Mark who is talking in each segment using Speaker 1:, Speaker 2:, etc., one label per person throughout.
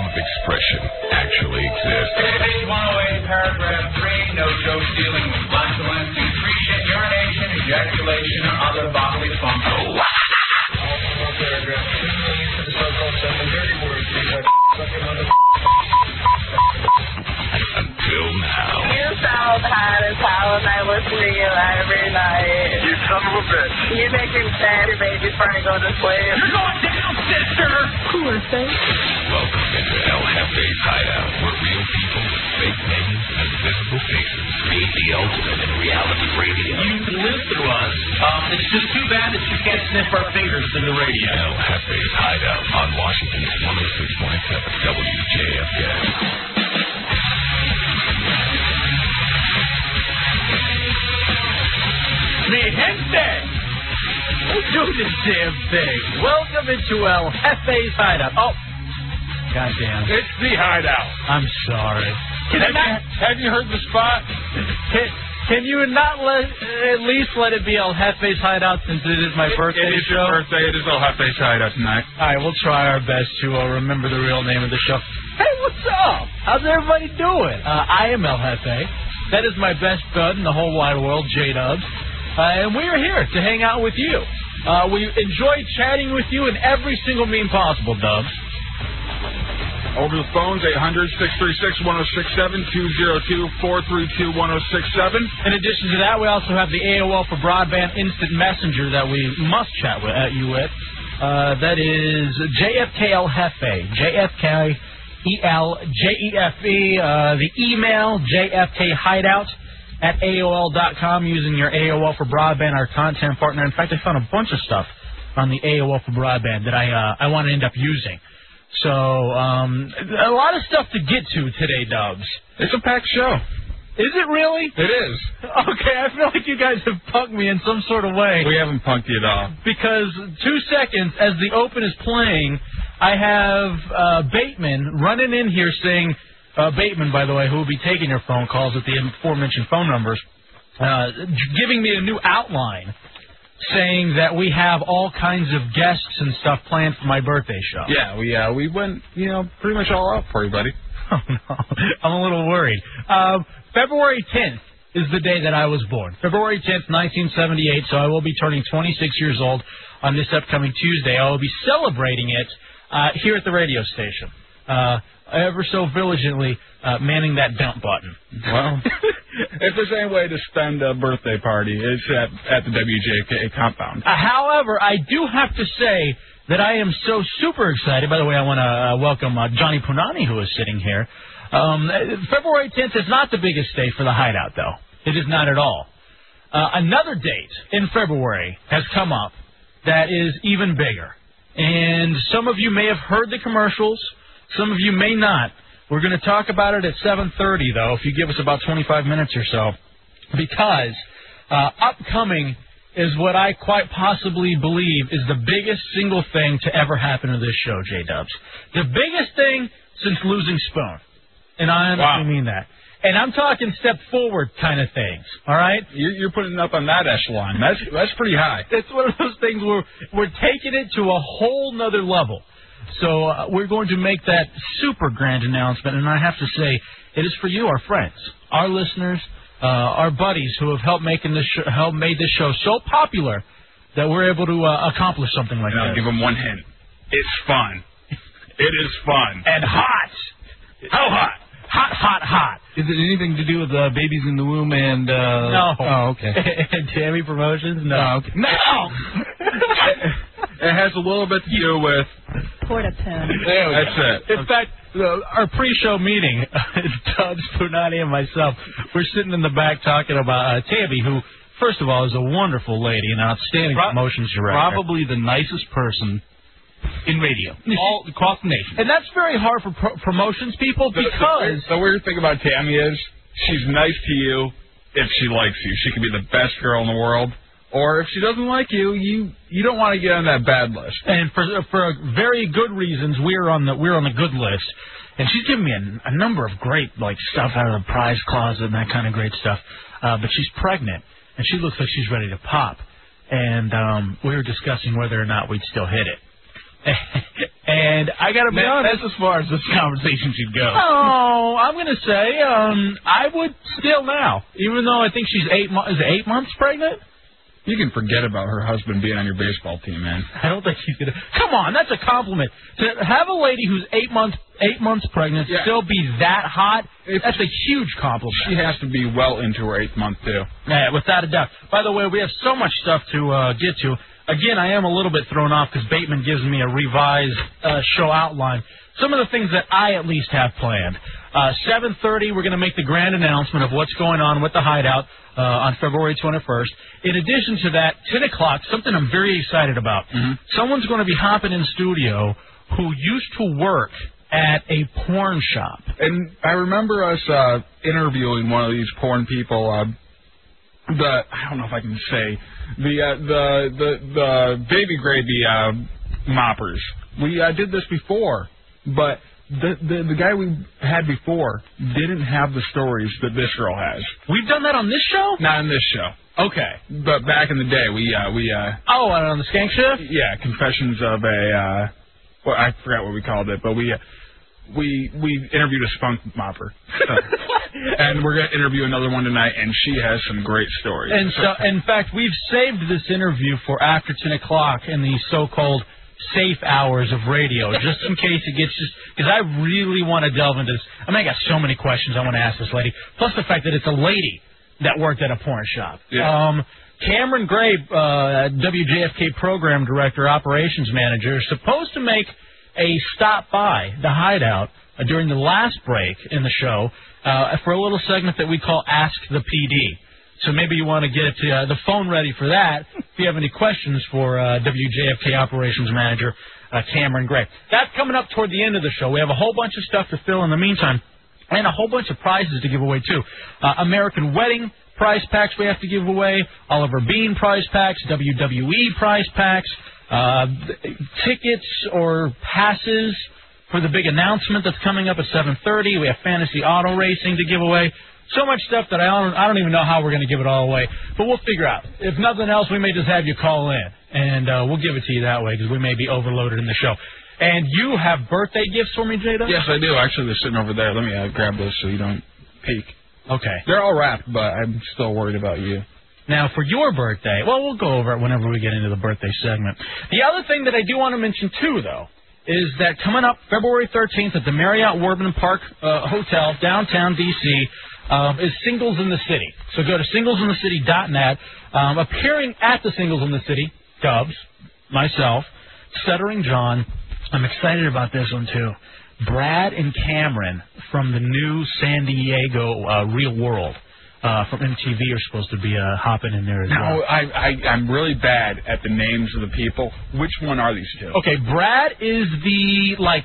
Speaker 1: expression actually exists.
Speaker 2: Page 108, paragraph 3, no joke dealing with flatulence, secretion, urination, ejaculation, or other bodily functions. Paragraph 2, the so-called seven dirty words, these are sucking on the
Speaker 1: Until now.
Speaker 3: You sound hot as hell, and I listen to you every night.
Speaker 2: You son of a bitch.
Speaker 3: You make me sad, baby, before I go to sleep.
Speaker 2: You're going down, sister!
Speaker 3: Cooler thing.
Speaker 1: Welcome into El Jefe's Hideout, where real people with fake names and invisible faces create the ultimate in reality radio.
Speaker 2: You can live through us. Um, it's just too bad that you can't snip our fingers in the radio.
Speaker 1: El Jefe's Hideout on Washington's 106.7 WJFK.
Speaker 2: Me gente! Let's do this damn thing. Welcome into El Jefe's Hideout. Oh, goddamn.
Speaker 4: It's the hideout.
Speaker 2: I'm sorry. Can,
Speaker 4: Have
Speaker 2: it not,
Speaker 4: you, have you heard the spot?
Speaker 2: can, can you not let, at least let it be El Jefe's Hideout since it is my birthday
Speaker 4: it is
Speaker 2: show?
Speaker 4: your birthday. It is El Jefe's hideout tonight.
Speaker 2: All right, we'll try our best to uh, remember the real name of the show. Hey, what's up? How's everybody doing? Uh, I am El Jefe. That is my best bud in the whole wide world, J Dubs. Uh, and we are here to hang out with you. Uh, we enjoy chatting with you in every single mean possible, Dubs.
Speaker 4: Over the phones, 800-636-1067, 202-432-1067.
Speaker 2: In addition to that, we also have the AOL for Broadband Instant Messenger that we must chat with, at you with. Uh, that is JFKL Jefe. JFK EL JEFE, E uh, the email JFK Hideout at AOL.com using your AOL for Broadband, our content partner. In fact, I found a bunch of stuff on the AOL for Broadband that I, uh, I want to end up using. So, um, a lot of stuff to get to today, Dubs.
Speaker 4: It's a packed show.
Speaker 2: Is it really?
Speaker 4: It is.
Speaker 2: Okay, I feel like you guys have punked me in some sort of way
Speaker 4: We haven't punked you at all.
Speaker 2: because two seconds as the open is playing, I have uh, Bateman running in here saying, uh, Bateman, by the way, who will be taking your phone calls at the aforementioned phone numbers, uh, giving me a new outline saying that we have all kinds of guests and stuff planned for my birthday show.
Speaker 4: Yeah, we uh, we went, you know, pretty much all out for you, buddy.
Speaker 2: Oh, no. I'm a little worried. Um, February 10th is the day that I was born. February 10th, 1978. So I will be turning 26 years old on this upcoming Tuesday. I will be celebrating it uh, here at the radio station, uh, ever so diligently uh, manning that dump button.
Speaker 4: Well, if there's any way to spend a birthday party, it's at, at the WJK compound.
Speaker 2: Uh, however, I do have to say that I am so super excited. By the way, I want to uh, welcome uh, Johnny Punani, who is sitting here. Um, uh, February 10th is not the biggest day for the hideout, though. It is not at all. Uh, another date in February has come up that is even bigger. And some of you may have heard the commercials. Some of you may not. We're going to talk about it at 7.30, though, if you give us about 25 minutes or so. Because uh, upcoming is what I quite possibly believe is the biggest single thing to ever happen to this show, J-Dubs. The biggest thing since losing Spoon. And I honestly mean that. And I'm talking step forward kind of things, all right?
Speaker 4: You're, you're putting up on that echelon. That's that's pretty high.
Speaker 2: It's one of those things where we're taking it to a whole nother level. So uh, we're going to make that super grand announcement, and I have to say, it is for you, our friends, our listeners, uh, our buddies who have helped making this sh- helped made this show so popular that we're able to uh, accomplish something like
Speaker 4: And I'll
Speaker 2: that.
Speaker 4: give him one hint. It's fun. It is fun.
Speaker 2: and hot,
Speaker 4: How hot?
Speaker 2: hot, hot, hot.
Speaker 5: Is it anything to do with uh, babies in the womb and? Uh...
Speaker 2: No.
Speaker 5: Oh, okay.
Speaker 2: Tammy Promotions,
Speaker 5: Oh,
Speaker 2: no.
Speaker 5: okay.
Speaker 2: No.
Speaker 4: It has a little bit to do with.
Speaker 3: Porta pen.
Speaker 4: There we That's it.
Speaker 2: In fact, uh, our pre-show meeting, Tubbs, Punani, and myself, we're sitting in the back talking about uh, Tammy, who, first of all, is a wonderful lady and outstanding
Speaker 5: Pro-
Speaker 2: promotions director.
Speaker 5: Probably the nicest person in radio, all across the nation.
Speaker 2: And that's very hard for pro- promotions people
Speaker 4: The- the-
Speaker 2: because
Speaker 4: the, weird thing about Tammy is she's nice to you if she likes you. She could be the best girl in the world, or if she doesn't like you, you you don't want to get on that bad list.
Speaker 2: and for for very good reasons we're on the we're on the good list and she's given me a, a number of great like stuff out of the prize closet and that kind of great stuff uh, but she's pregnant and she looks like she's ready to pop and um, we were discussing whether or not we'd still hit it And I got to be
Speaker 5: That-
Speaker 2: honest.
Speaker 5: that's as far as this conversation should go.
Speaker 2: Oh, I'm gonna say, um, I would still now, even though I think she's eight months. Is it eight months pregnant?
Speaker 4: You can forget about her husband being on your baseball team, man.
Speaker 2: I don't think she's gonna. Come on, that's a compliment to have a lady who's eight months eight months pregnant
Speaker 4: Yeah.
Speaker 2: still be that hot.
Speaker 4: If-
Speaker 2: that's a huge compliment.
Speaker 4: She has to be well into her eighth month too.
Speaker 2: Yeah, without a doubt. By the way, we have so much stuff to uh, get to. Again, I am a little bit thrown off because Bateman gives me a revised uh, show outline. Some of the things that I at least have planned. Uh, 7.30, we're going to make the grand announcement of what's going on with the hideout uh, on February 21st. In addition to that, 10 o'clock, something I'm very excited about. Someone's going to be hopping in studio who used to work at a porn shop.
Speaker 4: And I remember us uh, interviewing one of these porn people. Uh, the I don't know if I can say the uh, the the the baby gravy uh, moppers. We uh, did this before, but the, the the guy we had before didn't have the stories that this girl has.
Speaker 2: We've done that on this show?
Speaker 4: Not in this show,
Speaker 2: Okay.
Speaker 4: but back in the day, we uh, we uh,
Speaker 2: Oh, and on the Skank Shift?
Speaker 4: yeah, confessions of a uh, well, I forgot what we called it, but we uh, we we interviewed a spunk mopper, and we're gonna interview another one tonight, and she has some great stories.
Speaker 2: And so, in fact, we've saved this interview for after 10 o'clock in the so-called safe hours of radio, just in case it gets just because I really want to delve into this. I mean, I got so many questions I want to ask this lady. Plus the fact that it's a lady that worked at a porn shop.
Speaker 4: Yeah.
Speaker 2: Um, Cameron Gray, uh, WJFK program director, operations manager, is supposed to make a stop by the hideout uh, during the last break in the show uh, for a little segment that we call Ask the PD. So maybe you want to get uh, the phone ready for that if you have any questions for uh, WJFK operations manager uh, Cameron Gray. That's coming up toward the end of the show. We have a whole bunch of stuff to fill in the meantime and a whole bunch of prizes to give away too. Uh, American Wedding prize packs we have to give away, Oliver Bean prize packs, WWE prize packs, uh, th- tickets or passes for the big announcement that's coming up at 7:30. We have fantasy auto racing to give away. So much stuff that I don't, I don't even know how we're going to give it all away, but we'll figure out. If nothing else, we may just have you call in, and uh, we'll give it to you that way because we may be overloaded in the show. And you have birthday gifts for me, Jada?
Speaker 4: yes, I do. Actually, they're sitting over there. Let me uh, grab those so you don't peek.
Speaker 2: Okay.
Speaker 4: They're all wrapped, but I'm still worried about you.
Speaker 2: Now, for your birthday, well, we'll go over it whenever we get into the birthday segment. The other thing that I do want to mention, too, though, is that coming up February 13th at the Marriott Warburton Park uh, Hotel, downtown D.C., um, is Singles in the City. So go to singlesinthecity.net. Um, appearing at the Singles in the City, Dubs, myself, Stuttering John. I'm excited about this one, too. Brad and Cameron from the new San Diego uh, Real World uh, from MTV are supposed to be uh, hopping in there as
Speaker 4: No,
Speaker 2: well.
Speaker 4: I, I I'm really bad at the names of the people. Which one are these two?
Speaker 2: Okay, Brad is the like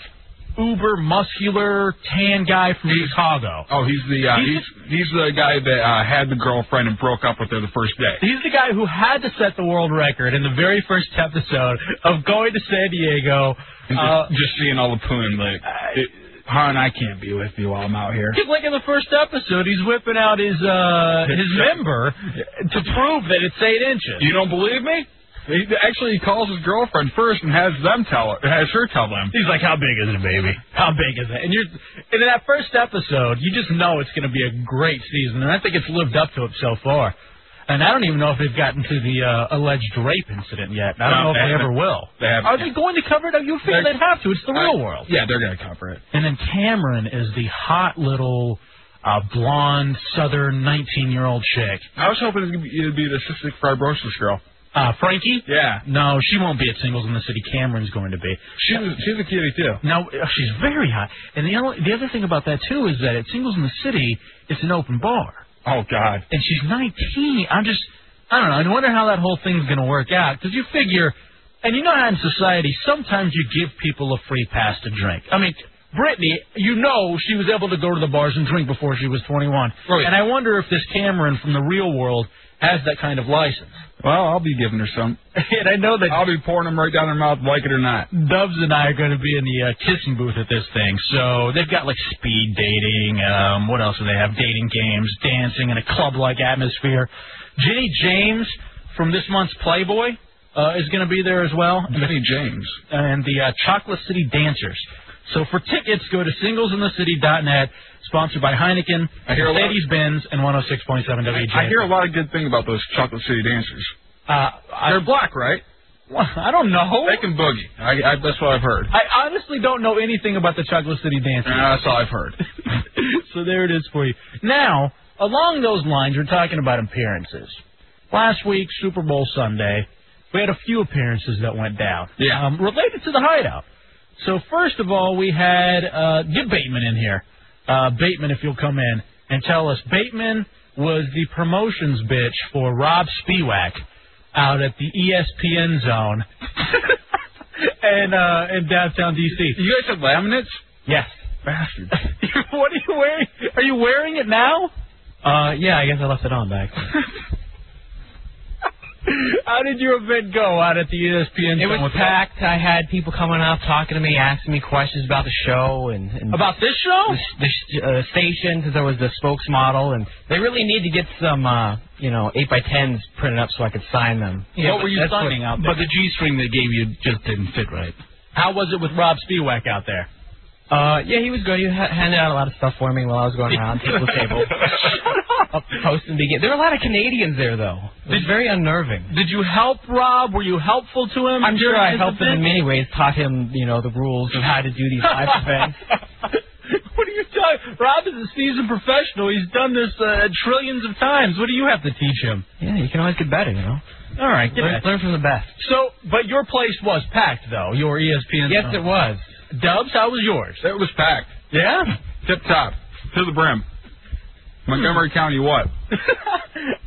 Speaker 2: uber muscular tan guy from Chicago.
Speaker 4: Oh, he's the uh,
Speaker 2: He's-
Speaker 4: he's he's the guy that uh, had the girlfriend and broke up with her the first day.
Speaker 2: He's the guy who had to set the world record in the very first episode of going to San Diego.
Speaker 4: And
Speaker 2: Uh,
Speaker 4: just, just seeing all the poon, like, it, hon, I can't be with you while I'm out here.
Speaker 2: 'cause, like in the first episode, he's whipping out his uh, his member to prove that it's eight inches.
Speaker 4: You don't believe me? He actually he calls his girlfriend first and has them tell her, has her tell them.
Speaker 2: He's like, "How big is it, baby? How big is it?" And you're, and in that first episode, you just know it's going to be a great season, and I think it's lived up to it so far. And I don't even know if they've gotten to the uh, alleged rape incident yet. I don't know
Speaker 4: No,
Speaker 2: if
Speaker 4: they
Speaker 2: they ever
Speaker 4: haven't.
Speaker 2: will.
Speaker 4: They haven't.
Speaker 2: Are they going to cover it? up? You feel
Speaker 4: They're-
Speaker 2: they'd have to. It's the real world.
Speaker 4: Yeah, they're gonna cover it.
Speaker 2: And then Cameron is the hot little uh, blonde Southern 19-year-old chick.
Speaker 4: I was hoping it'd be, it'd be the cystic fibrosis girl.
Speaker 2: Uh, Frankie?
Speaker 4: Yeah,
Speaker 2: No, she won't be at Singles in the City. Cameron's going to be.
Speaker 4: she's she's a cutie too.
Speaker 2: Now uh, she's very hot, and the only, the other thing about that too is that at Singles in the City, it's an open bar,
Speaker 4: Oh God.
Speaker 2: and she's 19. I'm just, I don't know. I wonder how that whole thing's going to work out because you figure, and you know how in society sometimes you give people a free pass to drink. I mean, Brittany, you know she was able to go to the bars and drink before she was 21,
Speaker 4: Right.
Speaker 2: and I wonder if this Cameron from the real world has that kind of license.
Speaker 4: Well, I'll be giving her some.
Speaker 2: and I know that
Speaker 4: I'll be pouring them right down her mouth, like it or not.
Speaker 2: Dubs and I are going to be in the uh, kissing booth at this thing. So they've got like speed dating. Um, what else do they have? Dating games, dancing in a club-like atmosphere. Jenny James from this month's Playboy uh, is going to be there as well,
Speaker 4: Vinny James.
Speaker 2: and the uh, Chocolate City Dancers. So for tickets, go to singlesinthecity.net, sponsored by Heineken,
Speaker 4: I hear a lot-
Speaker 2: Mercedes Benz, and 106.7 WJ.
Speaker 4: I hear a lot of good thing about those Chocolate City dancers.
Speaker 2: Uh, I,
Speaker 4: They're black, right?
Speaker 2: well, I don't know.
Speaker 4: They can boogie. I, I, that's what I've heard.
Speaker 2: I honestly don't know anything about the Chocolate City Dancers.
Speaker 4: Uh, that's all I've heard.
Speaker 2: so there it is for you. Now, along those lines, we're talking about appearances. Last week, Super Bowl Sunday, we had a few appearances that went down.
Speaker 4: Yeah.
Speaker 2: Um, related to the hideout. So first of all, we had uh, get Bateman in here. Uh, Bateman, if you'll come in and tell us, Bateman was the promotions bitch for Rob Spiewak out at the E ESPN zone. And uh, in downtown DC.
Speaker 4: You guys have laminates?
Speaker 2: Yes.
Speaker 4: Bastards.
Speaker 2: what are you wearing? Are you wearing it now? Uh, yeah, I guess I left it on back. How did your event go out at the E ESPN?
Speaker 6: It
Speaker 2: thing
Speaker 6: was
Speaker 2: with-
Speaker 6: packed. I had people coming up, talking to me, asking me questions about the show and, and
Speaker 2: About this show?
Speaker 6: the, s- the s- uh, station, since I was the spokesmodel. And they really need to get some, uh, you know, eight by tens printed up so I could sign them.
Speaker 2: what were you
Speaker 6: that's
Speaker 2: signing out there?
Speaker 5: But the G string they gave you just didn't fit right.
Speaker 2: How was it with Rob Spiewak out there?
Speaker 6: Uh, yeah, he was good. He ha- handed out a lot of stuff for me while I was going around table to table. Up post and begin. There were a lot of Canadians there, though. It was very unnerving.
Speaker 2: Did you help Rob? Were you helpful to him?
Speaker 6: I'm sure
Speaker 2: during
Speaker 6: I
Speaker 2: his
Speaker 6: helped him in
Speaker 2: event?
Speaker 6: many ways, taught him, you know, the rules of how to do these live events.
Speaker 2: what are you talking? Rob is a seasoned professional. He's done this uh, trillions of times. What do you have to teach him?
Speaker 6: Yeah, you can always get better, you know.
Speaker 2: All right, get
Speaker 6: Learn,
Speaker 2: that.
Speaker 6: learn from the best.
Speaker 2: So, but your place was packed, though. Your E ESPN.
Speaker 6: Yes, it was.
Speaker 2: Dubs, how was yours?
Speaker 4: It was packed.
Speaker 2: Yeah.
Speaker 4: Tip top. To the brim.
Speaker 2: Hmm.
Speaker 4: Montgomery County what?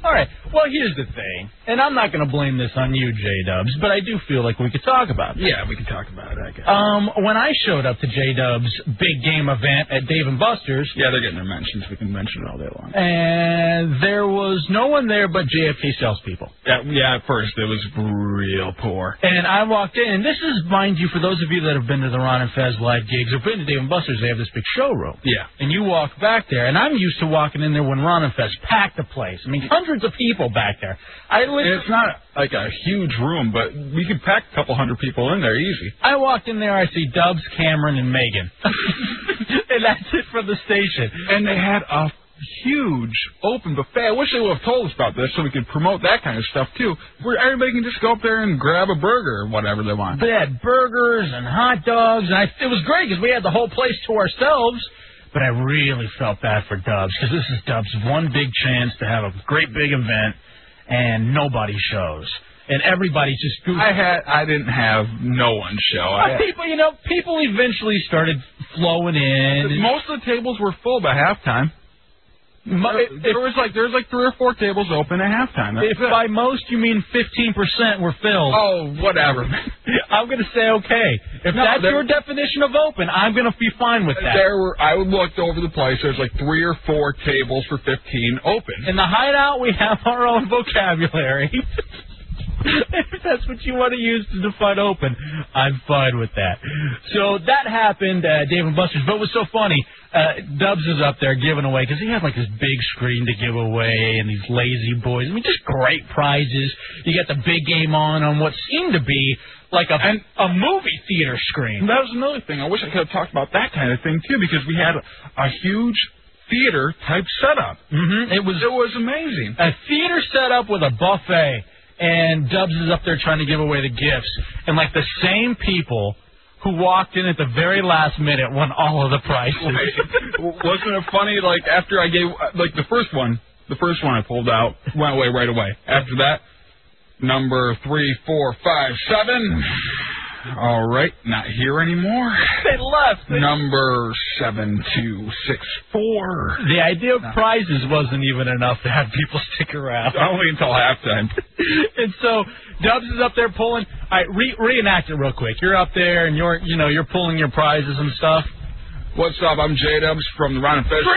Speaker 2: All right. Well, here's the thing, and I'm not going to blame this on you, J Dubs, but I do feel like we could talk about it.
Speaker 4: Yeah, we can talk about it, I guess.
Speaker 2: Um, when I showed up to J Dubs' big game event at Dave and Buster's,
Speaker 4: Yeah, they're getting their mentions. We can mention it all day long.
Speaker 2: and there was no one there but JFK salespeople.
Speaker 4: Yeah, yeah, at first it was real poor.
Speaker 2: And I walked in, and this is, mind you, for those of you that have been to the Ron and Fez live gigs or been to Dave and Buster's, they have this big showroom.
Speaker 4: Yeah.
Speaker 2: And you walk back there, and I'm used to walking in there when Ron and Fez packed the place. I mean, hundreds of people back there. I literally,
Speaker 4: It's not like a huge room, but we could pack a couple hundred people in there easy.
Speaker 2: I walked in there, I see Dubs, Cameron, and Megan. and that's it for the station.
Speaker 4: And they had a huge open buffet. I wish they would have told us about this so we could promote that kind of stuff too, where everybody can just go up there and grab a burger or whatever they want.
Speaker 2: They had burgers and hot dogs, and I, it was great because we had the whole place to ourselves. But I really felt bad for Dubs because this is Dubs' one big chance to have a great big event, and nobody shows, and everybody's just goofing.
Speaker 4: I had I didn't have no one show.
Speaker 2: But
Speaker 4: I,
Speaker 2: people, you know, people eventually started flowing in. and-
Speaker 4: most of the tables were full by halftime.
Speaker 2: Mo-
Speaker 4: There,
Speaker 2: if-
Speaker 4: there was like there was like three or four tables open at halftime. That's
Speaker 2: if
Speaker 4: it.
Speaker 2: by most you mean 15% were filled,
Speaker 4: oh whatever.
Speaker 2: I'm going to say okay. If
Speaker 4: No,
Speaker 2: that's
Speaker 4: there-
Speaker 2: your definition of open, I'm going to be fine with that.
Speaker 4: There were I looked over the place. There was like three or four tables for fifteen open.
Speaker 2: In the hideout, we have our own vocabulary. if that's what you want to use to define open, I'm fine with that. So that happened at Dave and Buster's, but it was so funny. Uh, Dubs is up there giving away because he had like this big screen to give away and these lazy boys. I mean, just great prizes. You got the big game on on what seemed to be like a a movie theater screen.
Speaker 4: That was another thing. I wish I could have talked about that kind of thing too, because we had a huge theater type setup.
Speaker 2: Mm-hmm. It was
Speaker 4: It was amazing.
Speaker 2: a theater set up with a buffet, and Dubs is up there trying to give away the gifts, and like the same people who walked in at the very last minute won all of the prizes.
Speaker 4: Wasn't it funny? Like after I gave like the first one, the first one I pulled out went away right away. After that, number three, four, five, seven. All right, not here anymore.
Speaker 2: they left.
Speaker 4: Number seven, two, six, four.
Speaker 2: The idea of prizes wasn't even enough to have people stick around.
Speaker 4: Only until halftime.
Speaker 2: and so Dubs is up there pulling. All right, re- reenact it real quick. You're up there and you're you know you're pulling your prizes and stuff.
Speaker 4: What's up? I'm J Dubs from the Ron and Fez. Show.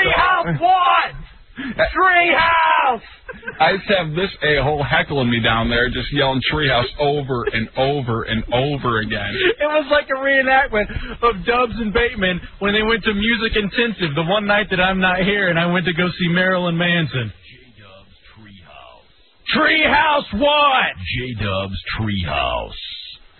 Speaker 2: one, three house.
Speaker 4: I just have this a hole heckling me down there, just yelling treehouse over and over and over again.
Speaker 2: It was like a reenactment of Dubs and Bateman when they went to Music Intensive the one night that I'm not here and I went to go see Marilyn Manson. Treehouse what?
Speaker 1: J Dub's Treehouse.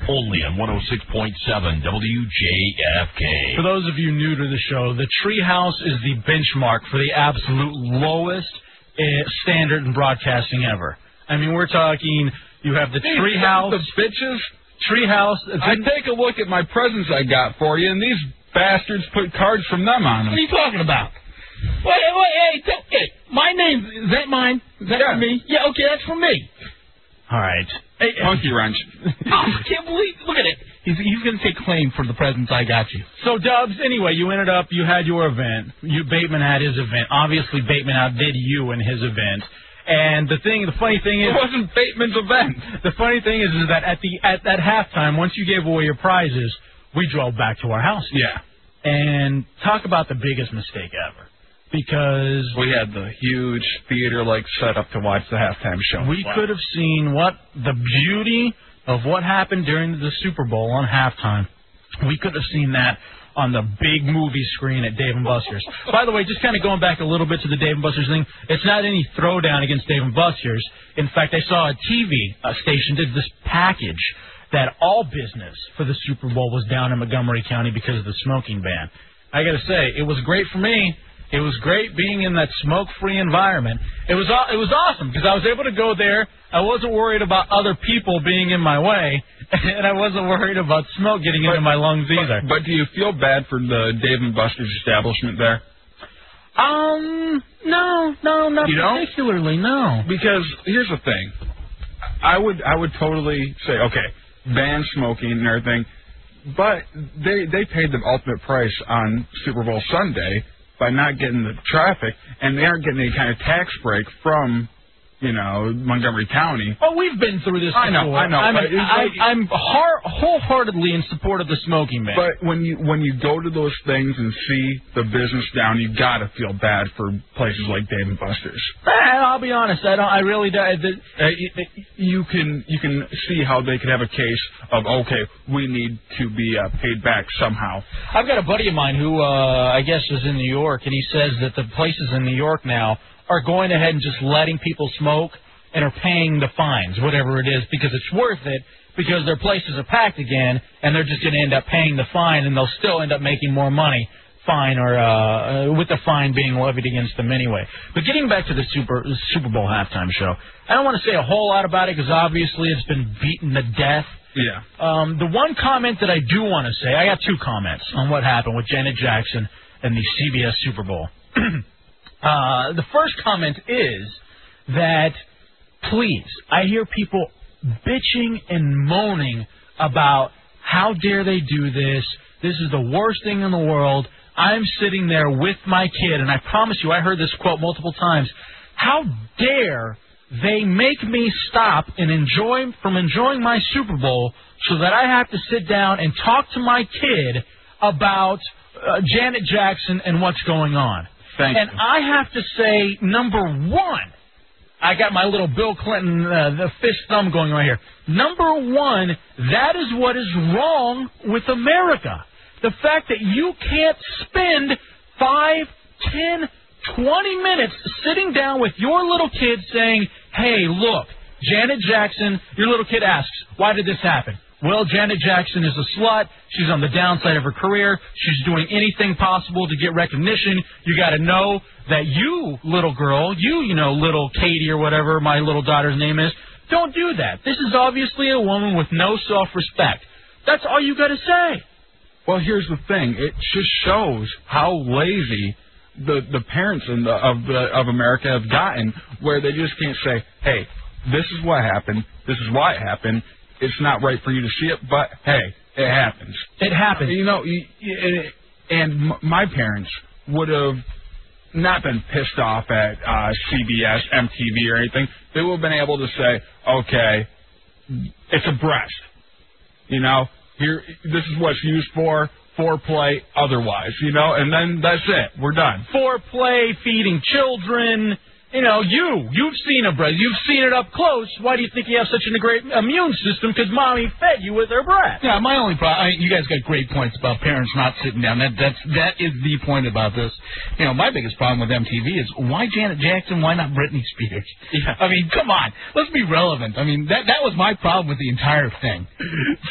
Speaker 1: Only on 106.7 WJFK.
Speaker 2: For those of you new to the show, the treehouse is the benchmark for the absolute lowest uh, standard in broadcasting ever. I mean, we're talking you have the treehouse,
Speaker 4: The bitches.
Speaker 2: treehouse.
Speaker 4: I take a look at my presents I got for you, and these bastards put cards from them on them.
Speaker 5: What are you talking about? Wait, wait, hey, don't- hey, eh, my name is that mine? Is that
Speaker 4: Yeah.
Speaker 5: for me? Yeah, okay, that's for me.
Speaker 2: All right,
Speaker 4: Monkey wrench.
Speaker 5: Oh, I can't believe. Look at it. He's he's gonna take claim for the presents I got you.
Speaker 2: So Dubs, anyway, you ended up you had your event. You Bateman had his event. Obviously Bateman outdid you in his event. And the thing the funny thing
Speaker 4: It
Speaker 2: is
Speaker 4: wasn't Bateman's event.
Speaker 2: the funny thing is is that at the at that halftime, once you gave away your prizes, we drove back to our house.
Speaker 4: Yeah.
Speaker 2: And talk about the biggest mistake ever. Because
Speaker 4: We had the huge theater like setup to watch the halftime show.
Speaker 2: we could have seen what the beauty of what happened during the Super Bowl on halftime. We could have seen that on the big movie screen at Dave and Buster's. By the way, just kind of going back a little bit to the Dave and Buster's thing, it's not any throwdown against Dave and Buster's. In fact, I saw a TV uh, station did this package that all business for the Super Bowl was down in Montgomery County because of the smoking ban. I got to say, it was great for me. It was great being in that smoke-free environment. It was aw- it was awesome because I was able to go there. I wasn't worried about other people being in my way, and I wasn't worried about smoke getting into my lungs either.
Speaker 4: But, but do you feel bad for the Dave and Buster's establishment there?
Speaker 2: Um, no, no, not
Speaker 4: You don't?
Speaker 2: particularly. No.
Speaker 4: Because here's the thing, I would I would totally say okay, ban smoking and everything, but they they paid the ultimate price on Super Bowl Sunday by not getting the traffic, and they aren't getting any kind of tax break from, you know, Montgomery County.
Speaker 2: Oh, we've been through this.
Speaker 4: I know,
Speaker 2: before.
Speaker 4: I know,
Speaker 2: I'm,
Speaker 4: but it's like-
Speaker 2: I, am har- wholeheartedly in support of the smoking ban.
Speaker 4: But when you when you go to those things and see the business down, you gotta feel bad for places like Dave and Buster's.
Speaker 2: Eh, I'll be honest. I don't. I really don't. I- the-
Speaker 4: Uh, y- y- you can you can see how they could have a case of okay, we need to be uh, paid back somehow.
Speaker 2: I've got a buddy of mine who uh, I guess is in New York, and he says that the places in New York now are going ahead and just letting people smoke and are paying the fines, whatever it is, because it's worth it. Because their places are packed again, and they're just going to end up paying the fine, and they'll still end up making more money, fine or uh, uh, with the fine being levied against them anyway. But getting back to the Super Super Bowl halftime show, I don't want to say a whole lot about it because obviously it's been beaten to death.
Speaker 4: Yeah.
Speaker 2: Um, the one comment that I do want to say, I got two comments on what happened with Janet Jackson and the CBS Super Bowl. uh, the first comment is that please, I hear people bitching and moaning about how dare they do this. This is the worst thing in the world. I'm sitting there with my kid, and I promise you, I heard this quote multiple times. How dare they make me stop and enjoy from enjoying my Super Bowl so that I have to sit down and talk to my kid about uh, Janet Jackson and what's going on.
Speaker 4: Thank
Speaker 2: and
Speaker 4: you.
Speaker 2: I have to say, number one, I got my little Bill Clinton, uh, the fist thumb going right here. Number one, that is what is wrong with America. The fact that you can't spend five, ten, twenty minutes sitting down with your little kid saying, hey, look, Janet Jackson, your little kid asks, why did this happen? Well, Janet Jackson is a slut. She's on the downside of her career. She's doing anything possible to get recognition. You got to know that you, little girl, you, you know, little Katie or whatever my little daughter's name is, don't do that. This is obviously a woman with no self respect. That's all you got to say.
Speaker 4: Well, here's the thing. It just shows how lazy the the parents in the, of the of America have gotten, where they just can't say, "Hey, this is what happened. This is why it happened. It's not right for you to see it, but hey, it happens."
Speaker 2: It happens.
Speaker 4: You know, you- you- and m- my parents would have not been pissed off at uh, CBS, MTV, or anything. They would have been able to say, okay, it's a breast. You know, here, this is what's used for foreplay. Otherwise, you know, and then that's it. We're done.
Speaker 2: Foreplay, feeding children, you know, you, you've seen a breast. You've seen it up close. Why do you think you have such a great immune system? Because mommy fed you with her breast.
Speaker 5: Yeah, my only problem. I, you guys got great points about parents not sitting down. That that's that is the point about this. You know, my biggest problem with MTV is why Janet Jackson? Why not Britney Spears? Yeah. I mean, come on, let's be relevant. I mean, that that was my problem with the entire thing.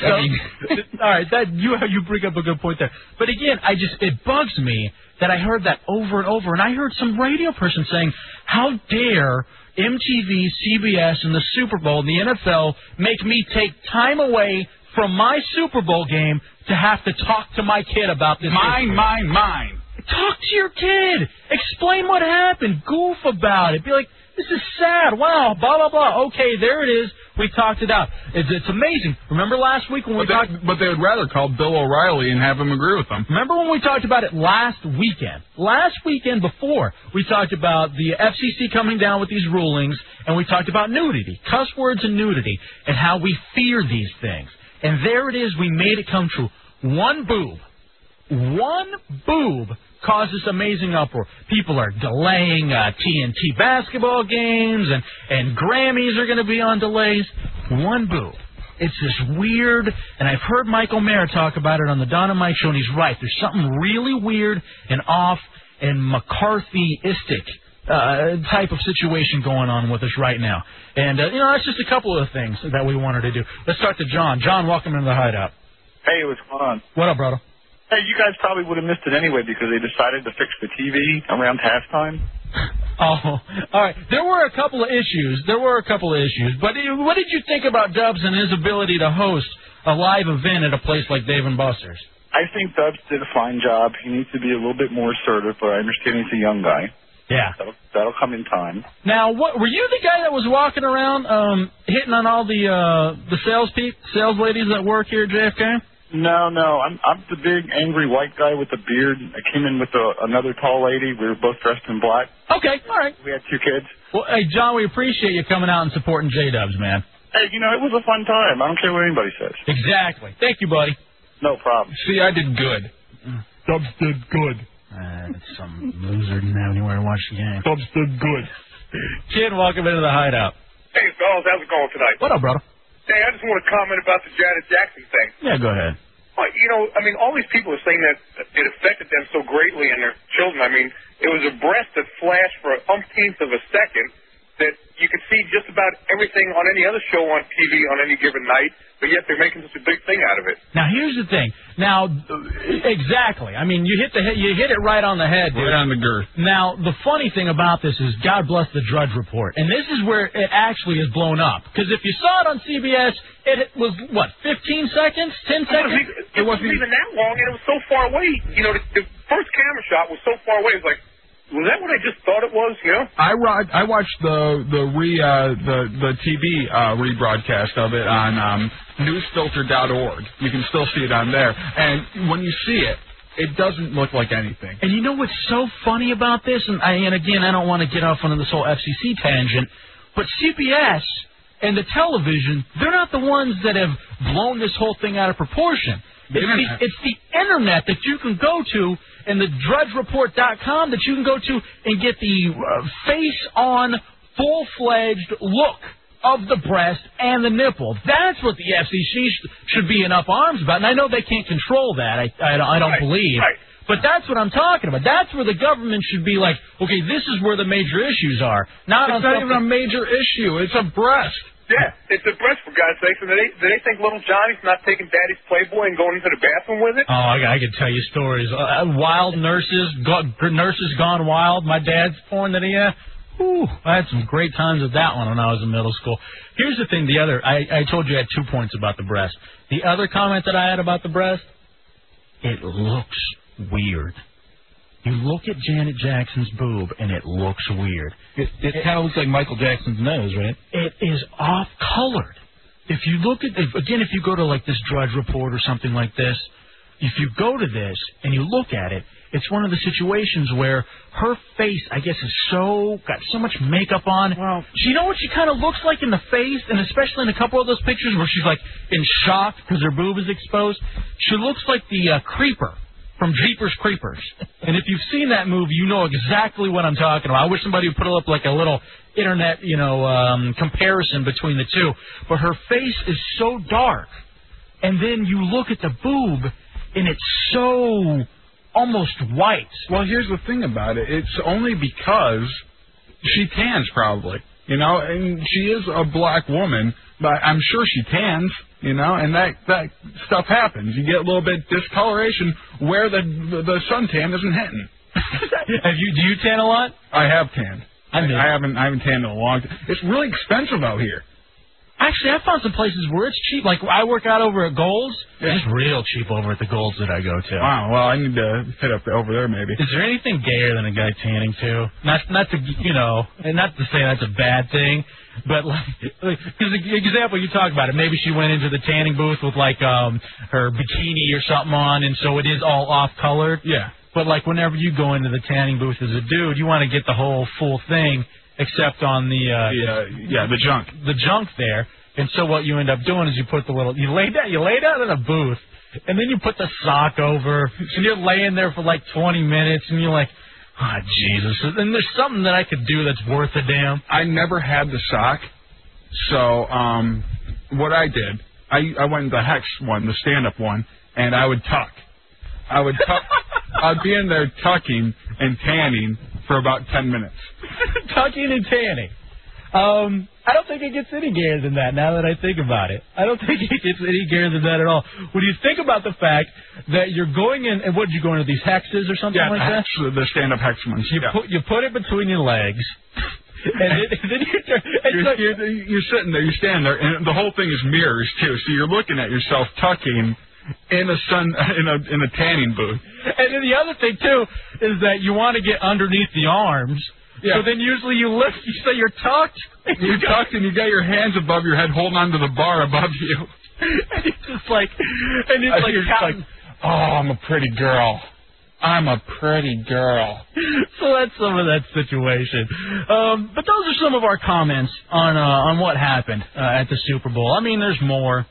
Speaker 5: I mean,
Speaker 2: All right, that you you bring up a good point there. But again, I just it bugs me that I heard that over and over, and I heard some radio person saying, "How dare MTV, CBS, and the Super Bowl and the NFL make me take time away from my Super Bowl game to have to talk to my kid about this?"
Speaker 4: Mine,
Speaker 2: issue."
Speaker 4: mine, mine.
Speaker 2: Talk to your kid. Explain what happened. Goof about it. Be like, this is sad. Wow. Blah blah blah. Okay, there it is. We talked it out. It's, it's amazing. Remember last week when we
Speaker 4: But
Speaker 2: talked.
Speaker 4: they, but they would rather call Bill O'Reilly and have him agree with them.
Speaker 2: Remember when we talked about it last weekend? Last weekend before, we talked about the FCC coming down with these rulings, and we talked about nudity, cuss words and nudity, and how we fear these things. And there it is, we made it come true. One boob, one boob causes amazing uproar. People are delaying uh, TNT basketball games, and, and Grammys are going to be on delays. One boob. It's this weird, and I've heard Michael Mayer talk about it on the Don and Mike show, and he's right. There's something really weird and off and McCarthyistic uh, type of situation going on with us right now. And, uh, you know, that's just a couple of things that we wanted to do. Let's start to John. John, welcome into the hideout.
Speaker 7: Hey, what's going on?
Speaker 2: What up, brother?
Speaker 7: Hey, you guys probably would have missed it anyway because they decided to fix the TV around halftime.
Speaker 2: Oh, all right. There were a couple of issues. There were a couple of issues. But uh, what did you think about Dubs and his ability to host a live event at a place like Dave and Buster's?
Speaker 7: I think Dubs did a fine job. He needs to be a little bit more assertive, but I understand he's a young guy.
Speaker 2: Yeah.
Speaker 7: That'll, that'll come in time.
Speaker 2: Now, what were you the guy that was walking around um, hitting on all the uh, the sales pe- sales ladies that work here at JFK?
Speaker 7: No, no, I'm I'm the big angry white guy with the beard. I came in with a, another tall lady. We were both dressed in black.
Speaker 2: Okay, all right.
Speaker 7: We had two kids.
Speaker 2: Well, hey John, we appreciate you coming out and supporting J Dubs, man.
Speaker 7: Hey, you know it was a fun time. I don't care what anybody says.
Speaker 2: Exactly. Thank you, buddy.
Speaker 7: No problem.
Speaker 4: See, I did good.
Speaker 5: Dubs did good.
Speaker 2: Uh, some loser didn't have anywhere to watch the game.
Speaker 5: Dubs did good.
Speaker 2: Kid, welcome into the hideout.
Speaker 8: Hey, fellas, how's it going tonight?
Speaker 2: What up, brother?
Speaker 8: Hey, I just want to comment about the Janet Jackson thing.
Speaker 2: Yeah, go ahead.
Speaker 8: Well, you know, I mean, all these people are saying that it affected them so greatly and their children. I mean, it was a breast that flashed for an umpteenth of a second that you could see just about everything on any other show on TV on any given night, but yet they're making such a big thing out of it.
Speaker 2: Now here's the thing. Now, exactly. I mean, you hit the he- you hit it right on the head, dude.
Speaker 4: Right on the girth.
Speaker 2: Now the funny thing about this is, God bless the Drudge Report, and this is where it actually is blown up. Because if you saw it on CBS, it was what 15 seconds, 10 seconds.
Speaker 8: It wasn't even that long, and it was so far away. You know, the, the first camera shot was so far away. It was like, was that what I just thought it was? You know?
Speaker 4: I ro- I watched the the re uh, the the TV uh, rebroadcast of it on um, newsfilter.org. You can still see it on there, and when you see it, it doesn't look like anything.
Speaker 2: And you know what's so funny about this? And, I, and again, I don't want to get off on this whole FCC tangent, but CBS and the television, they're not the ones that have blown this whole thing out of proportion. It's
Speaker 4: Internet.
Speaker 2: the, it's the internet that you can go to and the drudgereport.com that you can go to and get the uh, face on, full fledged look of the breast and the nipple. That's what the FCC sh- should be in up arms about. And I know they can't control that, I, I, don't- I don't
Speaker 8: Right,
Speaker 2: believe.
Speaker 8: right.
Speaker 2: But that's what I'm talking about. That's where the government should be like, okay, this is where the major issues are. Not on
Speaker 4: It's not
Speaker 2: something-
Speaker 4: even a major issue. It's a breast.
Speaker 8: Yeah, it's a breast for God's sakes, and they they think little Johnny's not taking Daddy's Playboy and going into the bathroom with it.
Speaker 2: Oh, I, I could tell you stories. Uh, wild nurses, go, gr- nurses gone wild. My dad's porn that he had. Ooh, I had some great times with that one when I was in middle school. Here's the thing. The other, I, I told you I had two points about the breast. The other comment that I had about the breast, it looks weird. You look at Janet Jackson's boob and it looks weird.
Speaker 5: It, it kind of looks like Michael Jackson's nose, right?
Speaker 2: it is off colored. If you look at if, again, if you go to like this Drudge Report or something like this, if you go to this and you look at it, it's one of the situations where her face, I guess, is so got so much makeup on.
Speaker 5: Well-
Speaker 2: she, you know what she kind of looks like in the face, and especially in a couple of those pictures where she's like in shock because her boob is exposed. She looks like the uh, creeper from Jeepers Creepers. And if you've seen that movie, you know exactly what I'm talking about. I wish somebody would put up like a little internet, you know, um, comparison between the two. But her face is so dark, and then you look at the boob, and it's so almost white.
Speaker 4: Well, here's the thing about it. It's only because she tans, probably. You know, and she is a black woman, but I'm sure she tans. You know, and that that stuff happens. You get a little bit discoloration where the the suntan isn't hitting.
Speaker 2: Have you do you tan a lot?
Speaker 4: I have tanned.
Speaker 2: I mean-
Speaker 4: I haven't I haven't tanned in a long. time. It's really expensive out here.
Speaker 2: Actually, I found some places where it's cheap. Like I work out over at Gold's.
Speaker 4: Yeah.
Speaker 2: It's real cheap over at the Gold's that I go to.
Speaker 4: Wow. Well, I need to hit up over there maybe.
Speaker 2: Is there anything gayer than a guy tanning too? Not not to you know, and not to say that's a bad thing, but like, like 'cause the example you talk about it, maybe she went into the tanning booth with like um her bikini or something on, and so it is all off colored.
Speaker 4: Yeah.
Speaker 2: But like whenever you go into the tanning booth as a dude, you want to get the whole full thing, except on the uh,
Speaker 4: The, uh, yeah, the junk.
Speaker 2: the junk there. And so what you end up doing is you put the little you lay down you lay down in a booth and then you put the sock over and you're laying there for like twenty minutes and you're like, Ah Jesus and there's something that I could do that's worth a damn.
Speaker 4: I never had the sock, so um, what I did, I I went the hex one, the stand up one, and I would tuck. I would tuck. I'd be in there tucking and tanning for about ten minutes.
Speaker 2: Tucking and tanning. Um I don't think it gets any gayer than that now that I think about it. I don't think it gets any gayer than that at all. When you think about the fact that you're going in and what did you go into these hexes or something
Speaker 4: Yeah,
Speaker 2: like
Speaker 4: the, hex,
Speaker 2: that?
Speaker 4: the stand up hex ones.
Speaker 2: You
Speaker 4: yeah.
Speaker 2: put you put it between your legs, and then, then you turn. It's
Speaker 4: You're,
Speaker 2: like-
Speaker 4: you're, you're sitting there, you're standing there, and the whole thing is mirrors too. So you're looking at yourself tucking in a sun in a in a tanning booth.
Speaker 2: and then the other thing too is that you want to get underneath the arms.
Speaker 4: Yeah.
Speaker 2: So then usually you lift, you say you're tucked,
Speaker 4: You're tucked and you got your hands above your head, holding onto the bar above you.
Speaker 2: and it's just like, and it's
Speaker 4: Uh,
Speaker 2: like,
Speaker 4: you're just
Speaker 2: cotton.
Speaker 4: like, oh, I'm a pretty girl. I'm a pretty girl.
Speaker 2: so that's some of that situation. Um, but those are some of our comments on uh, on what happened uh, at the Super Bowl. I mean, there's more,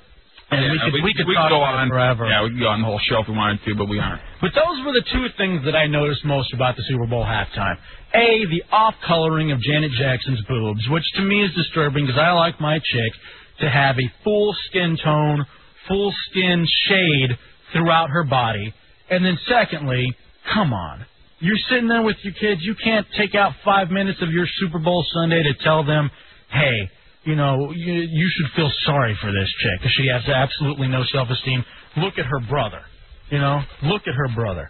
Speaker 2: and we
Speaker 4: Yeah,
Speaker 2: could we, could
Speaker 4: we
Speaker 2: talk
Speaker 4: go
Speaker 2: about it
Speaker 4: on
Speaker 2: forever.
Speaker 4: Yeah, we could go on the whole show if we wanted to, but we aren't.
Speaker 2: But those were the two things that I noticed most about the Super Bowl halftime. A, the off coloring of Janet Jackson's boobs, which to me is disturbing because I like my chick to have a full skin tone, full skin shade throughout her body. And then secondly, come on. You're sitting there with your kids. You can't take out five minutes of your Super Bowl Sunday to tell them, hey, you know, you, you should feel sorry for this chick because she has absolutely no self esteem. Look at her brother. You know, look at her brother.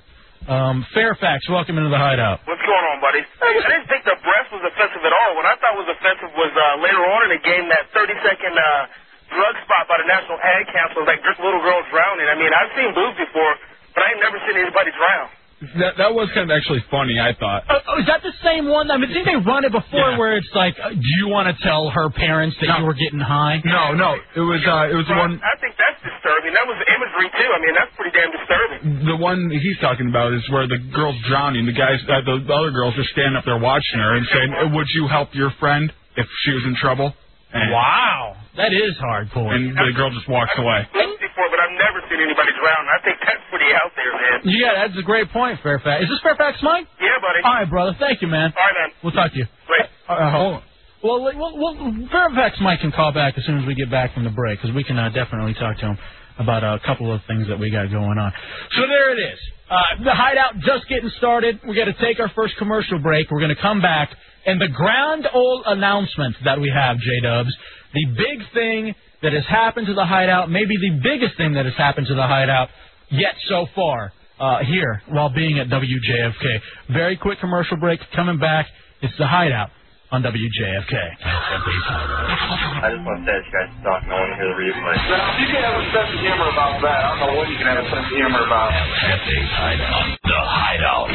Speaker 2: Um, Fairfax, welcome into the hideout.
Speaker 9: What's going on, buddy? I didn't think the breath was offensive at all. What I thought was offensive was uh, later on in the game that 30 second uh, drug spot by the National Ad Council, like this little girl drowning. I mean, I've seen boobs before, but I ain't never seen anybody drown.
Speaker 4: That that was kind of actually funny, I thought.
Speaker 2: Oh, oh, is that the same one? I mean, didn't they run it
Speaker 4: Yeah.
Speaker 2: before where it's like, uh, do you want to tell her parents that you were getting high?
Speaker 4: No, no, it was uh, it was the one
Speaker 9: I think that's disturbing. That was imagery too. I mean, that's pretty damn disturbing.
Speaker 4: the one he's talking about is where the girl's drowning. The guys, uh, the, the other girls, just standing up there watching her and saying, "Uh, "Would you help your friend if she was in trouble?" And,
Speaker 2: Wow. That is hardcore.
Speaker 4: And the girl just walks away.
Speaker 9: Boobs before, but I've never seen anybody drown. I think that's pretty out there, man.
Speaker 2: yeah, that's a great point, Fairfax. Is this Fairfax Mike?
Speaker 9: Yeah, buddy.
Speaker 2: All right, brother. Thank you, man.
Speaker 9: All right, man.
Speaker 2: We'll talk to you.
Speaker 9: Great.
Speaker 2: Uh, hold on. Well, like, well, well, Fairfax Mike can call back as soon as we get back from the break because we can uh, definitely talk to him about uh, a couple of things that we got going on. So there it is. Uh, the hideout just getting started. We're going to take our first commercial break. We're going to come back. And the grand old announcement that we have, J Dubs, the big thing that has happened to the hideout, maybe the biggest thing that has happened to the hideout yet so far uh, here while being at WJFK. Very quick commercial break. Coming back. It's the hideout on WJFK.
Speaker 9: I just want to let you guys talk. I want to hear the replay.
Speaker 8: you can have a sense of humor about that. I don't know what you can have a sense of humor about.
Speaker 1: Cafe Hideout. The Hideout.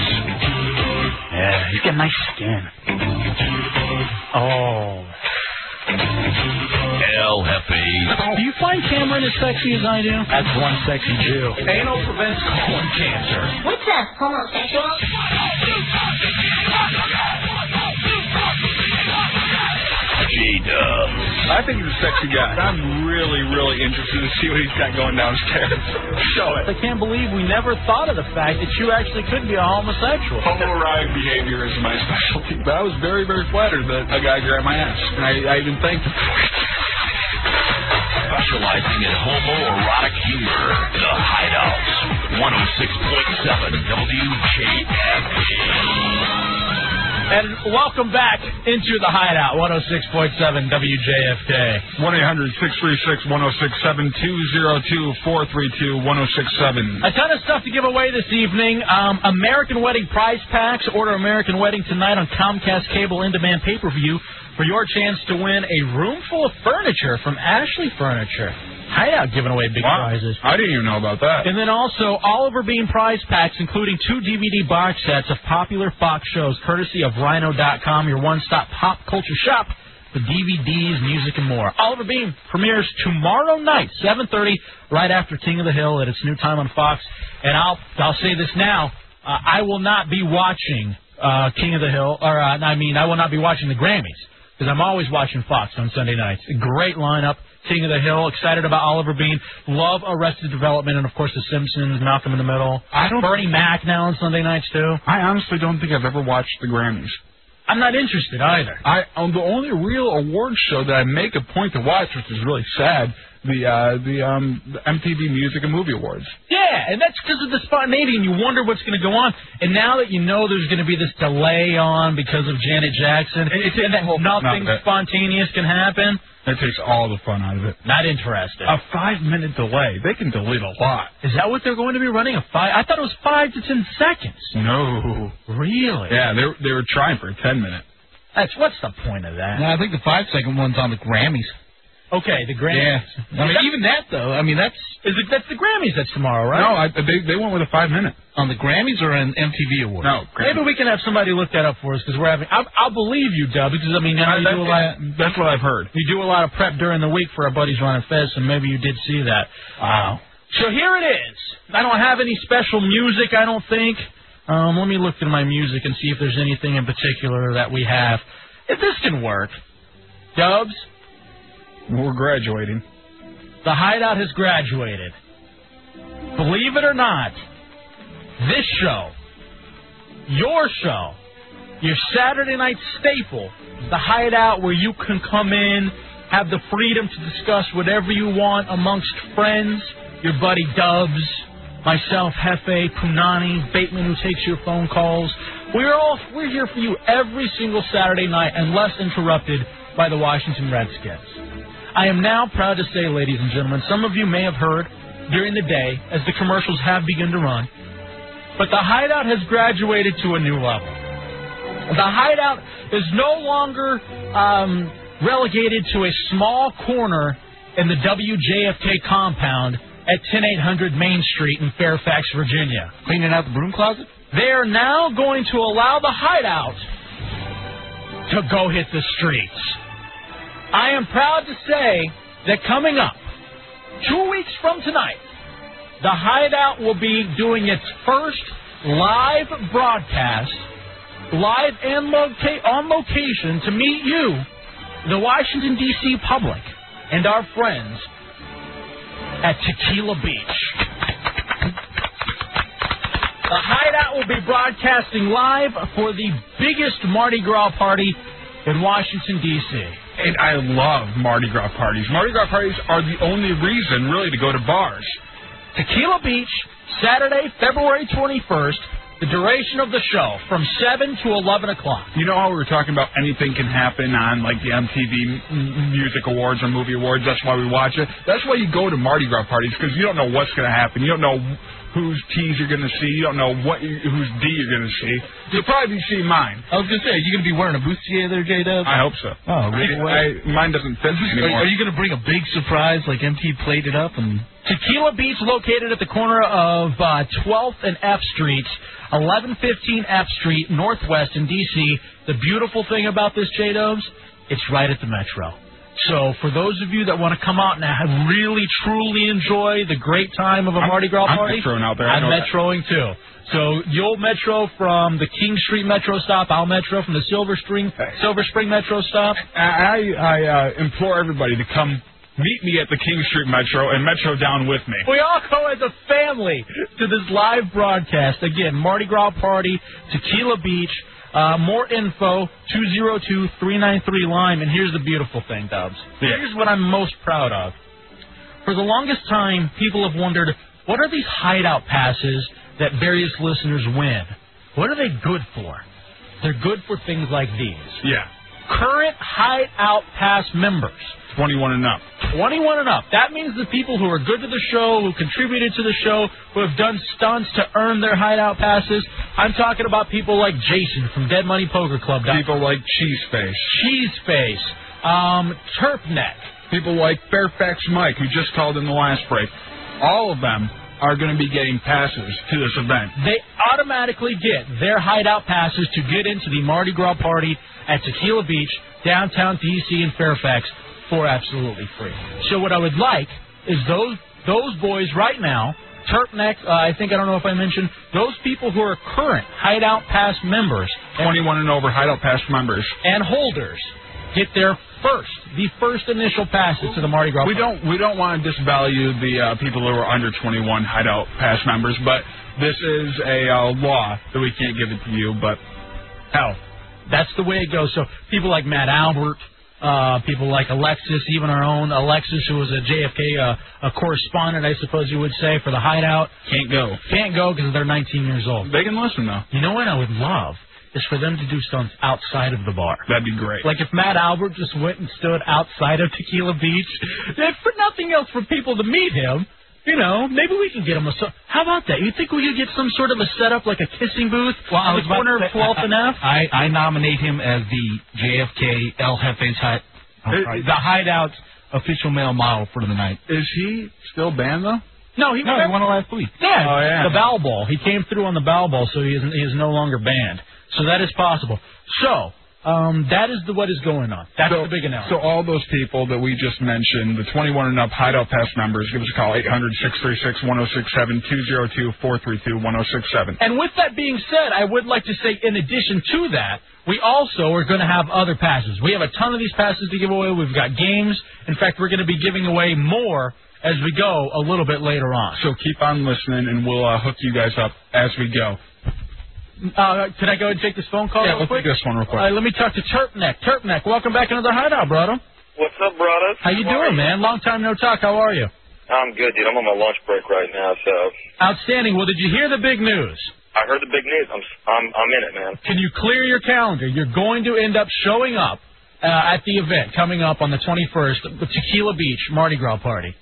Speaker 2: Yeah, you get nice skin. Oh.
Speaker 1: El Jefe.
Speaker 2: Do you find Cameron as sexy as I do? That's one sexy Jew.
Speaker 1: Anal prevents colon cancer.
Speaker 10: What's up, homosexual?
Speaker 1: G-Dubs.
Speaker 4: I think he's a sexy guy. I'm really, really interested to see what he's got going downstairs. Show it.
Speaker 2: I can't believe we never thought of the fact that you actually could be a homosexual.
Speaker 4: Homoerotic behavior is my specialty. But I was very, very flattered that a guy grabbed my ass. And I, I even thanked him.
Speaker 1: Specializing in homoerotic humor. The oh Hideout. 106.7 WJFK.
Speaker 2: And welcome back into the Hideout 106.7 WJFK.
Speaker 4: 1 800 636 1067 202 432 1067.
Speaker 2: A ton of stuff to give away this evening. Um, American Wedding prize packs. Order American Wedding tonight on Comcast Cable In Demand Pay Per View for your chance to win a room full of furniture from Ashley Furniture. Hideout giving away big prizes.
Speaker 4: I didn't even know about that.
Speaker 2: And then also Oliver Bean prize packs, including two DVD box sets of popular Fox shows, courtesy of Rhino.com, your one stop pop culture shop for DVDs, music, and more. Oliver Bean premieres tomorrow night, 7.30, right after King of the Hill at its new time on Fox. And I'll, I'll say this now, uh, I will not be watching uh, King of the Hill, or uh, I mean, I will not be watching the Grammys, because I'm always watching Fox on Sunday nights. A great lineup. King of the Hill, excited about Oliver Bean, love Arrested Development, and of course The Simpsons, Malcolm in the Middle. I don't Bernie Mac now on Sunday nights too.
Speaker 4: I honestly don't think I've ever watched the Grammys.
Speaker 2: I'm not interested either.
Speaker 4: I on the only real award show that I make a point to watch, which is really sad, the uh, the um the MTV Music and Movie Awards.
Speaker 2: Yeah, and that's because of the spontaneity, and you wonder what's going to go on. And now that you know there's going to be this delay on because of Janet Jackson,
Speaker 4: It- it-
Speaker 2: and that nothing
Speaker 4: no, that-
Speaker 2: spontaneous can happen,
Speaker 4: That takes all the fun out of it.
Speaker 2: not interested.
Speaker 4: A five minute delay, they can delete a lot.
Speaker 2: Is that what they're going to be running? A five? I thought it was five to ten seconds.
Speaker 4: No.
Speaker 2: Really?
Speaker 4: Yeah, they were- they were trying for a ten minute.
Speaker 2: That's what's the point of that?
Speaker 5: No, I think the five second one's on the Grammys.
Speaker 2: Okay, the Grammys.
Speaker 5: Yeah. I mean, even that though. I mean, that's
Speaker 2: Is it, that's the Grammys that's tomorrow, right?
Speaker 4: No, I, they they went with a five minute.
Speaker 5: on the Grammys or an MTV award.
Speaker 4: No,
Speaker 2: Maybe we can have somebody look that up for us because we're having. I, I'll believe you, Dub, because I mean, you, know, you do a lot.
Speaker 4: that's, that's what I've heard.
Speaker 2: You do a lot of prep during the week for our buddies Ron and Fez, and maybe you did see that. Wow. So here it is. I don't have any special music, I don't think. Um, let me look through my music and see if there's anything in particular that we have. If this can work, Dubs,
Speaker 4: We're graduating.
Speaker 2: the hideout has graduated. Believe it or not, this show, your show, your Saturday night staple, the hideout where you can come in, have the freedom to discuss whatever you want amongst friends, your buddy Dubs, myself, Hefe, Punani, Bateman who takes your phone calls. We're all we're here for you every single Saturday night unless interrupted by the Washington Redskins. I am now proud to say, ladies and gentlemen, some of you may have heard during the day as the commercials have begun to run, but the hideout has graduated to a new level. The hideout is no longer um, relegated to a small corner in the WJFK compound at 10800 Main Street in Fairfax, Virginia.
Speaker 5: Cleaning out the broom closet.
Speaker 2: They are now going to allow the hideout to go hit the streets. I am proud to say that coming up, two weeks from tonight, the hideout will be doing its first live broadcast, live and loca- on location to meet you, the Washington, D.C. public, and our friends at Tequila Beach. The Hideout will be broadcasting live for the biggest Mardi Gras party in Washington, D.C.
Speaker 4: And I love Mardi Gras parties. Mardi Gras parties are the only reason, really, to go to bars.
Speaker 2: Tequila Beach, Saturday, February 21st. The duration of the show from 7 to 11 o'clock.
Speaker 4: You know how we were talking about anything can happen on like the MTV m- Music Awards or Movie Awards. That's why we watch it. That's why you go to Mardi Gras parties because you don't know what's going to happen. You don't know whose T's you're going to see. You don't know what you, whose D you're going to see. You'll probably see mine.
Speaker 5: I was gonna say, are you gonna be wearing a bustier there, J Dub?
Speaker 4: I hope so.
Speaker 5: Oh,
Speaker 4: I,
Speaker 5: really?
Speaker 4: I, mine doesn't fit me
Speaker 5: Are,
Speaker 4: anymore.
Speaker 5: are you gonna bring a big surprise like MT played it up and?
Speaker 2: Tequila Beach, located at the corner of uh, 12th and F Streets, 1115 F Street, Northwest in D.C. The beautiful thing about this, J Dubs, it's right at the Metro. So for those of you that want to come out and have- really truly enjoy the great time of a Mardi Gras
Speaker 4: I'm
Speaker 2: party,
Speaker 4: Metroing out there. I
Speaker 2: I'm
Speaker 4: know that.
Speaker 2: metroing too. So you'll metro from the King Street Metro stop. I'll metro from the Silver Spring Silver Spring Metro stop.
Speaker 4: I I uh, implore everybody to come meet me at the King Street Metro and Metro down with me.
Speaker 2: We all go as a family to this live broadcast. Again, Mardi Gras party, Tequila Beach. Uh, more info, 202-393-LIME. And here's the beautiful thing, Dubs. Here's what I'm most proud of. For the longest time, people have wondered, what are these hideout passes that various listeners win? What are they good for? They're good for things like these.
Speaker 4: Yeah.
Speaker 2: Current hideout pass members.
Speaker 4: 21 and up.
Speaker 2: 21 and up. That means the people who are good to the show, who contributed to the show, who have done stunts to earn their hideout passes. I'm talking about people like Jason from Dead Money Poker Club.
Speaker 4: People like Cheese Face.
Speaker 2: Cheese Face. Um, Turpneck.
Speaker 4: People like Fairfax Mike, who just called in the last break. All of them are going to be getting passes to this event.
Speaker 2: They automatically get their hideout passes to get into the Mardi Gras party at Tequila Beach, downtown DC and Fairfax for absolutely free. So what I would like is those those boys right now, Turpneck, uh, I think I don't know if I mentioned, those people who are current hideout pass members
Speaker 4: 21 and over Hideout Pass members.
Speaker 2: and holders get their first, the first initial passes to the Mardi Gras
Speaker 4: We
Speaker 2: party.
Speaker 4: don't we don't want to disvalue the uh, people who are under 21 Hideout Pass members, but this is a uh, law that we can't give it to you. But
Speaker 2: hell, that's the way it goes. So people like Matt Albert, uh, people like Alexis, even our own Alexis, who was a JFK uh, a correspondent, I suppose you would say, for the Hideout,
Speaker 4: can't go.
Speaker 2: can't go because they're 19 years old.
Speaker 4: They can listen though.
Speaker 2: You know what I would love is for them to do stunts outside of the bar.
Speaker 4: That'd be great.
Speaker 2: Like if Matt Albert just went and stood outside of Tequila Beach, if for nothing else for people to meet him, you know, maybe we can get him a. so- How about that? You think we could get some sort of a setup like a kissing booth
Speaker 5: I
Speaker 2: on
Speaker 5: was about
Speaker 2: the corner
Speaker 5: to
Speaker 2: of
Speaker 5: say-
Speaker 2: 12th and F?
Speaker 5: I, I nominate him as the JFK El Jefe's hi- oh,
Speaker 4: It-
Speaker 5: sorry, the Hideout's official male model for the night.
Speaker 4: Is he still banned though?
Speaker 2: No, he
Speaker 5: No, he won it last week.
Speaker 2: Yeah,
Speaker 4: Oh, yeah.
Speaker 2: the bow ball. He came through on the bow ball, so he is he is no longer banned. So that is possible. So um, that is the what is going on. That's
Speaker 4: So-
Speaker 2: the big
Speaker 4: So
Speaker 2: announcement.
Speaker 4: all those people that we just mentioned, the 21 and up Hideout Pass members, give us a call 800-636-1067, 202-432-1067.
Speaker 2: and with that being said, I would like to say, in addition to that, we also are going to have other passes. We have a ton of these passes to give away. We've got games. In fact, we're going to be giving away more as we go a little bit later on.
Speaker 4: So keep on listening, and we'll uh, hook you guys up as we go.
Speaker 2: Uh, can I go and take this phone call
Speaker 4: Yeah, let's
Speaker 2: real quick?
Speaker 4: take this one real quick.
Speaker 2: All right, let me talk to Turpneck. Turpneck, welcome back into the hideout, brother.
Speaker 11: What's up, brothers?
Speaker 2: How you doing, man? Long time no talk. How are you?
Speaker 11: I'm good, dude. I'm on my lunch break right now, so
Speaker 2: Outstanding. Well, did you hear the big news?
Speaker 11: I heard the big news. I'm I'm I'm in it, man.
Speaker 2: Can you clear your calendar? You're going to end up showing up uh, at the event coming up on the 21st, the Tequila Beach Mardi Gras party.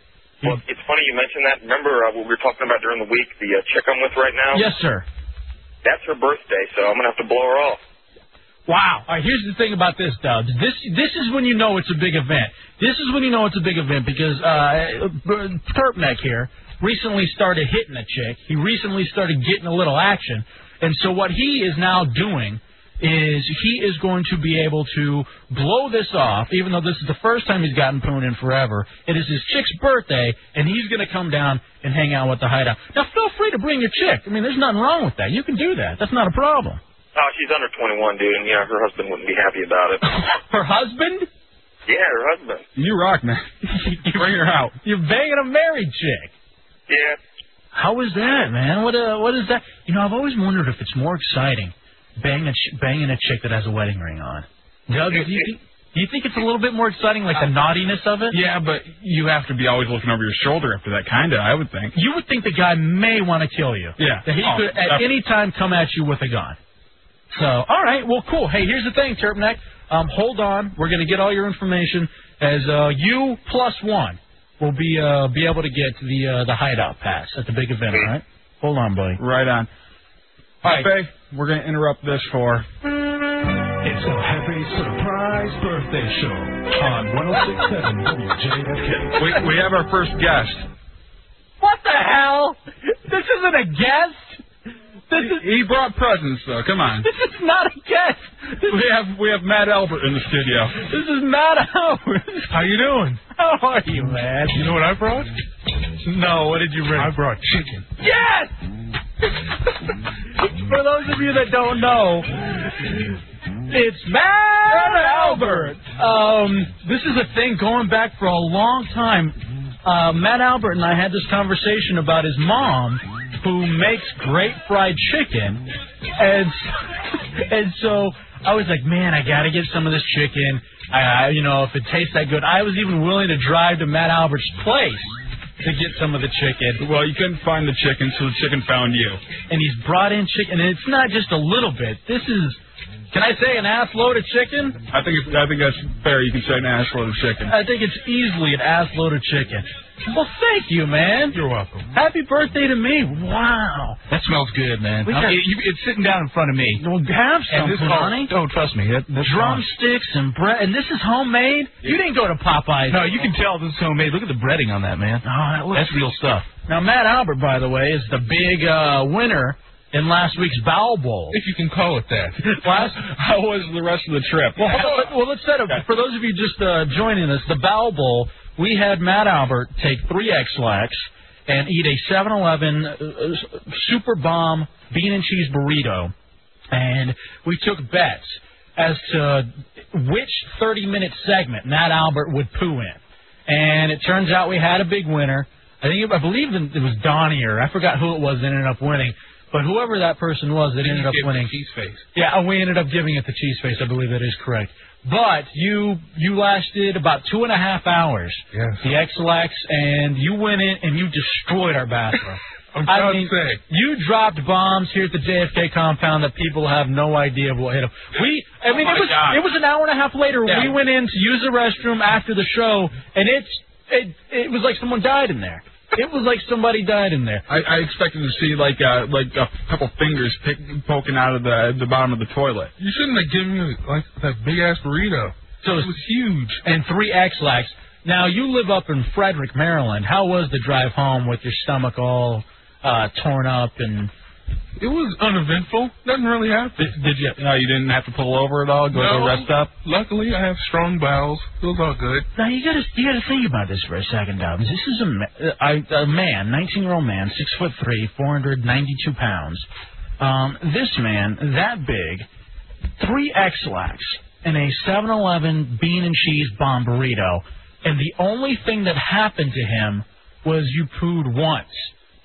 Speaker 11: Well,
Speaker 2: Hmm.
Speaker 11: it's funny you mentioned that. Remember uh, what we were talking about during the week? The uh, chick I'm with right now.
Speaker 2: Yes, sir.
Speaker 11: That's her birthday, so I'm gonna have to blow her off.
Speaker 2: Wow. All right, here's the thing about this, Dubs. This this is when you know it's a big event. This is when you know it's a big event because uh, B- Turpneck here recently started hitting a chick. He recently started getting a little action, and so what he is now doing is he is going to be able to blow this off, even though this is the first time he's gotten pooned in forever. It is his chick's birthday, and he's going to come down and hang out with the hideout. Now, feel free to bring your chick. I mean, there's nothing wrong with that. You can do that. That's not a problem.
Speaker 11: Oh, she's under 21, dude, and yeah, her husband wouldn't be happy about it.
Speaker 2: Her husband?
Speaker 11: yeah, her husband.
Speaker 4: You rock, man. Bring her out.
Speaker 2: You're banging a married chick.
Speaker 11: Yeah.
Speaker 2: How is that, man? What uh, what is that? You know, I've always wondered if it's more exciting banging a ch- banging a chick that has a wedding ring on. Doug, do you think, do you think it's a little bit more exciting, like the naughtiness of it?
Speaker 4: Yeah, but you have to be always looking over your shoulder after that, kinda. I would think.
Speaker 2: You would think the guy may want to kill you.
Speaker 4: Yeah.
Speaker 2: That he
Speaker 4: Oh,
Speaker 2: could at
Speaker 4: definitely.
Speaker 2: any time come at you with a gun. So, all right, well, cool. Hey, here's the thing, Turpneck. Um, hold on. We're going to get all your information as uh, you plus one will be uh, be able to get the uh, the hideout pass at the big event. All right. Hold on, buddy.
Speaker 4: Right on.
Speaker 2: All right.
Speaker 4: Hefe, we're gonna interrupt this for
Speaker 1: It's a happy surprise birthday show on 1067 WJFK.
Speaker 4: we we have our first guest.
Speaker 2: What the hell? This isn't a guest.
Speaker 4: he brought presents, though. Come on. This
Speaker 2: is not a guest.
Speaker 4: We have we have Matt Albert in the studio.
Speaker 2: This is Matt Albert.
Speaker 12: How you doing?
Speaker 2: How are you, Matt?
Speaker 12: You know what I brought? No, what did you bring? I brought chicken.
Speaker 2: Yes! For those of you that don't know, it's Matt Albert. Um, this is a thing going back for a long time. Uh, Matt Albert and I had this conversation about his mom, who makes great fried chicken, and and so I was like, man, I gotta get some of this chicken. I, I you know, if it tastes that good, I was even willing to drive to Matt Albert's place to get some of the chicken.
Speaker 4: Well, you couldn't find the chicken, so the chicken found you.
Speaker 2: And he's brought in chicken, and it's not just a little bit. This is, can I say, an ass load of chicken?
Speaker 4: I think it's, I think that's fair. You can say an assload of chicken.
Speaker 2: I think it's easily an ass load of chicken. Well, thank you, man.
Speaker 12: You're welcome.
Speaker 2: Happy birthday to me. Wow.
Speaker 5: That smells good, man.
Speaker 2: We
Speaker 5: I'm-
Speaker 2: got-
Speaker 5: it- you- it's sitting down in front of me.
Speaker 2: Well, have
Speaker 5: and
Speaker 2: some,
Speaker 5: this
Speaker 2: Kalani.
Speaker 5: Oh, trust me. That, that's fine.
Speaker 2: Drumsticks and bread, and this is homemade. You didn't go to Popeyes.
Speaker 5: No, you can tell this is homemade. Look at the breading on that, man.
Speaker 2: Oh, that looks
Speaker 5: That's real stuff.
Speaker 2: Now, Matt Albert, by the way, is the big uh, winner in last week's Bowl Bowl.
Speaker 12: If you can call it that.
Speaker 2: Last,
Speaker 4: How was the rest of the trip?
Speaker 2: well, hold on, let- well, let's set up for those of you just uh, joining us. The Bowl Bowl, we had Matt Albert take three X-Lax and eat a 7-Eleven uh, uh, Super Bomb bean and cheese burrito, and we took bets as to which 30-minute segment Matt Albert would poo in. And it turns out we had a big winner. I think I believe it was Donnier. I forgot who it was that ended up winning. But whoever that person was that ended up
Speaker 12: Give
Speaker 2: winning,
Speaker 12: the cheese face.
Speaker 2: yeah, we ended up giving it the cheese face. I believe that is correct. But you you lasted about two and a half hours.
Speaker 12: Yes.
Speaker 2: The X-Lax, and you went in and you destroyed our bathroom.
Speaker 12: I'm
Speaker 2: I
Speaker 12: proud
Speaker 2: mean,
Speaker 12: to say.
Speaker 2: you dropped bombs here at the JFK compound that people have no idea of what hit them. We, I mean,
Speaker 12: Oh my
Speaker 2: it was
Speaker 12: God.
Speaker 2: it was an hour and a half later.
Speaker 12: Yeah.
Speaker 2: We went in to use the restroom after the show, and it's it it was like someone died in there. It was like somebody died in there.
Speaker 4: I, I expected to see like uh, like a couple fingers pick, poking out of the the bottom of the toilet.
Speaker 12: You shouldn't have given me like that big ass burrito.
Speaker 2: So
Speaker 12: It was huge.
Speaker 2: and three X-Lax. Now you live up in Frederick, Maryland. How was the drive home with your stomach all uh, torn up and?
Speaker 12: It was uneventful. Nothing really happened.
Speaker 4: Did, did you? No, you didn't have to pull over at all. Go
Speaker 12: No.
Speaker 4: to rest up.
Speaker 12: Luckily, I have strong bowels. It was all good.
Speaker 2: Now you gotta you gotta think about this for a second, Dobbins. This is a ma- uh, I- a man, 19 year old man, six foot three, 492 pounds. Um, this man, that big, three X-Lax and a 7-Eleven bean and cheese bomb burrito, and the only thing that happened to him was you pooed once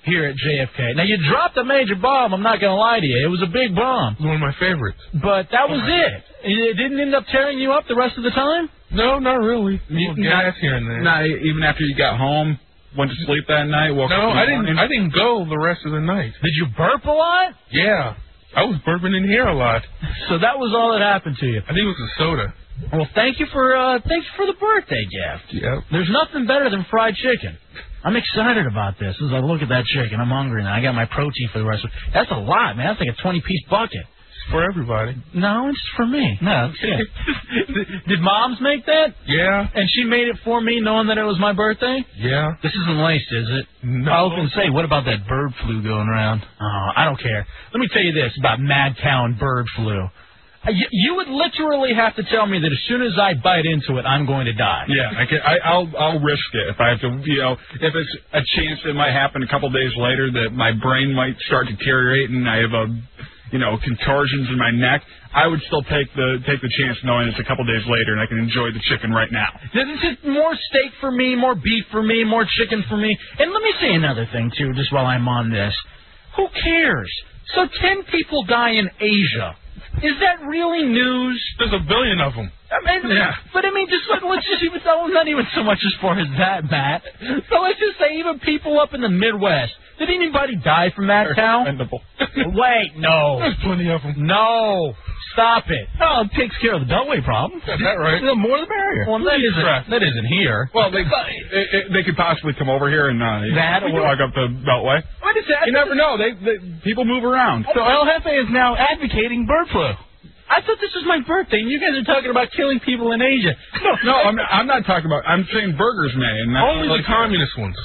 Speaker 2: here at JFK. Now you dropped a major bomb. I'm not gonna lie to you. It was a big bomb,
Speaker 12: It was one of my favorites.
Speaker 2: but that was it. It didn't end up tearing you up the rest of the time.
Speaker 12: No, not really. A little
Speaker 4: You- not-
Speaker 12: gas here and there.
Speaker 4: Not even after you got home, went to sleep that night. Woke
Speaker 12: no,
Speaker 4: up in the
Speaker 12: I didn't.
Speaker 4: morning.
Speaker 12: I didn't go the rest of the night.
Speaker 2: Did you burp a lot?
Speaker 12: Yeah, I was burping in here a lot.
Speaker 2: So that was all that happened to you.
Speaker 12: I think it was the soda.
Speaker 2: Well, thank you for uh, thank you for the birthday gift.
Speaker 12: Yep.
Speaker 2: There's nothing better than fried chicken. I'm excited about this. As I look at that chicken, I'm hungry now. I got my protein for the rest of. That's a lot, man. That's like a 20 piece bucket.
Speaker 12: For everybody.
Speaker 2: No, it's for me. No, it's good. Did moms make that?
Speaker 12: Yeah,
Speaker 2: And she made it for me, knowing that it was my birthday.
Speaker 12: yeah.
Speaker 2: This isn't laced, is it?
Speaker 12: No.
Speaker 5: I was going to say, what about that bird flu going around?
Speaker 2: Oh, I don't care. Let me tell you this about mad cow and bird flu. Uh, You, you would literally have to tell me that as soon as I bite into it, I'm going to die.
Speaker 4: Yeah, I can, I, I'll I'll risk it if I have to. You know, if it's a chance that might happen a couple days later that my brain might start deteriorating, I have a, you know, contortions in my neck. I would still take the take the chance knowing it's a couple days later and I can enjoy the chicken right now.
Speaker 2: This is more steak for me, more beef for me, more chicken for me. And let me say another thing too, just while I'm on this. Who cares? So ten people die in Asia. Is that really news?
Speaker 12: There's a billion of them.
Speaker 2: I mean,
Speaker 12: Yeah.
Speaker 2: but I mean, just like, let's just even oh, not even so much as far as that, Matt. But let's just say even people up in the Midwest. Did anybody die from that cow?
Speaker 4: Expendable.
Speaker 2: Wait, no,
Speaker 12: There's plenty of them.
Speaker 2: no, stop it. Oh, it takes care of the Dunway problem.
Speaker 12: Is that right?
Speaker 5: The more the merrier.
Speaker 2: Well, that
Speaker 4: Christ.
Speaker 2: isn't that isn't here.
Speaker 4: Well, they it, it, they could possibly come over here and uh,
Speaker 2: That
Speaker 4: we could
Speaker 2: or-
Speaker 4: walk up the Beltway.
Speaker 2: What is that?
Speaker 4: You never know. They, they people move around.
Speaker 5: So El Jefe is now advocating bird flu.
Speaker 2: I thought this was my birthday, and you guys are talking about killing people in Asia.
Speaker 4: No, I'm I'm not talking about. I'm saying Burgers Man.
Speaker 12: Only the communist ones.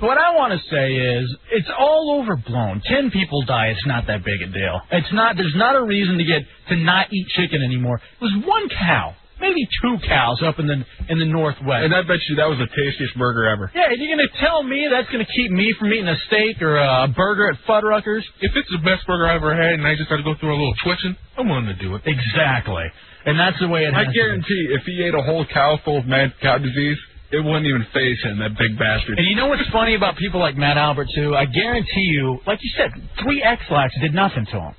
Speaker 2: What I want to say is, it's all overblown. Ten people die, it's not that big a deal. It's not. There's not a reason to get to not eat chicken anymore. It was one cow, maybe two cows up in the in the northwest.
Speaker 4: And I bet you that was the tastiest burger ever.
Speaker 2: Yeah, and you're going to tell me that's going to keep me from eating a steak or a burger at Fuddruckers?
Speaker 12: If it's the best burger I ever had and I just had to go through a little twitching, I'm willing to do it.
Speaker 2: Exactly. And that's the way it
Speaker 4: I
Speaker 2: has to be.
Speaker 4: guarantee if he ate a whole cow full of mad cow disease, it wouldn't even phase him, that big bastard.
Speaker 2: And you know what's funny about people like Matt Albert too? I guarantee you, like you said, three X lax did nothing to him.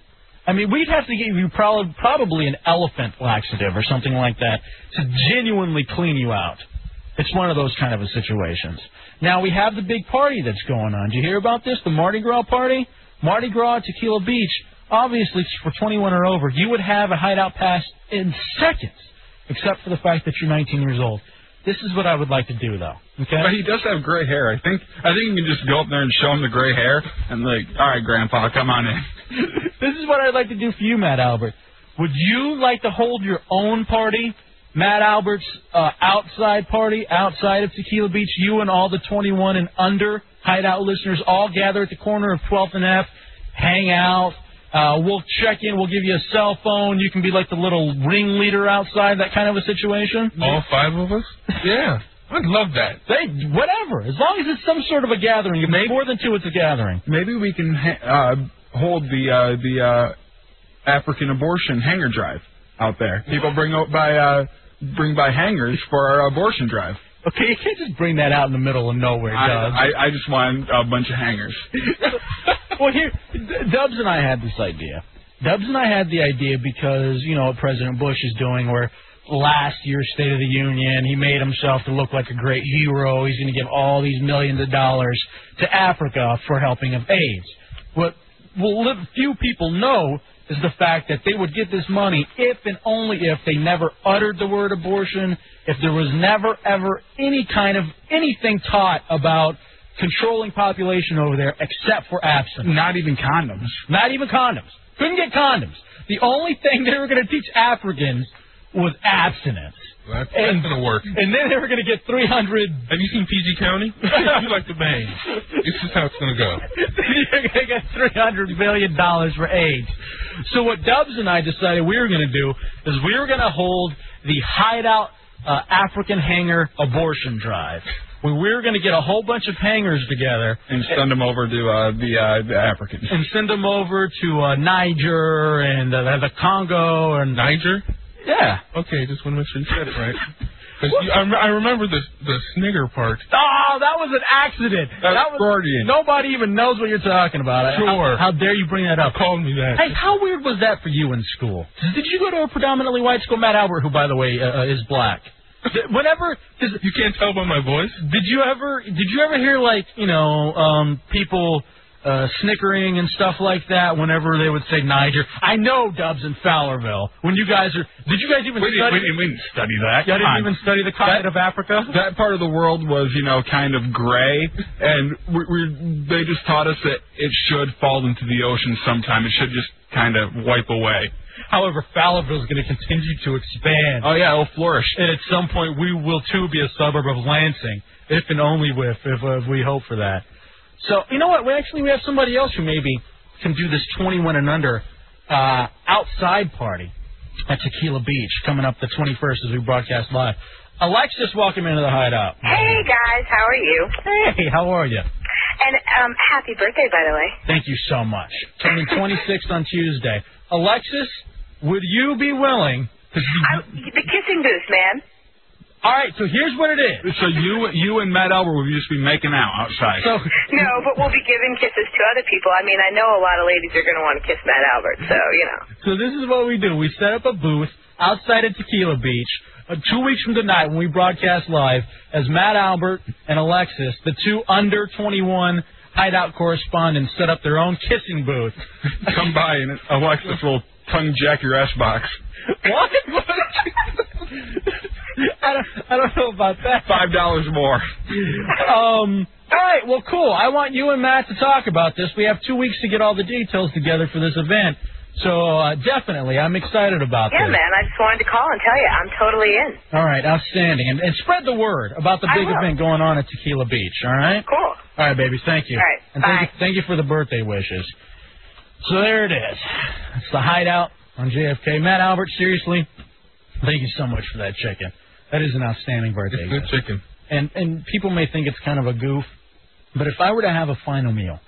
Speaker 2: I mean, we'd have to give you probably probably an elephant laxative or something like that to genuinely clean you out. It's one of those kind of a situations. Now we have the big party that's going on. Did you hear about this? The Mardi Gras party, Mardi Gras at Tequila Beach. Obviously, it's for 21 or over. You would have a hideout pass in seconds, except for the fact that you're 19 years old. This is what I would like to do, though. Okay.
Speaker 4: But he does have gray hair. I think I think you can just go up there and show him the gray hair and like, all right, Grandpa, come on in.
Speaker 2: this is what I'd like to do for you, Matt Albert. Would you like to hold your own party, Matt Albert's uh, outside party, outside of Tequila Beach? You and all the 21 and under hideout listeners all gather at the corner of 12th and F, hang out. Uh, we'll check in. We'll give you a cell phone. You can be like the little ringleader outside, that kind of a situation.
Speaker 12: All five of us? Yeah. I'd love that.
Speaker 2: They whatever, as long as it's some sort of a gathering. If it's more than two, it's a gathering.
Speaker 4: Maybe we can ha- uh, hold the uh, the uh, African abortion hanger drive out there. People bring out by uh, bring by hangers for our abortion drive.
Speaker 2: Okay, you can't just bring that out in the middle of nowhere,
Speaker 4: I,
Speaker 2: Doug.
Speaker 4: I, I just want a bunch of hangers.
Speaker 2: well, here, D- Dubs and I had this idea. Dubs and I had the idea because, you know, what President Bush is doing where last year's State of the Union, he made himself to look like a great hero. He's going to give all these millions of dollars to Africa for helping of AIDS. What well, li- few people know is the fact that they would get this money if and only if they never uttered the word abortion, if there was never, ever any kind of anything taught about controlling population over there except for abstinence.
Speaker 4: Not even condoms.
Speaker 2: Not even condoms. Couldn't get condoms. The only thing they were going to teach Africans was abstinence.
Speaker 12: That's,
Speaker 2: And-
Speaker 12: that's gonna work.
Speaker 2: And then they were going to get 300.
Speaker 12: Have you seen PG County? you like the bang. This is how it's gonna go.
Speaker 2: You're going to get 300 billion dollars for AIDS. So what Dubs and I decided we were going to do is we were going to hold the hideout uh, African hanger abortion drive. Where we were going to get a whole bunch of hangers together
Speaker 4: and send them over to uh, the uh, the Africans.
Speaker 2: and send them over to uh, Niger and uh, the Congo and
Speaker 12: Niger.
Speaker 2: Yeah.
Speaker 12: Okay, just want to make sure you said it right. 'Cause you- I, rem- I remember the the snigger part.
Speaker 2: Oh, that was an accident.
Speaker 12: That's
Speaker 2: that was,
Speaker 12: Freudian.
Speaker 2: Nobody even knows what you're talking about.
Speaker 12: Sure.
Speaker 2: How, how dare you bring that up?
Speaker 12: Called me that.
Speaker 2: Hey, how weird was that for you in school? Did you go to a predominantly white school? Matt Albert, who by the way uh, uh, is black. Th- Whenever does,
Speaker 12: You can't tell by my voice.
Speaker 2: did you ever did you ever hear like you know um people uh snickering and stuff like that whenever they would say Niger? I know Dubs in Fowlerville. When you guys are did you guys even
Speaker 12: We didn't-
Speaker 2: study?
Speaker 12: we didn't- we didn't study that.
Speaker 2: Y'all
Speaker 12: Come
Speaker 2: didn't
Speaker 12: on.
Speaker 2: even study the continent of Africa.
Speaker 4: that part of the world was, you know, kind of gray, and we, we they just taught us that it should fall into the ocean sometime. It should just kind of wipe away.
Speaker 2: However, Fowlerville is going to continue to expand.
Speaker 4: Oh yeah, it'll flourish.
Speaker 2: And at some point, we will too be a suburb of Lansing, if and only with, if, if we hope for that. So, you know what? We actually we have somebody else who maybe can do this 21 and under uh, outside party at Tequila Beach coming up the 21st as we broadcast live. Alexis, welcome into the hideout.
Speaker 3: Hey guys, how are you?
Speaker 2: Hey, how are you?
Speaker 3: And um, happy birthday, by the way.
Speaker 2: Thank you so much. Turning 26 on Tuesday. Alexis, would you be willing to
Speaker 3: The kissing booth, man.
Speaker 2: All right, so here's what it is.
Speaker 4: So you you and Matt Albert will just be making out outside.
Speaker 2: So
Speaker 3: No, but we'll be giving kisses to other people. I mean, I know a lot of ladies are going to want to kiss Matt Albert, so you know.
Speaker 2: So this is what we do. We set up a booth outside of Tequila Beach uh, two weeks from tonight when we broadcast live as Matt Albert and Alexis, the two under 21 hideout correspondents, set up their own kissing booth.
Speaker 4: Come by and Alexis will tongue jack your ass box.
Speaker 2: what? I, don't, I don't know about that.
Speaker 4: Five dollars more.
Speaker 2: Um, all right, well, cool. I want you and Matt to talk about this. We have two weeks to get all the details together for this event. So uh, definitely, I'm excited about
Speaker 3: Yeah,
Speaker 2: this.
Speaker 3: man. I just wanted to call and tell you I'm totally in.
Speaker 2: All right, outstanding. And, and spread the word about the
Speaker 3: I
Speaker 2: big
Speaker 3: will.
Speaker 2: event going on at Tequila Beach, all right?
Speaker 3: Cool.
Speaker 5: All right, baby. Thank you.
Speaker 2: All right,
Speaker 5: And thank you, thank you for the birthday wishes. So there it is. It's the hideout on JFK. Matt Albert, seriously, thank you so much for that chicken. That is an outstanding birthday.
Speaker 12: Good
Speaker 5: gift.
Speaker 12: chicken.
Speaker 5: And and people may think it's kind of a goof, but if I were to have a final meal,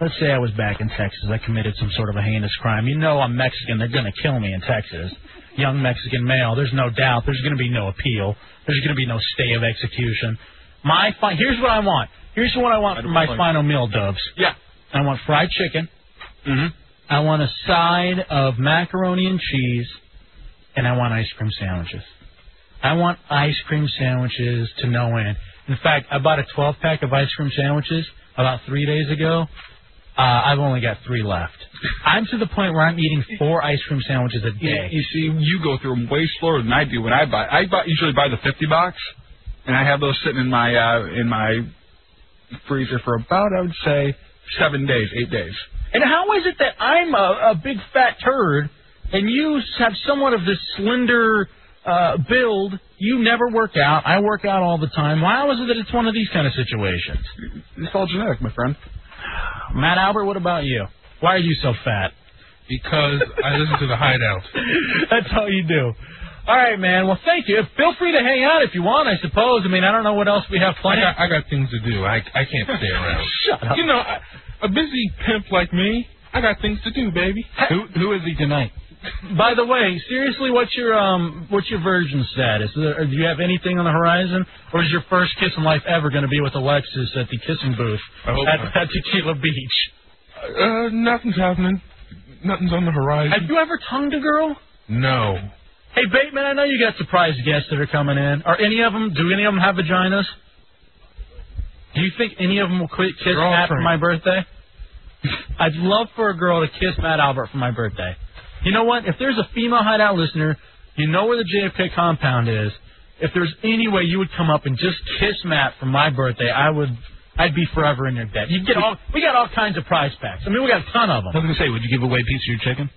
Speaker 5: let's say I was back in Texas, I committed some sort of a heinous crime. You know I'm Mexican, they're gonna kill me in Texas. Young Mexican male, there's no doubt. There's gonna be no appeal. There's gonna be no stay of execution. My fi- here's what I want. Here's what I want for my final meal, Dubs.
Speaker 4: Yeah.
Speaker 5: I want fried chicken. Mm-hmm. I want a side of macaroni and cheese, and I want ice cream sandwiches. I want ice cream sandwiches to no end. In fact, I bought a 12 pack of ice cream sandwiches about three days ago. Uh, I've only got three left. I'm to the point where I'm eating four ice cream sandwiches a
Speaker 4: Yeah,
Speaker 5: day.
Speaker 4: you see, you go through them way slower than I do when I buy. I buy, usually buy the 50 box, and I have those sitting in my uh, in my freezer for about I would say seven days, eight days.
Speaker 2: And how is it that I'm a, a big fat turd and you have somewhat of this slender uh, build? You never work out. I work out all the time. Why is it that it's one of these kind of situations?
Speaker 4: It's all genetic, my friend.
Speaker 2: Matt Albert, what about you? Why are you so fat?
Speaker 12: Because I listen to the Hideout.
Speaker 2: That's all you do. All right, man. Well, thank you. Feel free to hang out if you want. I suppose. I mean, I don't know what else we have
Speaker 12: I
Speaker 2: planned.
Speaker 12: got, I got things to do. I, I can't stay around.
Speaker 2: Shut up.
Speaker 12: You know, I, a busy pimp like me, I got things to do, baby.
Speaker 5: Who who is he tonight?
Speaker 2: By the way, seriously, what's your um, what's your virgin status? Is there- Do you have anything on the horizon, or is your first kiss in life ever going to be with Alexis at the kissing booth
Speaker 12: I hope
Speaker 2: at,
Speaker 12: not.
Speaker 2: at Tequila Beach?
Speaker 12: Uh, nothing's happening. Nothing's on the horizon.
Speaker 2: Have you ever tongued a girl?
Speaker 12: No.
Speaker 2: Hey Bateman, I know you got surprise guests that are coming in. Are any of them? Do any of them have vaginas? Do you think any of them will quit kiss Matt for my birthday? I'd love for a girl to kiss Matt Albert for my birthday. You know what? If there's a female hideout listener, you know where the JFK compound is. If there's any way you would come up and just kiss Matt for my birthday, I would. I'd be forever in your debt. You get all. We got all kinds of prize packs. I mean, we got a ton of them.
Speaker 5: I was gonna say, would you give away a piece of your chicken?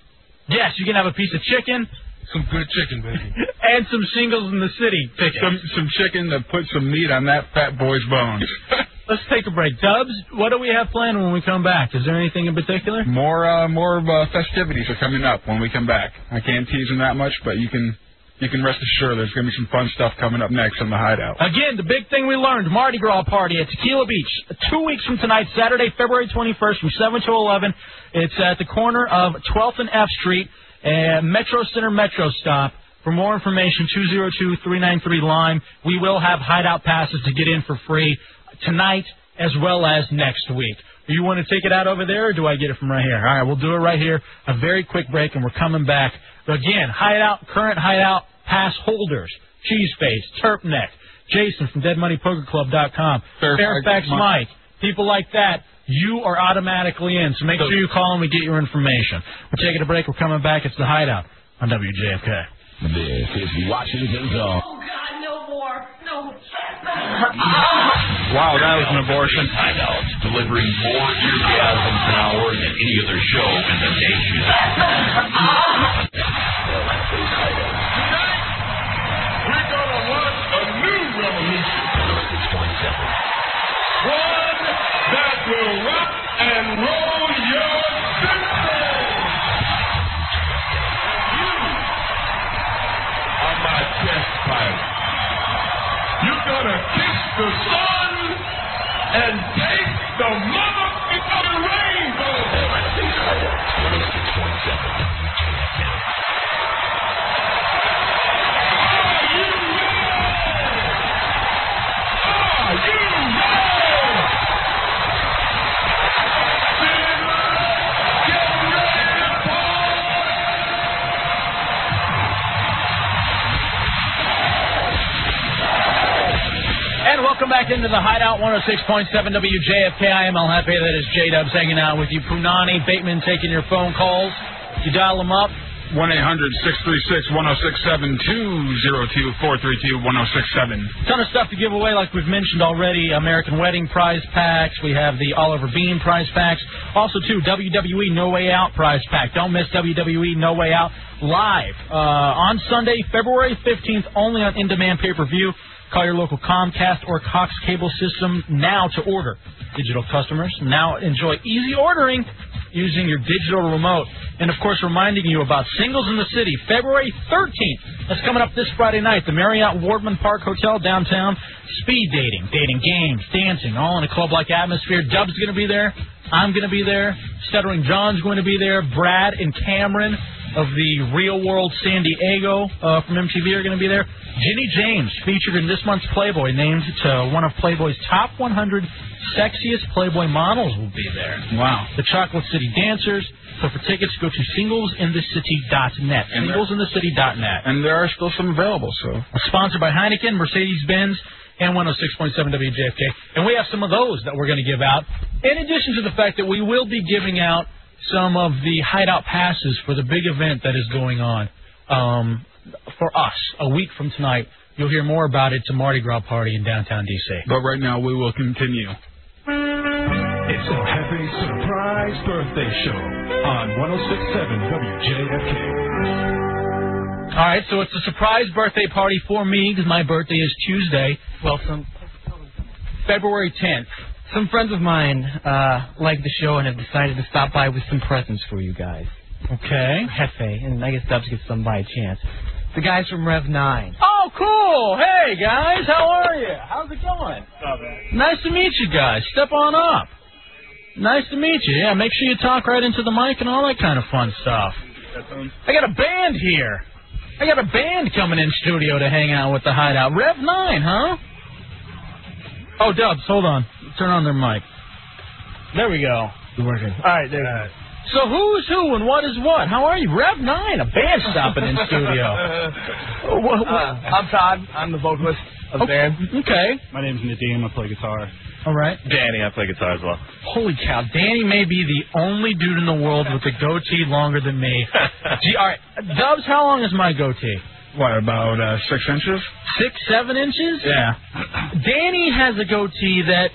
Speaker 2: Yes, you can have a piece of chicken
Speaker 12: Some good chicken, baby.
Speaker 2: and some singles in the city tickets.
Speaker 4: Some some chicken to put some meat on that fat boy's bones.
Speaker 2: Let's take a break. Dubs, what do we have planned when we come back? Is there anything in particular?
Speaker 4: More uh, more of, uh, festivities are coming up when we come back. I can't tease them that much, but you can you can rest assured there's going to be some fun stuff coming up next on the Hideout.
Speaker 2: Again, the big thing we learned Mardi Gras party at Tequila Beach. Two weeks from tonight, Saturday, February 21st, from 7 to 11. It's at the corner of 12th and F Street, uh, Metro Center Metro Stop. For more information, 202 393 Lime. We will have hideout passes to get in for free tonight as well as next week. Do you want to take it out over there, or do I get it from right here? All right, we'll do it right here. A very quick break, and we're coming back. Again, hideout, current hideout, pass holders, Cheeseface, Turpneck, Jason from DeadMoneyPokerClub.com, Fairfax,
Speaker 4: Fairfax Mike.
Speaker 2: Mike, people like that. You are automatically in, so make sure you call and we get your information. We're taking a break. We're coming back. It's the hideout on WJFK.
Speaker 1: This is uh, Washington Zone.
Speaker 4: Wow, that was an abortion.
Speaker 1: Hideout, delivering more orgasms an hour than any other show in the nation. oh
Speaker 12: You're gonna kiss the sun and take the motherfucking rainbow.
Speaker 2: And welcome back into the Hideout 106.7 WJFK. I am El Jefe. That is J Dubs hanging out with you. Punani, Bateman taking your phone calls. You dial them up.
Speaker 4: 1 800 636 1067 202 432 1067.
Speaker 2: Ton of stuff to give away, like we've mentioned already. American Wedding prize packs. We have the Oliver Bean prize packs. Also, too, WWE No Way Out prize pack. Don't miss WWE No Way Out live uh, on Sunday, February 15th, only on in demand pay per view. Call your local Comcast or Cox cable system now to order. Digital customers now enjoy easy ordering using your digital remote. And of course, reminding you about Singles in the City, February 13th. That's coming up this Friday night. The Marriott Wardman Park Hotel downtown. Speed dating, dating games, dancing, all in a club like atmosphere. Dub's going to be there. I'm going to be there. Stuttering John's going to be there. Brad and Cameron of the Real World San Diego uh, from MTV are going to be there. Ginny James, featured in this month's Playboy, named to one of Playboy's top 100 sexiest Playboy models, will be there. Wow. The Chocolate City Dancers. So for tickets, go to singlesinthecity.net. Singlesinthecity.net.
Speaker 4: And there are still some available, so.
Speaker 2: Sponsored by Heineken, Mercedes Benz, and 106.7 WJFK. And we have some of those that we're going to give out, in addition to the fact that we will be giving out some of the hideout passes for the big event that is going on um, for us a week from tonight. You'll hear more about it to Mardi Gras party in downtown D.C.
Speaker 4: But right now, we will continue.
Speaker 1: It's a happy surprise birthday show on 106.7 WJFK.
Speaker 2: All right, so it's a surprise birthday party for me because my birthday is Tuesday. Well, some February 10th.
Speaker 6: Some friends of mine uh, like the show and have decided to stop by with some presents for you guys.
Speaker 2: Okay.
Speaker 6: Hefe, and I guess Dubs gets some by chance. The guys from Rev 9.
Speaker 2: Oh, cool! Hey guys, how are you? How's it going? Nice to meet you guys. Step on up. Nice to meet you. Yeah, make sure you talk right into the mic and all that kind of fun stuff. I got a band here. I got a band coming in studio to hang out with the hideout. Rev 9, huh? Oh, Dubs, hold on. Turn on their mic. There we go. You're working. All right, there. So who's who and what is what? How are you? Rev 9, a band stopping in studio.
Speaker 13: Uh, I'm Todd. I'm the vocalist of the band.
Speaker 2: Oh, Okay.
Speaker 13: My name's Nadim. I play guitar.
Speaker 2: All right.
Speaker 14: Danny, I play guitar as well.
Speaker 2: Holy cow, Danny may be the only dude in the world with a goatee longer than me. Gee, all right, Dubs, how long is my goatee?
Speaker 4: What, about uh, six inches?
Speaker 2: Six, seven inches?
Speaker 4: Yeah.
Speaker 2: Danny has a goatee that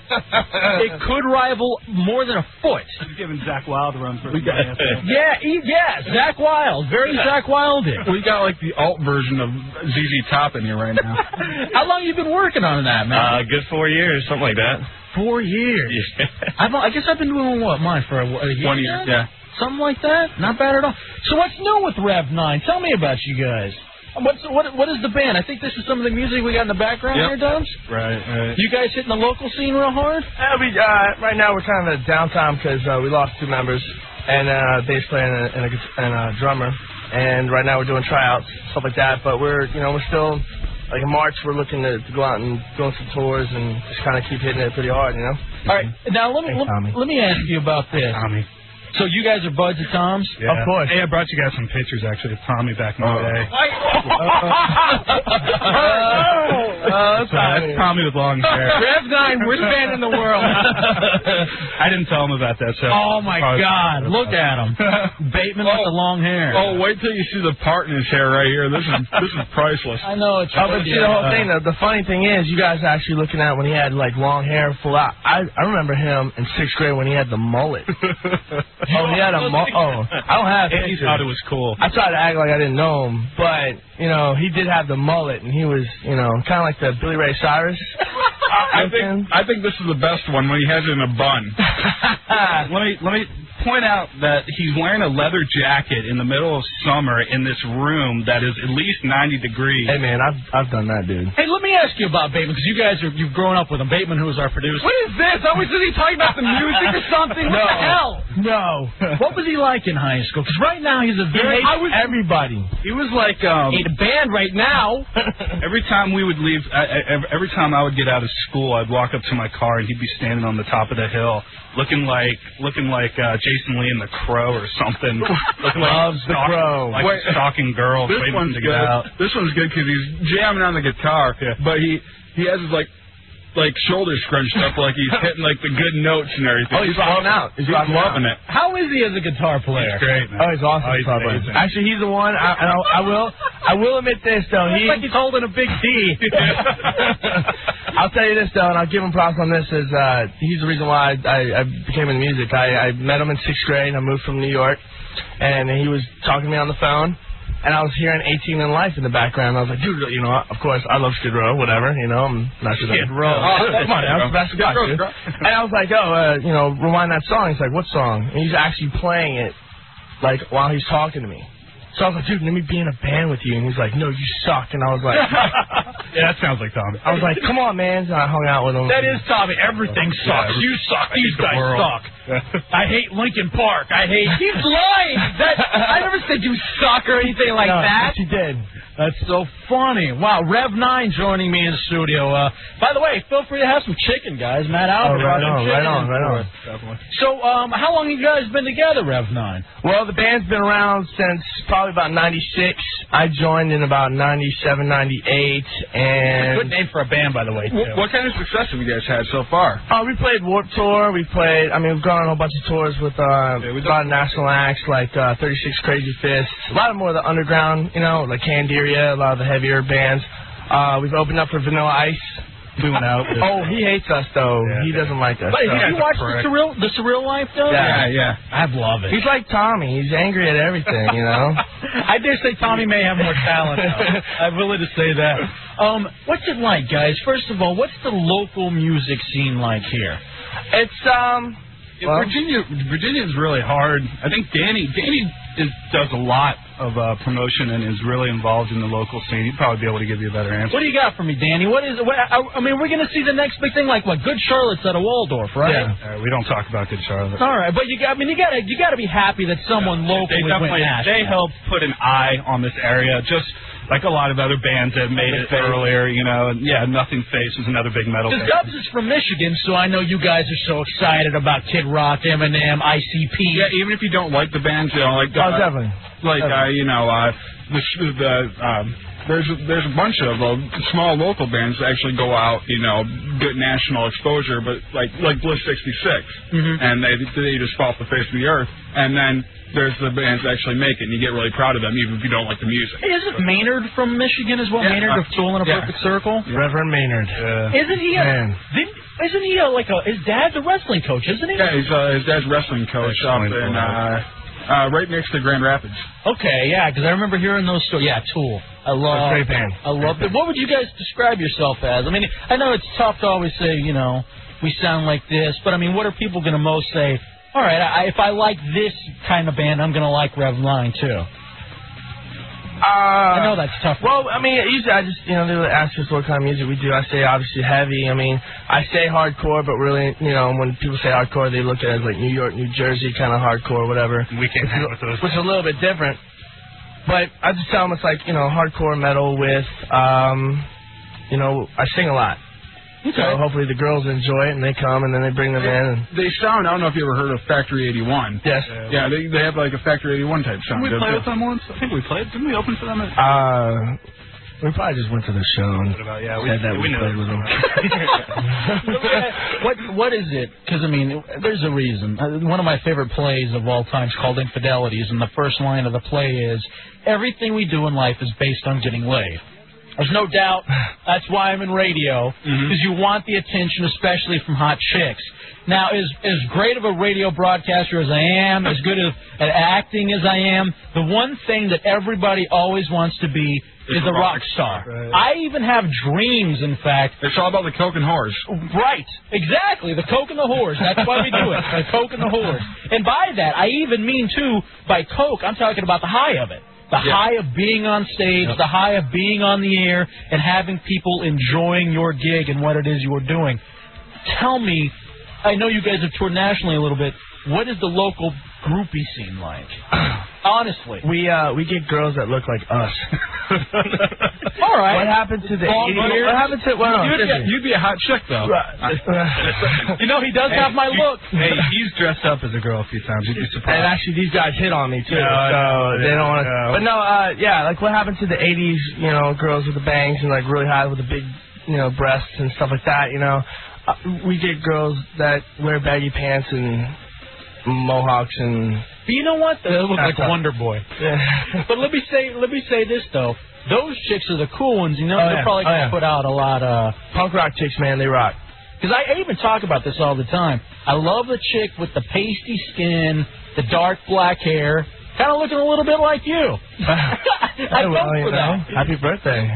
Speaker 2: it could rival more than a foot.
Speaker 13: He's giving Zach Wild a run for his money, I think.
Speaker 2: Yeah, e, he, yeah, Zach Wild, very Zach Wilde.
Speaker 4: We got like the alt version of ZZ Top in here right now.
Speaker 2: How long you been working on that, man?
Speaker 14: Uh, good four years, something like that.
Speaker 2: Four years. I've, I guess I've been doing what mine for a, a year.
Speaker 14: One year,
Speaker 2: now?
Speaker 14: yeah.
Speaker 2: Something like that. Not bad at all. So what's new with Rev Nine? Tell me about you guys. Um, What's what? What is the band? I think this is some of the music we got in the background
Speaker 13: Yep.
Speaker 2: here, Dubs.
Speaker 13: Right, right.
Speaker 2: You guys hitting the local scene real hard?
Speaker 13: Uh, we, uh, right now we're kind of at a downtime because uh, we lost two members and uh, bass player and a, and, a, gu- and a drummer. And right now we're doing tryouts, stuff like that. But we're, you know, we're still like in March. We're looking to, to go out and doing some tours and just kind of keep hitting it pretty hard, you know.
Speaker 2: All right, now let me let, let me ask you about this. Tommy. So you guys are buds at Tom's?
Speaker 13: Of course. Hey, I brought you guys some pictures actually of Tommy back in the day.
Speaker 15: Uh,
Speaker 12: Oh,
Speaker 13: that's Tommy. with long hair.
Speaker 12: Rev 9, worst band in the world.
Speaker 13: I didn't tell him about that. So
Speaker 2: Oh my God! Look at him, Bateman with the long hair.
Speaker 4: Oh, wait till you see the part in his hair right here. This is this is priceless.
Speaker 2: I know it's.
Speaker 13: Oh, but see, the whole thing. The, the funny thing is, you guys are actually looking at when he had like long hair, full out. I I remember him in sixth grade when he had the mullet. oh, he had a mullet. Oh, I don't have.
Speaker 14: And he
Speaker 13: pictures.
Speaker 14: thought it was cool.
Speaker 13: I tried to act like I didn't know him, but you know he did have the mullet, and he was you know kind of like the Billy Ray Cyrus.
Speaker 4: I think I think this is the best one when he has it in a bun.
Speaker 5: let me let me point out that he's wearing a leather jacket in the middle of summer in this room that is at least 90 degrees.
Speaker 13: Hey man, I've I've done that, dude.
Speaker 2: Hey, let me ask you about Bateman because you guys are you've grown up with him. Bateman, who is our producer.
Speaker 12: What is this? Are we sitting talking about the music or something? What the hell?
Speaker 2: No. what was he like in high school? Because right now he's a very
Speaker 5: hates
Speaker 2: everybody.
Speaker 5: He was like um
Speaker 2: Need a band right now.
Speaker 5: every time we would leave I, I, ev- every time I would get out of school, I'd walk up to my car and he'd be standing on the top of the hill looking like looking like uh Jason Lee in The Crow or something. looking like
Speaker 13: Loves The
Speaker 5: stalking-
Speaker 13: Crow.
Speaker 5: Like
Speaker 4: Wait.
Speaker 5: stalking girls
Speaker 4: This
Speaker 5: waiting for them to
Speaker 4: one's good.
Speaker 5: get out.
Speaker 4: This one's good because he's jamming on the guitar, but he he has his like like shoulders scrunched up, like he's hitting like the good notes and everything.
Speaker 13: Oh, he's rocking out. He's
Speaker 4: He's,
Speaker 13: rocking
Speaker 4: loving
Speaker 13: out.
Speaker 4: it.
Speaker 2: How is he as a guitar player?
Speaker 5: He's great, man.
Speaker 13: Oh, he's awesome.
Speaker 5: Oh, he's
Speaker 13: Papa.
Speaker 5: amazing.
Speaker 13: Actually, he's the one. I, and I, I will. I will admit this though. He,
Speaker 2: Looks like he's holding a big D.
Speaker 13: I'll tell you this though, and I'll give him props on this. Is uh, he's the reason why I, I, I became in music. I, I met him in sixth grade. I moved from New York, and he was talking to me on the phone. and I was hearing 18 in Life in the background. I was like, dude, you know, of course, I love Skid Row, whatever, you know, I'm not sure.
Speaker 12: Skid Row.
Speaker 13: Oh, come on, now, it's the best
Speaker 12: Skid
Speaker 13: rock,
Speaker 12: Row's
Speaker 13: dude.
Speaker 12: rock.
Speaker 13: And I was like, oh, uh, you know, rewind that song. He's like, what song? And he's actually playing it, like, while he's talking to me. So I was like, dude, let me be in a band with you. And he's like, no, you suck. And I was like, yeah, that sounds like Tommy. I was like, come on, man. So I hung out with him.
Speaker 2: That is Tommy. Everything
Speaker 13: Yeah,
Speaker 2: sucks.
Speaker 13: every-
Speaker 2: you
Speaker 13: I
Speaker 2: suck. These
Speaker 13: hate the
Speaker 2: guys
Speaker 13: world.
Speaker 2: suck. I hate Lincoln Park. I hate.
Speaker 6: He's lying. That- I never said you suck or anything like
Speaker 2: No,
Speaker 6: that.
Speaker 2: yes, you did. That's so funny. Wow, Rev Nine joining me in the studio. Uh, by the way, feel free to have some chicken, guys. Matt
Speaker 13: Oh,
Speaker 2: Albert,
Speaker 13: right
Speaker 2: some
Speaker 13: on,
Speaker 2: chicken
Speaker 13: right on, right on.
Speaker 2: for us. So, um, how long you guys been together, Rev Nine?
Speaker 13: Well, the band's been around since probably about 96. I joined in about 97, 98, and...
Speaker 2: Good name for a band, by the way,
Speaker 13: too.
Speaker 4: What kind of success have you guys had so far?
Speaker 13: Uh, we played Warp Tour. We played. I mean, we've gone on a whole bunch of tours with uh, a lot of national acts like uh, 36 Crazy Fists, a lot of more of the underground, you know, like Candiria, a lot of the heavier bands. Uh, we've opened up for Vanilla Ice. We went out. oh, he hates us though. he doesn't like us.
Speaker 2: Wait,
Speaker 13: so.
Speaker 2: did you watch the surreal, the surreal life though?
Speaker 13: Yeah, yeah.
Speaker 2: I love it.
Speaker 13: He's like Tommy. He's angry at everything, you know.
Speaker 2: I dare say Tommy may have more talent. though. I'm willing to say that. Um, what's it like, guys? First of all, what's the local music scene like here?
Speaker 13: It's um.
Speaker 2: well-
Speaker 15: Virginia Virginia's really hard. I think Danny Danny is, does a lot of uh, promotion and is really involved in the local scene. He'd probably be able to give you a better answer.
Speaker 2: What do you got for me, Danny? What is? What, I, I mean, we're going to see the next big thing, like what? Good Charlotte's out of Waldorf, right?
Speaker 15: Yeah. Uh, we don't talk about Good Charlotte.
Speaker 2: All right, but you got. I mean, you got to you got to be happy that someone
Speaker 15: They
Speaker 2: locally went
Speaker 15: definitely
Speaker 2: national.
Speaker 15: they helped put an eye on this area, just like a lot of other bands that made it earlier. You know, and yeah, Nothing Face is another big metal
Speaker 2: Because
Speaker 15: band.
Speaker 2: Dubs is from Michigan, so I know you guys are so excited about Kid Rock, Eminem, ICP.
Speaker 4: Yeah, even if you don't like the bands, you know, like
Speaker 2: Oh,
Speaker 4: uh,
Speaker 2: definitely.
Speaker 4: like uh, you know, uh, the the um, there's there's a bunch of uh, small local bands that actually go out, you know, get national exposure, but like like Bliss sixty
Speaker 2: Mm-hmm.
Speaker 12: Mhm.
Speaker 4: and they they just fall off the face of the earth, and then there's the bands that actually make it, and you get really proud of them, even if you don't like the music.
Speaker 2: Hey, Isn't Maynard from Michigan as well?
Speaker 4: Yeah,
Speaker 2: Maynard
Speaker 4: uh,
Speaker 2: of Tool in a
Speaker 4: yeah.
Speaker 2: Perfect Circle.
Speaker 13: Reverend Maynard.
Speaker 2: Isn't he a?
Speaker 4: Man.
Speaker 2: Didn't, isn't he a, like a? His dad's a wrestling coach, isn't he?
Speaker 4: Yeah, he's, uh, his dad's wrestling coach up in uh, uh, right next to Grand Rapids.
Speaker 2: Okay, yeah, because I remember hearing those stories. Yeah, Tool. I love
Speaker 4: Great band.
Speaker 2: I love it. What would you guys describe yourself as? I mean, I know it's tough to always say, you know, we sound like this, but I mean, what are people going to most say? All right, I, if I like this kind of band, I'm going to like Rev Line too.
Speaker 13: Uh,
Speaker 2: I know that's tough.
Speaker 13: Well, I mean, usually I just, you know, they would ask us what kind of music we do. I say obviously heavy. I mean, I say hardcore, but really, you know, when people say hardcore, they look at it as like New York, New Jersey kind of hardcore, whatever.
Speaker 15: We can't
Speaker 13: hang with those. Which is a little bit different. But I just tell them it's like, you know, hardcore metal with, um, you know, I sing a lot. So hopefully the girls enjoy it and they come and then they bring them in. And
Speaker 4: They sound. I don't know if you ever heard of Factory 81.
Speaker 13: Yes.
Speaker 4: Yeah, they they have like a Factory 81 type
Speaker 15: Didn't
Speaker 4: sound.
Speaker 15: we
Speaker 4: don't
Speaker 15: play
Speaker 4: they?
Speaker 15: with them once? I think we played. Didn't we open for them? At,
Speaker 13: Uh, we probably just went to the show and
Speaker 15: yeah, we-
Speaker 13: said that
Speaker 15: we
Speaker 13: we
Speaker 15: know.
Speaker 13: played with them.
Speaker 2: what what is it? Because I mean, there's a reason. Uh, One of my favorite plays of all time is called Infidelities, and the first line of the play is, "Everything we do in life is based on getting laid." There's no doubt that's why I'm in radio because
Speaker 4: Mm-hmm.
Speaker 2: you want the attention, especially from hot chicks. Now, as as great of a radio broadcaster as I am, as good of, at acting as I am, the one thing that everybody always wants to be is a rock star. I even have dreams, in fact.
Speaker 4: It's all about the coke and whores.
Speaker 2: Right. Exactly. The coke and the whores. That's why we do it. The coke and the whores. And by that, I even mean, too, by coke, I'm talking about the high of it. The high of being on stage, the high of being on the air, and having people enjoying your gig and what it is you're doing. Tell me, I know you guys have toured nationally a little bit. What is the local groupie scene like? Honestly.
Speaker 13: We uh we get girls that look like us.
Speaker 2: All right.
Speaker 13: What happened to the
Speaker 2: Bald
Speaker 13: idiot?
Speaker 2: beard?
Speaker 13: What happened to well, no,
Speaker 4: You'd be-
Speaker 13: seriously.
Speaker 4: you'd be a hot chick though.
Speaker 13: Right.
Speaker 2: You know, he does
Speaker 13: Hey,
Speaker 2: have my
Speaker 13: you-
Speaker 2: look.
Speaker 15: hey, he's dressed up as a girl a few times. You'd be surprised.
Speaker 13: And actually, these guys hit on me too,
Speaker 15: Yeah, I know,
Speaker 13: so they
Speaker 15: yeah,
Speaker 13: don't want to.
Speaker 15: yeah.
Speaker 13: But no, uh, yeah, like what happened to the '80s? You know, girls with the bangs and like really high with the big, you know, breasts and stuff like that. You know, uh, we get girls that wear baggy pants and mohawks and.
Speaker 2: But you know what? They look like
Speaker 13: That's-
Speaker 2: Wonder Boy. but let me say, let me say this though. Those chicks are the cool ones. You know,
Speaker 13: Oh,
Speaker 2: they're
Speaker 13: yeah.
Speaker 2: probably
Speaker 13: Oh,
Speaker 2: gonna
Speaker 13: yeah.
Speaker 2: put out a lot of uh,
Speaker 13: punk rock chicks. Man, they rock.
Speaker 2: Because I even talk about this all the time. I love the chick with the pasty skin, the dark black hair, Kind of looking a little bit like you. I
Speaker 13: Well,
Speaker 2: vote
Speaker 13: you
Speaker 2: for
Speaker 13: know,
Speaker 2: that.
Speaker 13: Happy birthday.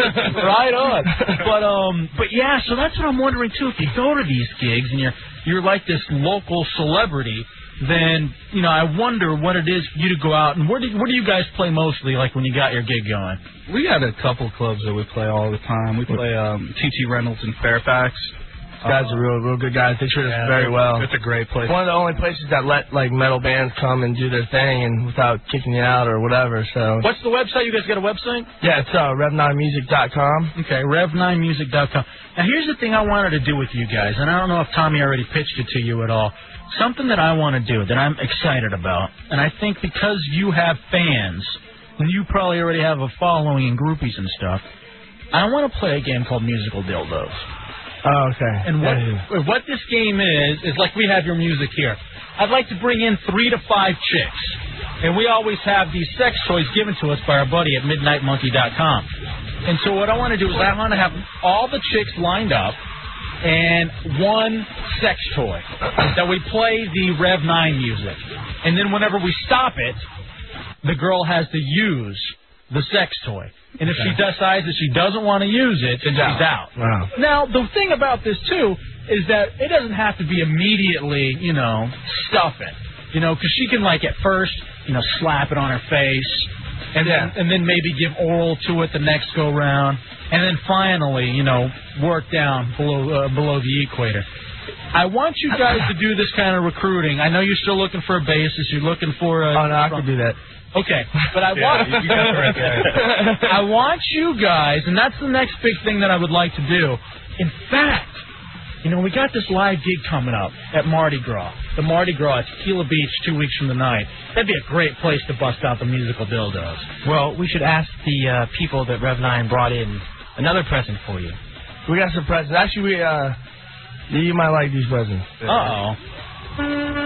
Speaker 2: right on. But um, but yeah, so that's what I'm wondering too. If you go to these gigs and you're you're like this local celebrity, then you know I wonder what it is for you to go out and where do where do you guys play mostly? Like when you got your gig going.
Speaker 15: We had a couple clubs that we play all the time. We play um, T.T. Reynolds in Fairfax.
Speaker 13: These guys are real, real good guys. They treat us very well.
Speaker 15: It's a great place.
Speaker 13: One of the only places that let like metal bands come and do their thing and without kicking you out or whatever. So
Speaker 2: What's the website? You guys got a website?
Speaker 13: yeah, it's uh, rev9music.com.
Speaker 2: Okay, rev9music.com. Now, here's the thing I wanted to do with you guys, and I don't know if Tommy already pitched it to you at all. Something that I want to do that I'm excited about, and I think because you have fans, and you probably already have a following and groupies and stuff, I want to play a game called Musical Dildos.
Speaker 13: Oh, okay.
Speaker 2: And what
Speaker 13: Yeah,
Speaker 2: what this game is is like we have your music here. I'd like to bring in three to five chicks, and we always have these sex toys given to us by our buddy at MidnightMonkey.com. And so what I want to do is I want to have all the chicks lined up and one sex toy that we play the Rev Nine music, and then whenever we stop it, the girl has to use the sex toy. And if she decides that she doesn't want to use it, then she's out.
Speaker 13: Wow.
Speaker 2: Now, the thing about this too is that it doesn't have to be immediately, you know, stuff it. You know, because she can like at first, you know, slap it on her face, and then and then maybe give oral to it the next go round, and then finally, you know, work down below uh, below the equator. I want you guys to do this kind of recruiting. I know you're still looking for a basis. You're looking for a. Oh no, I
Speaker 13: could do that.
Speaker 2: Okay, but I want
Speaker 13: Yeah, you got it right there.
Speaker 2: I want you guys, and that's the next big thing that I would like to do. In fact, you know, we got this live gig coming up at Mardi Gras. The Mardi Gras at Tequila Beach two weeks from the night. That'd be a great place to bust out the musical dildos.
Speaker 6: Well, we should ask the uh, people that Rev Nine brought in another present for you.
Speaker 13: We got some presents. Actually, we uh, you might like these presents.
Speaker 2: Uh oh.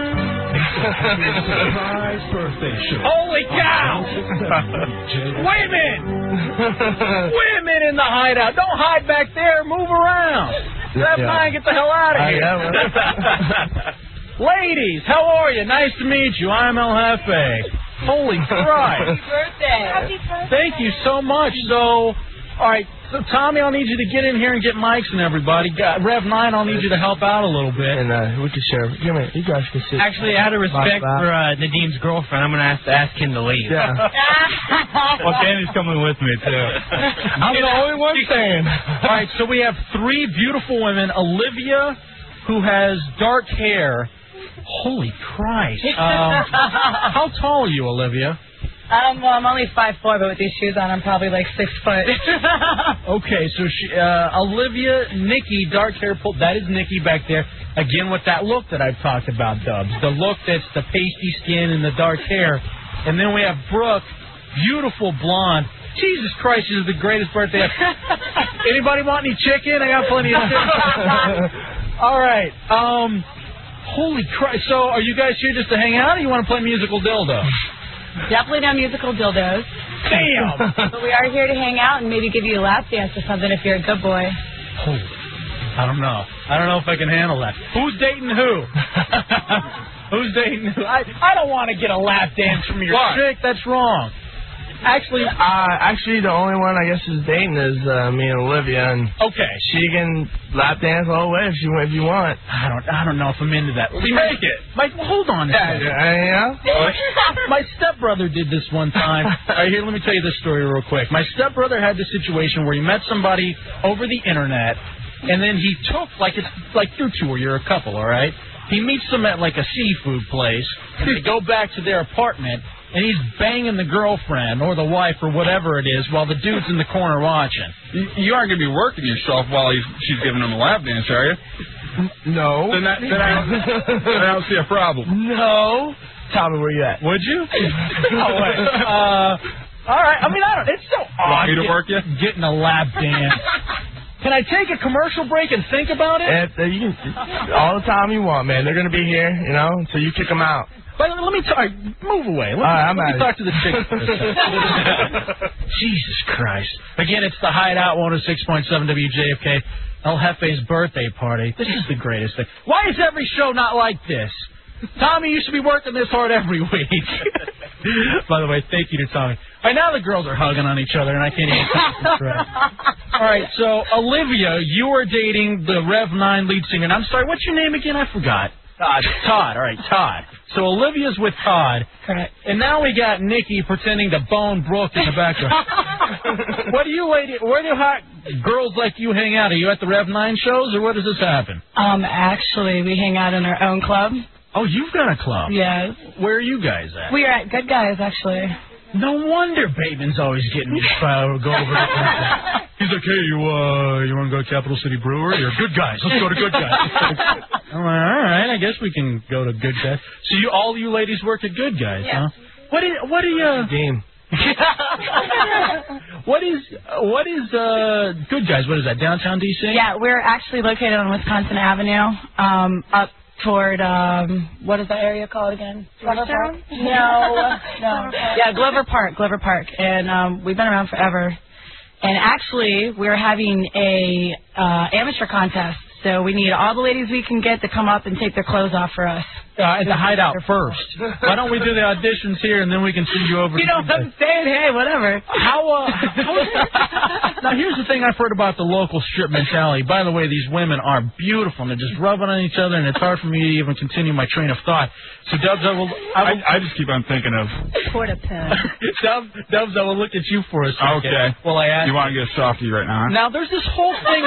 Speaker 12: Surprise birthday show.
Speaker 2: Holy cow! Women! Women in the hideout! Don't hide back there! Move around! Rev
Speaker 12: Yeah.
Speaker 2: 9, get the hell out of
Speaker 12: I
Speaker 2: here!
Speaker 12: am.
Speaker 2: Ladies, how are you? Nice to meet you. I'm El Jefe. Holy Christ.
Speaker 12: birthday. Happy
Speaker 2: Thank you so much. So, all right, so Tommy, I'll need you to get in here and get mics and everybody. God, Rev 9, I'll need you to help out a little bit.
Speaker 13: And uh, we could share. Come here, you guys can sit.
Speaker 6: Actually, out of respect
Speaker 13: Bye-bye.
Speaker 6: for uh, Nadim's girlfriend, I'm going to have to ask him to leave.
Speaker 13: Yeah.
Speaker 12: well, Danny's
Speaker 2: coming with me, too.
Speaker 12: I'm the only one saying.
Speaker 2: All right, so we have three beautiful women. Olivia, who has dark hair. Holy Christ. Um, how tall are you, Olivia?
Speaker 16: Um, well, I'm only five four, but with these shoes on, I'm probably like six foot.
Speaker 2: Okay, so she, uh, Olivia, Nikki, dark hair pulled. That is Nikki back there. Again, with that look that I've talked about, Dubs. The look that's the pasty skin and the dark hair. And then we have Brooke, beautiful blonde. Jesus Christ, this is the greatest birthday ever. Anybody want any chicken? I got plenty of chicken. All right. Um, holy Christ. So are you guys here just to hang out or you want to play musical dildo?
Speaker 16: Definitely no musical dildos.
Speaker 2: Damn.
Speaker 16: but we are here to hang out and maybe give you a lap dance or something if you're a good boy.
Speaker 2: Holy. I don't know. I don't know if I can handle that. Who's dating who? Who's dating who? I, I don't want to get a lap dance from your
Speaker 13: Why?
Speaker 2: chick. That's wrong. Actually,
Speaker 13: uh, actually, the only one I guess is dating is uh, me and Olivia, and
Speaker 2: okay,
Speaker 13: she can lap dance all the way if she if you want.
Speaker 2: I don't I don't know if I'm into that.
Speaker 13: We make it.
Speaker 2: Mike, hold on a
Speaker 13: Yeah,
Speaker 2: second.
Speaker 13: yeah, yeah.
Speaker 2: My stepbrother did this one time. All right, here, let me tell you this story real quick. My stepbrother had this situation where he met somebody over the internet, and then he took like it's like you two or you're a couple, all right? He meets them at like a seafood place, and they go back to their apartment, and he's banging the girlfriend or the wife or whatever it is while the dude's in the corner watching.
Speaker 4: You, you aren't going to be working yourself while he's, she's giving him a lap dance, are you?
Speaker 13: No.
Speaker 4: Then, that, then, I, don't- then I don't see a problem.
Speaker 13: No. Tommy, where you at?
Speaker 4: Would you?
Speaker 2: No way. Uh, all right. I mean, I don't. It's so odd.
Speaker 4: Want me to work you?
Speaker 2: Getting a lap dance. Can I take a commercial break and think about it?
Speaker 13: And, uh, you can, all the time you want, man. They're gonna be here, you know, so you kick them out.
Speaker 2: But let me talk. Move away. Let, me-
Speaker 13: All right, I'm
Speaker 2: let me
Speaker 13: outta
Speaker 2: talk to
Speaker 13: here.
Speaker 2: the chick. Jesus Christ! Again, it's the Hideout 106.7 WJFK El Jefe's birthday party. This is the greatest thing. Why is every show not like this? Tommy used to be working this hard every week. By the way, thank you to Tommy. By now the girls are hugging on each other, and I can't even stop this right. All right, so Olivia, you are dating the Rev 9 lead singer. And I'm sorry, what's your name again? I forgot. Todd. Todd. All right, Todd. So Olivia's with Todd. Correct. And now we got Nikki pretending to bone Brooke in the background. what do you lady? Where do hot girls like you hang out? Are you at the Rev 9 shows, or where does this happen?
Speaker 16: Um, actually, we hang out in our own club.
Speaker 2: Oh, you've got a club.
Speaker 16: Yes.
Speaker 2: Where are you guys at?
Speaker 16: We are at Good Guys, actually.
Speaker 2: No wonder Bateman's always getting me if I go over to He's like, hey, you, uh, you want to go to Capital City Brewery? You're good guys. Let's go to Good Guys. I'm like, all right, I guess we can go to Good Guys. So you, all you ladies work at Good Guys,
Speaker 12: Yeah.
Speaker 2: huh? What is, what are you?
Speaker 13: Game.
Speaker 2: what is, what is, uh, Good Guys? What is that? Downtown DC?
Speaker 16: Yeah, we're actually located on Wisconsin Avenue, um, up toward um, what is that area called again? Glover Park. No, no. Yeah, Glover Park, Glover Park, and um, we've been around forever. And actually, we're having a uh, amateur contest, so we need all the ladies we can get to come up and take their clothes off for us.
Speaker 2: Uh, at the hideout first. Why don't we do the auditions here and then we can send you over?
Speaker 16: You
Speaker 2: to
Speaker 16: know what
Speaker 2: Good Guys?
Speaker 16: I'm saying? Hey, whatever.
Speaker 2: How? Uh, Now, here's the thing I've heard about the local strip mentality. By the way, these women are beautiful, and they're just rubbing on each other, and it's hard for me to even continue my train of thought. So, Dubs, I will. I, will,
Speaker 4: I just keep on thinking of.
Speaker 16: Porta pen.
Speaker 2: Dubs, Dubs, I will look at you for a second.
Speaker 4: Okay.
Speaker 2: Well, I ask
Speaker 4: You want to get softy right now? huh?
Speaker 2: Now there's this whole thing.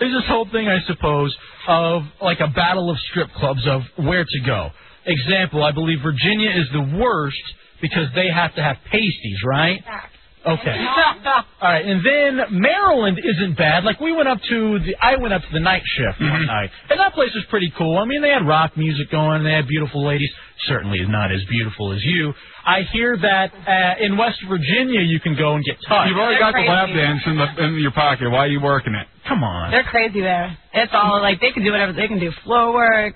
Speaker 2: there's this whole thing, I suppose, of like a battle of strip clubs of where to go. Example, I believe Virginia is the worst because they have to have pasties, right? Okay. All right, and then Maryland isn't bad. Like we went up to the, I went up to the night shift
Speaker 4: Mm-hmm.
Speaker 2: one night, and that place was pretty cool. I mean, they had rock music going, they had beautiful ladies. Certainly not as beautiful as you. I hear that uh, in West Virginia you can go and get touched.
Speaker 4: You've already got the lap dance in, the, in your pocket. Why are you working it?
Speaker 2: Come on.
Speaker 16: They're crazy there. It's all like they can do whatever they can do. Floor work,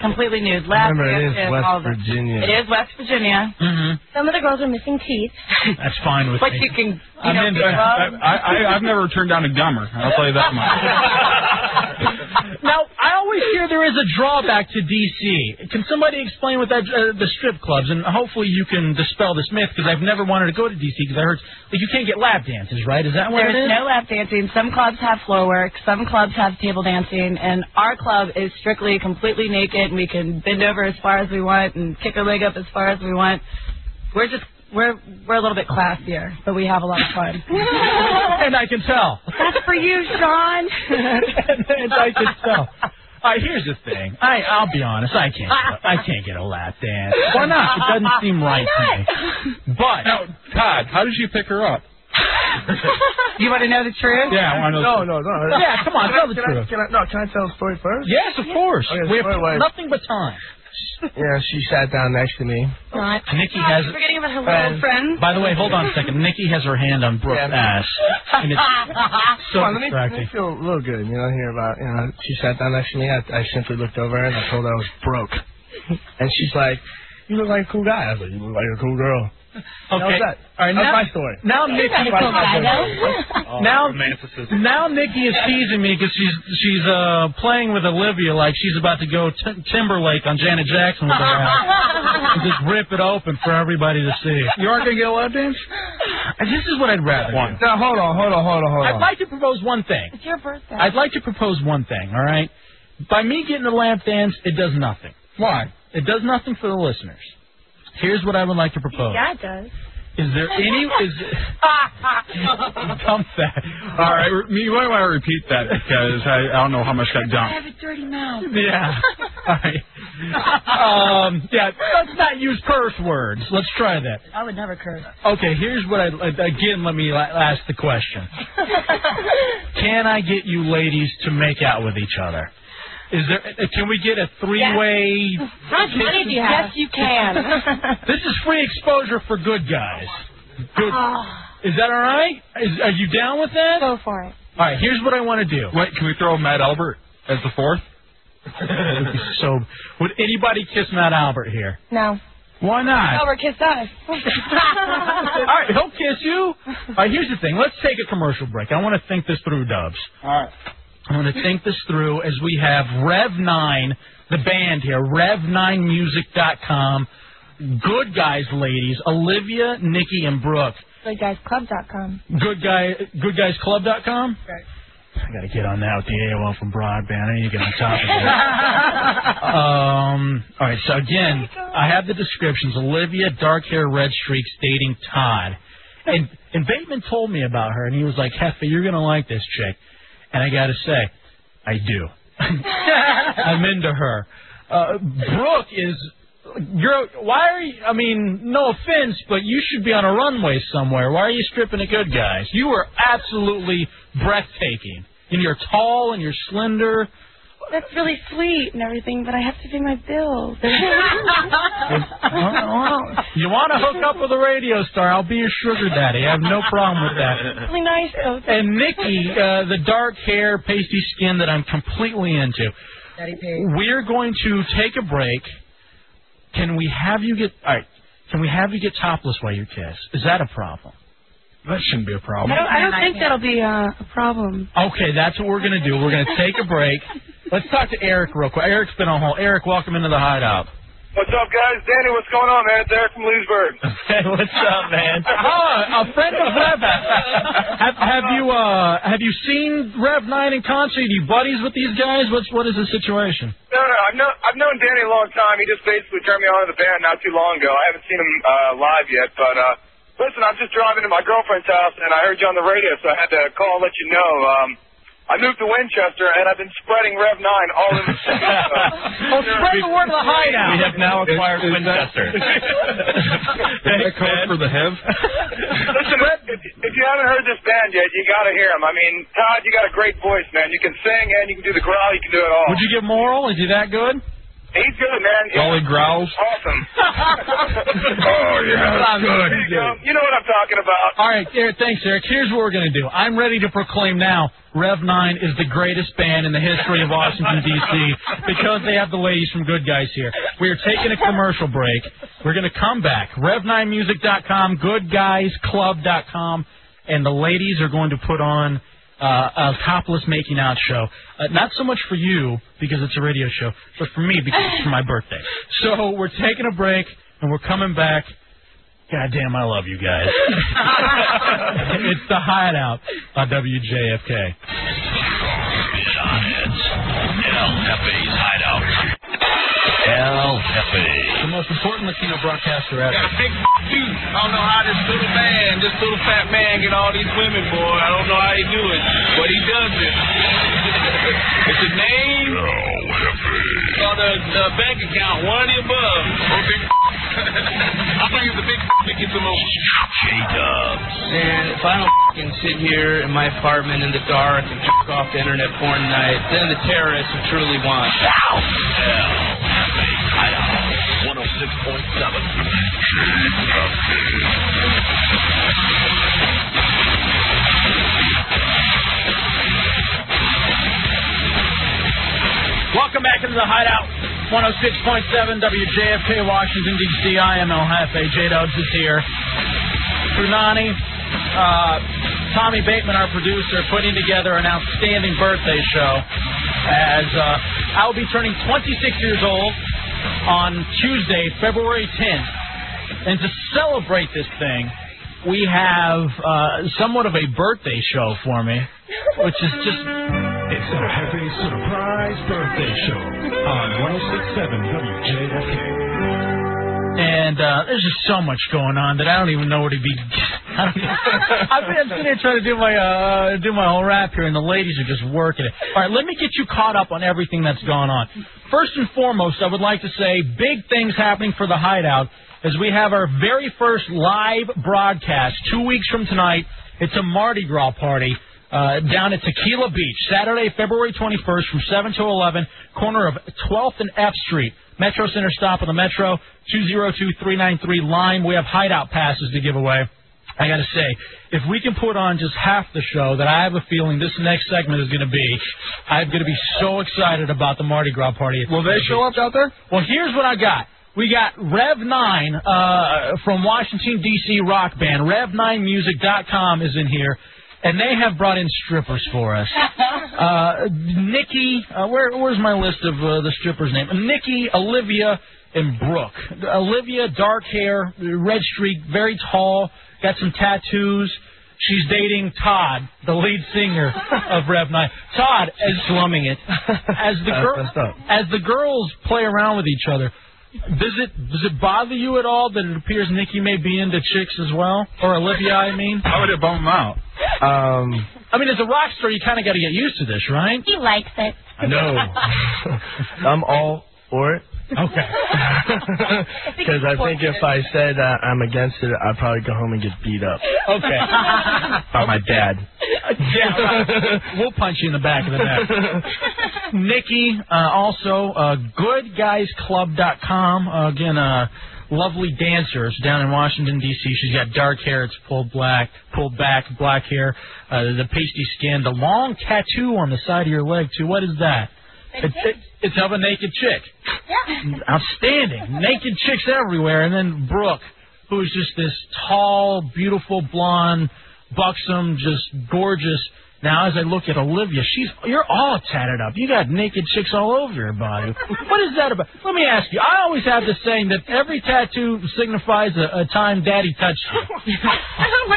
Speaker 16: completely nude, lap
Speaker 13: Remember, it is
Speaker 16: dances,
Speaker 13: West
Speaker 16: all that.
Speaker 13: Virginia.
Speaker 16: It is West Virginia.
Speaker 2: Mm-hmm.
Speaker 10: Some of the girls are missing teeth.
Speaker 2: That's fine with
Speaker 16: But
Speaker 2: me.
Speaker 16: you can, you
Speaker 4: I'm
Speaker 16: know,
Speaker 4: in
Speaker 16: be
Speaker 4: there. I,
Speaker 16: rubbed.
Speaker 4: I, I've never turned down a gummer. I'll tell you that much.
Speaker 2: Now, I always hear there is a drawback to DC. Can somebody explain what that uh, the strip clubs? And hopefully, you can dispel this myth because I've never wanted to go to DC because I heard that you can't get lap dances, right? Is that what it
Speaker 16: There's
Speaker 2: is?
Speaker 16: no lap dancing. Some clubs have floor work. Some clubs have table dancing. And our club is strictly completely naked. And we can bend over as far as we want and kick a leg up as far as we want. We're just we're we're a little bit classier, but we have a lot of fun.
Speaker 2: and I can tell.
Speaker 16: That's for you, Sean.
Speaker 2: and I can tell. All right, here's the thing. I I'll be honest. I can't. I can't get a lap dance. Why not? It doesn't seem right to me. But
Speaker 4: now, Todd, how did you pick her up?
Speaker 16: you want to know the truth?
Speaker 4: Yeah, I want to know.
Speaker 13: No, no, no.
Speaker 2: Yeah, come on,
Speaker 13: Can I-
Speaker 2: tell the
Speaker 13: can
Speaker 2: truth.
Speaker 13: I, can I, no, can I tell the story first?
Speaker 2: Yes, of course.
Speaker 13: Okay, the
Speaker 2: we have
Speaker 13: story was-
Speaker 2: nothing but time.
Speaker 13: Yeah, she sat down next to me.
Speaker 10: Not.
Speaker 2: Nikki has.
Speaker 10: Forgetting about her
Speaker 13: Friends.
Speaker 10: little friend.
Speaker 2: By the way, hold on a second. Nikki has her hand on Brooke's ass, and it's so
Speaker 13: Come on, let me, let
Speaker 2: distracting.
Speaker 13: me feel a little good, you know, here about, you know, she sat down next to me. I, I simply looked over and I told her I was broke. And she's like, you look like a cool guy. I was like, you look like a cool girl.
Speaker 2: Okay.
Speaker 13: That was that.
Speaker 2: All right,
Speaker 13: That was
Speaker 2: now-
Speaker 13: my story. Oh,
Speaker 2: Now Nikki, now,
Speaker 14: romanticism.
Speaker 2: now Nikki is teasing me because she's she's uh playing with Olivia like she's about to go t- Timberlake on Janet Jackson with her ass and just rip it open for everybody to see.
Speaker 4: You aren't going to get a lap dance?
Speaker 13: Uh,
Speaker 2: And this is what I'd rather. do.
Speaker 13: No, hold on, hold on, hold on, hold
Speaker 2: I'd
Speaker 13: on.
Speaker 2: like to propose one thing.
Speaker 10: It's your birthday.
Speaker 2: I'd like to propose one thing. All right, by me getting the lap dance, it does nothing.
Speaker 13: Why?
Speaker 2: It does nothing for the listeners. Here's what I would like to propose.
Speaker 10: Yeah, it does.
Speaker 2: Is there any is dump that?
Speaker 4: All right, re- you might want to repeat that because I, I don't know how much got
Speaker 10: I
Speaker 4: dumped.
Speaker 10: have a dirty mouth.
Speaker 2: Yeah. All right. Um, yeah. Let's not use curse words. Let's try that.
Speaker 16: I would never curse.
Speaker 2: Okay. Here's what I again. Let me la- ask the question. Can I get you ladies to make out with each other? Is there? uh, Can we get a three-way?
Speaker 10: How much money do you have?
Speaker 16: Yes, you can.
Speaker 2: This is free exposure for good guys. Good. Is that all right? Is, are you down with that? All
Speaker 10: Oh. Go for it.
Speaker 2: right. Here's what I want to do.
Speaker 4: Wait, can we throw Matt Albert as the fourth?
Speaker 2: So, would anybody kiss Matt Albert here?
Speaker 10: No.
Speaker 2: Why not?
Speaker 10: Albert kissed us.
Speaker 2: All right, he'll kiss you. All right, here's the thing. Let's take a commercial break. I want to think this through, Dubs.
Speaker 4: All right.
Speaker 2: I want to think this through as we have Rev9, the band here, rev9music.com. Good Guys ladies, Olivia, Nikki, and Brooke.
Speaker 10: GoodGuysClub.com.
Speaker 2: Good guy, goodguysclub.com. I gotta get on that with the AOL from broadband. I need to get on top of it. um, all right. So again, I have the descriptions. Olivia, dark hair, red streaks, dating Todd, and and Bateman told me about her, and he was like, "Hefe, you're gonna like this chick," and I gotta say, I do. I'm into her. Uh, Brooke is. You're. Why are you? I mean, no offense, but you should be on a runway somewhere. Why are you stripping the good guys? You are absolutely breathtaking, and you're tall and you're slender.
Speaker 10: That's really sweet and everything, but I have to pay my bills.
Speaker 2: Oh. You want to hook up with a radio star? I'll be your sugar daddy. I have no problem with that.
Speaker 10: really nice
Speaker 16: Oh,
Speaker 10: though.
Speaker 2: And Nikki, uh, the dark hair, pasty skin that I'm completely into.
Speaker 10: Daddy
Speaker 2: We're going to take a break. Can we have you get all right? Can we have you get topless while you kiss? Is that a problem? That shouldn't be a problem.
Speaker 10: I don't, I don't think that'll be uh, a problem.
Speaker 2: Okay, that's what we're gonna do. We're gonna take a break. Let's talk to Eric real quick. Eric's been on hold. Eric, welcome into the hideout.
Speaker 17: What's up, guys? Danny, what's going on, man? It's Eric from Leesburg.
Speaker 2: Hey, what's up, man? Oh, Uh, a friend of Rev. Have, have you uh, have you seen Rev Nine in concert? Are you buddies with these guys? What's what is the situation?
Speaker 17: No, no, I've known I've known Danny a long time. He just basically turned me on to the band not too long ago. I haven't seen him uh, live yet, but uh, listen, I'm just driving to my girlfriend's house and I heard you on the radio, so I had to call and let you know. Um, I moved to Winchester and I've been spreading Rev Nine all over the city.
Speaker 2: Well, spread the word of the hideout.
Speaker 17: We have now acquired
Speaker 12: Winchester.
Speaker 17: that code for the Hev? Listen, if, if you haven't heard this band yet, you got to hear them. I mean, Todd, you got a great voice, man. You can sing and you can do the growl. You can do it all.
Speaker 2: Would you get moral? Is he that good?
Speaker 17: He's good, man.
Speaker 2: Golly growls.
Speaker 17: Awesome.
Speaker 2: Oh, yeah, that's good.
Speaker 17: You know, you know what I'm talking about.
Speaker 2: All right, Eric, thanks, Eric. Here's what we're going to do. I'm ready to proclaim now Rev 9 is the greatest band in the history of Washington, D.C., because they have the ladies from Good Guys here. We are taking a commercial break. We're going to come back. Rev9music.com, goodguysclub.com, and the ladies are going to put on uh, a topless making out show. Uh, not so much for you, because it's a radio show, but for me, because it's for my birthday. So we're taking a break, and we're coming back. God damn, I love you guys. it's the hideout on WJFK.
Speaker 1: El Jefe's Hideout. El Jefe.
Speaker 2: The most important Latino broadcaster ever.
Speaker 12: big dude. I don't know how this little man, this little fat man, get all these women, boy. I don't know how he do it, but he does it. It's the name or the, the bank account, one of the above. Or Oh, big. I think it's the big that gets him over. J Dubs.
Speaker 6: And if I don't fucking sit here in my apartment in the dark and fuck off the internet porn night, then the terrorists will truly want.
Speaker 1: Hideout. 106.7.
Speaker 2: Welcome back into the hideout. 106.7 WJFK, Washington, D.C. I am El Jefe. J Dubs is here. Brunani, uh, Tommy Bateman, our producer, putting together an outstanding birthday show. As uh, I will be turning 26 years old on Tuesday, February 10th. And to celebrate this thing, we have uh, somewhat of a birthday show for me, which is just. It's a happy surprise birthday show on 1067 WJFK. And uh, there's just so much going on that I don't even know where to be. I don't know. I've been sitting here trying to do my uh, do my whole rap here, and the ladies are just working it. All right, let me get you caught up on everything that's going on. First and foremost, I would like to say big things happening for the Hideout as we have our very first live broadcast two weeks from tonight. It's a Mardi Gras party. Uh, down at Tequila Beach, Saturday, February 21st from 7 to 11, corner of 12th and F Street. Metro Center stop on the Metro, 202-393 line. We have hideout passes to give away. I gotta say, if we can put on just half the show, that I have a feeling this next segment is gonna be, I'm gonna be so excited about the Mardi Gras party. Will they show up out there? Well, here's what I got. We got Rev Nine uh, from Washington D.C. rock band. Rev9music.com is in here. and they have brought in strippers for us. Uh, Nikki, uh, where, where's my list of uh, the strippers' name? Nikki, Olivia, and Brooke. Olivia, dark hair, red streak, very tall, got some tattoos. She's dating Todd, the lead singer of Rev 9. Todd, as slumming it, Uh, as the
Speaker 12: That's
Speaker 2: girl,
Speaker 12: messed up.
Speaker 2: as the girls play around with each other. Does it does it bother you at all that it appears Nikki may be into chicks as well, or Olivia? I mean, how would it bum them out?
Speaker 13: Um,
Speaker 2: I mean, as a rock star, you kind of got to get used to this, right?
Speaker 18: He likes it.
Speaker 2: I know.
Speaker 13: I'm all for it.
Speaker 2: Okay.
Speaker 13: Because I think if I said uh, I'm against it, I'd probably go home and get beat up
Speaker 2: Okay.
Speaker 13: by my dad.
Speaker 2: yeah, right. we'll punch you in the back of the neck. Nikki, uh, also uh, goodguysclub.com. Uh, again, uh, lovely dancers down in Washington D.C. She's got dark hair; it's pulled black, pulled back, black hair, uh, the pasty skin, the long tattoo on the side of your leg too. What is that? It's, it- it's of a naked chick. Outstanding. Naked chicks everywhere. And then Brooke, who is just this tall, beautiful, blonde, buxom, just gorgeous. Now, as I look at Olivia, she's you're all tatted up. You got naked chicks all over your body. What is that about? Let me ask you. I always have this saying that every tattoo signifies a, a time daddy touched you.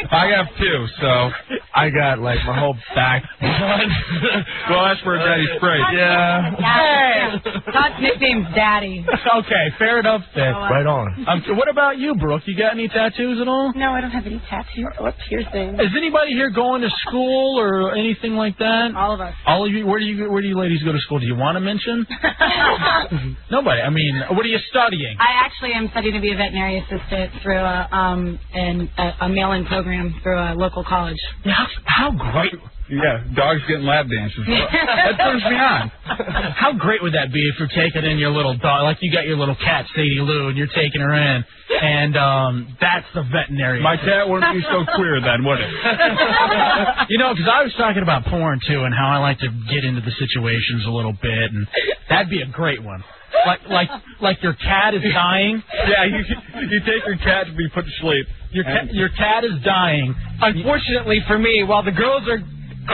Speaker 4: I have two, so I got like my whole back. well, that's where Daddy sprayed.
Speaker 13: Yeah.
Speaker 16: Hey, Todd's nickname's Daddy.
Speaker 2: okay, fair enough then.
Speaker 16: Oh, wow. Right on.
Speaker 2: Um, so what about you, Brooke? You got any tattoos at all?
Speaker 10: No, I don't have any tattoos Oh, or piercings.
Speaker 2: Is anybody here going to school or anything like that? All
Speaker 10: of us.
Speaker 2: All of you. Where do you Where do you ladies go to school? Do you want to mention? Nobody. I mean, what are you studying?
Speaker 16: I actually am studying to be a veterinary assistant through a um and a, a mail-in program through a local college.
Speaker 2: How, how great.
Speaker 4: Yeah, dogs getting lab dances. That turns me on.
Speaker 2: How great would that be if you're taking in your little dog, like you got your little cat Sadie Lou, and you're taking her in, and um that's the veterinary.
Speaker 4: My cat wouldn't be so queer then, would it?
Speaker 2: you know, because I was talking about porn too, and how I like to get into the situations a little bit, and that'd be a great one. Like like like your cat is dying.
Speaker 4: Yeah, you you take your cat to be put to sleep.
Speaker 2: Your cat, your cat is dying.
Speaker 6: Unfortunately for me, while the girls are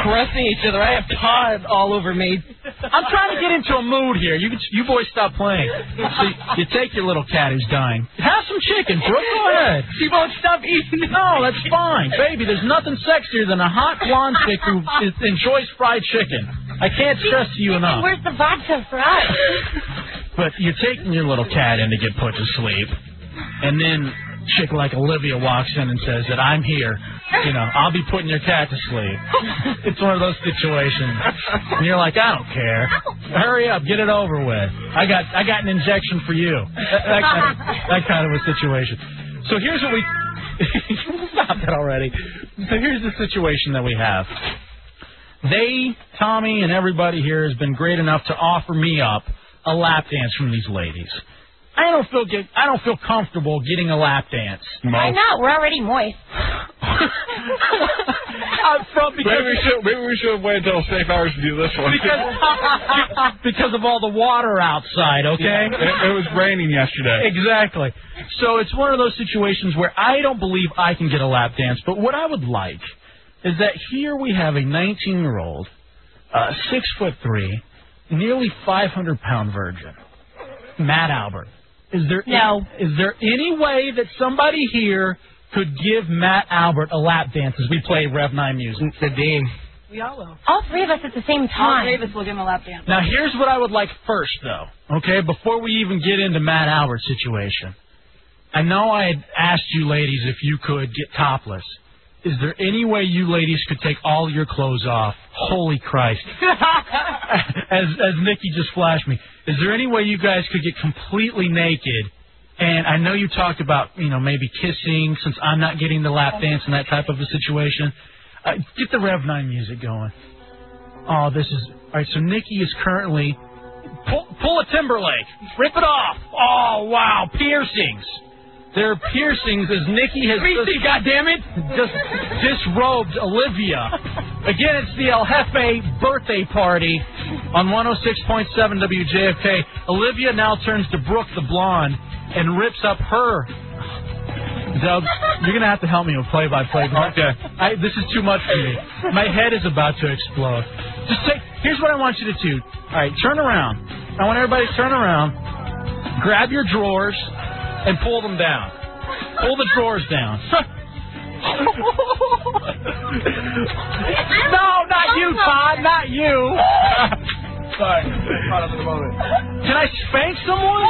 Speaker 6: caressing each other, I have Todd all over me.
Speaker 2: I'm trying to get into a mood here. You can, you boys stop playing. So you take your little cat who's dying. Have some chicken, Brooke. Go ahead.
Speaker 6: She won't stop eating.
Speaker 2: No, that's fine, baby. There's nothing sexier than a hot blonde chick who is, enjoys fried chicken. I can't stress to you enough.
Speaker 18: Where's the vodka for us?
Speaker 2: But you're taking your little cat in to get put to sleep, and then chick like Olivia walks in and says that I'm here. You know, I'll be putting your cat to sleep. It's one of those situations, and you're like, I don't care. Hurry up, get it over with. I got I got an injection for you. That, that kind, of, that kind of a situation. So here's what we stop that already. So here's the situation that we have. They, Tommy, and everybody here has been great enough to offer me up a lap dance from these ladies. I don't feel get, I don't feel comfortable getting a lap dance.
Speaker 18: Why not? We're already moist.
Speaker 2: I'm from because
Speaker 4: Maybe we should maybe we should wait until safe hours to do this one.
Speaker 2: Because, because of all the water outside, okay?
Speaker 4: Yeah, it, it was raining yesterday.
Speaker 2: Exactly. So it's one of those situations where I don't believe I can get a lap dance, but what I would like is that here we have a 19 year old, uh, six foot three, nearly 500 pound virgin, Matt Albert. Is there
Speaker 18: No.
Speaker 2: Is there any way that somebody here could give Matt Albert a lap dance as we play Rev 9 music? Nadine.
Speaker 16: We all will.
Speaker 18: All three of us at the same
Speaker 16: All
Speaker 18: time.
Speaker 16: three of us will give him a lap dance.
Speaker 2: Now, here's what I would like first, though, okay, before we even get into Matt Albert's situation. I know I had asked you ladies if you could get topless. Is there any way you ladies could take all your clothes off? Holy Christ. as, as Nikki just flashed me, is there any way you guys could get completely naked? And I know you talked about, you know, maybe kissing since I'm not getting the lap dance and that type of a situation. Uh, get the Rev 9 music going. Oh, this is all right. So Nikki is currently pull, pull a Timberlake, rip it off. Oh wow, piercings. There are piercings as Nikki has just, God damn it, just disrobed Olivia. Again, it's the El Jefe birthday party on 106.7 WJFK. Olivia now turns to Brooke the blonde and rips up her Dubs, you're gonna have to help me with play-by-play. Okay. I, this is too much for me. My head is about to explode. Just take. Here's what I want you to do. All right, turn around. I want everybody to turn around, grab your drawers, and pull them down. Pull the drawers down. no, not you, Todd. Not you.
Speaker 13: Sorry. Caught up in the moment.
Speaker 2: Can I spank someone?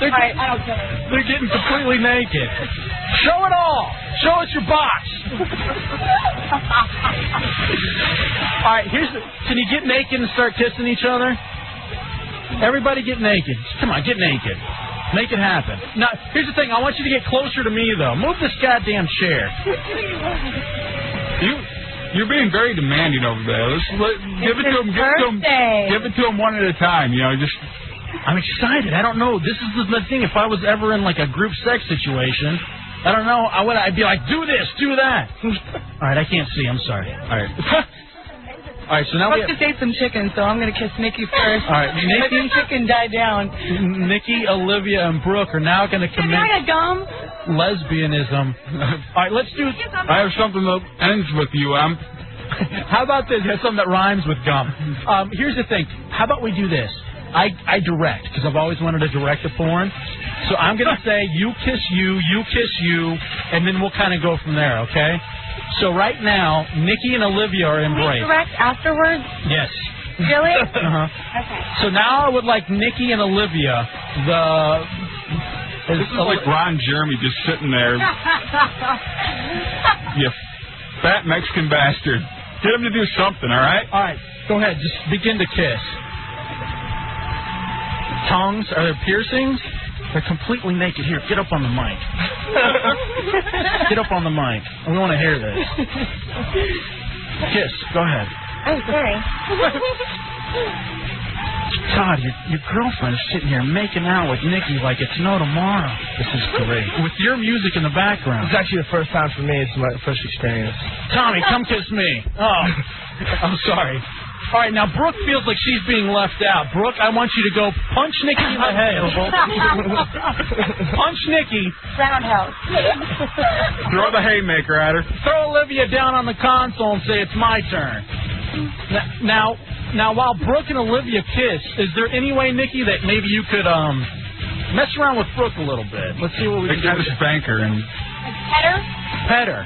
Speaker 2: They're,
Speaker 16: All right, I don't care.
Speaker 2: They're getting completely naked. Show it all. Show us your box. All right, here's. The, can you get naked and start kissing each other? Everybody get naked. Come on, get naked. Make it happen. Now, here's the thing. I want you to get closer to me, though. Move this goddamn chair.
Speaker 4: You, you're being very demanding over there. Let's let, give it to him. Give it to him. Give it to him one at a time. You know, just
Speaker 2: I'm excited. I don't know. This is the, the thing. If I was ever in like a group sex situation, I don't know. I would. I'd be like, do this, do that. All right, I can't see. I'm sorry. All right. All right. So now we
Speaker 16: Let's
Speaker 2: have
Speaker 16: just ate some chicken, so I'm gonna kiss Nikki first.
Speaker 2: All right, Nikki-
Speaker 16: Let the chicken die down.
Speaker 2: Nikki, Olivia, and Brooke are now going to commence
Speaker 16: gum.
Speaker 2: lesbianism. All right, let's do.
Speaker 4: I have something that ends with you. I'm
Speaker 2: How about this? Has something that rhymes with gum. Um, here's the thing. How about we do this? I, I direct because I've always wanted to direct a porn. So I'm gonna say you kiss you, you kiss you, and then we'll kind of go from there. Okay. So right now, Nikki and Olivia are
Speaker 18: Can we
Speaker 2: embraced.
Speaker 18: direct afterwards?
Speaker 2: Yes.
Speaker 18: Really?
Speaker 2: Uh-huh.
Speaker 18: Okay.
Speaker 2: So now I would like Nikki and Olivia. The
Speaker 4: This is like Ron Jeremy just sitting there. You fat Mexican bastard. Get him to do something. All right.
Speaker 2: All right. Go ahead. Just begin to kiss. Tongues are there piercings? They're completely naked. Here, get up on the mic. Get up on the mic. We want to hear this. Kiss. Go ahead.
Speaker 18: I'm Oh, sorry.
Speaker 2: Todd, your, your girlfriend is sitting here making out with Nikki like it's no tomorrow. This is great. With your music in the background.
Speaker 13: It's actually the first time for me. It's my first experience.
Speaker 2: Tommy, come kiss me. Oh, I'm sorry. All right, now Brooke feels like she's being left out. Brooke, I want you to go punch Nikki in the head. punch Nikki.
Speaker 18: Roundhouse.
Speaker 4: Throw the haymaker at her.
Speaker 2: Throw Olivia down on the console and say it's my turn. N- Now, now, while Brooke and Olivia kiss, is there any way, Nikki, that maybe you could um mess around with Brooke a little bit? Let's see what we can
Speaker 4: They
Speaker 2: do.
Speaker 4: kind of spank her and
Speaker 18: Header?
Speaker 2: Pet her.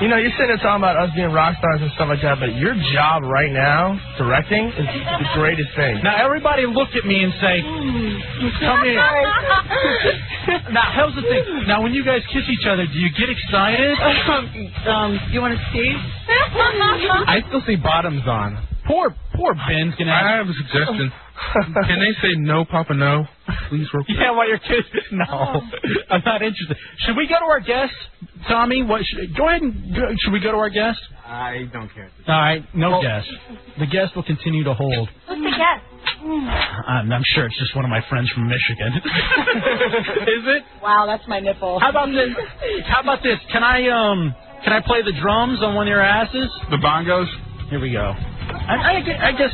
Speaker 13: You know, you're sitting there talking about us being rock stars and stuff like that, but your job right now, directing, is the greatest thing.
Speaker 2: Now everybody look at me and say, "Come here." Now, here's the thing. Now, when you guys kiss each other, do you get excited?
Speaker 16: um, you want to see?
Speaker 13: I still see bottoms on.
Speaker 2: Poor, poor Ben's gonna.
Speaker 12: I have a suggestion. Can they say no, Papa? No, please, real quick?
Speaker 2: Yeah, while you're kissing. No, I'm not interested. Should we go to our guest, Tommy? What? Should, go ahead and go, should we go to our guest?
Speaker 12: I don't care.
Speaker 2: All right, no guest. The guest will continue to hold.
Speaker 18: Who's the guest?
Speaker 2: I'm, I'm sure it's just one of my friends from Michigan. Is it?
Speaker 16: Wow, that's my nipple.
Speaker 2: How about this? How about this? Can I um? Can I play the drums on one of your asses?
Speaker 4: the bongos.
Speaker 2: Here we go. I, I, gu- I guess.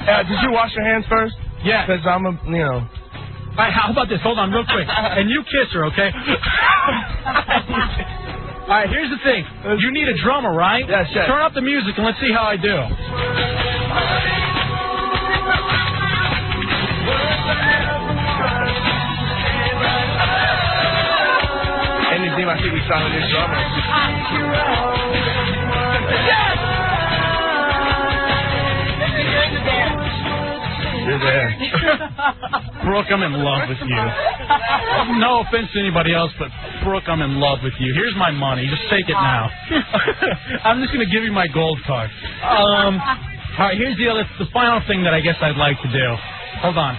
Speaker 13: Uh, did you wash your hands first?
Speaker 2: Yeah.
Speaker 13: Because I'm a, you know.
Speaker 2: All right, how about this? Hold on, real quick. And you kiss her, okay? All right, here's the thing. You need a drummer, right? Yes,
Speaker 13: yes.
Speaker 2: Turn up the music and let's see how I do.
Speaker 13: Anything I think we saw in this drama. You're there.
Speaker 2: Brooke, I'm in love with you. No offense to anybody else, but Brooke, I'm in love with you. Here's my money. Just take it now. I'm just going to give you my gold card. Um, all right, here's the other, the final thing that I guess I'd like to do. Hold on.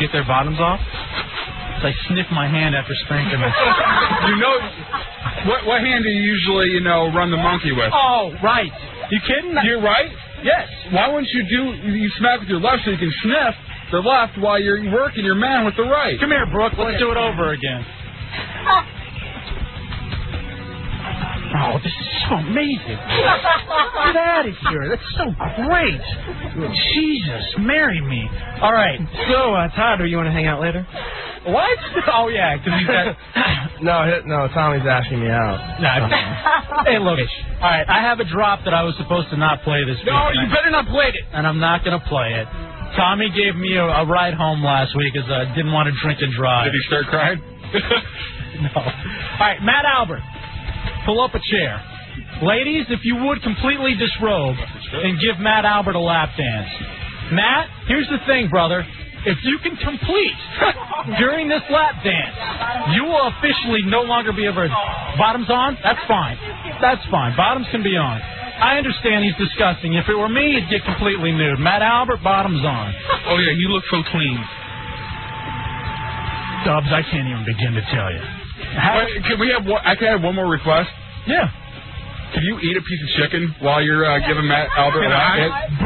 Speaker 2: Get their bottoms off. I sniff my hand after spanking them.
Speaker 4: You know, what what hand do you usually you know run the monkey with?
Speaker 2: Oh, right. You kidding?
Speaker 4: You're right.
Speaker 2: Yes.
Speaker 4: Why wouldn't you do you smack with your left so you can sniff the left while you're working your man with the right?
Speaker 2: Come here, Brooke. Let's do it over again. Oh, this is so amazing. Get out of here. That's so great. Jesus, marry me. All right.
Speaker 6: So, uh, Todd, do you want to hang out later? What?
Speaker 13: Oh yeah, because he's got. no, he- no, Tommy's asking me out. Uh-huh.
Speaker 2: hey, look. All right, I have a drop that I was supposed to not play this week.
Speaker 13: No, you
Speaker 2: better not play it. And I'm not going to play it. Tommy gave me a, a ride home last week because I didn't want to drink and drive. Did he start crying? no. All right, Matt Albert, pull up a chair. Ladies, if you would completely disrobe and give Matt Albert a lap dance. Matt, here's the thing, brother. If you can complete during this lap dance, you will officially no longer be a virgin. Bottoms on? That's fine. That's fine. Bottoms can be on. I understand he's disgusting. If it were me, he'd get completely nude. Matt Albert, bottoms on.
Speaker 12: Oh yeah, you look so clean.
Speaker 2: Dubs, I can't even begin to tell you.
Speaker 4: Wait, can we have one? I can have one more request.
Speaker 2: Yeah.
Speaker 4: Can you eat a piece of chicken while you're uh, giving Matt Albert a
Speaker 12: Can
Speaker 4: lap
Speaker 12: I?
Speaker 4: dance?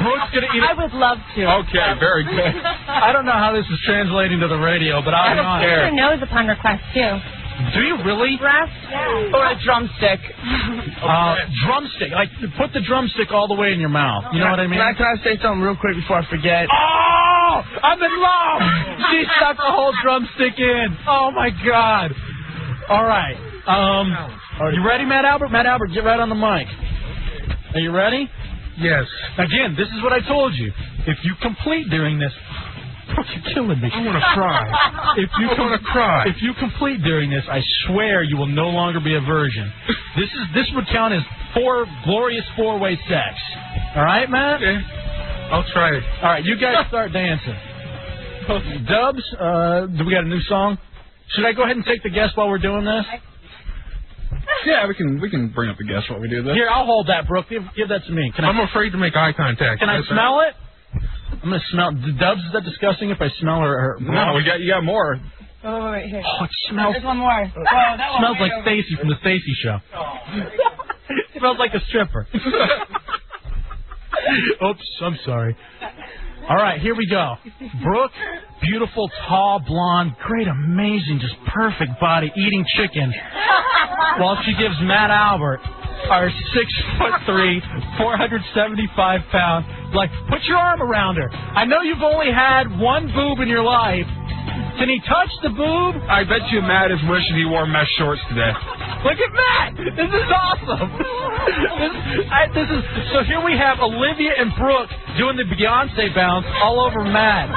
Speaker 2: Brooke's gonna eat. I
Speaker 16: would love to.
Speaker 4: Okay, very good.
Speaker 2: I don't know how this is translating to the radio, but
Speaker 18: I
Speaker 2: I'm
Speaker 18: have a
Speaker 2: on.
Speaker 18: picture nose upon request too.
Speaker 2: Do you really?
Speaker 18: Yeah.
Speaker 16: Or a drumstick.
Speaker 2: Uh, drumstick. Like, put the drumstick all the way in your mouth. You know what I mean?
Speaker 13: Can I, can I say something real quick before I forget?
Speaker 2: Oh, I'm in love. she stuck the whole drumstick in. Oh my God. All right. Um, you ready, Matt Albert? Matt Albert, get right on the mic. Are you ready? Yes. Again, this is what I told you. If you complete during this, you're killing me. I
Speaker 12: wanna cry.
Speaker 2: If you
Speaker 12: I wanna cry.
Speaker 2: If you complete during this, I swear you will no longer be a virgin. This is this would count as four glorious four-way sex. All right, Matt. I'll try it. All right, you guys start dancing. Dubs, uh, do we got a new song? Should I go ahead and take the guest while we're doing this?
Speaker 4: Yeah, we can we can bring up the guest while we do this.
Speaker 2: Here, I'll hold that, Brooke. Give, give that to me. Can I,
Speaker 4: I'm afraid to make eye contact.
Speaker 2: Can I
Speaker 4: That's
Speaker 2: smell it? I'm gonna smell. Dubs, is that disgusting? If I smell her, her
Speaker 4: No, we got you got more.
Speaker 16: Wait, wait, wait, here.
Speaker 2: Oh, it smells.
Speaker 16: There's one more.
Speaker 4: Uh,
Speaker 16: Whoa, that one
Speaker 2: smells
Speaker 16: way
Speaker 2: like
Speaker 16: over.
Speaker 2: Stacy from the Stacy Show. smells like a stripper. Oops, I'm sorry. All right, here we go. Brooke, beautiful, tall, blonde, great, amazing, just perfect body, eating chicken. While she gives Matt Albert, our six foot three, 475 pound, like, put your arm around her. I know you've only had one boob in your life. Can he touch the boob?
Speaker 4: I bet you Matt is wishing he wore mesh shorts today.
Speaker 2: Look at Matt. This is awesome. this, I, this is so. Here we have Olivia and Brooke doing the Beyonce bounce all over Matt.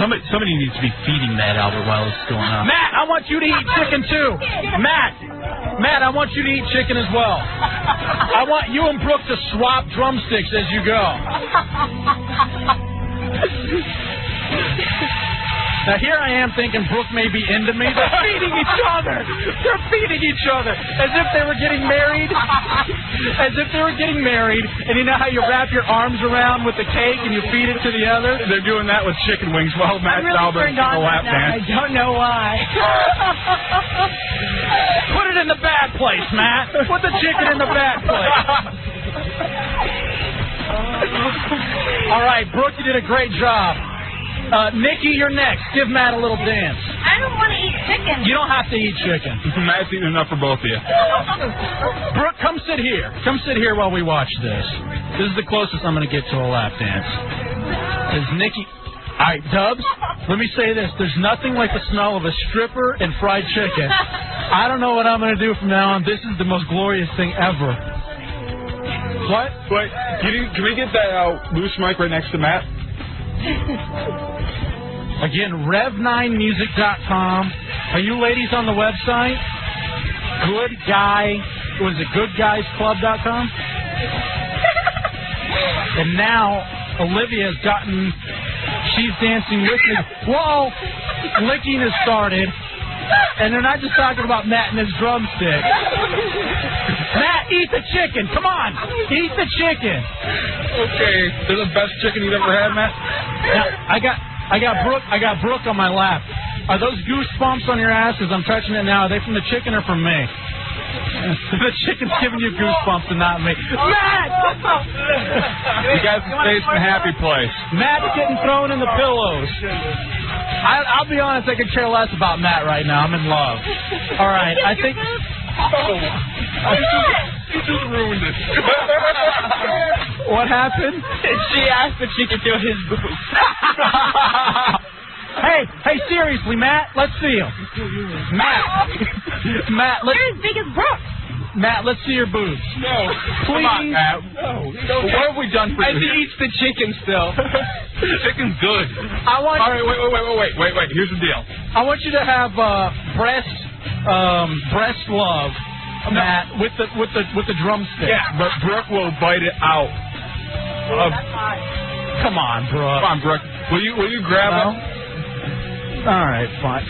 Speaker 5: Somebody, somebody needs to be feeding Matt Albert while it's going on.
Speaker 2: Matt, I want you to eat chicken too. Matt, Matt, I want you to eat chicken as well. I want you and Brooke to swap drumsticks as you go. Now here I am thinking Brooke may be into me. They're feeding each other. They're feeding each other as if they were getting married. As if they were getting married. And you know how you wrap your arms around with the cake and you feed it to the other.
Speaker 4: They're doing that with chicken wings while Matt Albert is doing a lap dance.
Speaker 2: don't know why. Put it in the bad place, Matt. Put the chicken in the bad place. All right, Brooke, you did a great job. Uh, Nikki, you're next. Give Matt a little dance.
Speaker 18: I don't want to eat chicken.
Speaker 2: You don't have to eat chicken.
Speaker 4: Matt's eating enough for both of you.
Speaker 2: Brooke, come sit here. Come sit here while we watch this. This is the closest I'm going to get to a lap dance. Because Nikki. All right, Dubs, let me say this. There's nothing like the smell of a stripper and fried chicken. I don't know what I'm going to do from now on. This is the most glorious thing ever. What?
Speaker 4: Wait, can, you, can we get that uh, loose mic right next to Matt?
Speaker 2: Again, rev9music.com. Are you ladies on the website? Good guy. Was it goodguysclub.com? And now Olivia's gotten. She's dancing with me. Whoa! Licking has started. And they're not just talking about Matt and his drumstick. Matt, eat the chicken. Come on. Eat the chicken.
Speaker 4: Okay, they're the best chicken you've ever had, Matt.
Speaker 2: Now, I got I got Brooke I got Brooke on my lap. Are those goosebumps on your ass as I'm touching it now? Are they from the chicken or from me? the chicken's giving you goosebumps and not me. Matt! oh,
Speaker 4: You guys stay in a happy place.
Speaker 2: Matt's getting thrown in the pillows. I, I'll be honest, I could care less about Matt right now. I'm in love. All right, I think.
Speaker 12: You just ruined it.
Speaker 2: What happened?
Speaker 6: she asked if she could do his boobs.
Speaker 2: Hey, hey, seriously, Matt, let's see him. Matt, Matt, let's. You're
Speaker 18: as big as Brooks.
Speaker 2: Matt, let's see your boobs.
Speaker 12: No,
Speaker 2: please.
Speaker 12: come on, Matt.
Speaker 2: No.
Speaker 12: What have we done for
Speaker 2: I
Speaker 12: you?
Speaker 2: think
Speaker 12: eats the chicken still. Chicken's good. I
Speaker 2: want.
Speaker 12: All right, wait, wait, wait, wait, wait, wait, wait. Here's the deal.
Speaker 2: I want you to have uh, breast, um, breast love, Matt, with the with the with the drumstick.
Speaker 12: Yeah, but Brooke will bite it out. Uh,
Speaker 2: Come on, Brooke.
Speaker 12: Come on, Brooke. Will you will you grab
Speaker 2: No.
Speaker 12: it?
Speaker 2: All right, fine.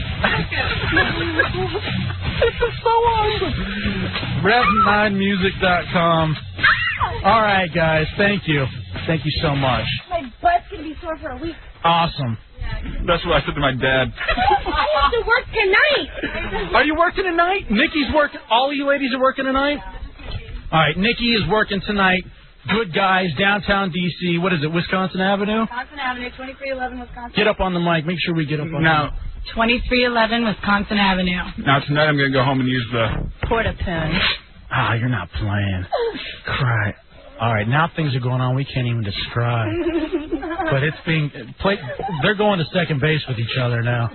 Speaker 2: this is so awesome. Rev9music.com. All right, guys, thank you, thank you so much.
Speaker 18: My butt's gonna be sore for a week.
Speaker 2: Awesome.
Speaker 4: That's what I said to my dad.
Speaker 18: I have to work tonight.
Speaker 2: Are you working tonight? Nikki's working. All you ladies are working tonight. All right, Nikki is working tonight. Good guys, downtown DC. What is it, Wisconsin Avenue?
Speaker 16: Wisconsin Avenue, 2311 Wisconsin.
Speaker 2: Get up on the mic. Make sure we get up on.
Speaker 4: Now,
Speaker 16: 2311 Wisconsin Avenue.
Speaker 4: now tonight I'm gonna go home and use the.
Speaker 16: Porta Pin.
Speaker 2: Ah, you're not playing. Cry. All right, now things are going on we can't even describe. But it's being played. They're going to second base with each other now.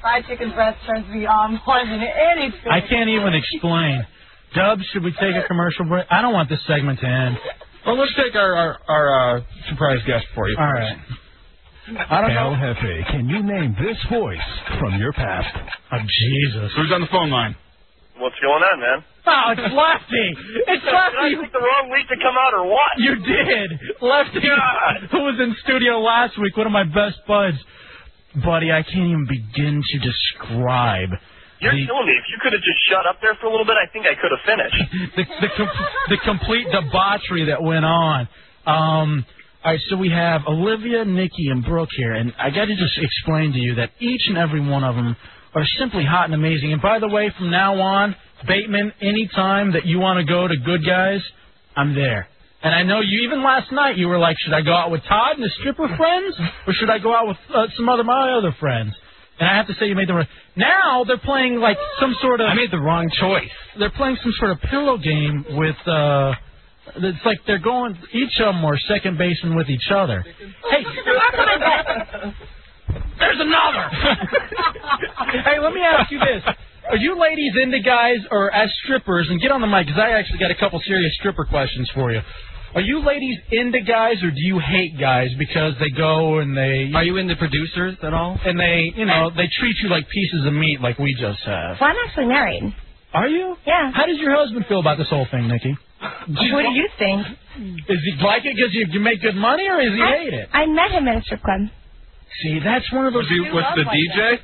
Speaker 16: Fried chicken breast turns me on more than anything.
Speaker 2: I can't even explain. Dubs, should we take a commercial break? I don't want this segment to end.
Speaker 4: Well, let's take our our, our uh, surprise guest for you.
Speaker 2: All right. I don't know.
Speaker 1: LFA, can you name this voice from your past?
Speaker 2: Oh, Jesus.
Speaker 4: Who's on the phone line?
Speaker 11: What's going on, man?
Speaker 2: Oh, it's Lefty. It's Lefty.
Speaker 11: Did I pick the wrong week to come out or what?
Speaker 2: You did. Lefty, who was in studio last week, one of my best buds. Buddy, I can't even begin to describe
Speaker 11: You're
Speaker 2: the
Speaker 11: killing me. If you could have just shut up there for a little bit, I think I could have finished.
Speaker 2: the the, com- the complete debauchery that went on. Um, all right, so we have Olivia, Nikki, and Brooke here, and I got to just explain to you that each and every one of them are simply hot and amazing. And by the way, from now on, Bateman, any time that you want to go to Good Guys, I'm there. And I know you. Even last night, you were like, "Should I go out with Todd and his stripper friends, or should I go out with uh, some other my other friends?" And I have to say, you made the right. Now they're playing like some sort of. I made the wrong choice. They're playing some sort of pillow game with. uh It's like they're going. Each of them are second baseman with each other. Hey, there's another. hey, let me ask you this: Are you ladies into guys or as strippers? And get on the mic because I actually got a couple serious stripper questions for you. Are you ladies into guys or do you hate guys because they go and they? Are you into producers at all? And they, you know, they treat you like pieces of meat, like we just have.
Speaker 18: Well, I'm actually married.
Speaker 2: Are you?
Speaker 18: Yeah.
Speaker 2: How does your husband feel about this whole thing, Nikki?
Speaker 18: What do you think?
Speaker 2: Is he like it because you, you make good money, or is he
Speaker 18: I,
Speaker 2: hate it?
Speaker 18: I met him at a strip club.
Speaker 2: See, that's one of those.
Speaker 18: he- was the DJ?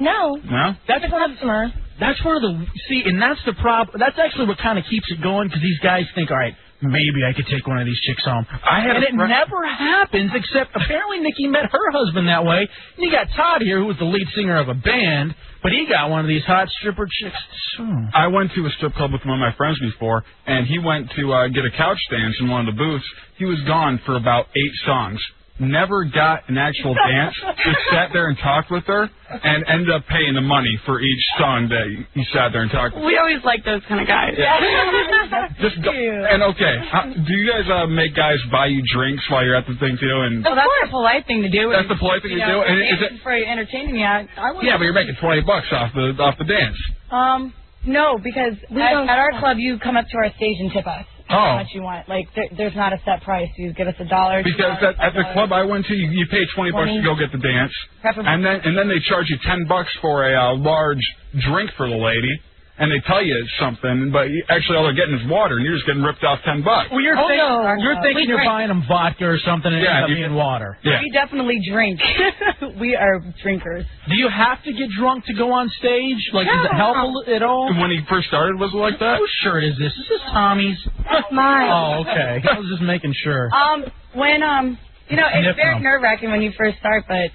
Speaker 18: No.
Speaker 4: No.
Speaker 2: That's
Speaker 18: a customer.
Speaker 2: That's one of the see, and that's the problem. That's actually what kind of keeps it going because these guys think, all right, maybe I could take one of these chicks home.
Speaker 12: I had
Speaker 2: and
Speaker 12: a
Speaker 2: it
Speaker 12: friend-
Speaker 2: never happens, except apparently Nikki met her husband that way. And you got Todd here, who was the lead singer of a band, but he got one of these hot stripper chicks. Soon.
Speaker 4: I went to a strip club with one of my friends before, and he went to uh, get a couch dance in one of the booths. He was gone for about eight songs. Never got an actual dance. Just sat there and talked with her, and ended up paying the money for each song that he- he sat there and talked. With.
Speaker 10: We always like those kind of guys.
Speaker 4: Yeah. Just go, and okay, uh, do you guys uh, make guys buy you drinks while you're at the thing too? And
Speaker 16: Well, that's the polite thing to do.
Speaker 4: That's
Speaker 16: is,
Speaker 4: the polite thing
Speaker 16: you
Speaker 4: to
Speaker 16: know,
Speaker 4: do, and is it-
Speaker 16: for entertaining me, I, I would.
Speaker 4: yeah, but you're making twenty bucks off the off the dance.
Speaker 16: Um, no, because
Speaker 18: We
Speaker 16: at,
Speaker 18: don't-
Speaker 16: at our club you come up to our stage and tip us how
Speaker 4: Oh.
Speaker 16: much you want. Like there, there's not a set price. You give us a dollar. two
Speaker 4: Because
Speaker 16: dollars,
Speaker 4: at, at the
Speaker 16: five
Speaker 4: club I went to, you, you pay twenty bucks to go get the dance,
Speaker 16: Preferably.
Speaker 4: and then and then they charge you ten bucks for a uh, large drink for the lady, and they tell you it's something, but you, actually all they're getting is water, and you're just getting ripped off ten bucks.
Speaker 2: Well, you're
Speaker 13: Oh,
Speaker 2: thinking
Speaker 16: Oh,
Speaker 2: you're thinking you're buying them vodka or something, and it
Speaker 4: Yeah,
Speaker 2: ends up
Speaker 4: you-
Speaker 2: being water.
Speaker 16: dollars. We definitely drink. we are drinkers.
Speaker 2: Do you have to get drunk to go on stage? Like, does it help a li- at all?
Speaker 4: When he first started, was it like that?
Speaker 2: Whose shirt is this? Is this Tommy's?
Speaker 16: That's mine.
Speaker 2: Oh, okay. I was just making sure.
Speaker 16: Um, when um, you know, it's
Speaker 2: Nip
Speaker 16: very
Speaker 2: them.
Speaker 16: nerve wracking when you first start, but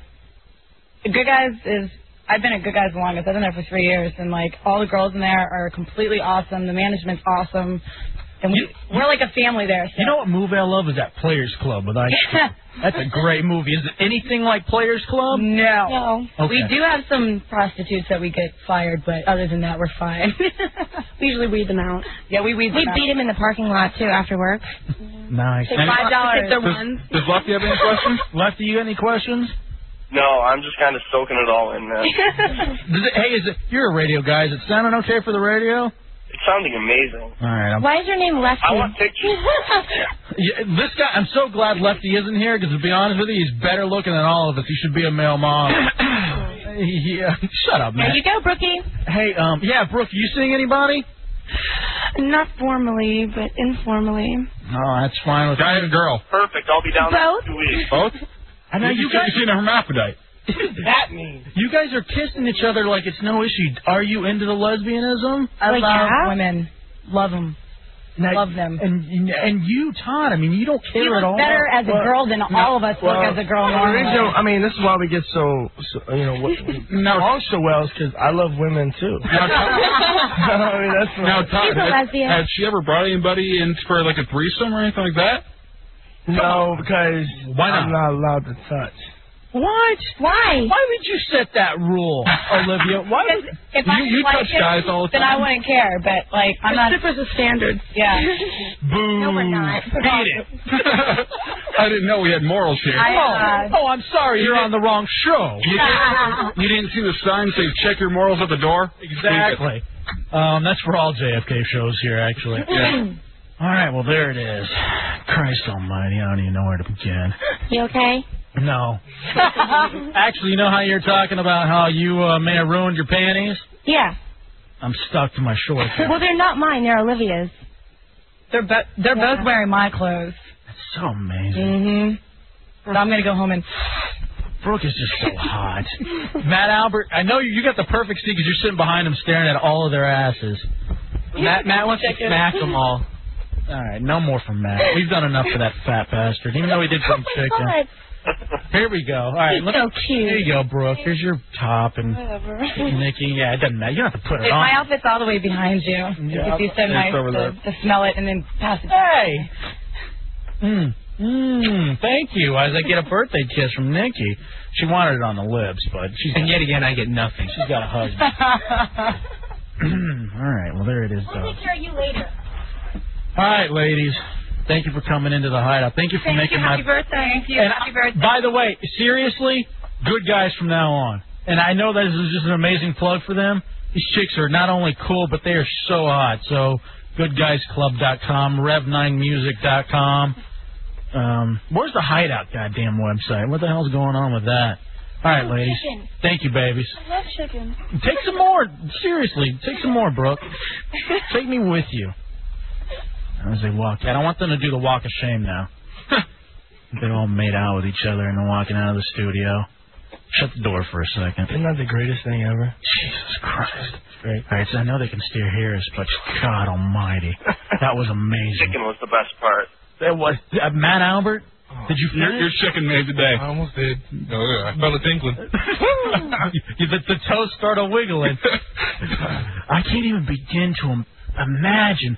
Speaker 16: Good Guys is. I've been at Good Guys the longest. I've been there for three years, and like all the girls in there are completely awesome. The management's awesome, and we, we're like a family there. So.
Speaker 2: You know what movie I love is that Players Club with Ice Cube. That's a great movie. Is it anything like Players Club?
Speaker 16: No.
Speaker 2: Okay.
Speaker 16: We do have some prostitutes that we get fired, but other than that, we're fine.
Speaker 10: We usually weed them out.
Speaker 16: yeah, we we
Speaker 18: We beat him in the parking lot too after work.
Speaker 2: Nice.
Speaker 18: Say $5.
Speaker 2: Does-
Speaker 18: Does-
Speaker 4: Does Lefty have any questions?
Speaker 2: Lefty, you got any questions?
Speaker 11: No, I'm just kind of soaking it all in. Man.
Speaker 2: Does it, hey, is it, you're a radio guy. Is it sounding okay for the radio?
Speaker 11: It's sounding amazing.
Speaker 2: All right. I'm,
Speaker 18: Why is your name Lefty?
Speaker 11: I want pictures.
Speaker 2: yeah, this guy, I'm so glad Lefty isn't here because to be honest with you, he's better looking than all of us. He should be a male mom. yeah. Shut up,
Speaker 18: there
Speaker 2: man.
Speaker 18: you go, Brookie.
Speaker 2: Hey, um, yeah, Brooke, you seeing anybody?
Speaker 10: Not formally, but informally.
Speaker 2: No, that's fine with
Speaker 4: Guy and girl.
Speaker 11: Oh, Perfect. I'll be down
Speaker 10: Both?
Speaker 11: there in two weeks.
Speaker 4: Both?
Speaker 2: I know you guys-
Speaker 4: You've seen a hermaphrodite.
Speaker 11: that means.
Speaker 2: You guys are kissing each other like it's no issue. Are you into the lesbianism?
Speaker 16: I love
Speaker 2: yeah?
Speaker 16: women. Love them. love them.
Speaker 2: And and you, Todd. I mean, you don't care
Speaker 16: You look
Speaker 2: at all.
Speaker 16: better as a girl than all of us look
Speaker 13: Well,
Speaker 16: as a girl.
Speaker 13: the
Speaker 16: normally.
Speaker 13: reason- I mean, this is why we get so, so you know, what, along so well is because I love women too. I mean, that's what-
Speaker 4: Now, Todd, had,
Speaker 2: uh,
Speaker 4: had she ever brought anybody in for like a threesome or anything like that?
Speaker 13: No, because
Speaker 4: why not?
Speaker 13: I'm not allowed to touch.
Speaker 2: What?
Speaker 18: Why?
Speaker 2: Why would you set that rule, Olivia? Why? Would,
Speaker 16: If I didn't like it, Then I wouldn't care, but like I'm
Speaker 10: It's
Speaker 16: not.
Speaker 10: different as a standard.
Speaker 16: Yeah.
Speaker 4: Boo.
Speaker 16: No, we're not.
Speaker 4: I didn't know we had morals here.
Speaker 16: I,
Speaker 2: oh, I'm sorry. You're on the wrong show.
Speaker 4: You didn't, you didn't see the sign say check your morals at the door?
Speaker 2: Exactly. Um, that's for all JFK shows here, actually.
Speaker 4: Yeah.
Speaker 2: All right, well there it is. Christ Almighty, I don't even know where to begin.
Speaker 18: You okay?
Speaker 2: No, actually, you know how you're talking about how you uh, may have ruined your panties.
Speaker 18: yeah.
Speaker 2: I'm stuck to my shorts.
Speaker 18: Well, they're not mine. They're Olivia's.
Speaker 16: They're both they're both wearing my clothes.
Speaker 2: So amazing.
Speaker 16: Mhm. So I'm gonna go home and
Speaker 2: Brooke is just so hot. Matt Albert, I know you, you got the perfect seat because you're sitting behind them staring at all of their asses.
Speaker 6: Matt, Matt wants to smack them all.
Speaker 2: All right, no more from Matt. We've done enough for that fat bastard, even though he did some chicken.
Speaker 10: Oh God.
Speaker 2: Here we go. All right,
Speaker 10: He's
Speaker 2: let
Speaker 10: so
Speaker 2: me,
Speaker 10: cute.
Speaker 2: Here you go, Brooke. Here's your top and
Speaker 10: Whatever.
Speaker 2: Nikki. Yeah, it doesn't matter. You don't have to put it
Speaker 16: Wait, my
Speaker 2: on.
Speaker 16: outfit's all the way behind you.
Speaker 2: Yeah,
Speaker 16: It'd be so
Speaker 2: it's
Speaker 16: nice
Speaker 2: over
Speaker 16: to, to smell it and then pass it.
Speaker 2: Hey. Mm. Mm, thank you. As I get a birthday kiss from Nikki, she wanted it on the lips, but she's and yet again I get nothing. She's got a husband. All right, well there it is, though.
Speaker 18: care of you later.
Speaker 2: All right, ladies. Thank you for coming into the hideout. Thank you for making my.
Speaker 18: birthday. Thank you.
Speaker 2: And I- by the way, seriously, good guys from now on. And I know that this is just an amazing plug for them. These chicks are not only cool, but they are so hot. So, goodguysclub.com, rev9music.com. Um, where's the hideout goddamn website? What the hell's going on with that? All right, ladies.
Speaker 10: chicken.
Speaker 2: Thank you, babies.
Speaker 10: I love chicken.
Speaker 2: Take some more. Seriously, take some more, Brooke. Take me with you. As they walk out, I want them to do the walk of shame now. they all made out with each other and they're walking out of the studio. Shut the door for a second.
Speaker 13: Isn't that the greatest thing ever?
Speaker 2: Jesus Christ. Great. All right, so I know they can still hear us, but God Almighty, that was amazing.
Speaker 11: Chicken was the best part.
Speaker 2: That was uh, Matt Albert.
Speaker 13: Oh.
Speaker 2: Did you
Speaker 4: Your,
Speaker 2: finish?
Speaker 4: your chicken made the day.
Speaker 2: I
Speaker 4: almost did. Oh, yeah. I felt it tinkling.
Speaker 2: You- the, the toes started wiggling. I can't even begin to im- imagine.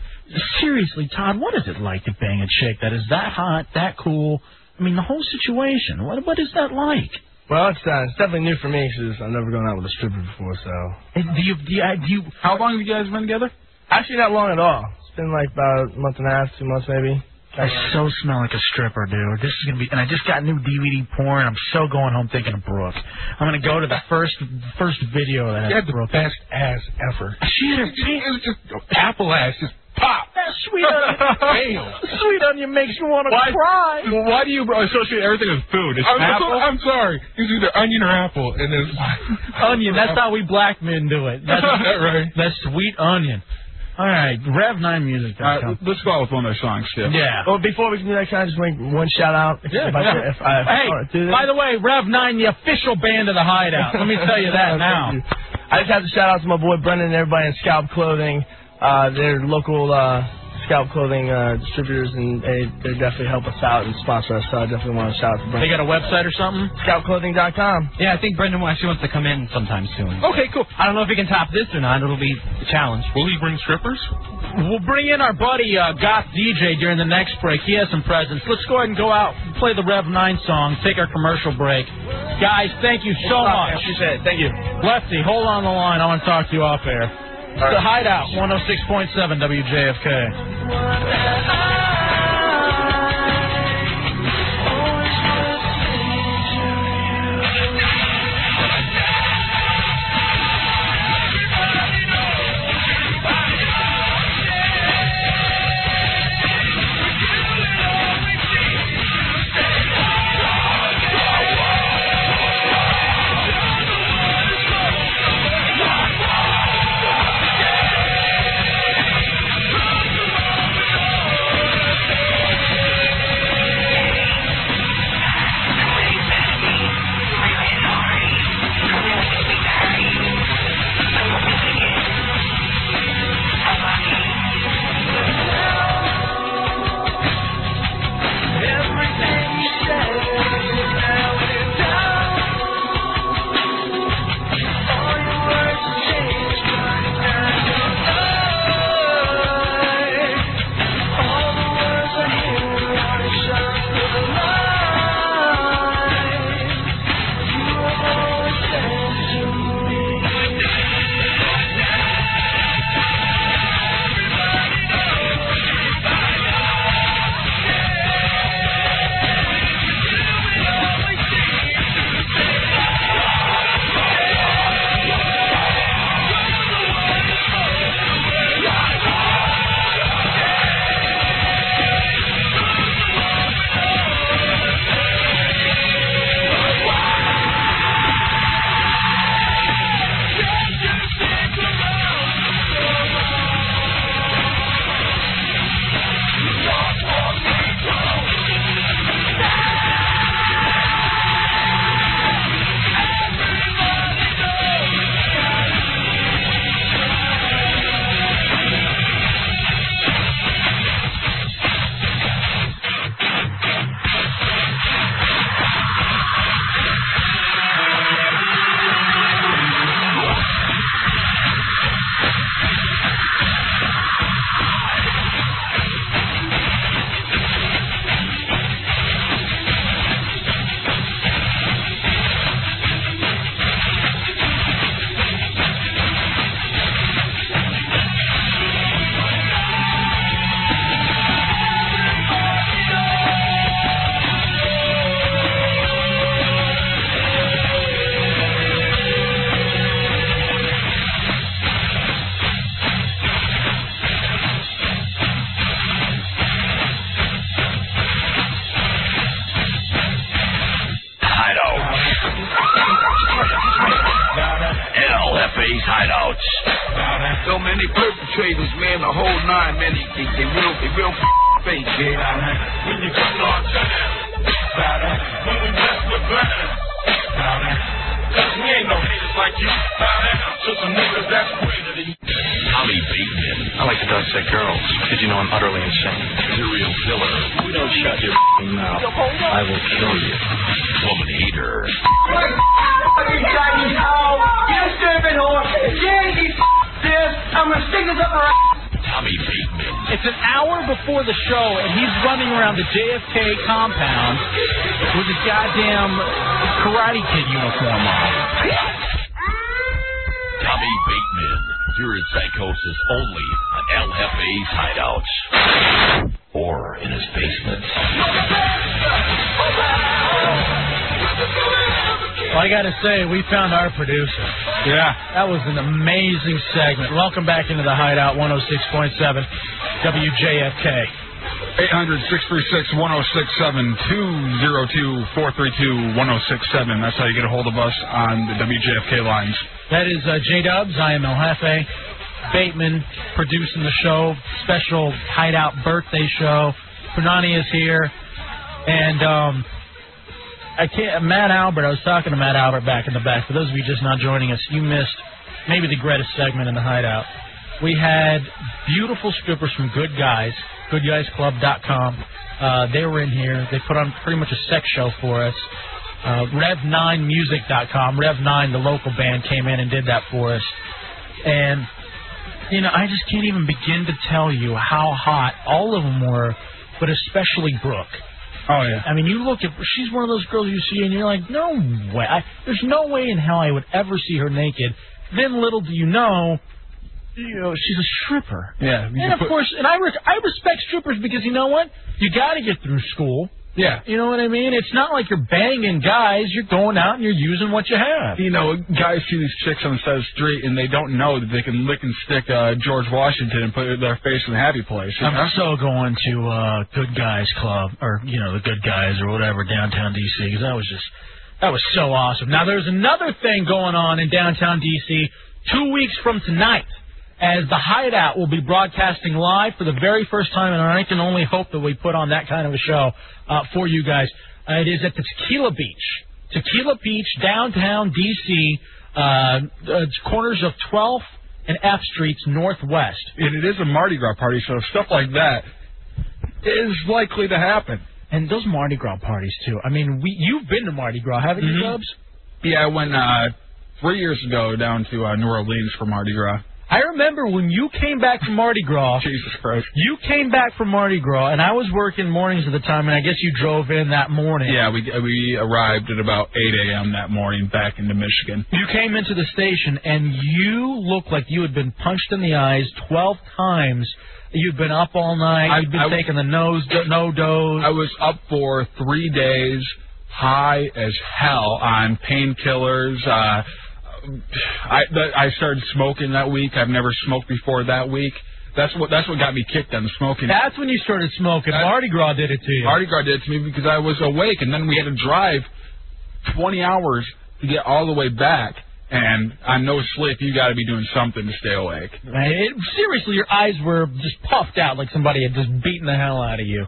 Speaker 2: Seriously, Todd, what is it like to bang a chick that is that hot, that cool? I mean, the whole situation. What what is that like?
Speaker 13: Well, it's, uh, it's definitely new for me because I've never gone out with a stripper before, so.
Speaker 2: And Do you do you, uh, do you
Speaker 4: How long have you guys been together?
Speaker 13: Actually, not long at all. It's been like about a month and a half, two months maybe.
Speaker 2: I so smell like a stripper, dude. This is gonna be, and I just got new DVD porn. I'm so going home thinking of Brooke. I'm gonna go to the first first video that
Speaker 12: She
Speaker 2: has
Speaker 12: had the
Speaker 2: Brooke.
Speaker 12: best ass ever.
Speaker 2: She had her
Speaker 12: It was
Speaker 4: oh,
Speaker 12: just apple ass, just pop.
Speaker 2: That sweet onion, sweet onion makes you want to cry.
Speaker 4: Why do you associate everything with food? It's
Speaker 12: I'm,
Speaker 4: apple.
Speaker 12: So, I'm sorry. It's either onion or apple, and it's
Speaker 2: onion. That's how we black men do it. That's
Speaker 12: That right.
Speaker 2: That's sweet onion. All right,
Speaker 4: All
Speaker 2: rev9music.com.
Speaker 4: right, let's go out with one of their songs, Skip.
Speaker 2: Yeah.
Speaker 13: Well, before we do that, can I just make one shout out?
Speaker 2: Yeah,
Speaker 13: If I,
Speaker 2: yeah.
Speaker 13: If I, if I, alright, do
Speaker 2: hey,
Speaker 13: this?
Speaker 2: by the way, Rev Nine, the official band of the Hideout. Let me tell you that
Speaker 13: Thank
Speaker 2: now.
Speaker 13: you. I just have to shout out to my boy Brendan and everybody in Scalp Clothing. Uh, they're local uh, Scalp Clothing uh, distributors, and they, they definitely help us out and sponsor us. So I definitely want to shout out to
Speaker 2: They
Speaker 13: Brendan.
Speaker 2: got a website or something?
Speaker 13: ScalpClothing.com.
Speaker 6: Yeah, I think Brendan actually wants to come in sometime soon.
Speaker 2: Okay, cool.
Speaker 6: I don't know if he can top this or not. It'll be a challenge.
Speaker 12: Will he bring strippers?
Speaker 2: We'll bring in our buddy uh, Goth DJ during the next break. He has some presents. Let's go ahead and go out, play the Rev Nine song, take our commercial break. Guys, thank you so much.
Speaker 13: Appreciate it. Thank you.
Speaker 2: Lefty, hold on the line. I want to talk to you off air.
Speaker 13: right.
Speaker 2: The Hideout, 106.7 WJFK.
Speaker 12: Always
Speaker 19: much. So many perpetrators, man, the whole nine, man. They, they, they real, they real fake, man. When you come to our town, when we mess with blinders, cause we ain't no haters like you, just some niggas that's greater than you.
Speaker 1: Tommy Bateman.
Speaker 19: I like to dissect girls. Did you know I'm utterly insane?
Speaker 1: Serial killer. We don't shut your mouth. I will kill you. Woman hater. Tommy Bateman.
Speaker 2: It's an hour before the show, and he's running around the JFK compound with his goddamn Karate Kid uniform on.
Speaker 1: Tommy Bateman. You're in psychosis only on LFA's hideouts. Or in his basement.
Speaker 2: Well, I gotta say, we found our producer. Yeah. That was an amazing segment. Welcome back into the Hideout 106.7 WJFK.
Speaker 4: 800 636 1067 202 432 1067. That's how you get a hold of us on the WJFK lines.
Speaker 2: That is uh, J Dubs. I am El Jefe. Bateman producing the show, special hideout birthday show. Punani is here, and um, I can't. Matt Albert. I was talking to Matt Albert back in the back. For those of you just not joining us, you missed maybe the greatest segment in the hideout. We had beautiful strippers from Good Guys, GoodGuysClub.com. Uh, they were in here. They put on pretty much a sex show for us uh, Rev9Music.com. Rev9, the local band, came in and did that for us. And, you know, I just can't even begin to tell you how hot all of them were, but especially Brooke.
Speaker 4: Oh, yeah.
Speaker 2: I mean, you look at, she's one of those girls you see and you're like, no way. I, there's no way in hell I would ever see her naked. Then little do you know, you know, she's a stripper.
Speaker 4: Yeah.
Speaker 2: And of course, and I re- I respect strippers because you know what? You got to get through school.
Speaker 4: Yeah.
Speaker 2: You know what I mean? It's not like you're banging guys. You're going out and you're using what you have.
Speaker 4: You know, guys see these chicks on the side of the street and they don't know that they can lick and stick uh, George Washington and put their face in a happy place. you know?
Speaker 2: I'm so going to uh Good Guys Club or you know the Good Guys or whatever downtown DC because that was just that was so awesome. Now there's another thing going on in downtown DC two weeks from tonight as the Hideout will be broadcasting live for the very first time and I can only hope that we put on that kind of a show uh, for you guys. Uh, it is at the Tequila Beach. Tequila Beach, downtown D.C., uh, uh, corners of 12th and F Streets Northwest.
Speaker 4: And it is a Mardi Gras party, so stuff like that is likely to happen.
Speaker 2: And those Mardi Gras parties too. I mean, we you've been to Mardi Gras, haven't you,
Speaker 4: Mhm.
Speaker 2: Dubs?
Speaker 4: Yeah, I went uh, three years ago down to uh, New Orleans for Mardi Gras.
Speaker 2: I remember when you came back from Mardi Gras.
Speaker 4: Jesus Christ.
Speaker 2: You came back from Mardi Gras, and I was working mornings at the time, and I guess you drove in that morning.
Speaker 4: Yeah, we we arrived at about 8 a.m. that morning back into Michigan.
Speaker 2: You came into the station, and you looked like you had been punched in the eyes 12 times. You'd been up all night.
Speaker 4: I-
Speaker 2: You'd been
Speaker 4: I-
Speaker 2: taking the nose, no doze.
Speaker 4: I was up for three days, high as hell on painkillers. Uh, I but I started smoking that week. I've never smoked before that week. That's what that's what got me kicked on smoking.
Speaker 2: That's when you started smoking. Mardi Gras did it to you.
Speaker 4: Mardi Gras did it to me because I was awake, and then we had to drive 20 hours to get all the way back. And on no sleep, you got to be doing something to stay awake.
Speaker 2: Right? It, seriously, your eyes were just puffed out like somebody had just beaten the hell out of you.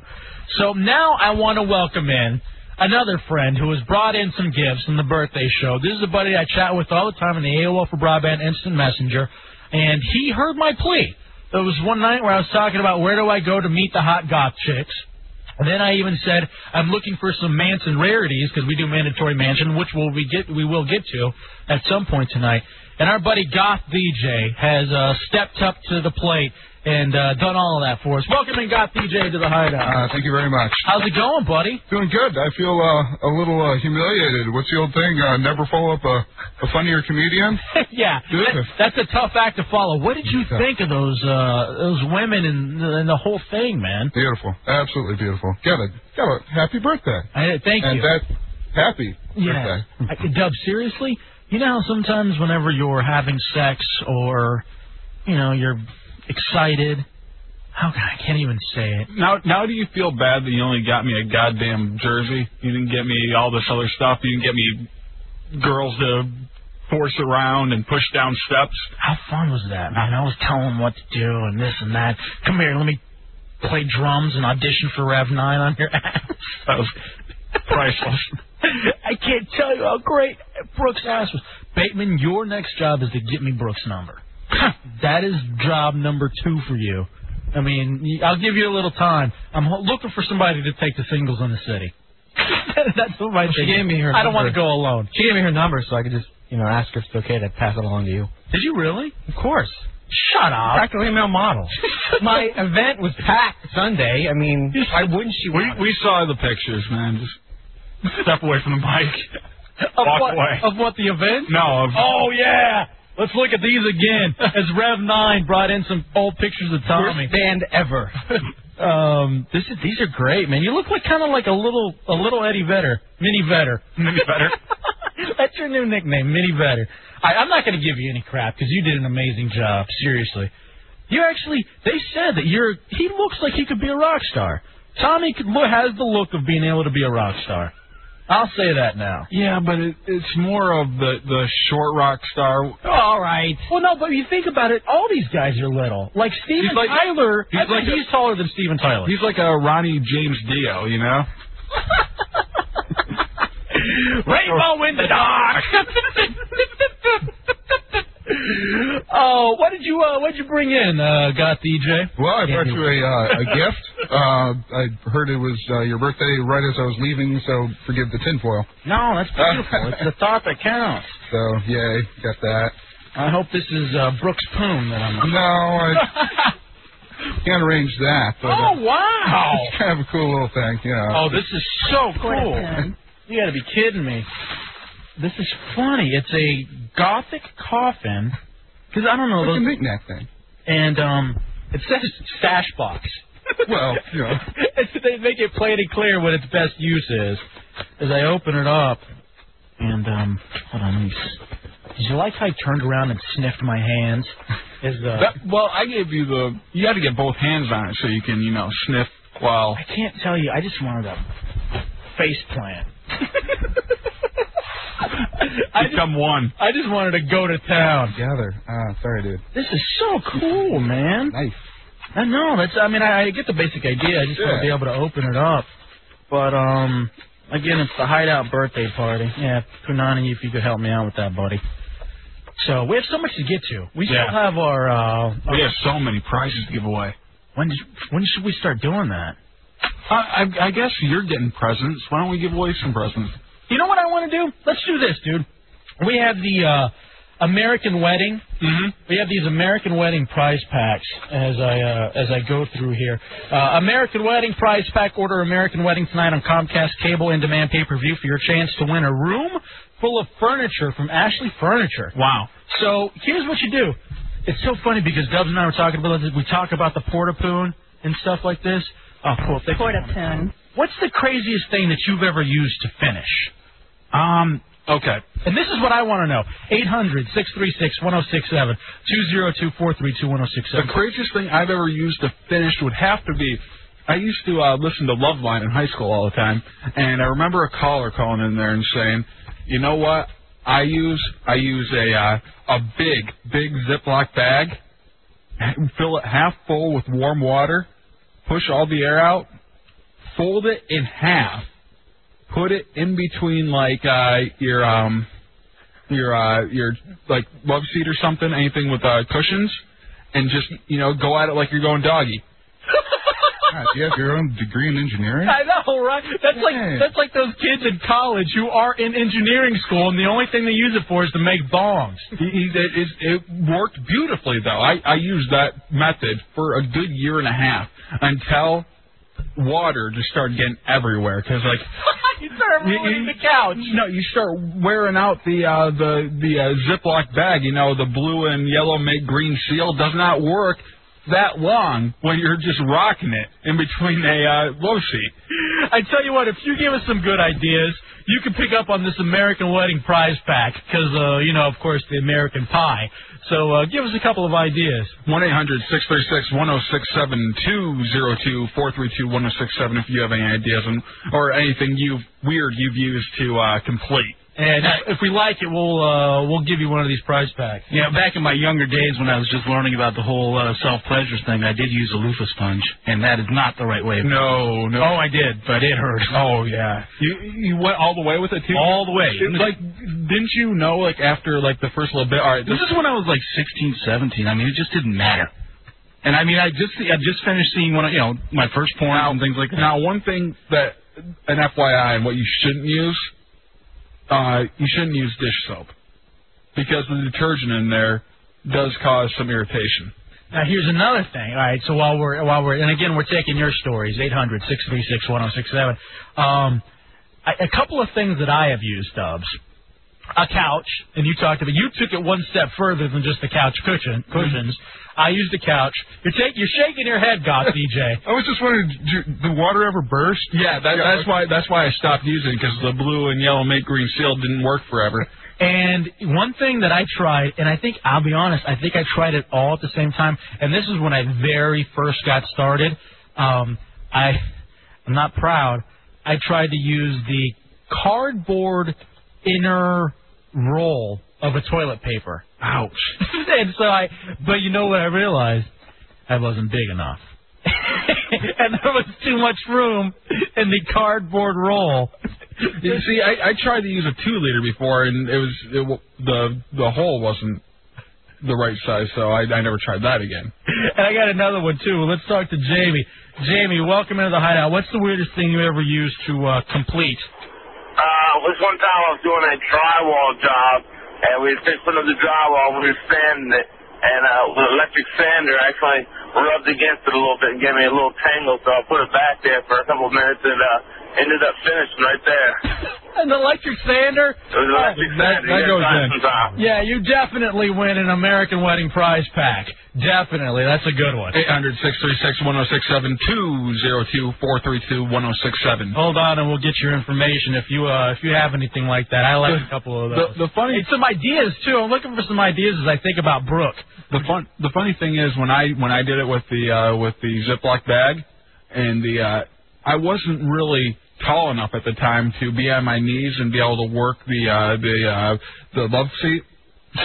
Speaker 2: So now I want to welcome in another friend who has brought in some gifts from the birthday show. This is a buddy I chat with all the time in the AOL for Broadband Instant Messenger, and he heard my plea. There was one night where I was talking about where do I go to meet the hot goth chicks. And then I even said I'm looking for some Manson rarities because we do mandatory Mansion, which will we get we will get to at some point tonight. And our buddy Goth DJ has uh, stepped up to the plate and uh, done all of that for us. Welcome in Goth DJ to the
Speaker 20: Uh,
Speaker 2: hideout.
Speaker 20: thank you very much.
Speaker 2: How's it going, buddy?
Speaker 20: Doing good. I feel uh, a little uh, humiliated. What's the old thing? Uh, never follow up a, a funnier comedian.
Speaker 2: yeah, that, that's a tough act to follow. What did you think of those uh, those women and, and the whole thing, man?
Speaker 20: Beautiful, absolutely beautiful. Get it, get it. Happy birthday.
Speaker 2: I, thank
Speaker 20: and
Speaker 2: you.
Speaker 20: that happy
Speaker 2: Yeah.
Speaker 20: birthday.
Speaker 2: I, Dub, seriously, you know how sometimes whenever you're having sex or, you know, you're excited. How can I can't even say it.
Speaker 4: Now, now do you feel bad that you only got me a goddamn jersey? You didn't get me all this other stuff. You didn't get me girls to force around and push down steps.
Speaker 2: How fun was that, man? I was telling him what to do and this and that. Come here, let me play drums and audition for Rev 9 on your ass. That was priceless. I can't tell you how great Brooks' ass was. Bateman, your next job is to get me Brooks' number. that is job number two for you. I mean, y- I'll give you a little time. I'm ho- looking for somebody to take the singles in the city. That's what my
Speaker 6: She
Speaker 2: thing is.
Speaker 6: gave me her.
Speaker 2: I don't want to
Speaker 6: number.
Speaker 2: go alone.
Speaker 6: She gave me her number so I could just you know ask her if it's okay to pass it along to you.
Speaker 2: Did you really?
Speaker 6: Of course.
Speaker 2: Shut up.
Speaker 6: Practically a male model. My event was packed Sunday. I mean, why wouldn't she?
Speaker 4: We we saw the pictures, man. Just step away from the mic. Walk
Speaker 2: what-
Speaker 4: away.
Speaker 2: Of what the event?
Speaker 4: No. Of,
Speaker 2: Oh yeah. Let's look at these again. As Rev Nine brought in some old pictures of Tommy.
Speaker 6: Worst band ever.
Speaker 2: um, this is these are great, man. You look like kind of like a little a little Eddie Vedder, Mini Vedder, Mini Vedder. That's your new nickname, Mini Vedder. I, I'm not going to give you any crap because you did an amazing job. Seriously, you actually they said that you're. He looks like he could be a rock star. Tommy could, has the look of being able to be a rock star. I'll say that now.
Speaker 4: Yeah, but it, it's more of the the short rock star.
Speaker 2: All right. Well, no, but you think about it, all these guys are little. Like Steven
Speaker 4: He's like-
Speaker 2: Tyler,
Speaker 4: he's
Speaker 2: I think
Speaker 4: like a-
Speaker 2: he's taller than Steven Tyler.
Speaker 4: He's like a Ronnie James Dio, you know.
Speaker 2: Rainbow in the dark. oh, what did you uh, what did you bring in? Uh, got DJ.
Speaker 20: Well, I brought you a uh, a gift. Uh, I heard it was uh, your birthday right as I was leaving, so forgive the tinfoil.
Speaker 2: No, that's beautiful. it's the thought that counts.
Speaker 20: So yay, got that.
Speaker 2: I hope this is uh, Brooks Poon that I'm.
Speaker 20: No, I can't arrange that. But, uh,
Speaker 2: Oh wow!
Speaker 20: it's kind of a cool little thing, you know.
Speaker 2: Oh, this is so cool. You got to be kidding me. This is funny. It's a gothic coffin. Because I don't know.
Speaker 20: It's a
Speaker 2: those-
Speaker 20: knickknack thing.
Speaker 2: And um, it says stash box.
Speaker 20: Well, you know.
Speaker 2: It's- they make it plain and clear what its best use is. As I open it up, and um, hold on. Let me s- Did you like how I turned around and sniffed my hands? Is uh,
Speaker 4: That, well, I gave you the. You got to get both hands on it so you can, you know, sniff while.
Speaker 2: I can't tell you. I just wanted a face plant. I just,
Speaker 4: Become one. Ah,
Speaker 2: I just wanted to go to town.
Speaker 20: Gather. Uh, sorry, dude.
Speaker 2: This is so cool, man.
Speaker 20: Nice.
Speaker 2: I know. That's. I mean, I, I get the basic idea. I just want to be able to open it up. But um, again, it's the hideout birthday party. Yeah, Punani, if you could help me out with that, buddy. So we have so much to get to. We
Speaker 4: Yeah.
Speaker 2: still have our. Uh,
Speaker 4: We
Speaker 2: our-
Speaker 4: have so many prizes to give away.
Speaker 2: When did, when should we start doing that?
Speaker 4: I, I, I guess you're getting presents. Why don't we give away some presents?
Speaker 2: You know what I want to do? Let's do this, dude. We have the uh, American wedding.
Speaker 4: Mm-hmm.
Speaker 2: We have these American wedding prize packs as I uh, as I go through here. Uh, American wedding prize pack. Order American wedding tonight on Comcast cable in demand pay per view for your chance to win a room full of furniture from Ashley Furniture.
Speaker 4: Wow.
Speaker 2: So here's what you do. It's so funny because Dubs and I were talking about this. We talk about the porta poon and stuff like this. Oh, cool. Thank you.
Speaker 16: Portapoon.
Speaker 2: What's the craziest thing that you've ever used to finish?
Speaker 4: Um. Okay.
Speaker 2: And this is what I want to know. 800 636 1067 202 432
Speaker 4: The
Speaker 2: 1067.
Speaker 4: craziest thing I've ever used to finish would have to be. I used to uh, listen to Loveline in high school all the time, and I remember a caller calling in there and saying, "You know what? I use I use a uh, a big big Ziploc bag, fill it half full with warm water, push all the air out, fold it in half, put it in between like uh, your um your uh your like love seat or something, anything with uh, cushions." and just you know go at it like you're going doggy.
Speaker 20: God, do you have your own degree in engineering?
Speaker 2: I know, right? That's like
Speaker 20: Yeah.
Speaker 2: that's like those kids in college who are in engineering school, and the only thing they use it for is to make bongs.
Speaker 4: It, it, it- it worked beautifully though. I I used that method for a good year and a half until water just started getting everywhere because like
Speaker 2: you start
Speaker 4: You-
Speaker 2: ruining
Speaker 4: you-
Speaker 2: the couch.
Speaker 4: you know you start wearing out the uh the the uh, ziploc bag you know the blue and yellow make green seal does not work that long when you're just rocking it in between a uh, low seat
Speaker 2: I tell you what, if you give us some good ideas, you can pick up on this American wedding prize pack because uh, you know, of course, the American pie. So uh, give us a couple of ideas.
Speaker 4: One eight hundred six three six one zero six seven two zero two four three two oh one zero six seven. If you have any ideas on or anything you've weird you've used to uh, complete.
Speaker 2: And uh, if we like it, we'll uh, we'll give you one of these prize packs.
Speaker 12: Yeah, back in my younger days when I was just learning about the whole uh, self pleasure thing, I did use a loofah sponge, and that is not the right way.
Speaker 4: No, no.
Speaker 12: Oh, I did, but it hurt.
Speaker 4: Oh yeah. You you went all the way with it too.
Speaker 12: All the way.
Speaker 4: It- like, didn't you know? Like after like the first little bit. All right.
Speaker 12: This is when I was like 16, 17. I mean, it just didn't matter. And I mean, I just I just finished seeing one, of, you know, my first porn and things like that.
Speaker 4: Now, one thing that an FYI and what you shouldn't use, uh, you shouldn't use dish soap because the detergent in there does cause some irritation.
Speaker 2: Now here's another thing. All right, so while we're while we're and again we're taking your stories eight hundred six three six one zero six seven. Um, I, a couple of things that I have used, Dubs. A couch, and you talked about you took it one step further than just the couch cushion cushions. I used the couch. You're take you're shaking your head, God DJ.
Speaker 20: I was just wondering, did the water ever burst?
Speaker 4: Yeah, that, that's why that's why I stopped using because the blue and yellow make green seal didn't work forever.
Speaker 2: And one thing that I tried, and I think I'll be honest, I think I tried it all at the same time. And this is when I very first got started. Um, I, I'm not proud. I tried to use the cardboard inner roll of a toilet paper. Ouch. and so I, but you know what I realized? I wasn't big enough. and there was too much room in the cardboard roll.
Speaker 4: You see, I, I tried to use a two liter before, and it was it, w- the the hole wasn't the right size, so I, I never tried that again.
Speaker 2: And I got another one too. Let's talk to Jamie. Jamie, welcome into the hideout. What's the weirdest thing you ever used to uh, complete?
Speaker 9: Uh, this one time I was doing a drywall job, and we were fixing up the drywall, we were sanding it, and uh, with an electric sander actually rubbed against it a little bit and gave me a little tangle, so I put it back there for a couple of minutes and uh, ended up finishing right there.
Speaker 2: An electric sander?
Speaker 9: It was an electric sander.
Speaker 2: that
Speaker 9: yeah,
Speaker 2: goes in.
Speaker 9: sometimes.
Speaker 2: Yeah, you definitely win an American Wedding Prize Pack. Definitely, that's a good one.
Speaker 4: Eight hundred six three six one zero six seven two zero two four three two one zero six seven.
Speaker 2: Hold on, and we'll get your information if you uh, if you have anything like that. I like a couple of those.
Speaker 4: The, the funny
Speaker 2: and some ideas too. I'm looking for some ideas as I think about Brooke.
Speaker 4: The fun the funny thing is when I when I did it with the uh, with the Ziploc bag and the uh, I wasn't really tall enough at the time to be on my knees and be able to work the uh, the uh, the love seat.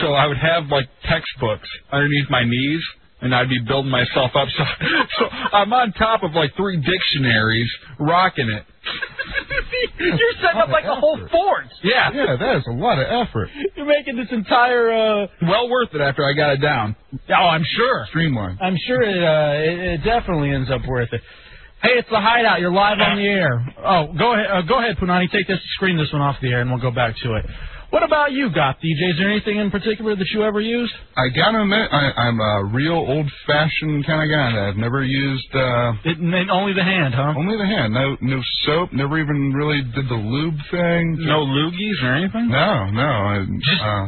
Speaker 4: So I would have like textbooks underneath my knees and I'd be building myself up so so I'm on top of like three dictionaries rocking it.
Speaker 2: You're setting up like a whole fort.
Speaker 4: Yeah.
Speaker 20: Yeah, that is a lot of effort.
Speaker 2: You're making this entire. Uh...
Speaker 4: Well worth it after I got it down.
Speaker 2: Oh, I'm sure.
Speaker 4: Streamline.
Speaker 2: I'm sure it, uh, it, it definitely ends up worth it. Hey, it's the Hideout. You're live on the air. Oh, go ahead, uh, go ahead, Punani. Take this, screen this one off the air, and we'll go back to it. What about you, Got DJ? Is there anything in particular that you ever used?
Speaker 20: I gotta admit, I, I'm a real old-fashioned kind of guy. I've never used uh,
Speaker 2: It, and only the hand, huh?
Speaker 20: only the hand. No, no soap. Never even really did the lube thing.
Speaker 4: No loogies or anything?
Speaker 20: No, no. I,
Speaker 2: Just-
Speaker 20: uh,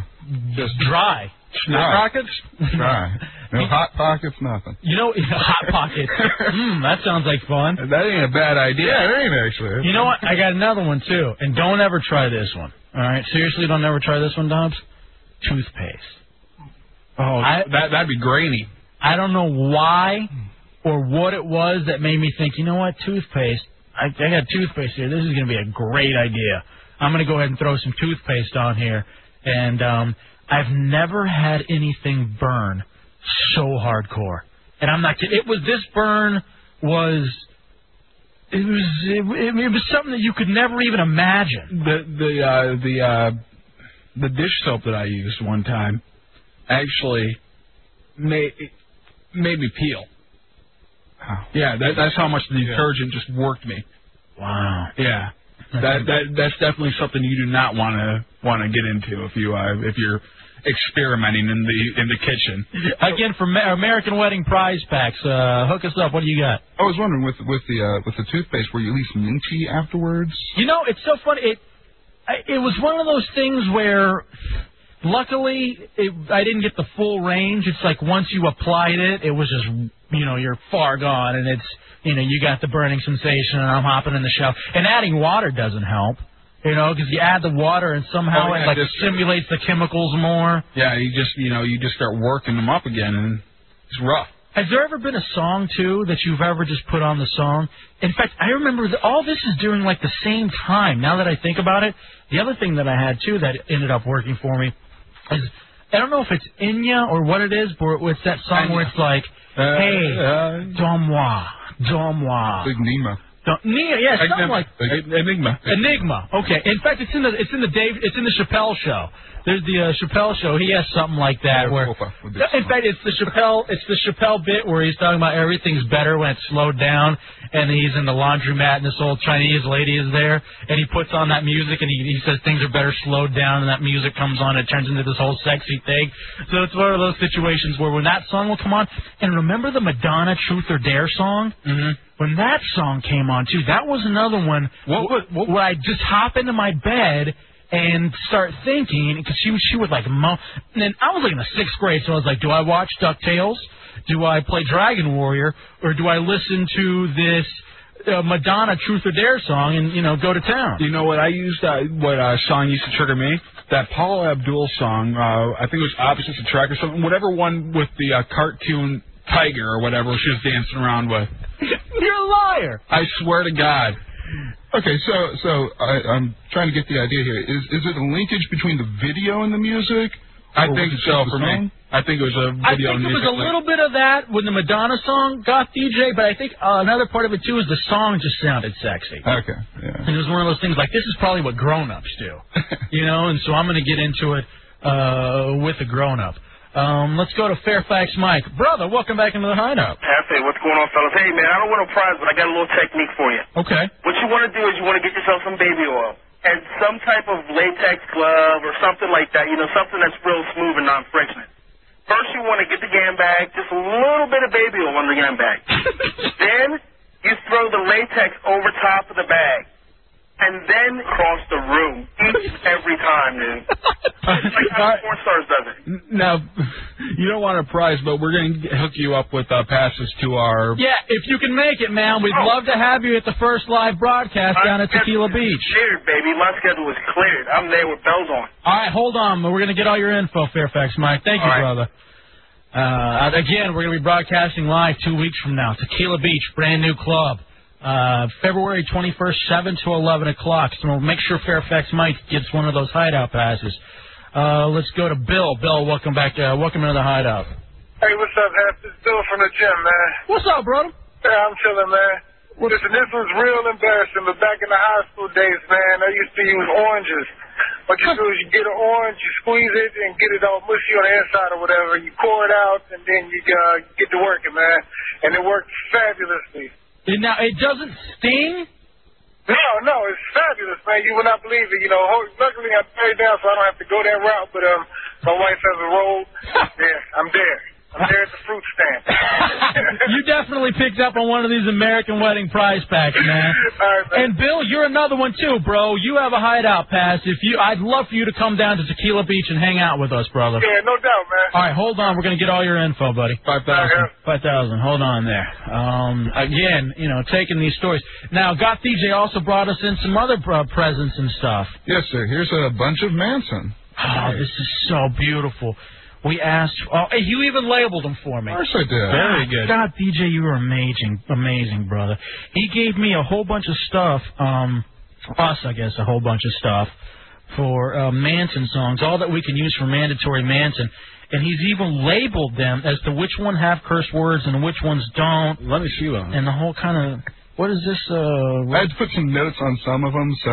Speaker 2: Just dry.
Speaker 20: Dry.
Speaker 2: Rockets?
Speaker 20: try. No hot pockets, nothing.
Speaker 2: You know, hot pockets. mm, that sounds like fun.
Speaker 20: That ain't a bad idea. Yeah, it ain't actually.
Speaker 2: You know what? I got another one too, and don't ever try this one. All right, seriously, don't ever try this one, Dobbs. Toothpaste.
Speaker 4: Oh,
Speaker 2: I-
Speaker 4: that that'd be grainy.
Speaker 2: I don't know why or what it was that made me think, you know what, toothpaste. I, I got toothpaste here. This is going to be a great idea. I'm going to go ahead and throw some toothpaste on here. And um, I've never had anything burn so hardcore. And I'm not kidding. It was this burn was it was it, it was something that you could never even imagine.
Speaker 4: the the uh, the uh, the dish soap that I used one time actually made it made me peel. Yeah, that, that's how much the detergent just worked me.
Speaker 2: Wow.
Speaker 4: Yeah, that that that's definitely something you do not want to want to get into if you uh, if you're experimenting in the in the kitchen.
Speaker 2: Again, for Ma- American Wedding prize packs, uh, hook us up. What do you got?
Speaker 20: I was wondering with with the uh, with the toothpaste, were you at least minty afterwards?
Speaker 2: You know, it's so funny. It I- it was one of those things where, luckily, it, I didn't get the full range. It's like once you applied it, it was just you know you're far gone, and it's you know you got the burning sensation, and I'm hopping in the shower. And adding water doesn't help, you know, because you add the water, and somehow
Speaker 4: Oh, yeah,
Speaker 2: it like
Speaker 4: just-
Speaker 2: stimulates the chemicals more.
Speaker 4: Yeah, you just you know you just start working them up again and it's rough.
Speaker 2: Has there ever been a song too that you've ever just put on the song? In fact, I remember that all this is during like the same time. Now that I think about it, the other thing that I had too that ended up working for me is I don't know if it's Inya or what it is, but it's that song where it's like,
Speaker 4: Uh,
Speaker 2: "Hey, Domwa, Domwa,
Speaker 20: Big Nima."
Speaker 2: Nia, yeah, something
Speaker 20: Enigma.
Speaker 2: like
Speaker 4: Enigma.
Speaker 2: Enigma. Okay. In fact, it's in the it's in the Dave it's in the Chappelle show. There's the uh, Chappelle show. He has something like that where. In fact, it's the Chappelle it's the Chappelle bit where he's talking about everything's better when it's slowed down, and he's in the laundromat and this old Chinese lady is there, and he puts on that music and he, he says things are better slowed down, and that music comes on, and it turns into this whole sexy thing. So it's one of those situations where when that song will come on, and remember the Madonna Truth or Dare song. Mm-hmm when that song came on too, that was another one wh- where I just hop into my bed and start thinking because she she would like mo- and then I was like in the sixth grade, so I was like, do I watch Ducktales? Do I play Dragon Warrior or do I listen to this? Uh, Madonna Truth or Dare song and you know go to town.
Speaker 4: You know what I used uh, what uh, song used to trigger me? That Paul Abdul song. Uh, I think it was Opposites Attract or something. Whatever one with the uh, cartoon tiger or whatever she was dancing around with.
Speaker 2: You're a liar.
Speaker 4: I swear to God.
Speaker 20: Okay, so so I, I'm trying to get the idea here. Is is it a linkage between the video and the music?
Speaker 4: I
Speaker 20: Or
Speaker 4: think
Speaker 20: was it
Speaker 4: so
Speaker 20: just the
Speaker 4: for me.
Speaker 20: song?
Speaker 4: I think it was a
Speaker 2: I
Speaker 4: video.
Speaker 2: think it was
Speaker 4: music
Speaker 2: a
Speaker 4: link.
Speaker 2: little bit of that when the Madonna song got DJ, but I think uh, another part of it too is the song just sounded sexy.
Speaker 20: Okay.
Speaker 2: And it was one of those things like this is probably what grown-ups do, you know. And so I'm going to get into it uh, with a grown-up. Um, let's go to Fairfax Mike, brother. Welcome back into the hideout.
Speaker 9: Hefe, what's going on, fellas? Hey, man, I don't want a prize, but I got a little technique for you.
Speaker 2: Okay.
Speaker 9: What you want to do is you want to get yourself some baby oil and some type of latex glove or something like that. You know, something that's real smooth and non-frictionless. First, you want to get the gam bag, just a little bit of baby oil on the gam bag. then you throw the latex over top of the bag, and then cross the room each and every time, dude. like how porn stars does it.
Speaker 4: Now, you don't want a prize, but we're going to hook you up with uh, passes to our.
Speaker 2: Yeah, if you can make it, man, we'd love to have you at the first live broadcast down at Tequila Beach.
Speaker 9: Cleared, baby. My schedule is cleared. I'm there with bells on.
Speaker 2: All right, hold on. We're going to get all your info, Fairfax Mike. Thank you, brother. Uh, again, we're going to be broadcasting live two weeks from now. Tequila Beach, brand new club. Uh, February 21st, 7 to 11 o'clock. So we'll make sure Fairfax Mike gets one of those hideout passes. Uh, let's go to Bill. Bill, welcome back. Uh, welcome into the hideout.
Speaker 8: Hey, what's up, Hef? It's Bill from the gym, man.
Speaker 2: What's up, brother?
Speaker 8: Yeah, I'm chilling, man. Listen, this was real embarrassing, but back in the high school days, man, I used to use oranges. What you do is you get an orange, you squeeze it, and get it all mushy on the inside or whatever. You core it out, and then you uh, get to working, man. And it worked fabulously.
Speaker 2: And now, it doesn't sting?
Speaker 8: No, no, it's fabulous, man. You would not believe it. You know, Ho- luckily I'm paid down, so I don't have to go that route. But um, my wife has a roll. yeah, I'm there. I'm there at the fruit stand.
Speaker 2: you definitely picked up on one of these American Wedding prize packs, man. And Bill, you're another one too, bro. You have a hideout pass. If you, I'd love for you to come down to Tequila Beach and hang out with us, brother.
Speaker 8: Yeah, no doubt, man.
Speaker 2: All right, hold on. We're gonna get all your info, buddy. Five thousand. Five thousand. Hold on there. Um, again, you know, taking these stories. Now, Got DJ also brought us in some other uh, presents and stuff.
Speaker 20: Yes, sir. Here's a bunch of Manson.
Speaker 2: Oh, this is so beautiful. We asked. Oh, hey, you even labeled them for me. Of
Speaker 20: course I did.
Speaker 2: Very good. God, DJ, you were amazing, amazing, brother. He gave me a whole bunch of stuff. Um, us, I guess, a whole bunch of stuff for uh, Manson songs. All that we can use for mandatory Manson. And he's even labeled them as to which one have curse words and which ones don't.
Speaker 4: Let me see one.
Speaker 2: And the whole kind of what is this? Uh,
Speaker 20: I had to put some notes on some of them, so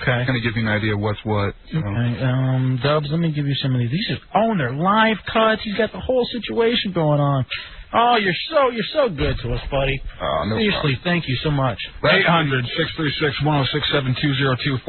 Speaker 2: okay,
Speaker 20: kind of give you an idea what's what. So.
Speaker 2: Okay, um, Dubs, let me give you some of these. These are on their live cuts. He's got the whole situation going on. Oh, you're so you're so good to us, buddy.
Speaker 20: Oh, no
Speaker 2: Seriously, thank you so much.
Speaker 4: 800 636 1067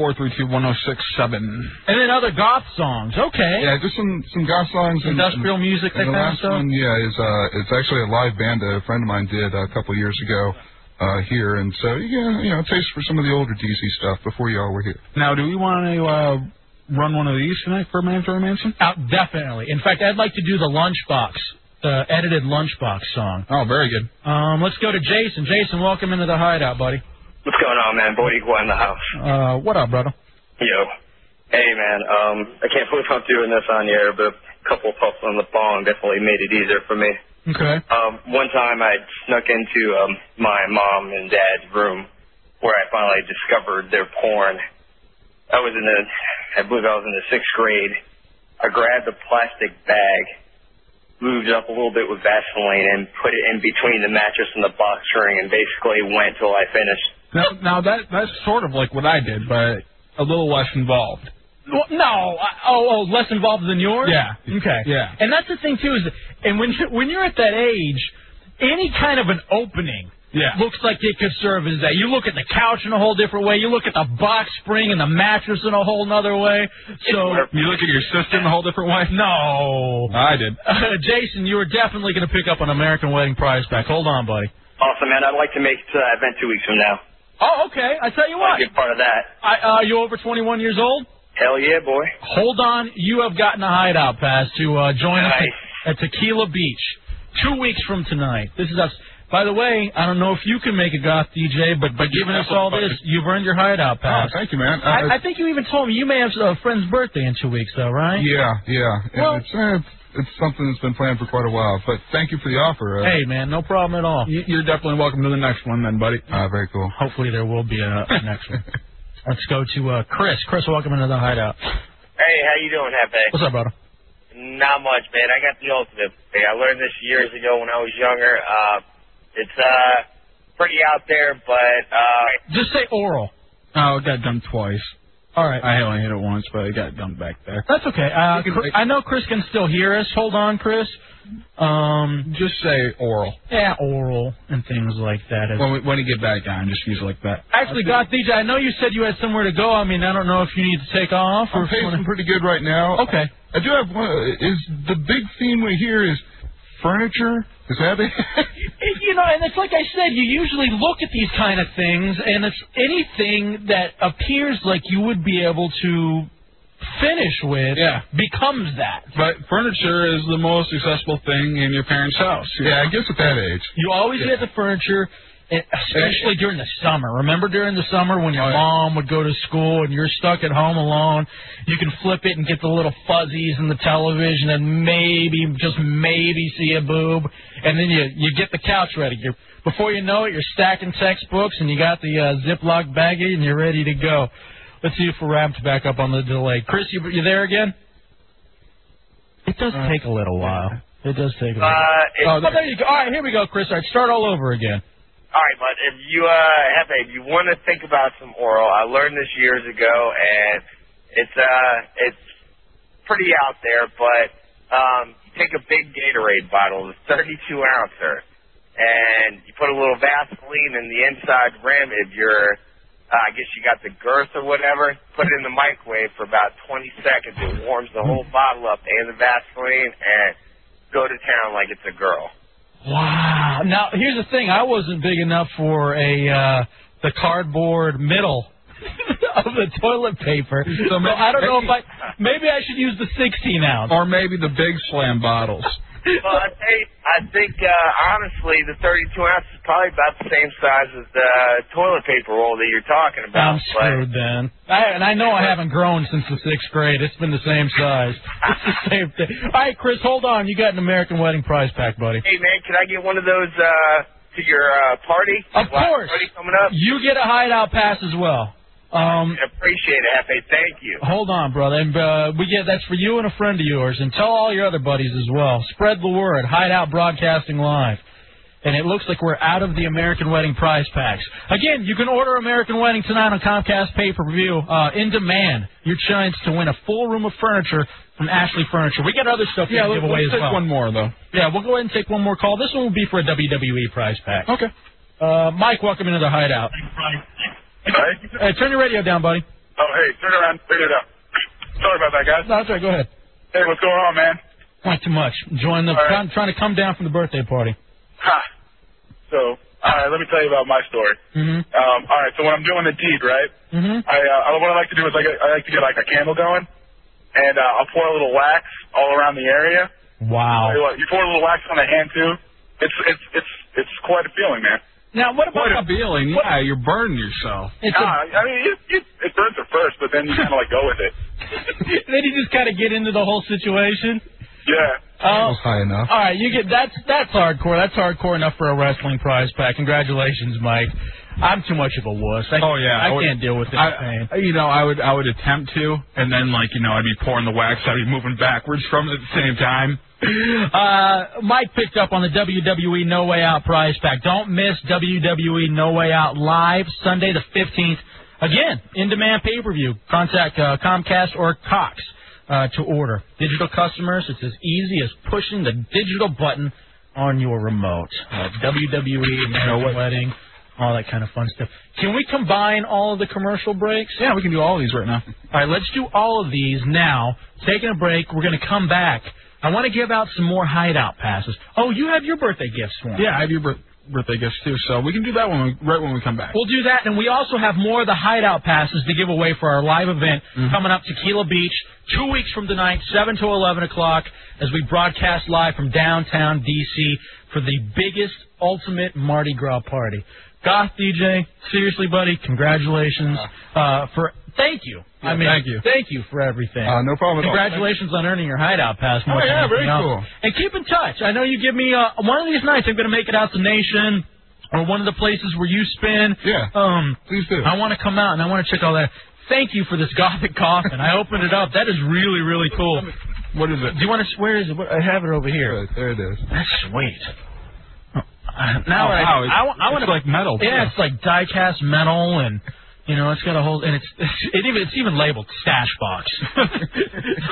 Speaker 4: 202 432 1067.
Speaker 2: And then other goth songs. Okay.
Speaker 20: Yeah, just some some goth songs. and- and,
Speaker 2: Industrial music,
Speaker 20: and
Speaker 2: that
Speaker 20: the
Speaker 2: kind
Speaker 20: last
Speaker 2: of stuff?
Speaker 20: one, yeah, is uh, it's actually a live band that a friend of mine did a couple of years ago uh, here, and so yeah, you know, taste for some of the older DC stuff before y'all were here.
Speaker 4: Now, do we want to uh, run one of these tonight for Mandatory Manson?
Speaker 2: Out, Uh, definitely. In fact, I'd like to do the lunchbox, the edited lunchbox song.
Speaker 4: Oh, very good.
Speaker 2: Um, let's go to Jason. Jason, welcome into the hideout, buddy.
Speaker 21: What's going on, man? Boy Equal in the house.
Speaker 2: Uh, what up, brother?
Speaker 21: Yo. Hey, man. Um, I can't believe I'm doing this on the air, but a couple puffs on the bong definitely made it easier for me.
Speaker 15: Okay.
Speaker 21: Um, one time I snuck into um, my mom and dad's room where I finally discovered their porn. I was in the, I believe I was in the sixth grade. I grabbed a plastic bag, moved it up a little bit with Vaseline, and put it in between the mattress and the box ring, and basically went till I finished.
Speaker 15: Now, now that that's sort of like what I did, but a little less involved.
Speaker 2: Well, no, I, oh, oh, less involved than yours.
Speaker 15: Yeah.
Speaker 2: Okay.
Speaker 15: Yeah.
Speaker 2: And that's the thing too is, and when you when you're at that age, any kind of an opening.
Speaker 15: Yeah.
Speaker 2: Looks like it could serve as that. You look at the couch in a whole different way. You look at the box spring and the mattress in a whole nother way. So
Speaker 15: You look at your sister in a whole different way.
Speaker 2: No,
Speaker 15: I did.
Speaker 2: Uh, Jason, you are definitely going to pick up an American Wedding prize pack. Hold on, buddy.
Speaker 21: Awesome, man. I'd like to make it to that event two weeks from now.
Speaker 2: Oh, okay. I tell you
Speaker 21: I'll
Speaker 2: what.
Speaker 21: be a part of that.
Speaker 2: I, uh, are you over 21 years old?
Speaker 21: Hell yeah, boy.
Speaker 2: Hold on. You have gotten a hideout pass to uh, join us
Speaker 21: Nice.
Speaker 2: at, at Tequila Beach two weeks from tonight. This is us. By the way, I don't know if you can make a goth DJ, but by giving us all this, you've earned your
Speaker 15: Oh,
Speaker 2: hideout pass.
Speaker 20: thank you, man. Uh,
Speaker 2: I, I think you even told me you may have a friend's birthday in two weeks, though, right?
Speaker 20: Yeah, yeah. And
Speaker 2: Well-
Speaker 20: it's, eh, it's something that's been planned for quite a while. But thank you for the offer. Uh,
Speaker 2: Hey, man, no problem at all. Uh,
Speaker 15: You're definitely welcome to the next one, then, buddy.
Speaker 20: Ah, very cool.
Speaker 2: Hopefully, there will be a, a next one. Let's go to uh, Chris. Chris, welcome into the hideout.
Speaker 7: Hey, how you doing, Hefe?
Speaker 2: What's up, brother?
Speaker 7: Not much, man. I got the ultimate. Hey, I learned this years ago when I was younger. Uh, it's uh pretty out there, but uh,
Speaker 2: Just say oral.
Speaker 15: Oh, it got done twice.
Speaker 2: All right.
Speaker 15: I only hit it once, but it got done back there.
Speaker 2: That's okay. Uh, Chris, I know Chris can still hear us. Hold on, Chris. Um,
Speaker 15: just say oral.
Speaker 2: Yeah, oral and things like that.
Speaker 15: When we, when you get back down, just use it like that.
Speaker 2: Actually, Goth DJ, I know you said you had somewhere to go. I mean, I don't know if you need to take off or
Speaker 20: I'm
Speaker 2: if you wanna-
Speaker 20: pacing pretty good right now.
Speaker 2: Okay.
Speaker 20: I do have one. Is the big theme we hear is furniture? Is that it?
Speaker 2: It- you know, and it's like I said, you usually look at these kind of things, and it's anything that appears like you would be able to finish with becomes that.
Speaker 15: But furniture is the most accessible thing in your parents' house.
Speaker 20: Yeah, I guess at that age.
Speaker 2: You always get the furniture,
Speaker 15: eh,
Speaker 2: and especially during the summer. Remember during the summer when your mom would go to school and you're stuck at home alone? You can flip it and get the little fuzzies and the television and maybe, just maybe see a boob. And then you, you get the couch ready. You're, before you know it, you're stacking textbooks and you got the uh, Ziploc baggie and you're ready to go. Let's see if we're ramped back up on the delay. Chris, you, you there again? It does take a little while. It does take a little
Speaker 7: uh, if,
Speaker 2: oh, there you go. All right, here we go, Chris. All right, start all over again.
Speaker 7: all right, bud. If you uh, Hefe, if you want to think about some oral, I learned this years ago, and it's uh, it's pretty out there, but um, you take a big Gatorade bottle, a 32 ouncer, and you put a little Vaseline in the inside rim if you're uh, I guess you got the girth or whatever. Put it in the microwave for about 20 seconds. It warms the whole bottle up and the Vaseline, and go to town like it's a girl.
Speaker 2: Wow. Now, here's the thing. I wasn't big enough for a uh, the cardboard middle of the toilet paper. So
Speaker 15: ma-
Speaker 2: I don't know if I maybe I should use the 16 ounce.
Speaker 15: Or maybe the big slam bottles.
Speaker 7: well, I think I think uh, honestly, the 32 ounce is probably about the same size as the uh, toilet paper roll that you're talking about.
Speaker 2: I'm screwed then. I, and I know I haven't grown since the sixth grade. It's been the same size. It's the same thing. All right, Chris, hold on. You got an American Wedding prize pack, buddy.
Speaker 7: Hey man, can I get one of those uh, to your uh, party?
Speaker 2: Of course.
Speaker 7: Party coming up.
Speaker 2: You get a hideout pass as well. Um,
Speaker 7: Appreciate it, Hefe. Thank you.
Speaker 2: Hold on, brother. And uh, we get that's for you and a friend of yours, and tell all your other buddies as well. Spread the word. Hideout Broadcasting Live. And it looks like we're out of the American Wedding prize packs. Again, you can order American Wedding tonight on Comcast Pay Per View uh, in demand. Your chance to win a full room of furniture from Ashley Furniture. We got other stuff we
Speaker 15: yeah,
Speaker 2: can
Speaker 15: let,
Speaker 2: give away
Speaker 15: let's
Speaker 2: as
Speaker 15: take
Speaker 2: well.
Speaker 15: one more though.
Speaker 2: Yeah, we'll go ahead and take one more call. This one will be for a WWE prize pack. Okay. Uh, Mike, welcome into the Hideout. Hey, turn your radio down, buddy.
Speaker 8: Oh, hey, turn around, turn it up. Sorry about that, guys.
Speaker 2: No, that's all right. Go ahead.
Speaker 8: Hey, what's going on, man?
Speaker 2: Not too much. Join the
Speaker 8: All right.
Speaker 2: I'm trying to come down from the birthday party.
Speaker 8: Ha. So, all right, let me tell you about my story.
Speaker 2: Mm-hmm.
Speaker 8: Um, all right, so when I'm doing the deed, right,
Speaker 2: Mm-hmm.
Speaker 8: I, uh, I- what I like to do is I, get, I like to get like a candle going, and uh, I'll pour a little wax all around the area.
Speaker 4: Oh.
Speaker 2: Wow.
Speaker 8: Tell you what, you pour a little wax on the hand too. It's it's it's it's quite a feeling, man.
Speaker 2: Now, what about
Speaker 15: what a feeling? Yeah, you're burning yourself.
Speaker 4: Ah.
Speaker 8: Nah, ah, I mean, it, it, it burns at first, but then you kind of like go with it.
Speaker 2: then you just kind of get into the whole situation.
Speaker 8: Yeah.
Speaker 20: That
Speaker 2: Oh.
Speaker 20: was high enough.
Speaker 5: All right, you get that's that's hardcore. That's hardcore enough for a wrestling prize pack. Congratulations, Mike. I'm too much of a wuss. I,
Speaker 4: oh yeah,
Speaker 5: I,
Speaker 4: would-
Speaker 5: can't deal with this pain.
Speaker 4: I, you know, I would I would attempt to, and then like you know, I'd be pouring the wax. I'd be moving backwards from it at the same time.
Speaker 2: Uh, Mike picked up on the WWE No Way Out prize pack. Don't miss WWE No Way Out live Sunday the 15th. Again, in-demand pay-per-view. Contact uh, Comcast or Cox uh, to order. Digital customers, it's as easy as pushing the digital button on your remote. Uh, WWE, American Wedding, all that kind of fun stuff. Can we combine all of the commercial breaks?
Speaker 4: Yeah, we can do all these right now.
Speaker 2: All right, let's do all of these now. Taking a break, we're going to come back. I want to give out some more hideout passes. Oh, you have your birthday gifts for me.
Speaker 4: Yeah, I have your bir- birthday gifts too, so we can do that when we, right when we come back.
Speaker 2: We'll do that, and we also have more of the hideout passes to give away for our live event coming up Tequila Beach, two weeks from tonight, 7 to 11 o'clock, as we broadcast live from downtown D.C. for the biggest, ultimate Mardi Gras party. Goth DJ, seriously, buddy, congratulations uh, for. Thank you. I
Speaker 5: Yeah,
Speaker 2: mean,
Speaker 5: thank you.
Speaker 2: thank you for everything.
Speaker 20: Uh, no problem at all.
Speaker 2: Congratulations on earning your hideout pass.
Speaker 20: Oh,
Speaker 2: more than
Speaker 20: yeah,
Speaker 2: anything
Speaker 20: very
Speaker 2: else.
Speaker 20: cool.
Speaker 2: And keep in touch. I know you give me uh, one of these nights. I'm going to make it out to Nation or one of the places where you spin.
Speaker 20: Yeah.
Speaker 2: Um,
Speaker 20: Please do.
Speaker 2: I want to come out and I want to check all that. Thank you for this gothic coffin. I opened it up. That is really really cool.
Speaker 4: What is it?
Speaker 2: Do you want to? Where is it? What- I have it over here.
Speaker 20: there it is.
Speaker 2: That's sweet. Uh, Now
Speaker 4: Oh,
Speaker 2: I,
Speaker 4: wow.
Speaker 2: I, wa- I
Speaker 4: It's
Speaker 2: want to
Speaker 4: like metal, too.
Speaker 2: Yeah, it's like die-cast metal, and you know it's got a whole and it's it even it's even labeled stash box.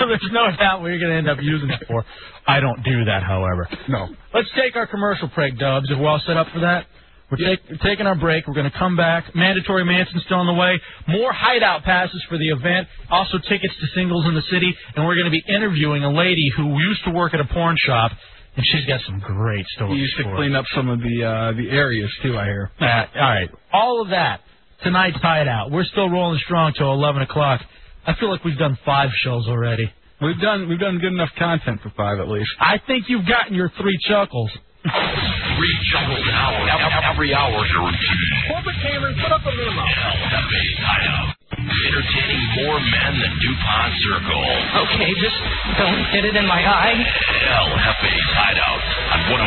Speaker 2: so there's no doubt what you're going to end up using it for. I don't do that, however.
Speaker 20: No.
Speaker 2: Let's take our commercial break, Dubs. If we're all set up for that, we're take, taking our break. We're going to come back. Mandatory Mansion's still on the way. More hideout passes for the event. Also tickets to singles in the city, and we're going to be interviewing a lady who used to work at a porn shop, and she's got some great stories.
Speaker 4: You used to
Speaker 2: for us.
Speaker 4: clean up some of the uh, the areas too. I hear.
Speaker 2: Uh, all right. All of that. Tonight's hideout. We're still rolling strong till 11 o'clock. I feel like we've done five shows already.
Speaker 4: We've done we've done good enough content for five at least.
Speaker 2: I think you've gotten your three chuckles.
Speaker 1: Three chuckles an hour, every hour guaranteed.
Speaker 19: Corporate Cameron, put up a memo.
Speaker 1: LFA Hideout. Entertaining more men than DuPont Circle.
Speaker 6: Okay, just don't get it in my eye.
Speaker 1: LFA Hideout on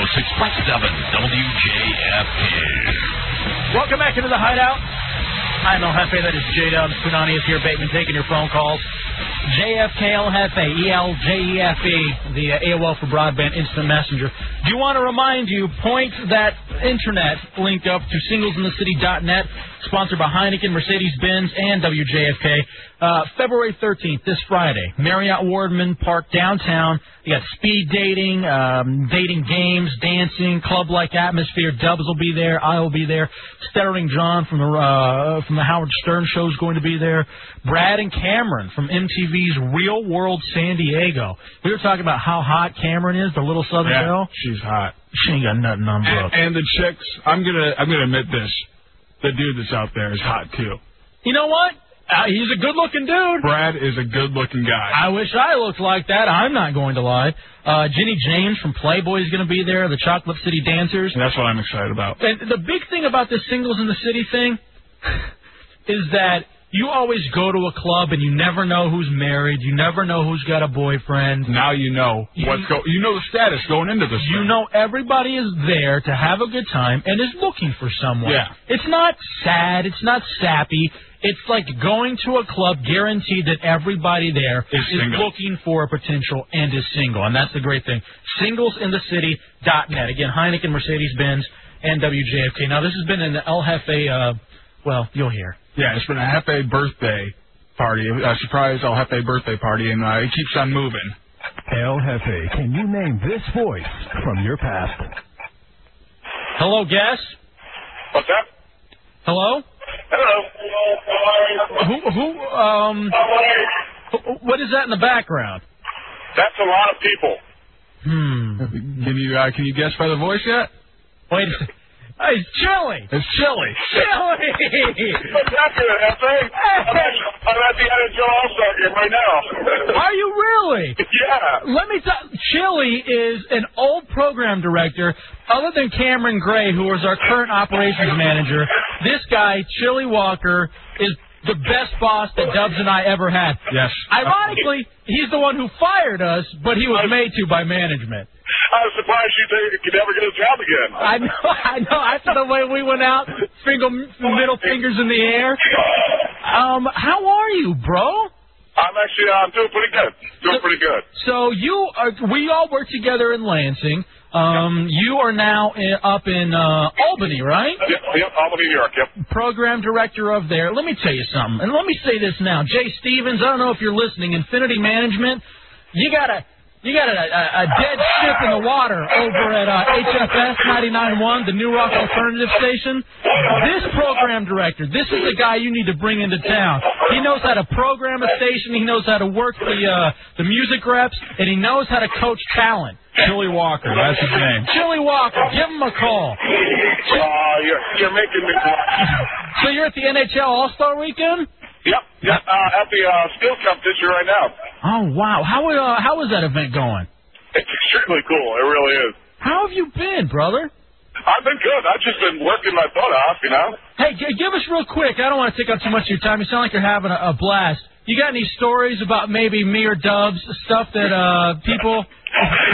Speaker 1: 106.7 WJFK.
Speaker 2: Welcome back into the hideout. I'm El Jefe. That is J Dubs. Punani is here. Bateman taking your phone calls. JFK El Jefe, E L J E F E, the uh, AOL for Broadband Instant Messenger. Do want to remind you, point that internet link up to singlesinthecity.net, sponsored by Heineken, Mercedes Benz, and WJFK. Uh, February 13th, this Friday, Marriott Wardman Park downtown. You got speed dating, um, dating games, dancing, club like atmosphere. Dubs will be there. I will be there. Stuttering John from the uh, from the Howard Stern show is going to be there. Brad and Cameron from MTV's Real World San Diego. We were talking about how hot Cameron is, the little Southern
Speaker 4: Yeah,
Speaker 2: girl.
Speaker 4: She's hot.
Speaker 2: She ain't got nothing on book.
Speaker 4: And, and the chicks, I'm gonna I'm gonna admit this. The dude that's out there is hot too.
Speaker 2: You know what? Uh, he's a good-looking dude.
Speaker 4: Brad is a good-looking guy.
Speaker 2: I wish I looked like that. I'm not going to lie. Uh, Jenny James from Playboy is going to be there. The Chocolate City Dancers.
Speaker 4: And that's what I'm excited about.
Speaker 2: And the big thing about this singles in the city thing is that you always go to a club and you never know who's married. You never know who's got a boyfriend.
Speaker 4: Now you know
Speaker 2: You-
Speaker 4: what's go. You know the status going into this.
Speaker 2: You
Speaker 4: thing.
Speaker 2: know everybody is there to have a good time and is looking for someone.
Speaker 4: Yeah.
Speaker 2: It's not sad. It's not sappy. It's like going to a club guaranteed that everybody there
Speaker 4: Is single.
Speaker 2: looking for a potential and is single. And that's the great thing. Singlesinthecity.net. Again, Heineken, Mercedes-Benz, and WJFK. Now, this has been an El Jefe, uh, well, you'll hear.
Speaker 4: Yeah, it's been a Hefe birthday party, a surprise El Hefe birthday party, and uh, it keeps on moving.
Speaker 3: El Jefe, can you name this voice from your past?
Speaker 2: Hello, guest.
Speaker 8: What's up?
Speaker 2: Hello?
Speaker 8: Hello.
Speaker 2: Who, who, um, wh- what is that in the background?
Speaker 8: That's a lot of people.
Speaker 2: Hmm.
Speaker 4: Can you uh, can you guess by the voice yet?
Speaker 2: Wait. a- Hey, it's chilly.
Speaker 4: It's chilly.
Speaker 2: Chilly.
Speaker 8: What's up here, Hefe? I'm at, I'm at the NHL All-Star game right now.
Speaker 2: Are you really?
Speaker 8: yeah.
Speaker 2: Let me tell. Chili is an old program director. Other than Cameron Gray, who is our current operations manager, this guy Chili Walker is the best boss that Dubs and I ever had.
Speaker 4: Yes.
Speaker 2: Ironically, he's the one who fired us, but he was made to by management.
Speaker 8: I was surprised you think- could never get a job again.
Speaker 2: I know, I know. After the way we went out, finger, middle fingers in the air. Um, how are you, bro?
Speaker 8: I'm actually uh, I'm doing pretty good. Doing pretty good.
Speaker 2: So you are. We all work together in Lansing. Um, you are now in, up in uh, Albany, right?
Speaker 8: Yep, yep, Albany, New York. Yep.
Speaker 2: program director of there. Let me tell you something, and let me say this now, Jay Stevens. I don't know if you're listening. Infinity Management, you got a you got a, a, a dead ship in the water over at uh, HFS 99.1, the New Rock Alternative Station. This program director, this is the guy you need to bring into town. He knows how to program a station. He knows how to work the uh, the music reps, and he knows how to coach talent.
Speaker 4: Chili Walker, that's his name.
Speaker 2: Chili Walker, give him a call.
Speaker 8: Uh, you're, you're making me.
Speaker 2: So you're at the NHL All Star Weekend.
Speaker 8: Yep, yep. Uh, at the uh, Steel competition right now.
Speaker 2: Oh wow! How uh, how is that event going?
Speaker 8: It's extremely cool. It really is.
Speaker 2: How have you been, brother?
Speaker 8: I've been good. I've just been working my butt off, you know.
Speaker 2: Hey, g- give us real quick. I don't want to take up too much of your time. You sound like you're having a, a blast. You got any stories about maybe me or Dubs stuff that uh, people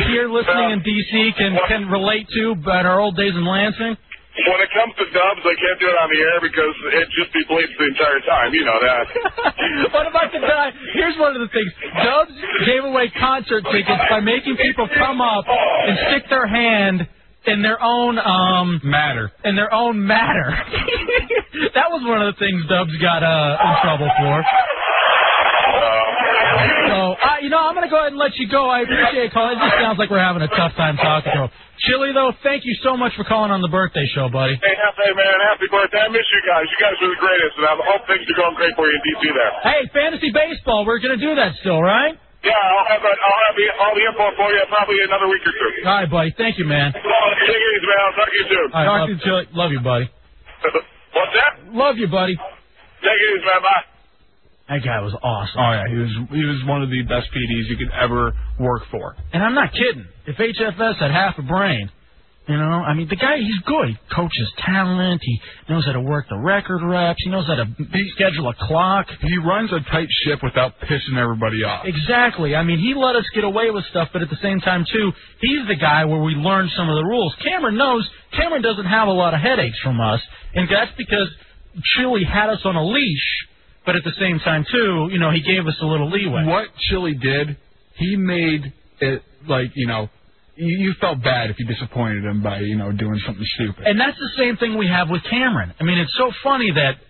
Speaker 2: here listening in DC can can relate to about our old days in Lansing?
Speaker 8: When it comes to dubs, I can't do it on the air because it'd just be bleeped the entire time. You know that.
Speaker 2: what about the guy? Here's one of the things. Dubs gave away concert tickets by making people come up and stick their hand in their own um
Speaker 4: matter.
Speaker 2: In their own matter. that was one of the things Dubs got uh, in trouble for. So, uh, you know, I'm going to go ahead and let you go. I appreciate it, call. It just sounds like we're having a tough time talking to him. Chili, though, thank you so much for calling on the birthday show, buddy.
Speaker 8: Hey, happy man, happy birthday! I miss you guys. You guys are the greatest, and I hope things are going great for you in DC there.
Speaker 2: Hey, fantasy baseball, we're going to do that still, right?
Speaker 8: Yeah, I'll have a, I'll have the, all the info for you probably in another week or two.
Speaker 2: All right, buddy. Thank you, man.
Speaker 8: Come on, Take it easy, man. I'll talk to you soon.
Speaker 2: All right, love, Chili. Love you, buddy.
Speaker 8: What's that?
Speaker 2: Love you, buddy.
Speaker 8: Take it easy, man. Bye.
Speaker 2: That guy was awesome.
Speaker 4: Oh yeah, he was he was one of the best PDs you could ever work for.
Speaker 2: And I'm not kidding. If HFS had half a brain, you know, I mean, the guy, he's good. He coaches talent. He knows how to work the record reps. He knows how to schedule a clock.
Speaker 4: He runs a tight ship without pissing everybody off.
Speaker 2: Exactly. I mean, he let us get away with stuff, but at the same time, too, he's the guy where we learn some of the rules. Cameron knows Cameron doesn't have a lot of headaches from us, and that's because Chili had us on a leash, but at the same time, too, you know, he gave us a little leeway.
Speaker 4: What Chili did, he made it like you know, you, you felt bad if you disappointed him by you know doing something stupid.
Speaker 2: And that's the same thing we have with Cameron. I mean, it's so funny that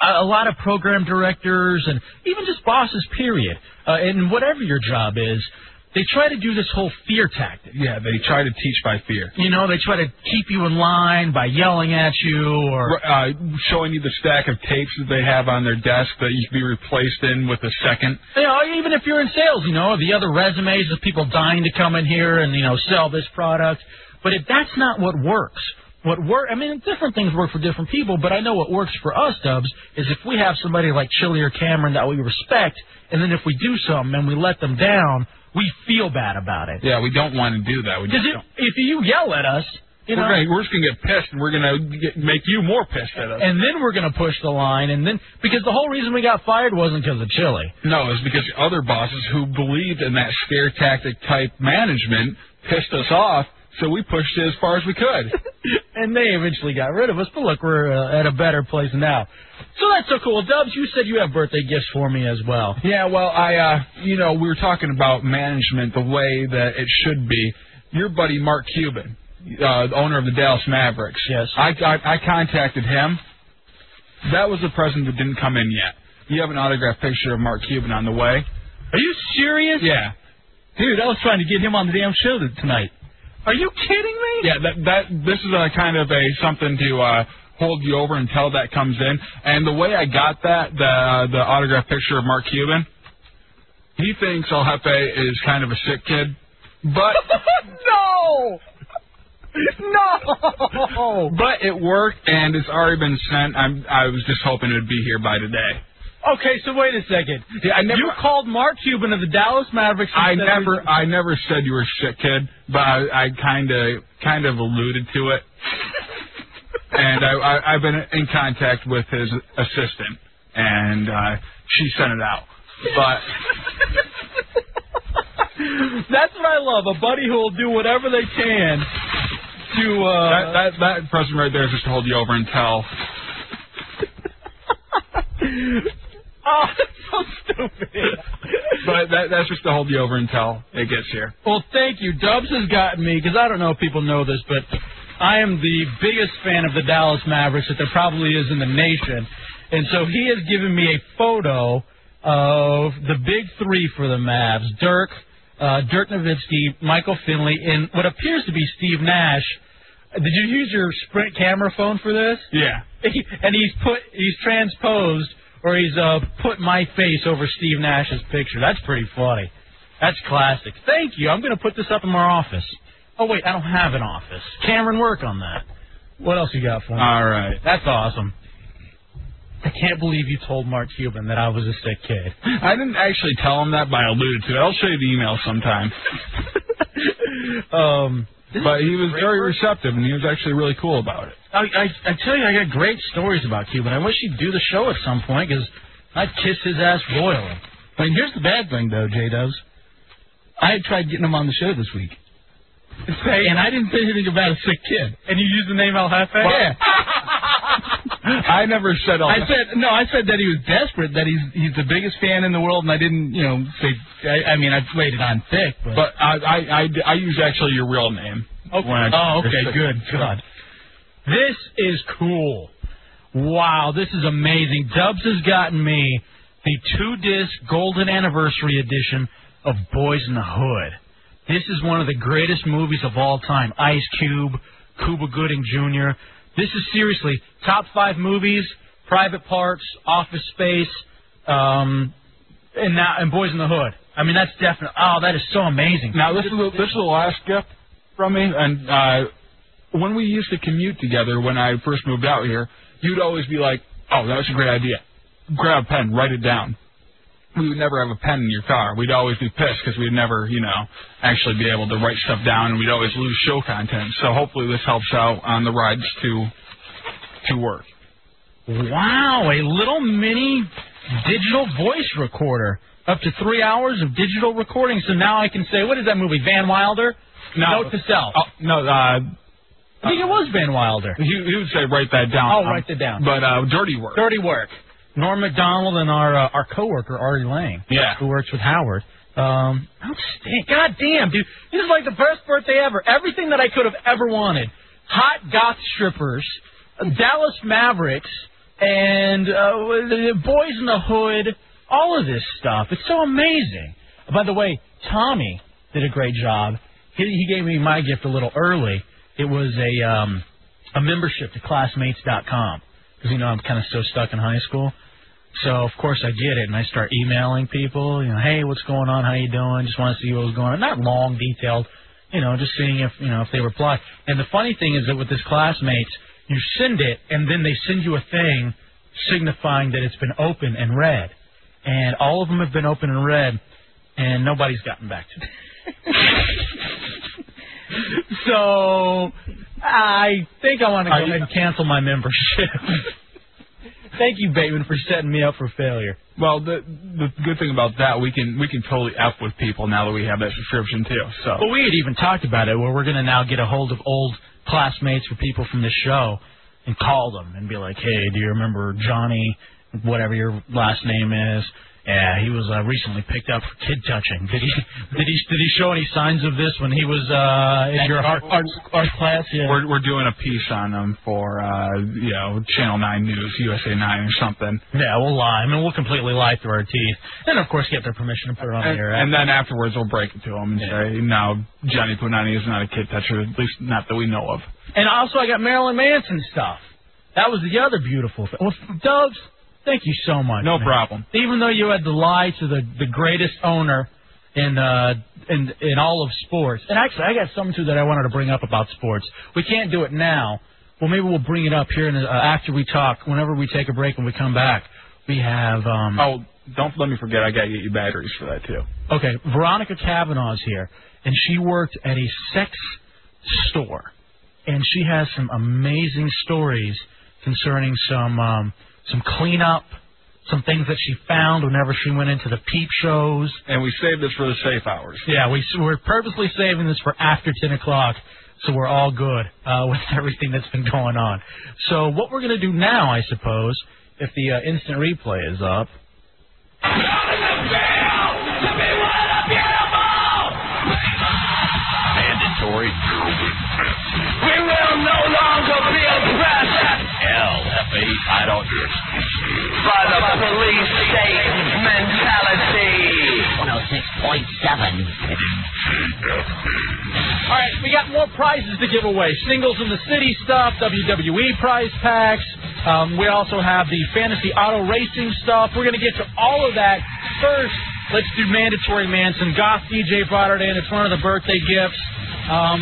Speaker 2: a- a lot of program directors and even just bosses, period, uh, and whatever your job is, they try to do this whole fear tactic.
Speaker 4: Yeah, they try to teach by fear.
Speaker 2: You know, they try to keep you in line by yelling at you or.
Speaker 4: Uh, showing you the stack of tapes that they have on their desk that you can be replaced in with a second.
Speaker 2: You know, even if you're in sales, you know, the other resumes of people dying to come in here and, you know, sell this product. But if that's not what works, what work, I mean, different things work for different people, but I know what works for us, Dubs, is if we have somebody like Chili or Cameron that we respect, and then if we do something and we let them down, we feel bad about it.
Speaker 4: Yeah, we don't want to do that. We
Speaker 2: Because
Speaker 4: just
Speaker 2: if,
Speaker 4: don't.
Speaker 2: if you yell at us, you know,
Speaker 4: we're, gonna, we're just gonna get pissed, and we're gonna get, make you more pissed at us.
Speaker 2: and then we're going to push the line, and then, because the whole reason we got fired wasn't because of Chili.
Speaker 4: No, it's because the other bosses who believed in that scare tactic type management pissed us off, so we pushed it as far as we could.
Speaker 2: and they eventually got rid of us. But look, we're uh, at a better place now. So that's so cool. Dubs, you said you have birthday gifts for me as well.
Speaker 4: yeah, well, I, uh, you know, we were talking about management the way that it should be. Your buddy Mark Cuban, uh, the owner of the Dallas Mavericks.
Speaker 2: Yes.
Speaker 4: I, I, I contacted him. That was the present that didn't come in yet. You have an autographed picture of Mark Cuban on the way.
Speaker 2: Are you serious?
Speaker 4: Yeah.
Speaker 2: Dude, I was trying to get him on the damn show tonight. Are you kidding me?
Speaker 4: Yeah, that that this is a kind of a something to uh hold you over until that comes in. And the way I got that, the the autograph picture of Mark Cuban, he thinks El Jefe is kind of a sick kid. But
Speaker 2: no. No.
Speaker 4: But it worked and it's already been sent. I'm I was just hoping it would be here by today.
Speaker 2: Okay, so wait a second.
Speaker 4: Yeah, I never-
Speaker 2: you called Mark Cuban of the Dallas Mavericks. and
Speaker 4: I
Speaker 2: said-
Speaker 4: never I never said you were a sick kid, but I, I kinda kind of alluded to it. and I, I I've been in contact with his assistant. and uh, she sent it out. But
Speaker 2: That's what I love. A buddy who will do whatever they can to. Uh,
Speaker 4: that, that that person right there is just to hold you over and tell.
Speaker 2: oh, that's so stupid.
Speaker 4: But that, that's just to hold you over until it gets here.
Speaker 2: Well, thank you. Dubs has gotten me because I don't know if people know this, but I am the biggest fan of the Dallas Mavericks that there probably is in the nation, and so he has given me a photo of the big three for the Mavs: Dirk, uh, Dirk Nowitzki, Michael Finley, and what appears to be Steve Nash. Did you use your Sprint camera phone for this?
Speaker 4: Yeah.
Speaker 2: and he's put he's transposed or he's uh put my face over Steve Nash's picture. That's pretty funny. That's classic. Thank you. I'm going to put this up in my office. Oh wait, I don't have an office. Cameron, work on that. What else you got for me?
Speaker 4: All right.
Speaker 2: That's awesome. I can't believe you told Mark Cuban that I was a sick kid.
Speaker 4: I didn't actually tell him that, but I alluded to it. I'll show you the email sometime.
Speaker 2: um,
Speaker 4: but he was very receptive, and he was actually really cool about it.
Speaker 2: I, I, I tell you, I got great stories about Cuban. I wish he'd do the show at some point because I'd kiss his ass royally.
Speaker 12: I mean, here's the bad thing though, J Dubs. I had tried getting him on the show this week. and I didn't say anything about a sick kid.
Speaker 2: And you used the name El Jefe?
Speaker 12: Yeah.
Speaker 4: I never said all
Speaker 12: I
Speaker 4: that.
Speaker 12: said no. I said that he was desperate, that he's he's the biggest fan in the world, and I didn't, you know, say. I, I mean, I laid it on thick, but,
Speaker 4: But I, I, I, I use actually your real name.
Speaker 2: Okay.
Speaker 4: when I-
Speaker 2: oh, okay, good. God. This is cool. Wow, this is amazing. Dubs has gotten me the two disc golden anniversary edition of Boys in the Hood. This is one of the greatest movies of all time. Ice Cube, Cuba Gooding Jr. This is seriously top five movies, private parts, office space, um, and now and Boys in the Hood. I mean that's definitely oh, that is so amazing.
Speaker 4: Now this is the, this is the last gift from me, and uh, when we used to commute together when I first moved out here, you'd always be like, "Oh, that was a great idea. Grab a pen, write it down." We would never have a pen in your car. We'd always be pissed because we'd never, you know, actually be able to write stuff down, and we'd always lose show content. So hopefully this helps out on the rides to to work.
Speaker 2: Wow, a little mini digital voice recorder. Up to three hours of digital recording. So now I can say, what is that movie? Van Wilder?
Speaker 4: No.
Speaker 2: Note to self.
Speaker 4: Oh, no, uh,
Speaker 2: I think it was Van Wilder.
Speaker 4: He, he would say, "Write that down."
Speaker 2: I'll Oh, write that down.
Speaker 4: But uh, dirty work.
Speaker 2: Dirty work. Norm McDonald and our uh, our coworker Artie Lang,
Speaker 4: Yeah.
Speaker 2: who works with Howard. Um, outstanding. God damn, dude, this is like the best birthday ever. Everything that I could have ever wanted: hot goth strippers, Dallas Mavericks, and uh, the Boys in the Hood. All of this stuff. It's so amazing. By the way, Tommy did a great job. He, he gave me my gift a little early. It was a um, a membership to classmates.com because you know I'm kind of so stuck in high school. So of course I get it, and I start emailing people. You know, hey, what's going on? How you doing? Just want to see what was going on. Not long, detailed. You know, just seeing if you know if they reply. And the funny thing is that with this classmates, you send it, and then they send you a thing signifying that it's been open and read. And all of them have been open and read, and nobody's gotten back to me. so I think I want to go ahead and cancel my membership. Thank you, Bateman, for setting me up for failure.
Speaker 4: Well, the the good thing about that we can we can totally f with people now that we have that subscription too. So
Speaker 2: But we had even talked about it where we're going to now get a hold of old classmates or people from the show and call them and be like, hey, do you remember Johnny, whatever your last name is? Yeah, he was uh, recently picked up for kid touching. Did he did he did he show any signs of this when he was uh, in your art, art, art class? Yeah.
Speaker 4: we're we're doing a piece on them for uh, you know Channel Nine News, USA Nine, or something.
Speaker 2: Yeah, we'll lie. I mean, we'll completely lie through our teeth, and of course, get their permission to put it on
Speaker 4: And,
Speaker 2: the air.
Speaker 4: and then afterwards we'll break it to them and say, no, Johnny Punani is not a kid toucher, at least not that we know of.
Speaker 2: And also, I got Marilyn Manson stuff. That was the other beautiful thing. Well, Dubs, thank you so much.
Speaker 4: No
Speaker 2: man.
Speaker 4: problem.
Speaker 2: Even though you had to lie to the the greatest owner in uh in in all of sports, and actually, I got something too that I wanted to bring up about sports. We can't do it now. Well, maybe we'll bring it up here in, uh, after we talk. Whenever we take a break and we come back, we have um.
Speaker 4: Oh, don't let me forget, I gotta get you batteries for that too.
Speaker 2: Okay, Veronica Kavanaugh's here, and she worked at a sex store, and she has some amazing stories concerning some um, some cleanup, some things that she found whenever she went into the peep shows.
Speaker 4: And we saved this for the safe hours.
Speaker 2: Yeah, we so we're purposely saving this for after ten o'clock, so we're all good uh, with everything that's been going on. So what we're gonna do now, I suppose, if the uh, instant replay is up.
Speaker 12: Mandatory German
Speaker 1: We will no longer be oppressed
Speaker 12: LFA title is
Speaker 1: by the police state mentality.
Speaker 22: 106.7.
Speaker 2: All right, we got more prizes to give away. Singles in the City stuff, WWE prize packs. Um, we also have the fantasy auto racing stuff. We're going to get to all of that. First, let's do Mandatory Manson. Goth DJ brought it in. It's one of the birthday gifts um,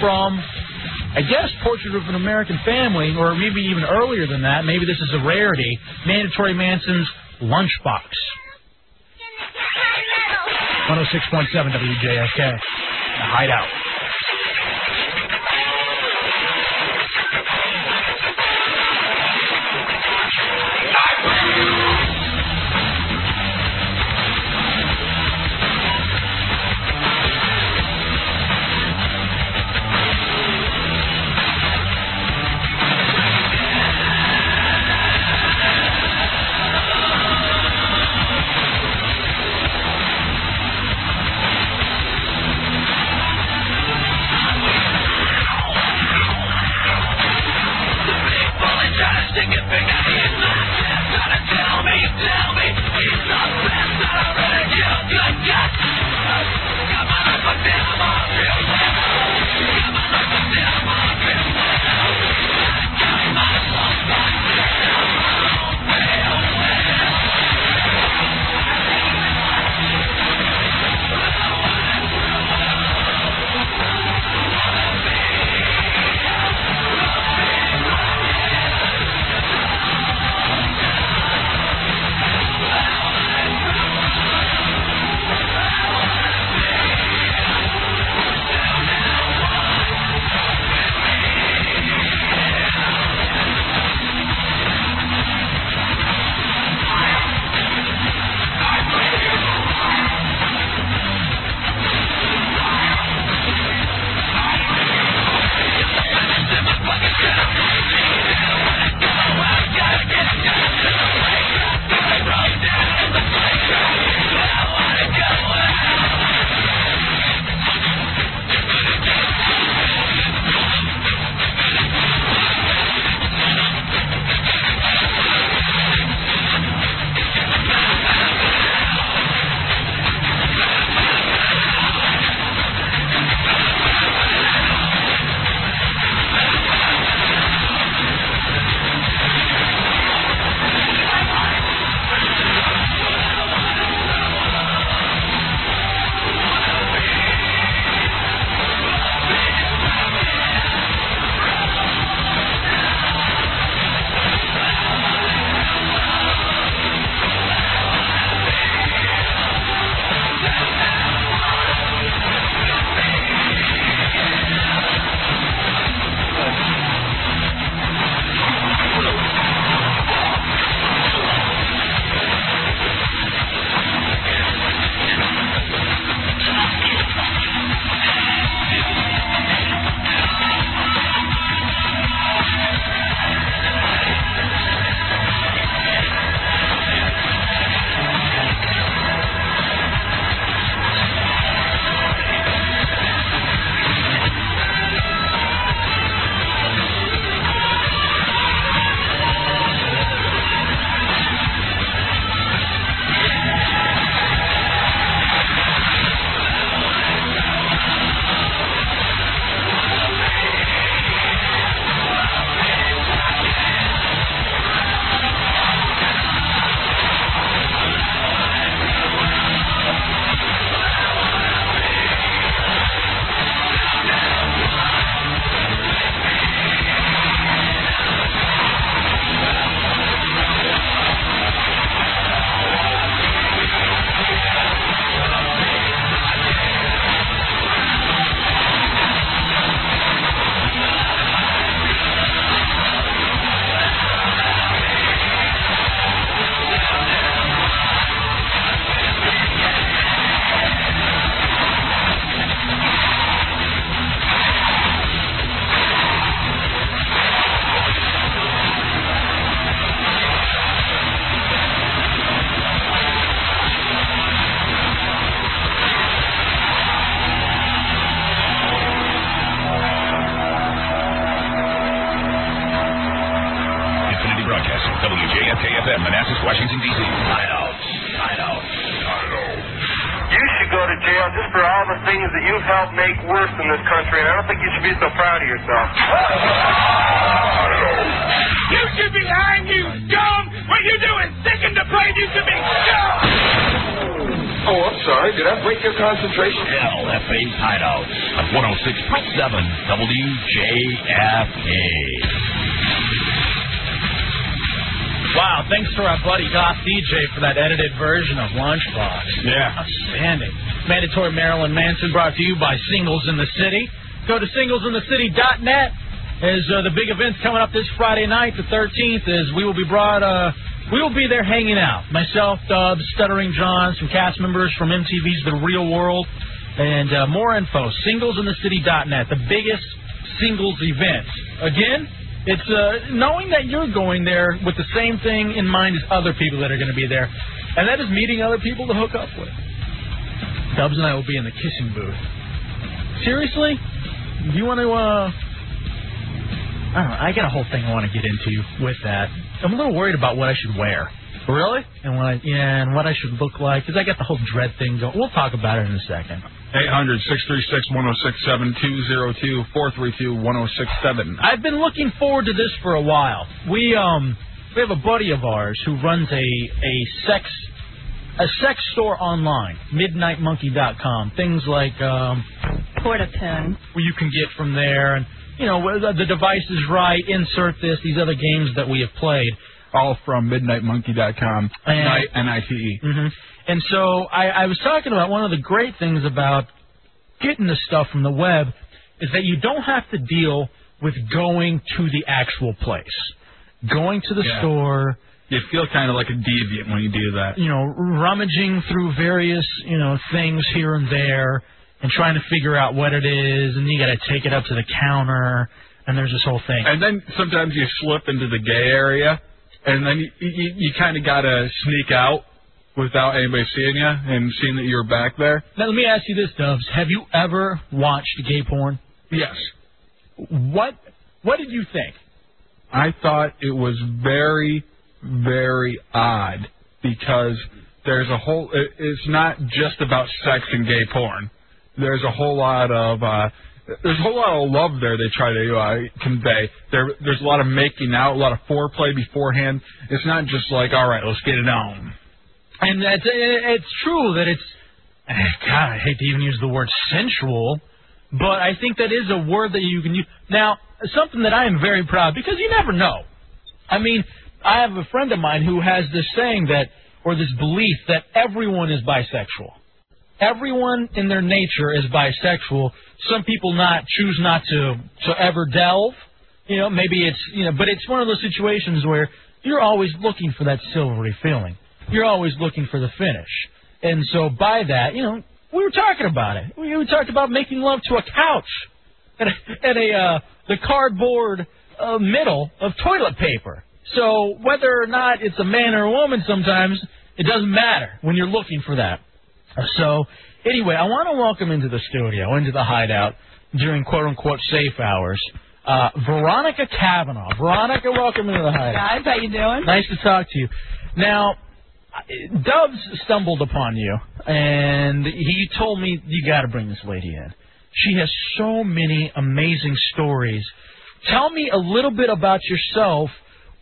Speaker 2: from, I guess, Portrait of an American Family, or maybe even earlier than that. Maybe this is a rarity. Mandatory Manson's Lunchbox. 106.7 WJFK. The Hideout.
Speaker 1: Thank
Speaker 8: go to jail just for all the things that you've helped make worse in this country, and I don't think you should be so proud of yourself.
Speaker 12: You should be hanged, you scum! What you do is sicken the plane, you should be scum!
Speaker 1: Oh, I'm sorry. Did I break your concentration? LFA's Hideout on 106.7 WJFK.
Speaker 2: Wow, thanks to our buddy Goth DJ for that edited version of Lunchbox. Yeah. Outstanding. Mandatory Marilyn Manson brought to you by Singles in the City. Go to singlesinthecity.net. As uh, the big event's coming up this Friday night, the 13th, is we will be brought, uh, we will be there hanging out. Myself, Dubs, Stuttering John, some cast members from MTV's The Real World, and uh, more info, singlesinthecity.net, the biggest singles event. Again, it's uh, knowing that you're going there with the same thing in mind as other people that are going to be there, and that is meeting other people to hook up with. Dubs and I will be in the kissing booth. Seriously, you want to? Uh, I don't know. I got a whole thing I want to get into with that. I'm a little worried about what I should wear. Really? And what I yeah, and what I should look like because I got the whole dread thing going. We'll talk about it in a second.
Speaker 4: 800 636 1067 202 432 1067.
Speaker 2: I've been looking forward to this for a while. We um we have a buddy of ours who runs a a sex a sex store online, midnightmonkey.com. Things like um
Speaker 16: Porta pin.
Speaker 2: where you can get from there and you know whether the device is right, insert this, these other games that we have played.
Speaker 4: All from midnightmonkey.com.
Speaker 2: And-
Speaker 4: Night, N-I-T-E.
Speaker 2: hmm And so I, I was talking about one of the great things about getting the stuff from the web is that you don't have to deal with going to the actual place, going to the
Speaker 4: Yeah.
Speaker 2: store,
Speaker 4: You feel kind of like a deviant when you do that.
Speaker 2: you know, rummaging through various you know things here and there, and trying to figure out what it is, and you got to take it up to the counter, and there's this whole thing.
Speaker 4: And then sometimes you slip into the gay area, and then you, you, you kind of got to sneak out without anybody seeing you and seeing that you're back there.
Speaker 2: Now let me ask you this, Dubs: Have you ever watched gay porn?
Speaker 4: Yes.
Speaker 2: What What did you think?
Speaker 4: I thought it was very, very odd because there's a whole. It, it's not just about sex and gay porn. There's a whole lot of. Uh, there's a whole lot of love there they try to uh, convey. There, there's a lot of making out, a lot of foreplay beforehand. It's not just like, all right, let's get it on.
Speaker 2: And that's, it's true that it's. eh, God, I hate to even use the word sensual, but I think that is a word that you can use. Now, something that I am very proud because you never know. I mean, I have a friend of mine who has this saying that, or this belief that everyone is bisexual. Everyone in their nature is bisexual. Some people not choose not to to ever delve. You know, maybe it's you know, but it's one of those situations where you're always looking for that silvery feeling. You're always looking for the finish. And so by that, you know, we were talking about it. We, we talked about making love to a couch and a, and a uh, the cardboard uh, middle of toilet paper. So whether or not it's a man or a woman, sometimes it doesn't matter when you're looking for that. So anyway, I want to welcome into the studio, into the hideout during quote unquote safe hours, uh, Veronica Kavanaugh. Veronica, welcome into the hideout.
Speaker 16: Guys, how you doing?
Speaker 2: Nice to talk to you. Now, Dubs stumbled upon you, and he told me you got to bring this lady in. She has so many amazing stories. Tell me a little bit about yourself,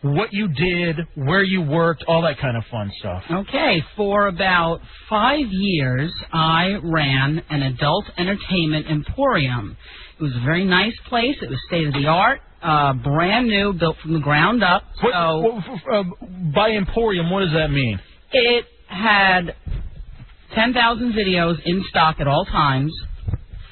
Speaker 2: what you did, where you worked, all that kind of fun stuff.
Speaker 14: Okay, for about five years, I ran an adult entertainment emporium. It was a very nice place. It was state of the art, uh, brand new, built from the ground up.
Speaker 2: What,
Speaker 14: so
Speaker 2: what- f- f- uh, by emporium, what does that mean?
Speaker 14: it had 10,000 videos in stock at all times,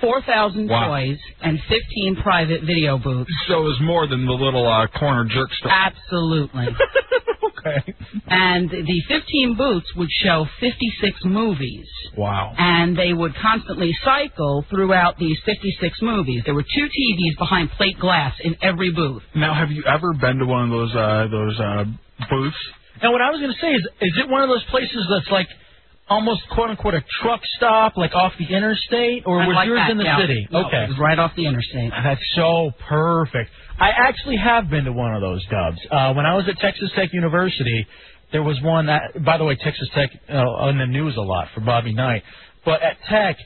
Speaker 14: 4,000
Speaker 4: Wow.
Speaker 14: toys, and 15 private video booths.
Speaker 4: So it was more than the little uh, corner jerk stuff.
Speaker 14: Absolutely.
Speaker 2: okay.
Speaker 14: And the 15 booths would show 56 movies.
Speaker 2: Wow.
Speaker 14: And they would constantly cycle throughout these 56 movies. There were two TVs behind plate glass in every booth.
Speaker 4: Now, have you ever been to one of those uh, those uh, booths?
Speaker 2: Now, what I was going to say is, is it one of those places that's like almost quote unquote a truck stop, like off the interstate, or
Speaker 14: Kind of
Speaker 2: was
Speaker 14: like
Speaker 2: yours
Speaker 14: that,
Speaker 2: in the
Speaker 14: yeah.
Speaker 2: city?
Speaker 14: No,
Speaker 2: okay,
Speaker 14: it was right off the interstate.
Speaker 2: That's so perfect. I actually have been to one of those dubs. Uh, when I was at Texas Tech University, there was one. That, by the way, Texas Tech uh, on the news a lot for Bobby Knight. But at Tech,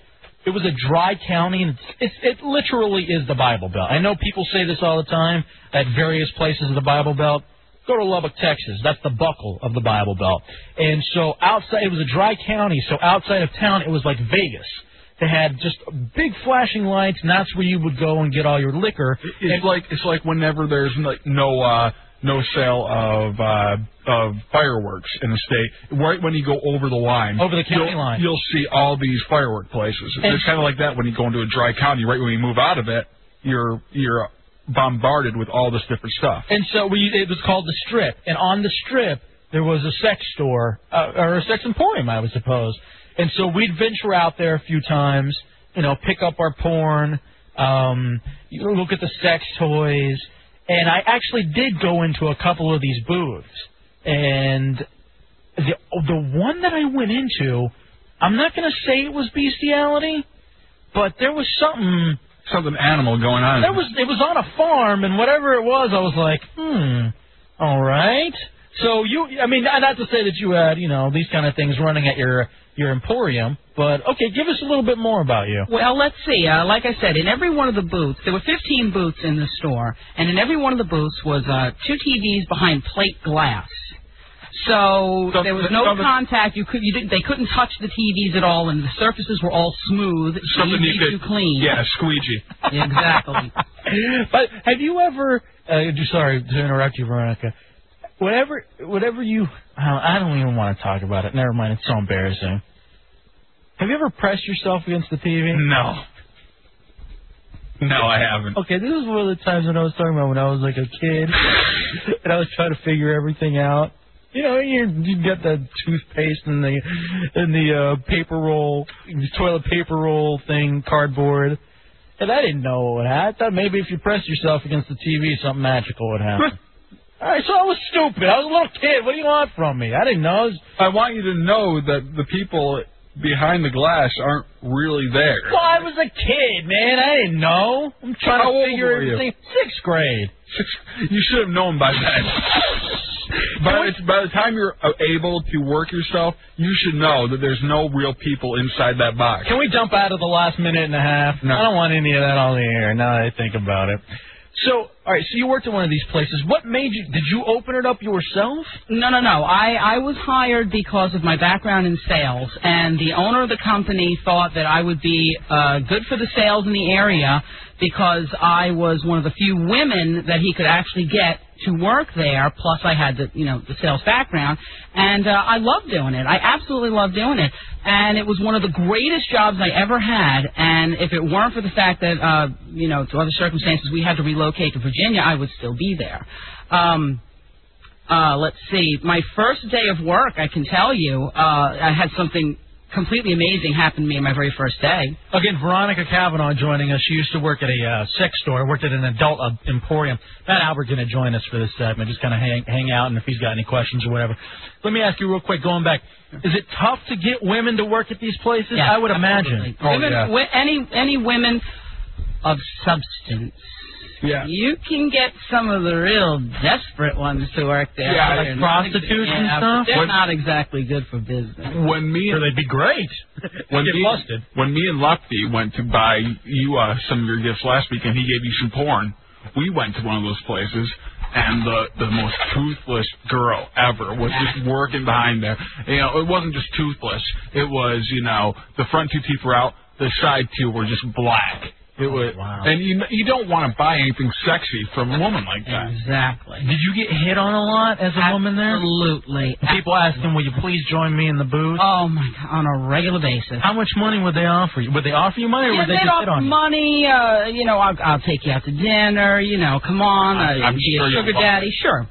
Speaker 2: it was a dry county, and it's, it literally is the Bible Belt. I know people say this all the time at various places of the Bible Belt. Go to Lubbock, Texas. That's the buckle of the Bible Belt. And so outside, it was a dry county, so outside of town, it was like Vegas. They had just big flashing lights, and that's where you would go and get all your liquor.
Speaker 4: It's like it's like whenever there's like no uh, no sale of uh, of fireworks in the state. Right when you go over the line,
Speaker 2: Over the county
Speaker 4: you'll,
Speaker 2: line.
Speaker 4: you'll see all these firework places.
Speaker 2: And-
Speaker 4: it's kind of like that when you go into a dry county. Right when you move out of it, you're you're bombarded with all this different stuff.
Speaker 2: And so we it was called the Strip, and on the Strip there was a sex store uh, or a sex emporium, I would suppose. And so we'd venture out there a few times, you know, pick up our porn, um, you know, look at the sex toys, and I actually did go into a couple of these booths, and the the one that I went into, I'm not going to say it was bestiality, but there was something
Speaker 4: something animal going on.
Speaker 2: There was it was on a farm, and whatever it was, I was like, hmm, all right. So you, I mean, not to say that you had you know these kind of things running at your your emporium, but okay, give us a little bit more about you.
Speaker 14: Well, let's see. Uh, like I said, in every one of the booths, there were 15 booths in the store, and in every one of the booths was uh, two TVs behind plate glass. So there was no
Speaker 23: something-
Speaker 14: contact. You could, you didn't. They couldn't touch the TVs at all, and the surfaces were all smooth,
Speaker 4: Something
Speaker 14: easy
Speaker 4: you could
Speaker 14: to clean.
Speaker 4: Yeah, squeegee.
Speaker 14: exactly.
Speaker 2: but have you ever? Uh, just- sorry to interrupt you, Veronica. Whatever, whatever you, uh, I don't even want to talk about it. Never mind, it's so embarrassing. Have you ever pressed yourself against the TV?
Speaker 4: No. No, I haven't.
Speaker 2: Okay, this is one of the times when I was talking about when I was like a kid, and I was trying to figure everything out. You know, you you get the toothpaste and the and the uh, paper roll, toilet paper roll thing, cardboard, and I didn't know what would happen. I thought maybe if you pressed yourself against the TV, something magical would happen. All right, so I was stupid. I was a little kid. What do you want from me? I didn't know. I,
Speaker 4: want you to know that the people behind the glass aren't really there.
Speaker 2: Well, I was a kid, man. I didn't know. I'm trying
Speaker 4: How
Speaker 2: to
Speaker 4: old
Speaker 2: figure
Speaker 4: were you?
Speaker 2: everything. Sixth grade.
Speaker 4: You should have known by that. By the, by the time you're uh, able to work yourself, you should know that there's no real people inside that box.
Speaker 2: Can we jump out of the last minute and a half? I don't want any of that on the air. Now that I think about it. So, all right. So you worked at one of these places. What made you? Did you open it up yourself?
Speaker 14: No, no, no. I, I was hired because of my background in sales, and the owner of the company thought that I would be uh, good for the sales in the area because I was one of the few women that he could actually get to work there. Plus, I had the you know the sales background, and uh, I loved doing it. I absolutely loved doing it, and it was one of the greatest jobs I ever had. And if it weren't for the fact that uh, you know, to other circumstances, we had to relocate to Virginia, I would still be there. Um, uh, let's see, my first day of work, I can tell you, uh, I had something completely amazing happen to me on my very first day.
Speaker 2: Again, Veronica Kavanaugh joining us. She used to work at a uh, sex store. Worked at an adult uh, emporium. Matt Albert's going to join us for this segment. Just kind of hang hang out, and if he's got any questions or whatever. Let me ask you real quick. Going back, is it tough to get women to work at these places?
Speaker 14: Yeah,
Speaker 2: I would imagine. Oh,
Speaker 14: absolutely. Oh, Women- wi- any any women of substance.
Speaker 4: Yeah.
Speaker 14: You can get some of the real desperate ones to work there.
Speaker 4: Yeah,
Speaker 14: They're
Speaker 4: like
Speaker 14: not exa-
Speaker 4: prostitutes and
Speaker 14: yeah, but
Speaker 4: stuff?
Speaker 14: They're
Speaker 4: What-
Speaker 14: not exactly good for business.
Speaker 4: When me,
Speaker 2: sure, they'd be great.
Speaker 4: When
Speaker 2: Get
Speaker 4: me,
Speaker 2: busted.
Speaker 4: when me and Lefty went to buy you uh, some of your gifts last week, and he gave you some porn, we went to one of those places, and the the most toothless girl ever was just working behind there. You know, it wasn't just toothless; it was you know the front two teeth were out, the side two were just black. It was, and you you don't want to buy anything sexy from a woman like that.
Speaker 14: Exactly.
Speaker 2: Did you get hit on a lot as a woman there?
Speaker 14: Absolutely.
Speaker 2: People asking, "Will you please join me in the booth?"
Speaker 14: Oh my god, on a regular basis.
Speaker 2: How much money would they offer you? Would they offer you money, or
Speaker 14: Yeah,
Speaker 2: would they
Speaker 14: they'd
Speaker 2: just hit
Speaker 14: offer
Speaker 2: on you?
Speaker 14: money. Uh, you know, I'll, I'll take you out to dinner. You know, come on.
Speaker 2: I'm-
Speaker 14: uh,
Speaker 2: I'm
Speaker 14: be
Speaker 2: sure
Speaker 14: a
Speaker 2: you'll
Speaker 14: sugar
Speaker 2: love
Speaker 14: daddy. Sure.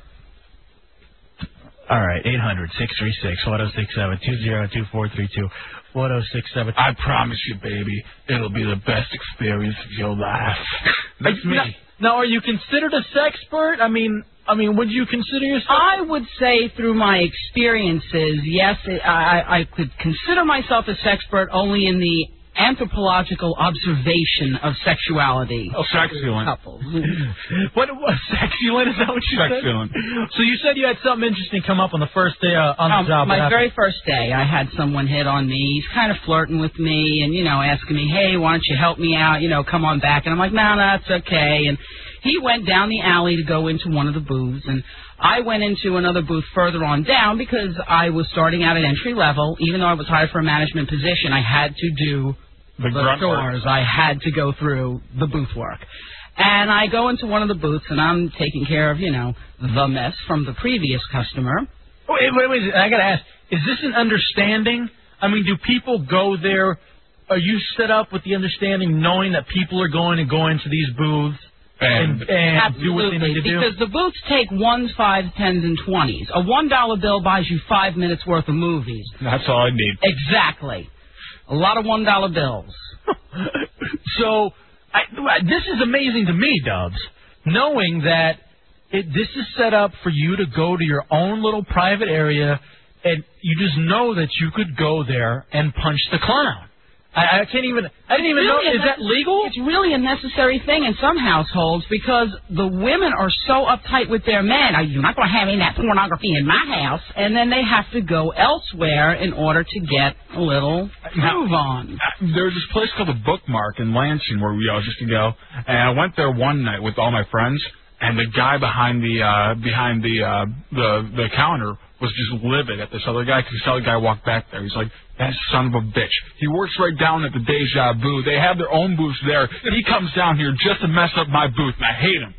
Speaker 2: All right, 800 636 1067 202432 1067.
Speaker 4: I promise you, baby, it'll be the best experience of your life. That's me.
Speaker 2: Now, now, are you considered a sexpert? I mean, I mean, would you consider yourself?
Speaker 14: I would say through my experiences, yes, it, I, I I could consider myself a sexpert only in the anthropological observation of sexuality.
Speaker 2: Oh, sexulant.
Speaker 14: Couples.
Speaker 2: what was sexulant? Is that what you
Speaker 14: Sexulant.
Speaker 2: said? So you said you had something interesting come up on the first day uh, on the
Speaker 14: Um,
Speaker 2: job.
Speaker 14: my
Speaker 2: What happened?
Speaker 14: very first day, I had someone hit on me. He's kind of flirting with me and, you know, asking me, hey, why don't you help me out? You know, come on back. And I'm like, no, no, that's okay. And he went down the alley to go into one of the booths. And I went into another booth further on down because I was starting out at entry level. Even though I was hired for a management position, I had to do the,
Speaker 12: grunt work.
Speaker 14: stores. I had to go through the booth work. And I go into one of the booths and I'm taking care of, you know, the mess from the previous customer.
Speaker 2: Wait, wait, wait. I gotta ask: Is this an understanding? I mean, do people go there? Are you set up with the understanding, knowing that people are going to go into these booths and, and, do what they need to do?
Speaker 14: because the booths take ones, fives, tens, and twenties. A one dollar bill buys you five minutes worth of movies.
Speaker 2: That's all I need.
Speaker 14: Exactly. A lot of one dollar bills.
Speaker 2: so I, this is amazing to me, Dubs, knowing that it, this is set up for you to go to your own little private area, and you just know that you could go there and punch the clown. I, I can't even. I didn't even know.
Speaker 14: Really
Speaker 2: Is that
Speaker 14: a-
Speaker 2: legal?
Speaker 14: It's really a necessary thing in some households because the women are so uptight with their men. Are you not going to have any of that pornography in my house? And then they have to go elsewhere in order to get a little groove on.
Speaker 4: There was this place called the Bookmark in Lansing where we all used to go, and I went there one night with all my friends, and the guy behind the uh, behind the uh, the the counter was just livid at this other guy because this other guy walked back there. He's like, "That son of a bitch! He works right down at the Deja Vu. They have their own booth there. He comes down here just to mess up my booth, and I hate him."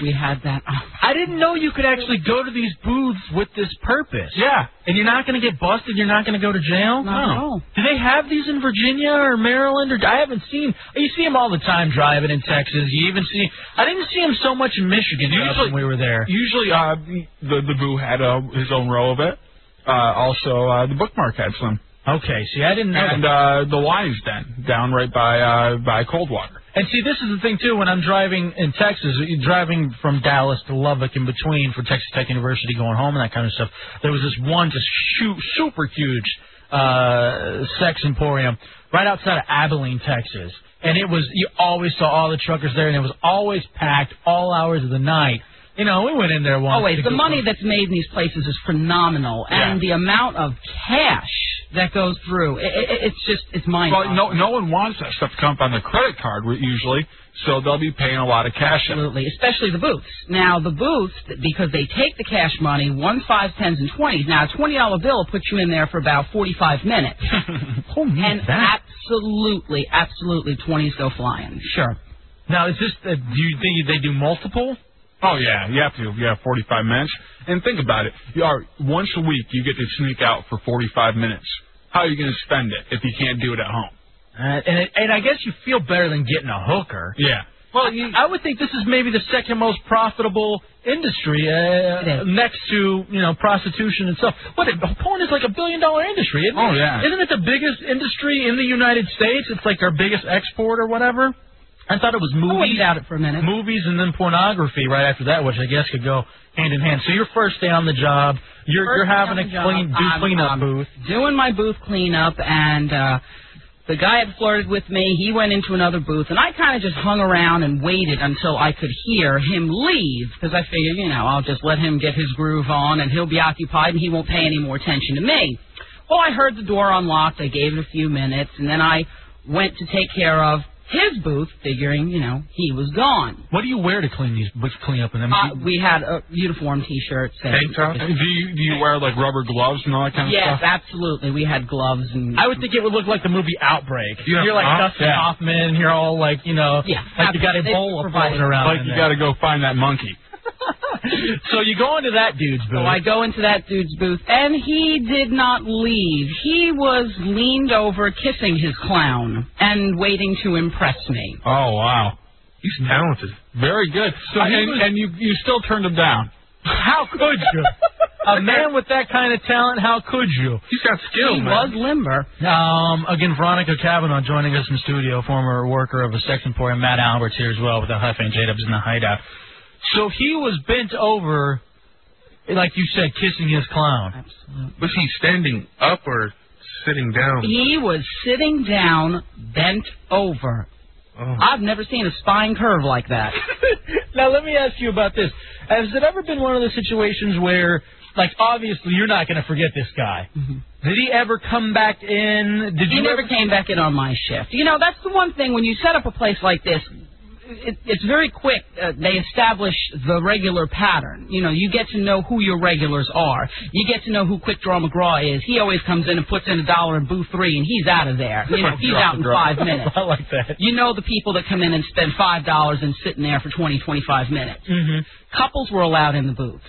Speaker 14: We had that.
Speaker 2: I didn't know you could actually go to these booths with this purpose.
Speaker 4: Yeah.
Speaker 2: And you're not going to get busted. You're not going to go to
Speaker 14: Not
Speaker 2: jail. no.
Speaker 14: at all.
Speaker 2: Do they have these in Virginia or Maryland? Or I haven't seen. You see them all the time driving in Texas. You even see. I didn't see them so much in Michigan though,
Speaker 4: Usually-
Speaker 2: when we were there.
Speaker 4: Usually, uh, the the Boo had uh, his own row of it. Uh, also, uh, the Bookmark had some.
Speaker 2: Okay, see, I didn't know
Speaker 4: And uh,
Speaker 2: that.
Speaker 4: the Lions Den down right by uh, by Coldwater.
Speaker 2: And see, this is the thing too. When I'm driving in Texas, driving from Dallas to Lubbock in between for Texas Tech University, going home and that kind of stuff, there was this one just shoot, super huge uh, sex emporium right outside of Abilene, Texas, and it was you always saw all the truckers there, and it was always packed all hours of the night. You know, we went in there once.
Speaker 14: Always.
Speaker 2: to
Speaker 14: The
Speaker 2: go-
Speaker 14: money that's made in these places is phenomenal, and the amount of cash that goes through, i i it's just, it's mind
Speaker 4: Well, no, no one wants that stuff to come up on their credit card usually, so they'll be paying a lot of cash.
Speaker 14: Absolutely, especially the booths. Now the booths, because they take the cash money, one five tens and twenties. Now a twenty dollar bill puts you in there for about forty five minutes. and absolutely, absolutely, twenties go flying. Sure.
Speaker 2: Now, is this? Uh, do you think they do multiple?
Speaker 4: Oh yeah, you have to. You have 45 minutes, and think about it. You are once a week you get to sneak out for 45 minutes. How are you going to spend it if you can't do it at home?
Speaker 2: Uh, and it, and I guess you feel better than getting a hooker.
Speaker 4: Yeah.
Speaker 2: Well, you, I would think this is maybe the second most profitable industry, uh, next to you know prostitution itself. What it, porn is like a billion dollar industry. Isn't
Speaker 4: Oh,
Speaker 2: it?
Speaker 4: yeah.
Speaker 2: Isn't it the biggest industry in the United States? It's like our biggest export or whatever. I thought it was movies.
Speaker 14: doubt it for a minute.
Speaker 2: Movies and then pornography right after that, which I guess could go hand in hand. So your first day on the job, you're
Speaker 14: First
Speaker 2: you're
Speaker 14: day
Speaker 2: having
Speaker 14: on
Speaker 2: a
Speaker 14: the job,
Speaker 2: clean do
Speaker 14: I'm-
Speaker 2: cleanup
Speaker 14: I'm
Speaker 2: booth.
Speaker 14: Doing my booth cleanup, and uh, the guy had flirted with me. He went into another booth, and I kind of just hung around and waited until I could hear him leave because I figured, you know, I'll just let him get his groove on, and he'll be occupied, and he won't pay any more attention to me. Well, I heard the door unlocked. I gave it a few minutes, and then I went to take care of his booth, figuring, you know, he was gone.
Speaker 2: What do you wear to clean these booths clean up? And then
Speaker 14: Uh, we had a uniform T-shirt. saying-
Speaker 4: Do you do you wear like rubber gloves and all that kind of
Speaker 14: Yes,
Speaker 4: stuff?
Speaker 14: absolutely. We had gloves and.
Speaker 2: I would think it would look like the movie Outbreak.
Speaker 4: You have
Speaker 2: are like
Speaker 4: props?
Speaker 2: Dustin
Speaker 4: Yeah.
Speaker 2: Hoffman. You're all like, you know, like you got a
Speaker 4: They
Speaker 2: bowl of
Speaker 4: provide
Speaker 2: floating around.
Speaker 4: Like
Speaker 2: in
Speaker 4: you
Speaker 2: there.
Speaker 4: got to go find that monkey.
Speaker 2: So you go into that dude's booth.
Speaker 14: So I go into that dude's booth, and he did not leave. He was leaned over, kissing his clown, and waiting to impress me.
Speaker 4: Oh wow, he's talented. Very good. So
Speaker 2: he
Speaker 4: and,
Speaker 2: was-
Speaker 4: and you you still turned him down.
Speaker 2: How could you? a man with that kind of talent, how could you?
Speaker 4: He's got
Speaker 2: skill,
Speaker 14: He
Speaker 2: man.
Speaker 14: was limber.
Speaker 2: Um, again, Veronica Cavanaugh joining us in studio, former worker of a sex emporium. Matt Albert's here as well with the Huff and J-Dubs in the hideout. So he was bent over, like you said, kissing his clown.
Speaker 13: Was he standing up or
Speaker 12: sitting
Speaker 2: Oh.
Speaker 12: down?
Speaker 14: He was sitting down, bent over. I've never seen a spine curve like that.
Speaker 2: now let me ask you about this. Has it ever been one of those situations where, like, obviously you're not going to forget this guy?
Speaker 12: Mm-hmm.
Speaker 2: Did he ever come back in? Did
Speaker 14: He
Speaker 2: you
Speaker 14: never
Speaker 2: ever...
Speaker 14: came back in on my shift. You know, that's the one thing when you set up a place like this. It, it's very quick. Uh, they establish the regular pattern. You know, you get to know who your regulars are. You get to know who Quick Draw McGraw is. He always comes in and puts in a dollar in booth three, and he's out of there. You know, he's out in five minutes.
Speaker 2: I like that.
Speaker 14: You know the people that come in and spend five dollars and sit in there for twenty, twenty-five minutes. Mm-hmm. Couples were allowed in the booths,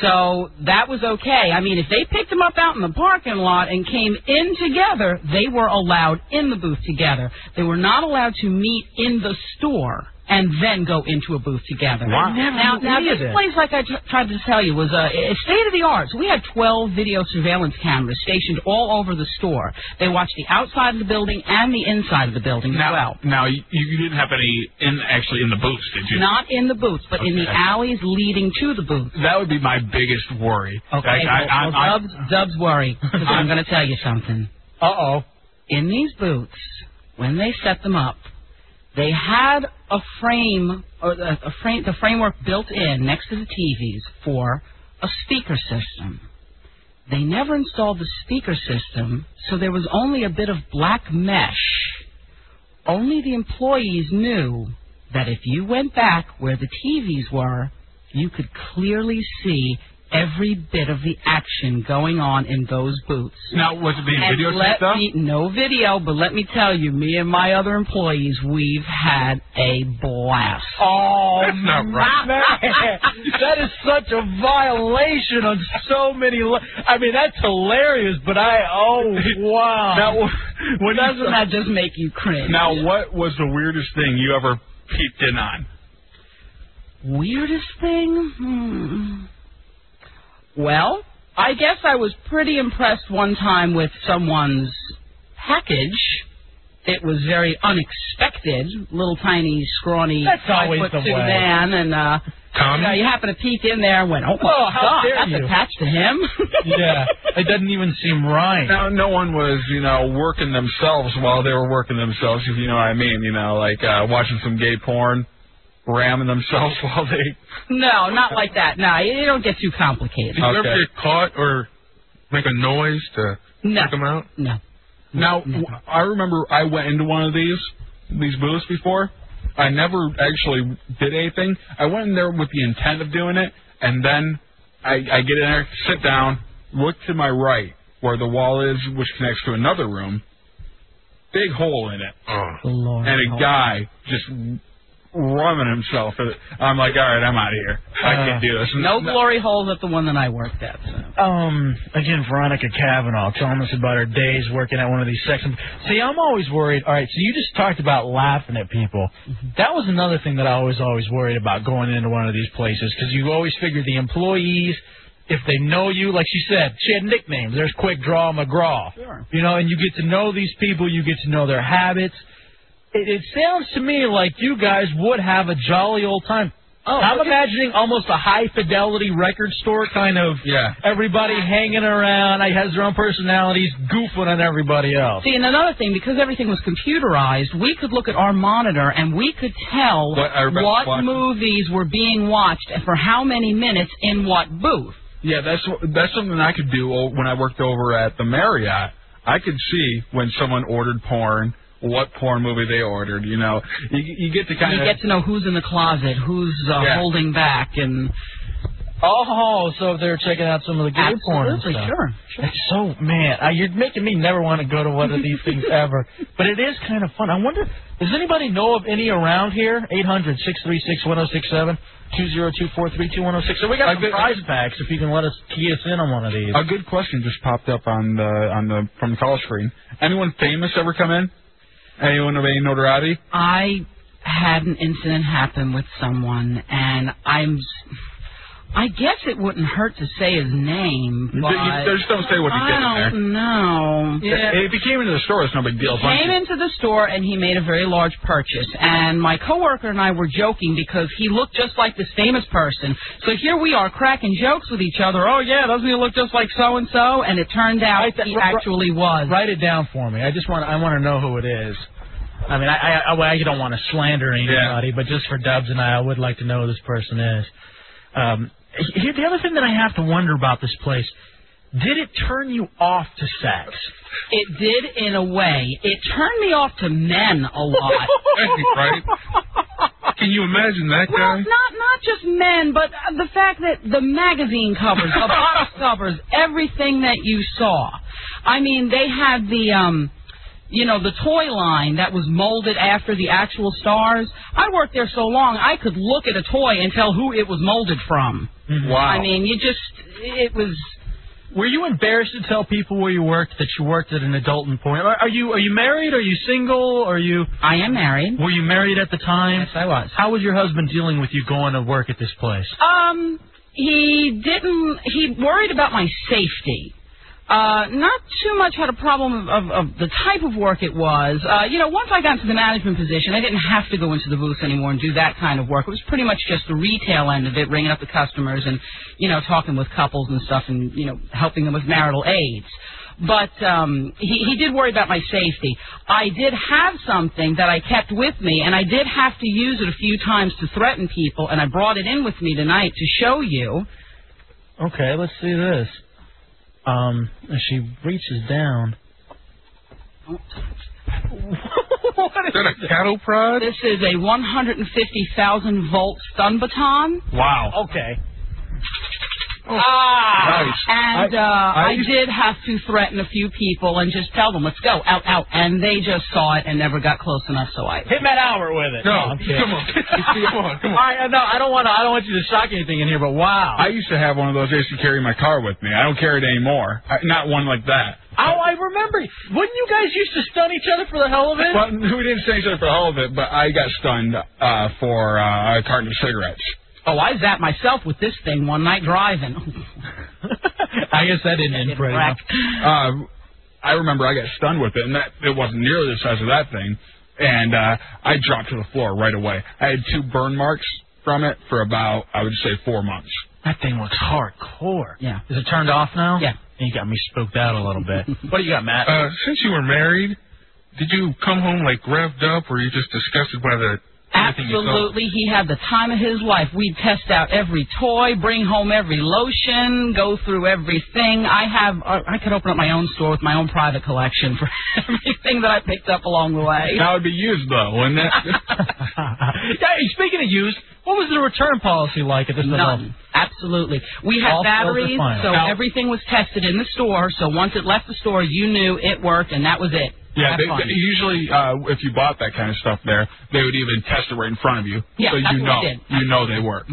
Speaker 14: so that was okay. I mean, if they picked them up out in the parking lot and came in together, they were allowed in the booth together. They were not allowed to meet in the store and then go into a booth together.
Speaker 16: Wow. I never
Speaker 14: Now,
Speaker 16: knew
Speaker 14: now
Speaker 16: any of
Speaker 14: this
Speaker 16: this.
Speaker 14: place, like I t- tried to tell you, was uh, it's state of the art. So we had 12 video surveillance cameras stationed all over the store. They watched the outside of the building and the inside of the building as well.
Speaker 12: Now you, you didn't have any in actually in the booths, did you?
Speaker 14: Not in the booths, but in the
Speaker 12: Okay.
Speaker 14: alleys leading to the booths.
Speaker 12: That would be my biggest worry.
Speaker 14: Okay,
Speaker 12: Like, I, I,
Speaker 14: well,
Speaker 12: I,
Speaker 14: well, Dubs, Dubs worry, 'cause I'm going to tell you something.
Speaker 2: Uh-oh.
Speaker 14: In these booths, when they set them up, they had a frame, or a, a frame, the framework built in next to the TVs for a speaker system. They never installed the speaker system, so there was only a bit of black mesh. Only the employees knew that if you went back where the TVs were, you could clearly see every bit of the action going on in those booths.
Speaker 12: now was it being
Speaker 14: And
Speaker 12: video
Speaker 14: let
Speaker 12: though?
Speaker 14: me- no video, but let me tell you, me and my other employees, we've had a blast.
Speaker 2: Oh,
Speaker 14: That's
Speaker 2: not right. man. that is such a violation on so many. Le- I mean, that's hilarious, but I oh wow.
Speaker 14: Now,
Speaker 2: when
Speaker 14: doesn't that just make you cringe?
Speaker 4: Now, what was the weirdest thing you ever peeped in on?
Speaker 14: Weirdest thing? Hmm. Well, I guess I was pretty impressed one time with someone's package. It was very unexpected. Little tiny scrawny
Speaker 2: That's always
Speaker 14: five-foot
Speaker 2: the
Speaker 14: two
Speaker 2: way.
Speaker 14: man, and uh, you, know, you happen to peek in there and went, "Oh, my
Speaker 2: Oh, how
Speaker 14: God,
Speaker 2: dare
Speaker 14: that's
Speaker 2: you."
Speaker 14: attached to him."
Speaker 2: yeah, it doesn't even seem right.
Speaker 4: Now, no one was, you know, working themselves while they were working themselves, if you know what I mean. You know, like uh, watching some gay porn, ramming themselves while they.
Speaker 14: no, not like that. No, you don't get too complicated.
Speaker 12: Did you ever get caught or make a noise to
Speaker 14: No.
Speaker 12: kick them out?
Speaker 14: No.
Speaker 4: Now, w- I remember I went into one of these these booths before. I never actually did anything. I went in there with the intent of doing it, and then I, I get in there, sit down, look to my right where the wall is, which connects to another room. Big hole in it,
Speaker 12: Oh.
Speaker 4: and a guy just rumming himself. in it. I'm like, all right, I'm out of here. I
Speaker 2: Uh,
Speaker 4: can't do this.
Speaker 14: No glory holes at the one that I worked at. So.
Speaker 2: Um, again, Veronica Cavanaugh telling us about her days working at one of these sex. See, I'm always worried. All right, so you just talked about laughing at people. That was another thing that I was always worried about going into one of these places because you always figure the employees, if they know you, like she said, she had nicknames. There's Quick Draw McGraw. Sure. You know, and you get to know these people, you get to know their habits. It, it sounds to me like you guys would have a jolly old time. Oh, I'm imagining almost a high fidelity record store kind of
Speaker 4: yeah.
Speaker 2: everybody hanging around, like, has their own personalities, goofing on everybody else.
Speaker 14: See, and another thing, because everything was computerized, we could look at our monitor and we could tell
Speaker 2: What everybody's
Speaker 14: what
Speaker 2: watching.
Speaker 14: movies were being watched and for how many minutes in what booth.
Speaker 4: Yeah, that's that's something I could do o- when I worked over at the Marriott. I could see when someone ordered porn, what porn movie they ordered. You know, you, you get to kind
Speaker 14: you
Speaker 4: of
Speaker 14: get to know who's in the closet, who's uh,
Speaker 4: Yeah.
Speaker 14: holding back, and
Speaker 2: Oh, so they're checking out some of the gay porn. and
Speaker 14: Absolutely,
Speaker 2: stuff.
Speaker 14: sure,
Speaker 2: That's so man, uh, you're making me never want to go to one of these things ever. But it is kind of fun. I wonder, does anybody know of any around here? Eight hundred six three six one zero six seven two zero two four three two one zero six. So we got some prize packs if you can let us key us in on one of these.
Speaker 4: a good question just popped up on the on the from the call screen. Anyone famous ever come in? Anyone of any notoriety?
Speaker 14: I had an incident happen with someone, and I'm I guess it wouldn't hurt to say his name,
Speaker 4: You-
Speaker 14: but
Speaker 4: you- just don't say what you get in
Speaker 14: I
Speaker 4: there.
Speaker 14: don't know.
Speaker 4: If he came into the store, it's no big deal.
Speaker 14: came into the store and he made a very large purchase. And my coworker and I were joking because he looked just like this famous person. So here we are cracking jokes with each other. Oh yeah, doesn't he look just like so and so? And it turned out he actually was.
Speaker 2: Write it down for me. I just want I want to know who it is. I mean, I I, I, well, I don't want to slander anybody, but just for Dubs and I, I would like to know who this person is. Um, here, the other thing that I have to wonder about this place: did it turn you off to sex?
Speaker 14: It did in a way. It turned me off to men a lot.
Speaker 17: right? Can you imagine that
Speaker 14: Well,
Speaker 17: guy?
Speaker 14: not not just men, but uh, the fact that the magazine covers, the box covers, everything that you saw. I mean, they had the um you know, the toy line that was molded after the actual stars. I worked there so long, I could look at a toy and tell who it was molded from.
Speaker 2: Wow.
Speaker 14: I mean, you just it was
Speaker 2: Were you embarrassed to tell people where you worked that you worked at an adult employment? Are, are you are you married? Are you single? Are you?
Speaker 14: I am married.
Speaker 2: Were you married at the time?
Speaker 14: Yes, I was.
Speaker 2: How was your husband dealing with you going to work at this place?
Speaker 14: Um, he didn't. He worried about my safety. Uh, not too much had a problem of, of the type of work it was. Uh, you know, once I got into the management position, I didn't have to go into the booth anymore and do that kind of work. It was pretty much just the retail end of it, ringing up the customers and, you know, talking with couples and stuff and, you know, helping them with marital aids. But um, he, he did worry about my safety. I did have something that I kept with me, and I did have to use it a few times to threaten people, and I brought it in with me tonight to show you.
Speaker 2: Okay, let's see this. Um, she reaches down.
Speaker 14: Is that a cattle prod? This is a 150,000 volt stun baton.
Speaker 2: Wow. Okay.
Speaker 14: Ah,
Speaker 2: Nice.
Speaker 14: and uh,
Speaker 2: I-
Speaker 14: I,
Speaker 2: I-
Speaker 14: did have to threaten a few people and just tell them, "Let's go out, out," and they just saw it and never got close enough. So I
Speaker 2: Hit that hour with it.
Speaker 14: No,
Speaker 2: I'm kidding.
Speaker 14: come
Speaker 2: on, come on, come on. I, no, I don't want to. I don't want you to shock anything in here, but wow.
Speaker 4: I used to have one of those. I used to carry in my car with me. I don't carry it anymore. I, not one like that.
Speaker 2: Oh, I remember. Wouldn't you guys used to stun each other for the hell of it?
Speaker 4: Well, we didn't say so for all of it, but I got stunned uh, for uh, a carton of cigarettes.
Speaker 14: Oh, I zapped myself with this thing one night driving.
Speaker 2: I guess that didn't end very well.
Speaker 4: Uh, I remember I got stunned with it, and that it wasn't nearly the size of that thing. And uh, I dropped to the floor right away. I had two burn marks from it for about, I would say, four months.
Speaker 2: That thing looks hardcore.
Speaker 14: Yeah.
Speaker 2: Is it turned off now?
Speaker 14: Yeah.
Speaker 2: You got me spooked out a little bit. what do you got, Matt?
Speaker 17: Uh, since you were married, did you come home like revved up, or you just disgusted by the everything you saw?
Speaker 14: Absolutely, he had the time of his life. We'd test out every toy, bring home every lotion, go through everything. I have, uh, I I could open up my own store with my own private collection for everything that I picked up along the way.
Speaker 4: That would be used though, wouldn't it?
Speaker 2: Hey, speaking of used, what was the return policy like at this
Speaker 14: None. Absolutely. We had
Speaker 2: All
Speaker 14: batteries,
Speaker 2: filter fine.
Speaker 14: so
Speaker 2: Now-
Speaker 14: everything was tested in the store. So once it left the store, you knew it worked, and that was it.
Speaker 4: Yeah,
Speaker 14: Have
Speaker 4: they,
Speaker 14: fun.
Speaker 4: they- usually uh, if you bought that kind of stuff there, they would even test it right in front of you,
Speaker 2: Yeah,
Speaker 4: so
Speaker 2: that's
Speaker 4: you
Speaker 2: what
Speaker 4: know
Speaker 2: we did.
Speaker 4: you know they work.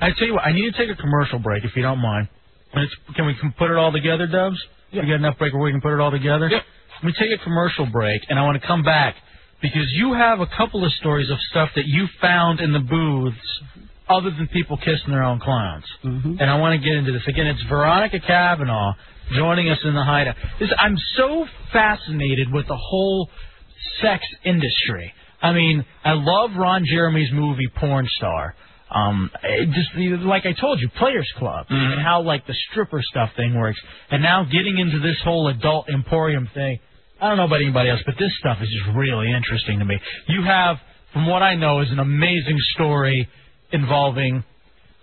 Speaker 2: I tell you what, I need to take a commercial break if you don't mind. And it's- can we can put it all together, Dubs? We got enough break where we can put it all together. Let me take a commercial break, and I want to come back because you have a couple of stories of stuff that you found in the booths, other than people kissing their own clowns.
Speaker 12: Mm-hmm.
Speaker 2: And I want to get into this again. It's Veronica Kavanaugh joining us in the hideout. This, I'm so fascinated with the whole sex industry. I mean, I love Ron Jeremy's movie Porn Star. Um, it just the- like I told you, Players Club and how like the stripper stuff thing works, and now getting into this whole adult emporium thing. I don't know about anybody else, but this stuff is just really interesting to me. You have, from what I know, is an amazing story involving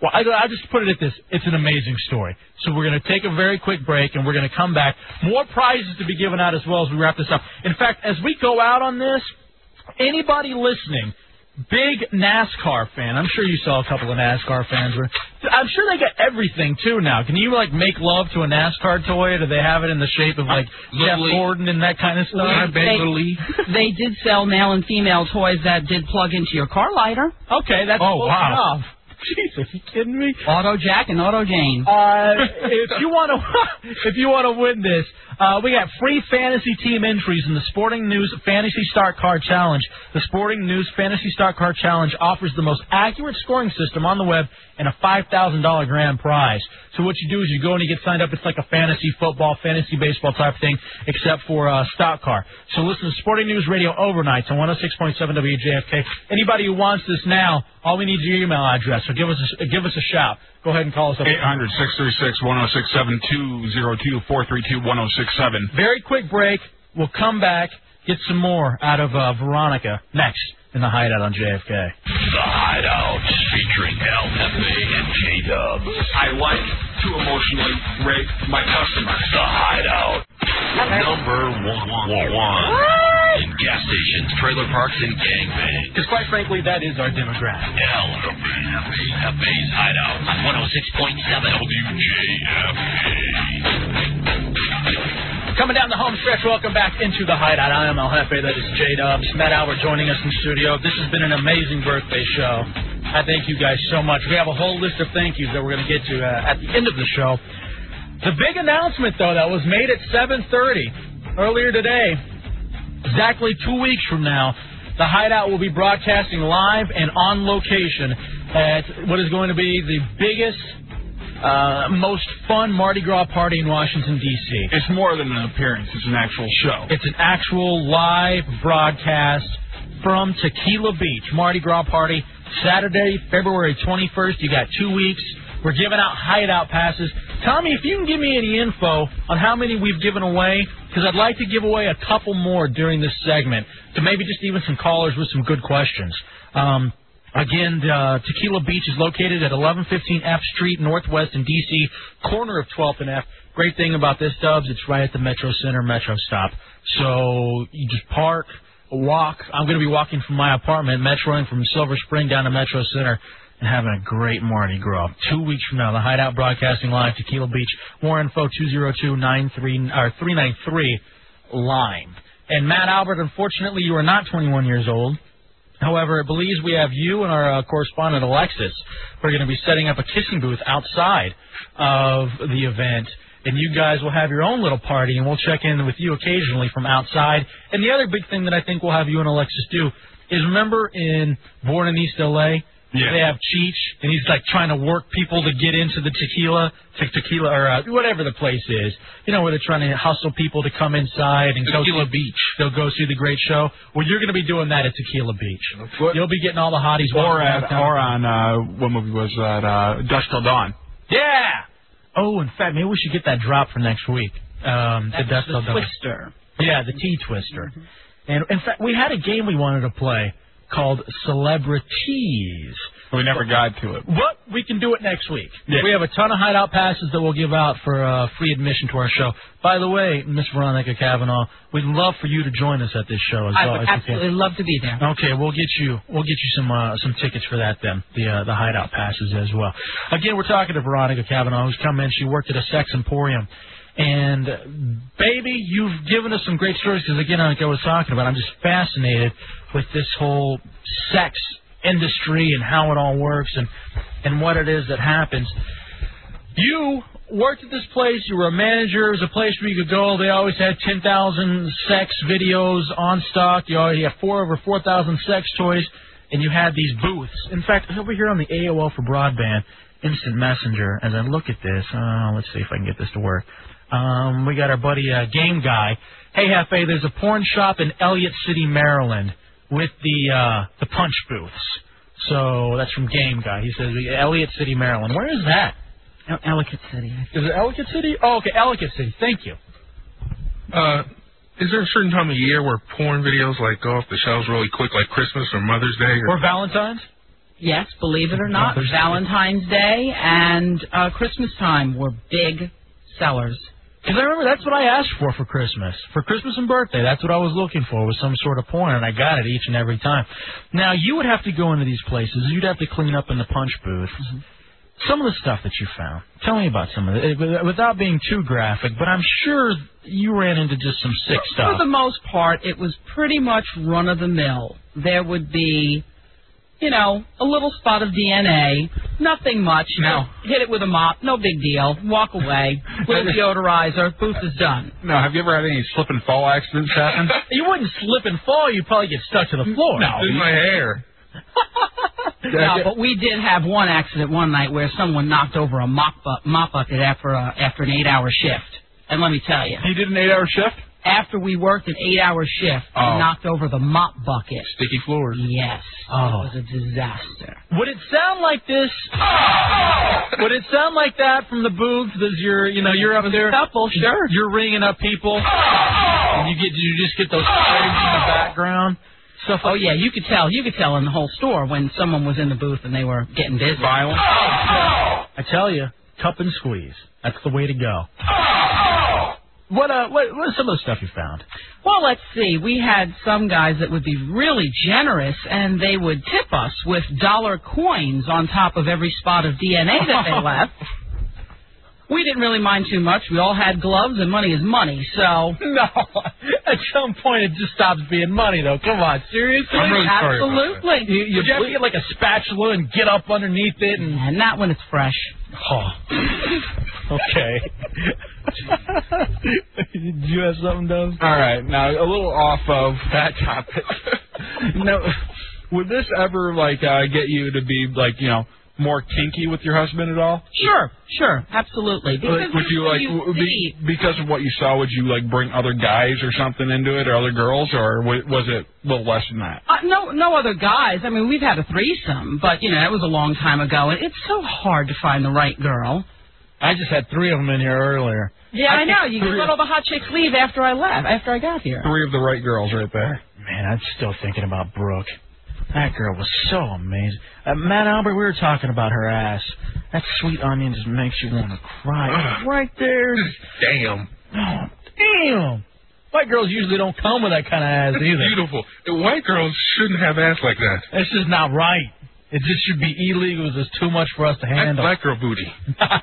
Speaker 2: well, I, I'll just put it at this. It's an amazing story. So we're going to take a very quick break, and we're going to come back. More prizes to be given out as well as we wrap this up. In fact, as we go out on this, anybody listening, big NASCAR fan, I'm sure you saw a couple of NASCAR fans. Were, I'm sure they got everything, too, now. Can you, like, make love to a NASCAR toy? Do they have it in the shape of, like, Jeff Gordon and that kind of stuff?
Speaker 14: they, they did sell male and female toys that did plug into your car lighter.
Speaker 2: Okay, that's
Speaker 14: oh
Speaker 2: close
Speaker 14: wow.
Speaker 2: enough. Jesus, you kidding me?
Speaker 14: Auto Jack and Auto Jane.
Speaker 2: Uh, if you want to, if you want to win this, uh, we got free fantasy team entries in the Sporting News Fantasy Star Card Challenge. The Sporting News Fantasy Star Card Challenge offers the most accurate scoring system on the web and a five thousand dollar grand prize. So what you do is you go and you get signed up. It's like a fantasy football, fantasy baseball type thing, except for uh, stock car. So listen to Sporting News Radio overnights on 106.7 WJFK. Anybody who wants this now, all we need is your email address. So give us a, give us a shout. Go ahead and call us up.
Speaker 15: 800 636 1067 202 432 1067.
Speaker 2: Very quick break. We'll come back, get some more out of uh, Veronica next in the hideout on JFK.
Speaker 1: The Hideout featuring El Pepe and J Dubs. I like to emotionally rape my customers. The Hideout. Number one, one, one. in gas stations, trailer parks, and gangbangs.
Speaker 2: Because quite frankly, that is our demographic.
Speaker 1: El Pepe's Hideout oh on 106.7 WJFK.
Speaker 2: Coming down the home stretch, welcome back into the hideout. I am El Jefe. That is J Dubs. Matt Albert joining us in studio. This has been an amazing birthday show. I thank you guys so much. We have a whole list of thank yous that we're going to get to uh, at the end of the show. The big announcement, though, that was made at 7:30 earlier today. Exactly two weeks from now, the Hideout will be broadcasting live and on location at what is going to be the biggest uh, most fun Mardi Gras party in Washington, D.C.
Speaker 15: It's more than an appearance, it's an actual show.
Speaker 2: It's an actual live broadcast from Tequila Beach, Mardi Gras party, Saturday, February 21st. You got two weeks. We're giving out hideout passes. Tommy, if you can give me any info on how many we've given away, because I'd like to give away a couple more during this segment to maybe just even some callers with some good questions. Um, Again, uh, Tequila Beach is located at 1115 F Street, Northwest in D.C., corner of 12th and F. Great thing about this, Dubs, it's right at the Metro Center Metro stop. So you just park, walk. I'm going to be walking from my apartment, metroing from Silver Spring down to Metro Center and having a great Mardi Gras. Two weeks from now, the Hideout Broadcasting Live, Tequila Beach. More info, 202-93, or 393 Lime. And Matt Albert, unfortunately, you are not 21 years old. However, it believes we have you and our uh, correspondent Alexis. We're going to be setting up a kissing booth outside of the event, and you guys will have your own little party, and we'll check in with you occasionally from outside. And the other big thing that I think we'll have you and Alexis do is remember in Born in East LA.
Speaker 15: Yeah.
Speaker 2: They have Cheech, and he's like trying to work people to get into the tequila, te- tequila or uh, whatever the place is. You know where they're trying to hustle people to come inside and go
Speaker 5: Tequila
Speaker 2: see, Beach. They'll go see the great show. Well, you're going to be doing that at Tequila Beach.
Speaker 15: What-
Speaker 2: You'll be getting all the hotties.
Speaker 15: Or,
Speaker 2: walking
Speaker 15: at,
Speaker 2: downtown.
Speaker 15: or on, uh, what movie was that? Uh, Dusk Till Dawn.
Speaker 2: Yeah. Oh, in fact, maybe we should get that drop for next week. Um, the
Speaker 14: That's
Speaker 2: Dust
Speaker 14: the
Speaker 2: Till Dawn.
Speaker 14: twister.
Speaker 2: Yeah, the T twister.
Speaker 15: Mm-hmm.
Speaker 2: And in fact, we had a game we wanted to play called Celebrities.
Speaker 15: We never got to it.
Speaker 2: But we can do it next week.
Speaker 15: Yeah.
Speaker 2: We have a ton of hideout passes that we'll give out for uh, free admission to our show. By the way, Miss Veronica Cavanaugh, we'd love for you to join us at this show as
Speaker 14: I
Speaker 2: well.
Speaker 14: would
Speaker 2: if you can.
Speaker 14: absolutely love to be there.
Speaker 2: Okay, we'll get you we'll get you some uh, some tickets for that then the uh, the hideout passes as well. Again, we're talking to Veronica Cavanaugh who's come in. She worked at a sex emporium, and uh, baby, you've given us some great stories because again, like I was talking about, I'm just fascinated with this whole sex industry and how it all works and and what it is that happens. You worked at this place. You were a manager. It was a place where you could go. They always had 10,000 sex videos on stock. You already had four over 4,000 sex toys, and you had these booths. In fact, over here on the AOL for broadband instant messenger, as I look at this, uh, let's see if I can get this to work. Um, we got our buddy uh, Game Guy. Hey, Hefe, there's a porn shop in Elliott City, Maryland, with the uh, the punch booths. So that's from Game Guy. He says Elliott City, Maryland. Where is that? El- Ellicott City. Is it Ellicott City? Oh, okay, Ellicott City. Thank you.
Speaker 17: Uh, is there a certain time of year where porn videos like go off the shelves really quick, like Christmas or Mother's Day? Or,
Speaker 2: or Valentine's?
Speaker 14: Yes, believe it or not,
Speaker 17: Mother's Day.
Speaker 14: Valentine's Day and uh, Christmas time were big sellers.
Speaker 2: Because I remember that's what I asked for for Christmas, for Christmas and birthday. That's what I was looking for was some sort of porn, and I got it each and every time. Now you would have to go into these places. You'd have to clean up in the punch booth. Some of the stuff that you found. Tell me about some of it, eh, without being too graphic. But I'm sure you ran into just some sick
Speaker 14: For
Speaker 2: stuff.
Speaker 14: the most part, it was pretty much run of the mill. There would be you know, a little spot of DNA, nothing much. No. Hit it with a mop, no big deal. Walk away. Little deodorizer, booth is done.
Speaker 15: No, have you ever had any slip and fall accidents happen?
Speaker 2: you wouldn't slip and fall. You'd probably get stuck to the floor.
Speaker 15: No, in my hair.
Speaker 14: No, but we did have one accident one night where someone knocked over a mop, bu- mop bucket after a, after an eight-hour shift. And let me tell you,
Speaker 15: he did an eight-hour shift.
Speaker 14: After we worked an eight-hour shift, he
Speaker 15: Oh.
Speaker 14: knocked over the mop bucket.
Speaker 15: Sticky floors.
Speaker 14: Yes. Oh. It was a disaster.
Speaker 2: Would it sound like this? Would it sound like that from the booth? Does your, you know, you're up there, couple, sure. You're ringing up people, and you get, you just get those screams in the background. Stuff
Speaker 14: oh yeah, you could tell. You could tell in the whole store when someone was in the booth and they were getting busy.
Speaker 2: Violent. I tell you, cup and squeeze. That's the way to go.
Speaker 15: Oh!
Speaker 2: What uh, what what's some of the stuff you found?
Speaker 14: Well, let's see. We had some guys that would be really generous, and they would tip us with dollar coins on top of every spot of DNA that they left. We didn't really mind too much. We all had gloves, and money is money. So no,
Speaker 2: at some point it just stops being money, though. Come on, seriously.
Speaker 14: I'm really sorry about that. Absolutely.
Speaker 2: You, you,
Speaker 14: Would you have to
Speaker 2: get like a spatula and get up underneath it, and
Speaker 14: not when it's fresh.
Speaker 2: Oh. okay. Did you have something, Dove?
Speaker 15: All right, now a little off of that topic. no, would this ever like uh, get you to be like you know more kinky with your husband at all?
Speaker 14: Sure, sure, absolutely.
Speaker 15: Like, would you like w- be, because of what you saw? Would you like bring other guys or something into it, or other girls, or wa- was it a little less than that?
Speaker 14: Uh, no, no other guys. I mean, we've had a threesome, but you know that was a long time ago, and it's so hard to find the right girl.
Speaker 2: I just had three of them in here earlier.
Speaker 14: Yeah, I, know. You let all the hot chicks leave after I left, after I got here.
Speaker 15: Three of the right girls right there.
Speaker 2: Man, I'm still thinking about Brooke. That girl was so amazing. Uh, Matt Albert, we were talking about her ass. That sweet onion just makes you want to cry. right there.
Speaker 17: Damn.
Speaker 2: Oh, damn. White girls usually don't come with that kind of ass either.
Speaker 17: Beautiful. White girls shouldn't have ass like that.
Speaker 2: This is not right. It just should be illegal. It's just too much for us to handle.
Speaker 17: Black girl booty.
Speaker 2: All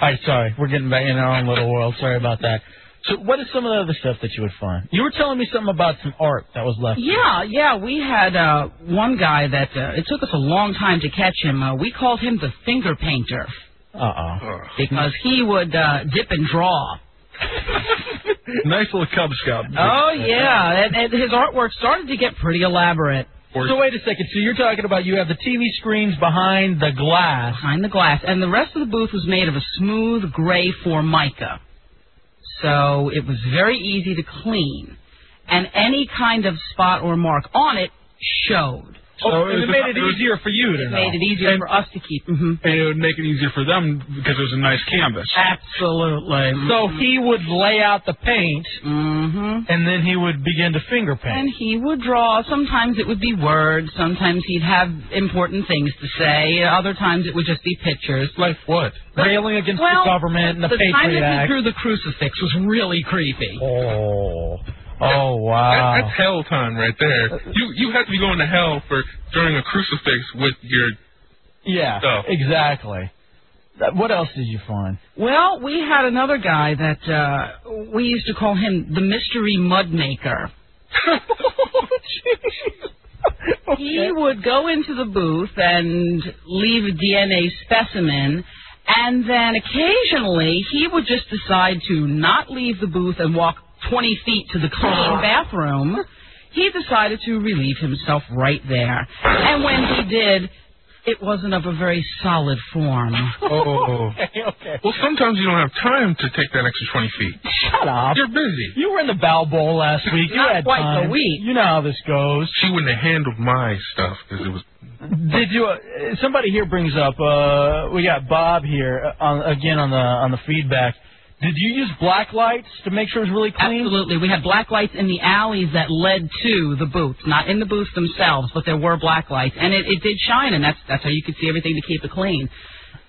Speaker 2: right, sorry. We're getting back in our own little world. Sorry about that. So, what is some of the other stuff that you would find? You were telling me something about some art that was left.
Speaker 14: Yeah, yeah. We had uh, one guy that uh, it took us a long time to catch him. Uh, we called him the finger painter
Speaker 2: Uh oh.
Speaker 14: because he would uh, dip and draw.
Speaker 15: nice little Cub Scout.
Speaker 14: Oh yeah, and, and his artwork started to get pretty elaborate.
Speaker 2: So wait a second. So you're talking about you have the TV screens behind the glass.
Speaker 14: Behind the glass, and the rest of the booth was made of a smooth gray formica, so it was very easy to clean, and any kind of spot or mark on it showed. Oh,
Speaker 15: So
Speaker 2: Oh, it made it easier for you to
Speaker 14: It
Speaker 2: Mm-hmm.
Speaker 15: know.
Speaker 14: made it easier for us to keep. hmm
Speaker 15: And it would make it easier for them because it was a nice canvas.
Speaker 14: Absolutely.
Speaker 2: So he would lay out the paint,
Speaker 14: mm-hmm.
Speaker 2: and then he would begin to finger paint.
Speaker 14: And he would draw. Sometimes it would be words. Sometimes he'd have important things to say. Other times it would just be pictures.
Speaker 17: Like what?
Speaker 2: Railing against
Speaker 14: well,
Speaker 2: the government and the,
Speaker 14: the time
Speaker 2: Patriot
Speaker 14: that he
Speaker 2: Act.
Speaker 14: drew the crucifix was really creepy.
Speaker 2: Oh. Oh wow.
Speaker 17: That, that's hell time right there. You you have to be going to hell for during a crucifix with your
Speaker 2: yeah.
Speaker 17: stuff.
Speaker 2: Exactly. That- What else did you find?
Speaker 14: Well, we had another guy that uh, we used to call him the mystery mud maker. He would go into the booth and leave a DNA specimen, and then occasionally he would just decide to not leave the booth and walk 20 feet to the clean bathroom. He decided to relieve himself right there. And when he did, it wasn't of a very solid form.
Speaker 17: Oh. Well, sometimes you don't have time to take that extra 20 feet.
Speaker 2: Shut up.
Speaker 17: You're busy.
Speaker 2: You were in the Bow Bowl last week. you
Speaker 17: Not
Speaker 2: had
Speaker 17: quite the
Speaker 2: time.
Speaker 17: week.
Speaker 2: You know how this goes.
Speaker 17: She wouldn't have handled my stuff because it was.
Speaker 2: Did you? Uh, somebody here brings up. Uh, we got Bob here uh, on, again on the on the feedback. Did you use black lights to make sure it was really clean?
Speaker 14: Absolutely. We had black lights in the alleys that led to the booths, not in the booths themselves, but there were black lights, and it, it did shine, and that's that's how you could see everything to keep it clean.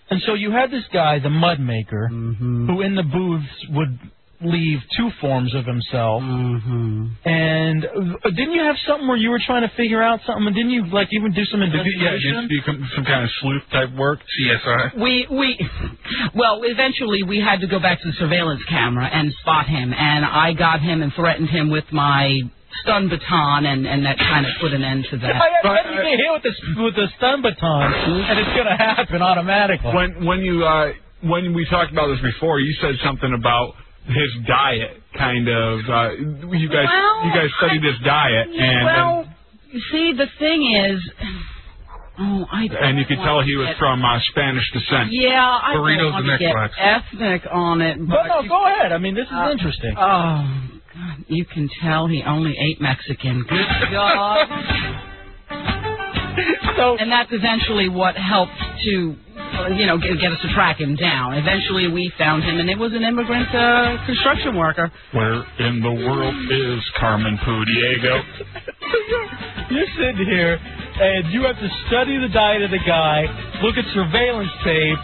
Speaker 2: And so you had this guy, the mud maker, who in the booths would leave two forms of himself.
Speaker 14: Mm-hmm.
Speaker 2: And uh, didn't you have something where you were trying to figure out something? And didn't you like even do some
Speaker 15: Did you, yeah, did
Speaker 2: investigation?
Speaker 15: you do com- some kind of sleuth type work?
Speaker 17: CSI.
Speaker 14: We we well eventually we had to go back to the surveillance camera and spot him, and I got him and threatened him with my stun baton, and and that kind of put an end to that.
Speaker 2: I got everything here with the with the stun baton, and it's gonna happen automatically.
Speaker 4: When when you uh, when we talked about this before, you said something about his diet, kind of. Uh, you guys
Speaker 14: Well,
Speaker 4: you guys studied his diet, and,
Speaker 14: well, you see, the thing is, oh, I
Speaker 4: and and you could tell he was from uh, Spanish descent.
Speaker 14: Yeah, I don't
Speaker 4: burritos
Speaker 14: want
Speaker 4: the
Speaker 14: to
Speaker 4: next
Speaker 14: get
Speaker 4: wax.
Speaker 14: ethnic on it. But Uh,
Speaker 2: no, go ahead. I mean, this is interesting.
Speaker 14: Oh, God, you can tell he only ate Mexican. Good God.
Speaker 2: so,
Speaker 14: and that's eventually what helped to, uh, you know, get, get us to track him down. Eventually, we found him, and it was an immigrant uh, construction worker.
Speaker 4: Where in the world
Speaker 14: Mm-hmm.
Speaker 4: is Carmen Pudiego?
Speaker 2: you sit here and you have to study the diet of the guy, look at surveillance tape,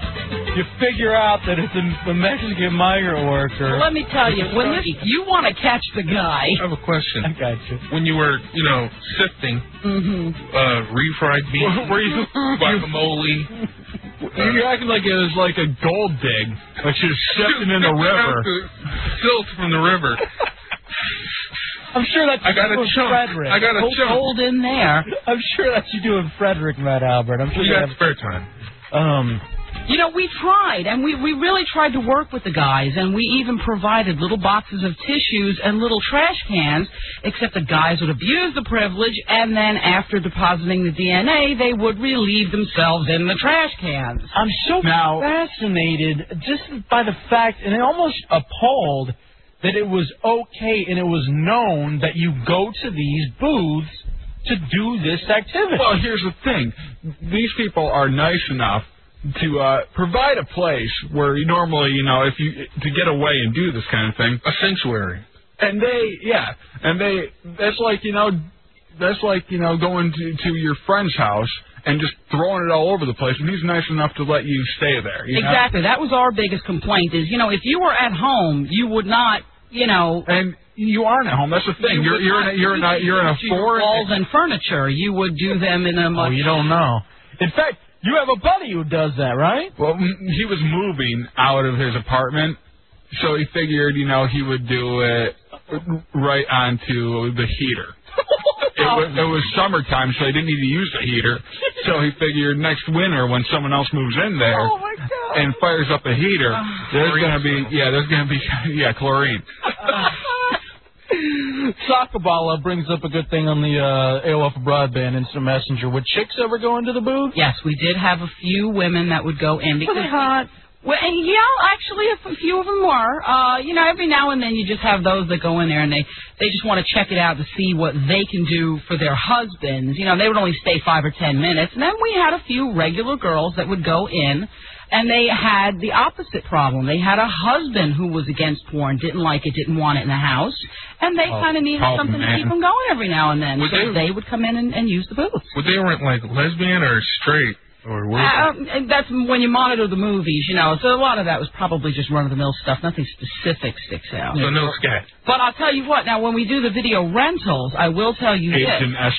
Speaker 2: you figure out that it's a, a Mexican migrant worker.
Speaker 14: Let me tell you, when this, you want to catch the guy.
Speaker 12: I have a question. I
Speaker 2: got you.
Speaker 12: When you were, you know, sifting
Speaker 14: Mm-hmm.
Speaker 12: uh, refried beans,
Speaker 4: Were you-
Speaker 2: Mm-hmm.
Speaker 12: guacamole?
Speaker 4: You're acting like it was like a gold dig, like she was stepping in the river.
Speaker 12: Silt from the river.
Speaker 2: I'm Oh, sure that's
Speaker 12: I got
Speaker 2: you
Speaker 12: a
Speaker 2: do in
Speaker 12: chunk.
Speaker 2: Frederick.
Speaker 12: I got a
Speaker 2: Hold-
Speaker 12: chunk.
Speaker 2: hold
Speaker 14: in there.
Speaker 2: I'm sure that's you do in Frederick, Matt Albert. I'm sure
Speaker 12: You
Speaker 2: they
Speaker 12: got
Speaker 2: have-
Speaker 12: spare time.
Speaker 2: Um,
Speaker 14: You know, we tried, and we, we really tried to work with the guys, and we even provided little boxes of tissues and little trash cans, except the guys would abuse the privilege, and then after depositing the DNA, they would relieve themselves in the trash cans.
Speaker 2: I'm so fascinated just by the fact, and almost appalled that it was okay and it was known that you go to these booths to do this activity.
Speaker 4: Well, here's the thing: these people are nice enough to uh, provide a place where you normally, you know, if you to get away and do this kind of thing,
Speaker 12: a sanctuary.
Speaker 4: And they, yeah, and they. That's like you know, that's like you know, going to to your friend's house and just throwing it all over the place. And he's nice enough to let you stay there. You know?
Speaker 14: Exactly. That was our biggest complaint is, you know, if you were at home, you would not, you know.
Speaker 4: And you aren't at home. That's the thing. You're- you're in a- you're in a- you're in a Oh, foreign-
Speaker 14: walls and furniture. You would do them in a much.
Speaker 2: you don't know. In fact, you have a buddy who does that, right?
Speaker 4: Well, m- he was moving out of his apartment, so he figured, you know, he would do it right onto the heater. It was, it was summertime, so he didn't need to use the heater. So he figured next winter, when someone else moves in there
Speaker 2: Oh,
Speaker 4: and fires up the heater,
Speaker 2: Ah,
Speaker 4: there's gonna be yeah, there's gonna be yeah, chlorine.
Speaker 2: Sakabala brings up a good thing on the uh, AOL for broadband instant messenger. Would chicks ever go into the booth?
Speaker 14: Yes, we did have a few women that would go in because Well, and, you know, actually, a f- few of them were. Uh, you know, every now and then you just have those that go in there and they they just want to check it out to see what they can do for their husbands. You know, they would only stay five or ten minutes. And then we had a few regular girls that would go in, and they had the opposite problem. They had a husband who was against porn, didn't like it, didn't want it in the house, and they
Speaker 12: Oh,
Speaker 14: kind of needed
Speaker 12: oh,
Speaker 14: something
Speaker 12: man.
Speaker 14: to keep them going every now and then.
Speaker 12: Would
Speaker 14: so
Speaker 12: they-
Speaker 14: they would come in and, and use the booth.
Speaker 12: Would they rent like lesbian or straight or what?
Speaker 14: Uh, and that's when you monitor the movies, you know. So a lot of that was probably just run of the mill stuff. Nothing specific sticks out.
Speaker 12: so no scat.
Speaker 14: But I'll tell you what. Now, when we do the video rentals, I will tell you
Speaker 4: It's
Speaker 14: this:
Speaker 4: an S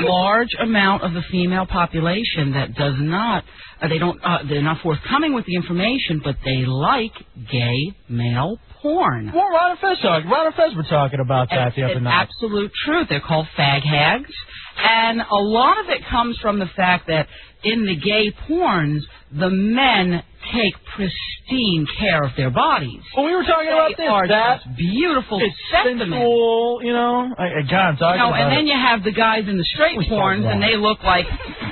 Speaker 14: a large amount of the female population that does not, uh, they don't, uh, they're not forthcoming with the information, but they like gay male porn.
Speaker 2: Well, Ron and Fez, talk, Ron and Fez were talking about that the other
Speaker 14: It's
Speaker 2: night.
Speaker 14: absolute truth. They're called fag hags. And a lot of it comes from the fact that in the gay porns, the men take pristine care of their bodies.
Speaker 2: Well, we were talking
Speaker 14: they
Speaker 2: about this,
Speaker 14: Are
Speaker 2: that-
Speaker 14: just beautiful
Speaker 2: it's
Speaker 14: specimens.
Speaker 2: sensual, you know. I, I- God, I'm talking
Speaker 14: You know,
Speaker 2: about
Speaker 14: and
Speaker 2: it.
Speaker 14: then you have the guys in the straight
Speaker 2: We
Speaker 14: porns,
Speaker 2: talked
Speaker 14: and they look like,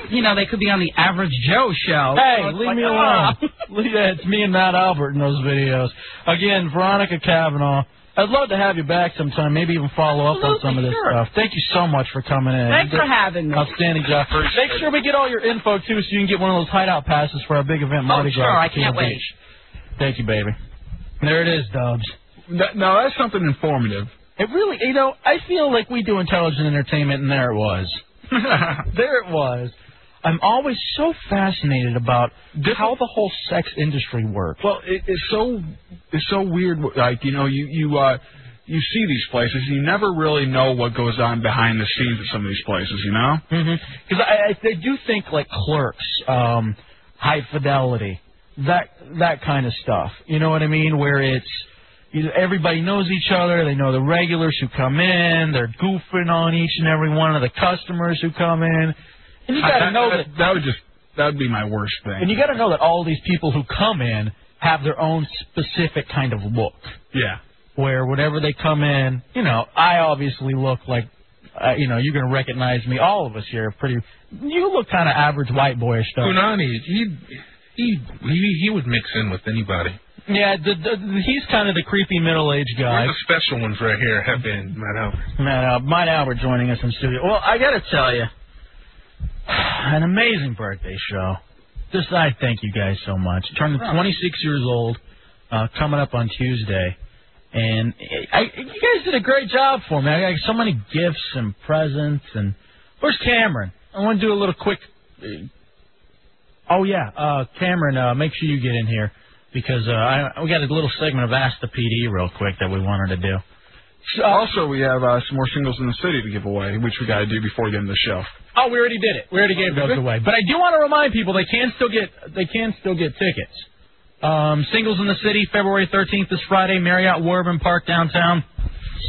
Speaker 14: you know, they could be on the Average Joe show.
Speaker 2: Hey,
Speaker 14: So it's
Speaker 2: leave
Speaker 14: like,
Speaker 2: me
Speaker 14: ah.
Speaker 2: alone. yeah, it's me and Matt Albert in those videos. Again, Veronica Kavanaugh. I'd love to have you back sometime. Maybe even follow up on some of this stuff. Thank you so much for coming in.
Speaker 14: Thanks
Speaker 2: You did
Speaker 14: for having me.
Speaker 2: Outstanding job. Make sure we get all your info too, so you can get one of those hideout passes for our big event, Mardi
Speaker 4: Oh, sure,
Speaker 2: Gras.
Speaker 4: I
Speaker 2: at Key
Speaker 4: can't
Speaker 2: Beach.
Speaker 4: wait.
Speaker 2: Thank you, baby. There it is, Dubs.
Speaker 4: That- Now that's something informative.
Speaker 2: It really, you know, I feel like we do intelligent entertainment, and there it was. there it was. I'm always so fascinated about how the whole sex industry works.
Speaker 4: Well, it, it's so it's so weird. Like you know, you you uh, you see these places, you never really know what goes on behind the scenes at some of these places. You know,
Speaker 2: Because Mm-hmm. I, I, I do think like clerks, um, high fidelity, that that kind of stuff. You know what I mean? Where it's you, everybody knows each other. They know the regulars who come in. They're goofing on each and every one of the customers who come in. And you
Speaker 4: I-
Speaker 2: got to
Speaker 4: that-
Speaker 2: know
Speaker 4: that,
Speaker 2: that.
Speaker 4: that would just that would be my worst thing.
Speaker 2: And you got to know that all these people who come in have their own specific kind of look.
Speaker 4: yeah.
Speaker 2: Where whenever they come in, you know, I obviously look like, uh, you know, you're gonna recognize me. All of us here are pretty. You look kind of average white boyish
Speaker 12: Uh,
Speaker 2: stuff.
Speaker 8: Punani, he, he he he would mix in with anybody.
Speaker 2: Yeah, the, the, he's kind of the creepy middle-aged
Speaker 8: We're
Speaker 2: guy.
Speaker 8: the special ones right here. Have been, Matt Albert.
Speaker 2: Matt, uh, Matt Albert joining us in studio. Well, I got to tell you, an amazing birthday show. Just I thank you guys so much. Turning 26 years old, uh, coming up on Tuesday, and I, I, you guys did a great job for me. I got so many gifts and presents. And where's Cameron? I want to do a little quick. Oh yeah, uh, Cameron, uh, make sure you get in here because uh, I, we got a little segment of Ask the PD real quick that we wanted to do.
Speaker 4: also, we have uh, some more singles in the city to give away, which we got to do before the end of the show.
Speaker 2: Oh, we already did it. We already gave those away. But I do want to remind people they can still get they can still get tickets. Um, singles in the city, February 13th is Friday, Marriott Warburton Park downtown.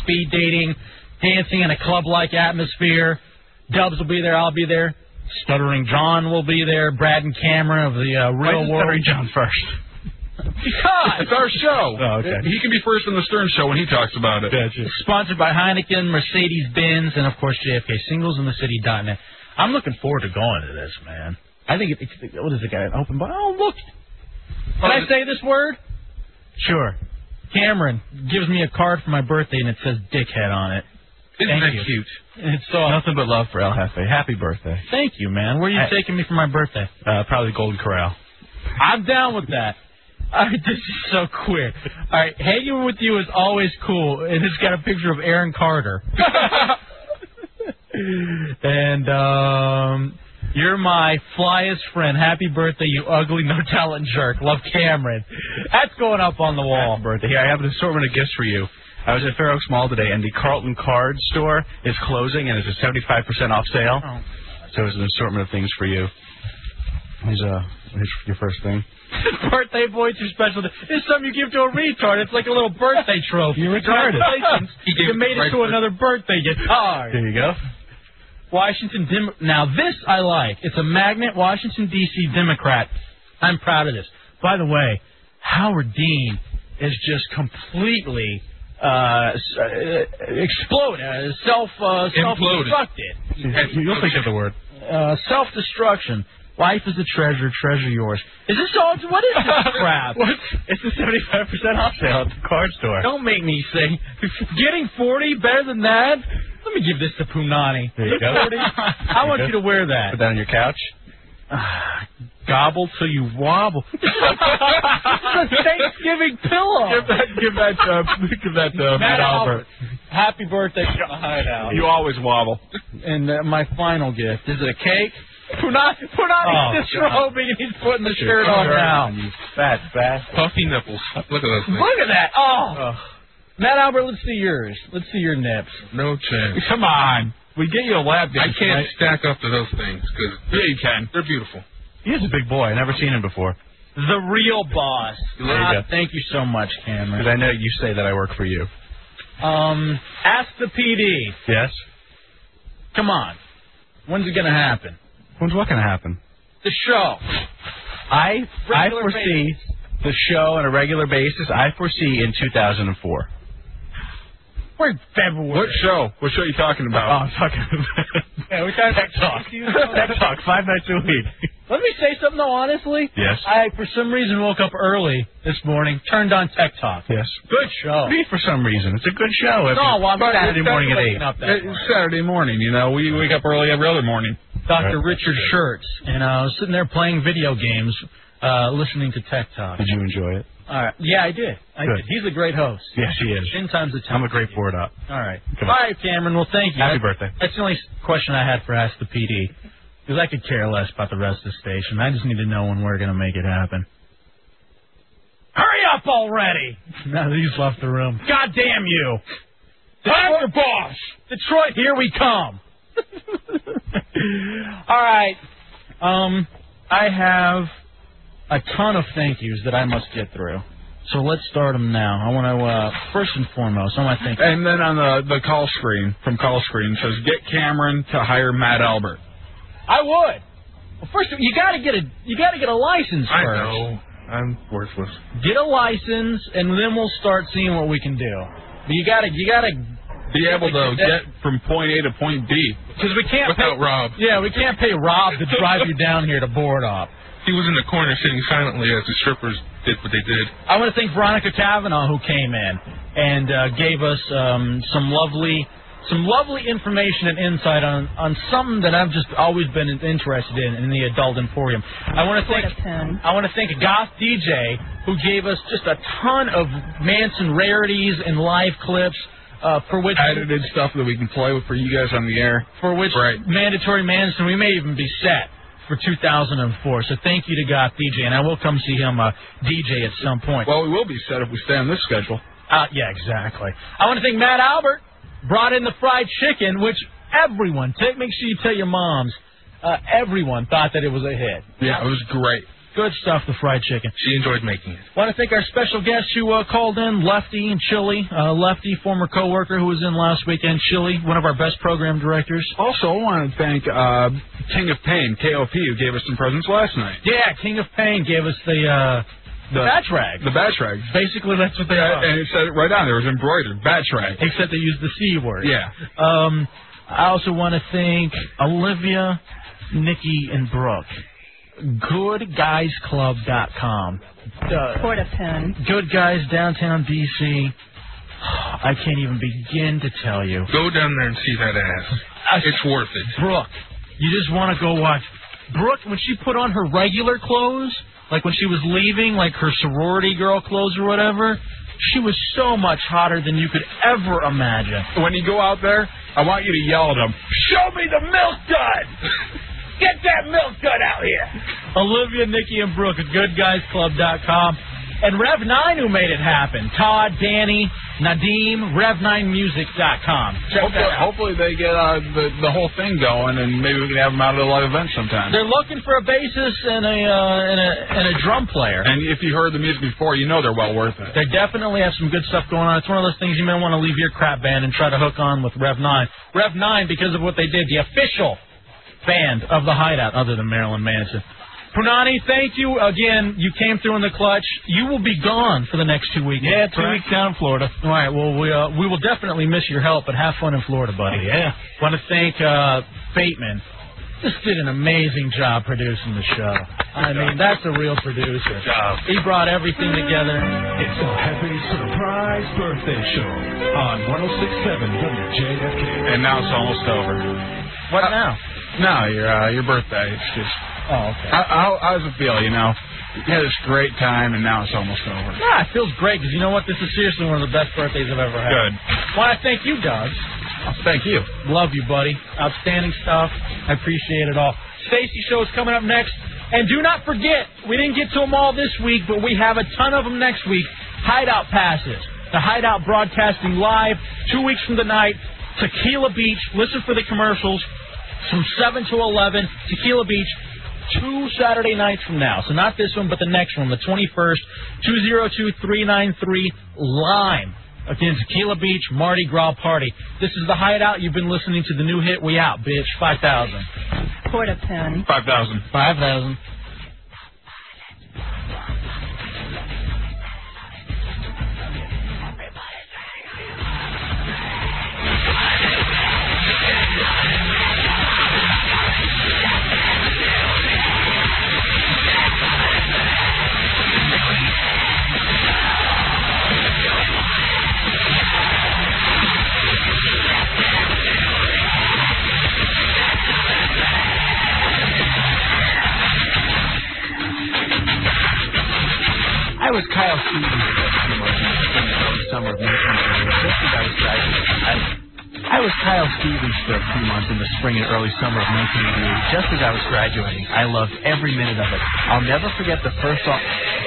Speaker 2: Speed dating, dancing in a club-like atmosphere. Dubs will be there. I'll be there. Stuttering John will be there. Brad and Cameron of the uh, Real
Speaker 4: did
Speaker 2: World.
Speaker 4: Stuttering
Speaker 2: John first. Because
Speaker 4: it's our show.
Speaker 2: Oh, okay.
Speaker 4: He can be first in the Stern show when he talks about it.
Speaker 2: Sponsored by Heineken, Mercedes Benz, and of course JFK Singles in the City net. I'm looking forward to going to this, man. I think it, it, what is it got an open bar? Oh look. Can I say this word? Sure. Cameron gives me a card for my birthday and it says dickhead on it.
Speaker 8: Isn't
Speaker 2: Thank
Speaker 8: that
Speaker 2: you.
Speaker 8: cute?
Speaker 2: It's so
Speaker 12: Nothing but love for El Jefe. Happy birthday.
Speaker 2: Thank you, man. Where are you
Speaker 12: I-
Speaker 2: taking me for my birthday?
Speaker 12: Uh, probably Golden Corral.
Speaker 2: I'm down with that. All right, this is so queer. All right, hanging with you is always cool, and it's got a picture of Aaron Carter. and um, you're my flyest friend. Happy birthday, you ugly no talent jerk. Love Cameron. That's going up on the wall.
Speaker 12: birthday. Here, I have an assortment of gifts for you. I was at Fair Oaks Mall today, and the Carlton Card store is closing, and it's a 75% off sale.
Speaker 2: Oh.
Speaker 12: So it's an assortment of things for you. Here's, uh, here's your first thing.
Speaker 2: birthday boy too special. to- This is something you give to a retard. It's like a little birthday trophy. You're
Speaker 12: retarded. He gave
Speaker 2: you
Speaker 12: it the
Speaker 2: made it
Speaker 12: right
Speaker 2: to
Speaker 12: person.
Speaker 2: another birthday guitar.
Speaker 12: There you go.
Speaker 2: Washington Dem- Now this I like. It's a magnet Washington D.C. Democrat. I'm proud of this. By the way, Howard Dean is just completely uh, s- uh, explode, uh, self uh, self destructed.
Speaker 12: You'll think of the word.
Speaker 2: Uh, self destruction. Life is a treasure, treasure yours. Is this all? What is this crap?
Speaker 12: What? It's a 75% off sale at the card store.
Speaker 2: Don't make me sing. Getting 40 better than that? Let me give this to Punani.
Speaker 12: There you go.
Speaker 2: 40. I want you to wear that.
Speaker 12: Put that on your couch.
Speaker 2: Gobble till you wobble. it's a Thanksgiving pillow. Give
Speaker 4: that, give that, uh, give that uh,
Speaker 2: Matt
Speaker 4: Matt
Speaker 2: Albert.
Speaker 4: Albert.
Speaker 2: Happy birthday from the hideout.
Speaker 4: You always wobble.
Speaker 2: And uh, my final gift is it a cake? Punani,
Speaker 4: Oh,
Speaker 2: Punani's
Speaker 4: God.
Speaker 2: disrobing and he's putting the
Speaker 4: Put your
Speaker 2: shirt on
Speaker 4: underwear
Speaker 2: now.
Speaker 4: on,
Speaker 12: you fat bastard.
Speaker 8: Puffy nipples. Look at those things.
Speaker 2: Look at that. Oh. Matt Albert, let's see yours. Let's see your nips.
Speaker 8: No chance.
Speaker 2: Come on. We get you a lab
Speaker 8: I
Speaker 2: dance,
Speaker 8: can't
Speaker 2: right?
Speaker 8: stack up to those things because yeah, you can. They're beautiful.
Speaker 12: He's a big boy. i never seen him before.
Speaker 2: The real boss.
Speaker 12: There you go.
Speaker 2: Ah, thank you so much,
Speaker 12: Because
Speaker 2: Cameron.
Speaker 12: I know you say that I work for you.
Speaker 2: Um, ask the PD.
Speaker 12: Yes?
Speaker 2: Come on. When's it gonna happen?
Speaker 12: When's what going to happen?
Speaker 2: The show.
Speaker 12: I I
Speaker 2: Regular
Speaker 12: foresee the show on a regular basis. I foresee in 2004.
Speaker 2: We're in February.
Speaker 4: What show? What show are you talking about?
Speaker 12: Oh, I'm talking about
Speaker 2: yeah, we got
Speaker 12: Tech Talk. Tech Talk, five nights a week.
Speaker 2: Let me say something though, honestly.
Speaker 12: Yes.
Speaker 2: I for some reason woke up early this morning, turned on Tech Talk.
Speaker 12: Yes.
Speaker 2: Good show.
Speaker 12: Me for some reason. It's a good show. If
Speaker 2: No,
Speaker 12: you-
Speaker 2: well, I'm
Speaker 12: Saturday
Speaker 2: glad-
Speaker 12: morning at
Speaker 2: waking
Speaker 12: eight.
Speaker 2: up that
Speaker 4: It's Saturday morning, you know. We wake up early every other morning.
Speaker 2: Dr. Richard Schertz, and I was sitting there playing video games, uh, listening to Tech Talk.
Speaker 12: Did you enjoy it?
Speaker 2: All right. Yeah, I did. I
Speaker 12: Mm. Good.
Speaker 2: did. He's a great host.
Speaker 12: Yes, he is.
Speaker 2: Ten times a time.
Speaker 12: I'm a great board up.
Speaker 2: All right.
Speaker 12: Come
Speaker 2: All
Speaker 12: on.
Speaker 2: right, Cameron. Well, thank you.
Speaker 12: Happy
Speaker 2: That-
Speaker 12: birthday.
Speaker 2: That's the only question I had for Ask the PD. Because I could care less about the rest of the station. I just need to know when we're going to make it happen. Hurry up already! Now that he's left the room. God damn you! I'm your boss! Detroit, here we come! All right. Um, I have a ton of thank yous that I must get through. So let's start them now. I want to uh, first and foremost. I'm thinking.
Speaker 4: And then on the the call screen from call screen says get Cameron to hire Matt Albert.
Speaker 2: I would. Well, first of, you got to get a you got to get a license
Speaker 24: I
Speaker 2: first.
Speaker 24: know. I'm worthless.
Speaker 2: Get a license, and then we'll start seeing what we can do. But you got to you got to
Speaker 4: Be able to get from point A to point B.
Speaker 2: because we can't
Speaker 24: Without
Speaker 2: pay,
Speaker 24: Rob.
Speaker 2: Yeah, we can't pay Rob to drive you down here to board op.
Speaker 24: He was in the corner sitting silently as the strippers did what they did.
Speaker 2: I want to thank Veronica Kavanaugh who came in and uh, gave us um, some lovely some lovely information and insight on on something that I've just always been interested in in the adult emporium. I want to thank I want to thank Goth DJ who gave us just a ton of Manson rarities and live clips uh, for which
Speaker 4: Edited stuff that we can play with for you guys on the air.
Speaker 2: for which
Speaker 4: Right.
Speaker 2: mandatory Manson we may even be set for 2004. So thank you to Goth DJ and I will come see him uh, DJ at some point.
Speaker 4: Well, we will be set if we stay on this schedule.
Speaker 2: Uh, yeah, exactly. I want to thank Matt Albert. Brought in the fried chicken, which everyone take. Make sure you tell your moms. Uh, everyone thought that it was a hit.
Speaker 4: Yeah, it was great.
Speaker 2: Good stuff, the fried chicken.
Speaker 24: She enjoyed making it.
Speaker 2: Want to thank our special guest who uh, called in, Lefty and Chili. Uh, Lefty, former coworker who was in last weekend. Chili, one of our best program directors.
Speaker 4: Also, I want to thank uh, King of Pain, KOP, who gave us some presents last night.
Speaker 2: Yeah, King of Pain gave us the uh, the batch rag.
Speaker 4: The batch rag.
Speaker 2: Basically, that's what they
Speaker 4: Yeah,
Speaker 2: are.
Speaker 4: and it said it right on there. It was embroidered. Batch rag.
Speaker 2: Except they used the C word.
Speaker 4: Yeah.
Speaker 2: Um, I also want to thank Olivia, Nikki, and Brooke. GoodGuysClub.com. Uh,
Speaker 16: Porta pen.
Speaker 2: Good guys downtown DC. I can't even begin to tell you.
Speaker 24: Go down there and see that ass. It's worth it.
Speaker 2: Brooke, you just want to go watch. Brooke, when she put on her regular clothes, like when she was leaving, like her sorority girl clothes or whatever, she was so much hotter than you could ever imagine.
Speaker 4: When you go out there, I want you to yell at them.
Speaker 1: Show me the milk dud! Get that milk dud out here!
Speaker 2: Olivia, Nikki, and Brooke at GoodGuysClub.com. And Rev9 who made it happen. Todd, Danny, Nadim, Rev9Music.com. Check that
Speaker 4: Hopefully,
Speaker 2: out.
Speaker 4: hopefully they get uh, the the whole thing going, and maybe we can have them out at a live event sometime.
Speaker 2: They're looking for a bassist and a, uh, and a and a drum player.
Speaker 4: And if you heard the music before, you know they're well worth it.
Speaker 2: They definitely have some good stuff going on. It's one of those things you may want to leave your crap band and try to hook on with Rev 9. Rev 9, because of what they did, the official band of the Hideout, other than Marilyn Manson. Punani, thank you again. You came through in the clutch. You will be gone for the next two weeks.
Speaker 12: Yeah, two weeks
Speaker 2: down in Florida. All right. Well, we uh, we will definitely miss your help, but have fun in Florida, buddy.
Speaker 12: Yeah.
Speaker 2: Want to thank uh, Bateman. Just did an amazing job producing the show. I mean, that's a real producer.
Speaker 1: job.
Speaker 2: He brought everything together.
Speaker 1: It's a happy surprise birthday show on 1067 WJFK.
Speaker 4: And now it's almost over.
Speaker 2: What now?
Speaker 4: Uh, No, your uh, your birthday. It's just
Speaker 2: Oh, okay.
Speaker 4: how, how how does it feel? You know, you had this great time, and now it's almost over.
Speaker 2: Yeah, it feels great because you know what? This is seriously one of the best birthdays I've ever had.
Speaker 4: Good.
Speaker 2: Want to thank you, Doug.
Speaker 4: Thank you.
Speaker 2: Love you, buddy. Outstanding stuff. I appreciate it all. Stacy show is coming up next. And do not forget, we didn't get to them all this week, but we have a ton of them next week. Hideout passes. The Hideout broadcasting live two weeks from tonight. Tequila Beach. Listen for the commercials from 7 to 11. Tequila Beach two Saturday nights from now. So not this one, but the next one, the 21st, 202393 Lime against Tequila Beach Mardi Gras Party. This is the Hideout. You've been listening to the new hit. We out, bitch. 5,000.
Speaker 16: Porta pen.
Speaker 4: Five thousand.
Speaker 2: 5,000.
Speaker 12: I was Kyle Stevens for the summer of 1996. I was driving. I was Kyle Stevens for a few months in the spring and early summer of 1988, just as I was graduating. I loved every minute of it. I'll never forget the first song.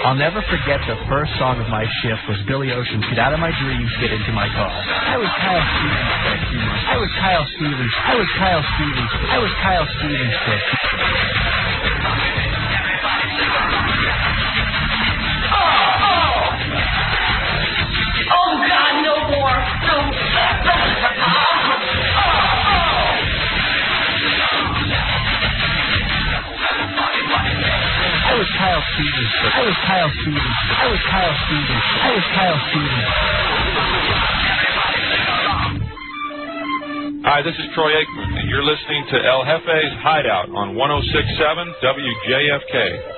Speaker 12: I'll never forget the first song of my shift was Billy Ocean's "Get Out of My Dreams, Get Into My Car." I was Kyle Stevens for a few months. I was Kyle Stevens. I was Kyle Stevens. I was Kyle Stevens for. A few
Speaker 1: Oh!
Speaker 12: Stevens. I was Kyle Stevens. I was Kyle Stevens. I was Kyle Stevens.
Speaker 4: Hi, this is Troy oh Aikman, and you're listening to El Jefe's Hideout on 1067 WJFK.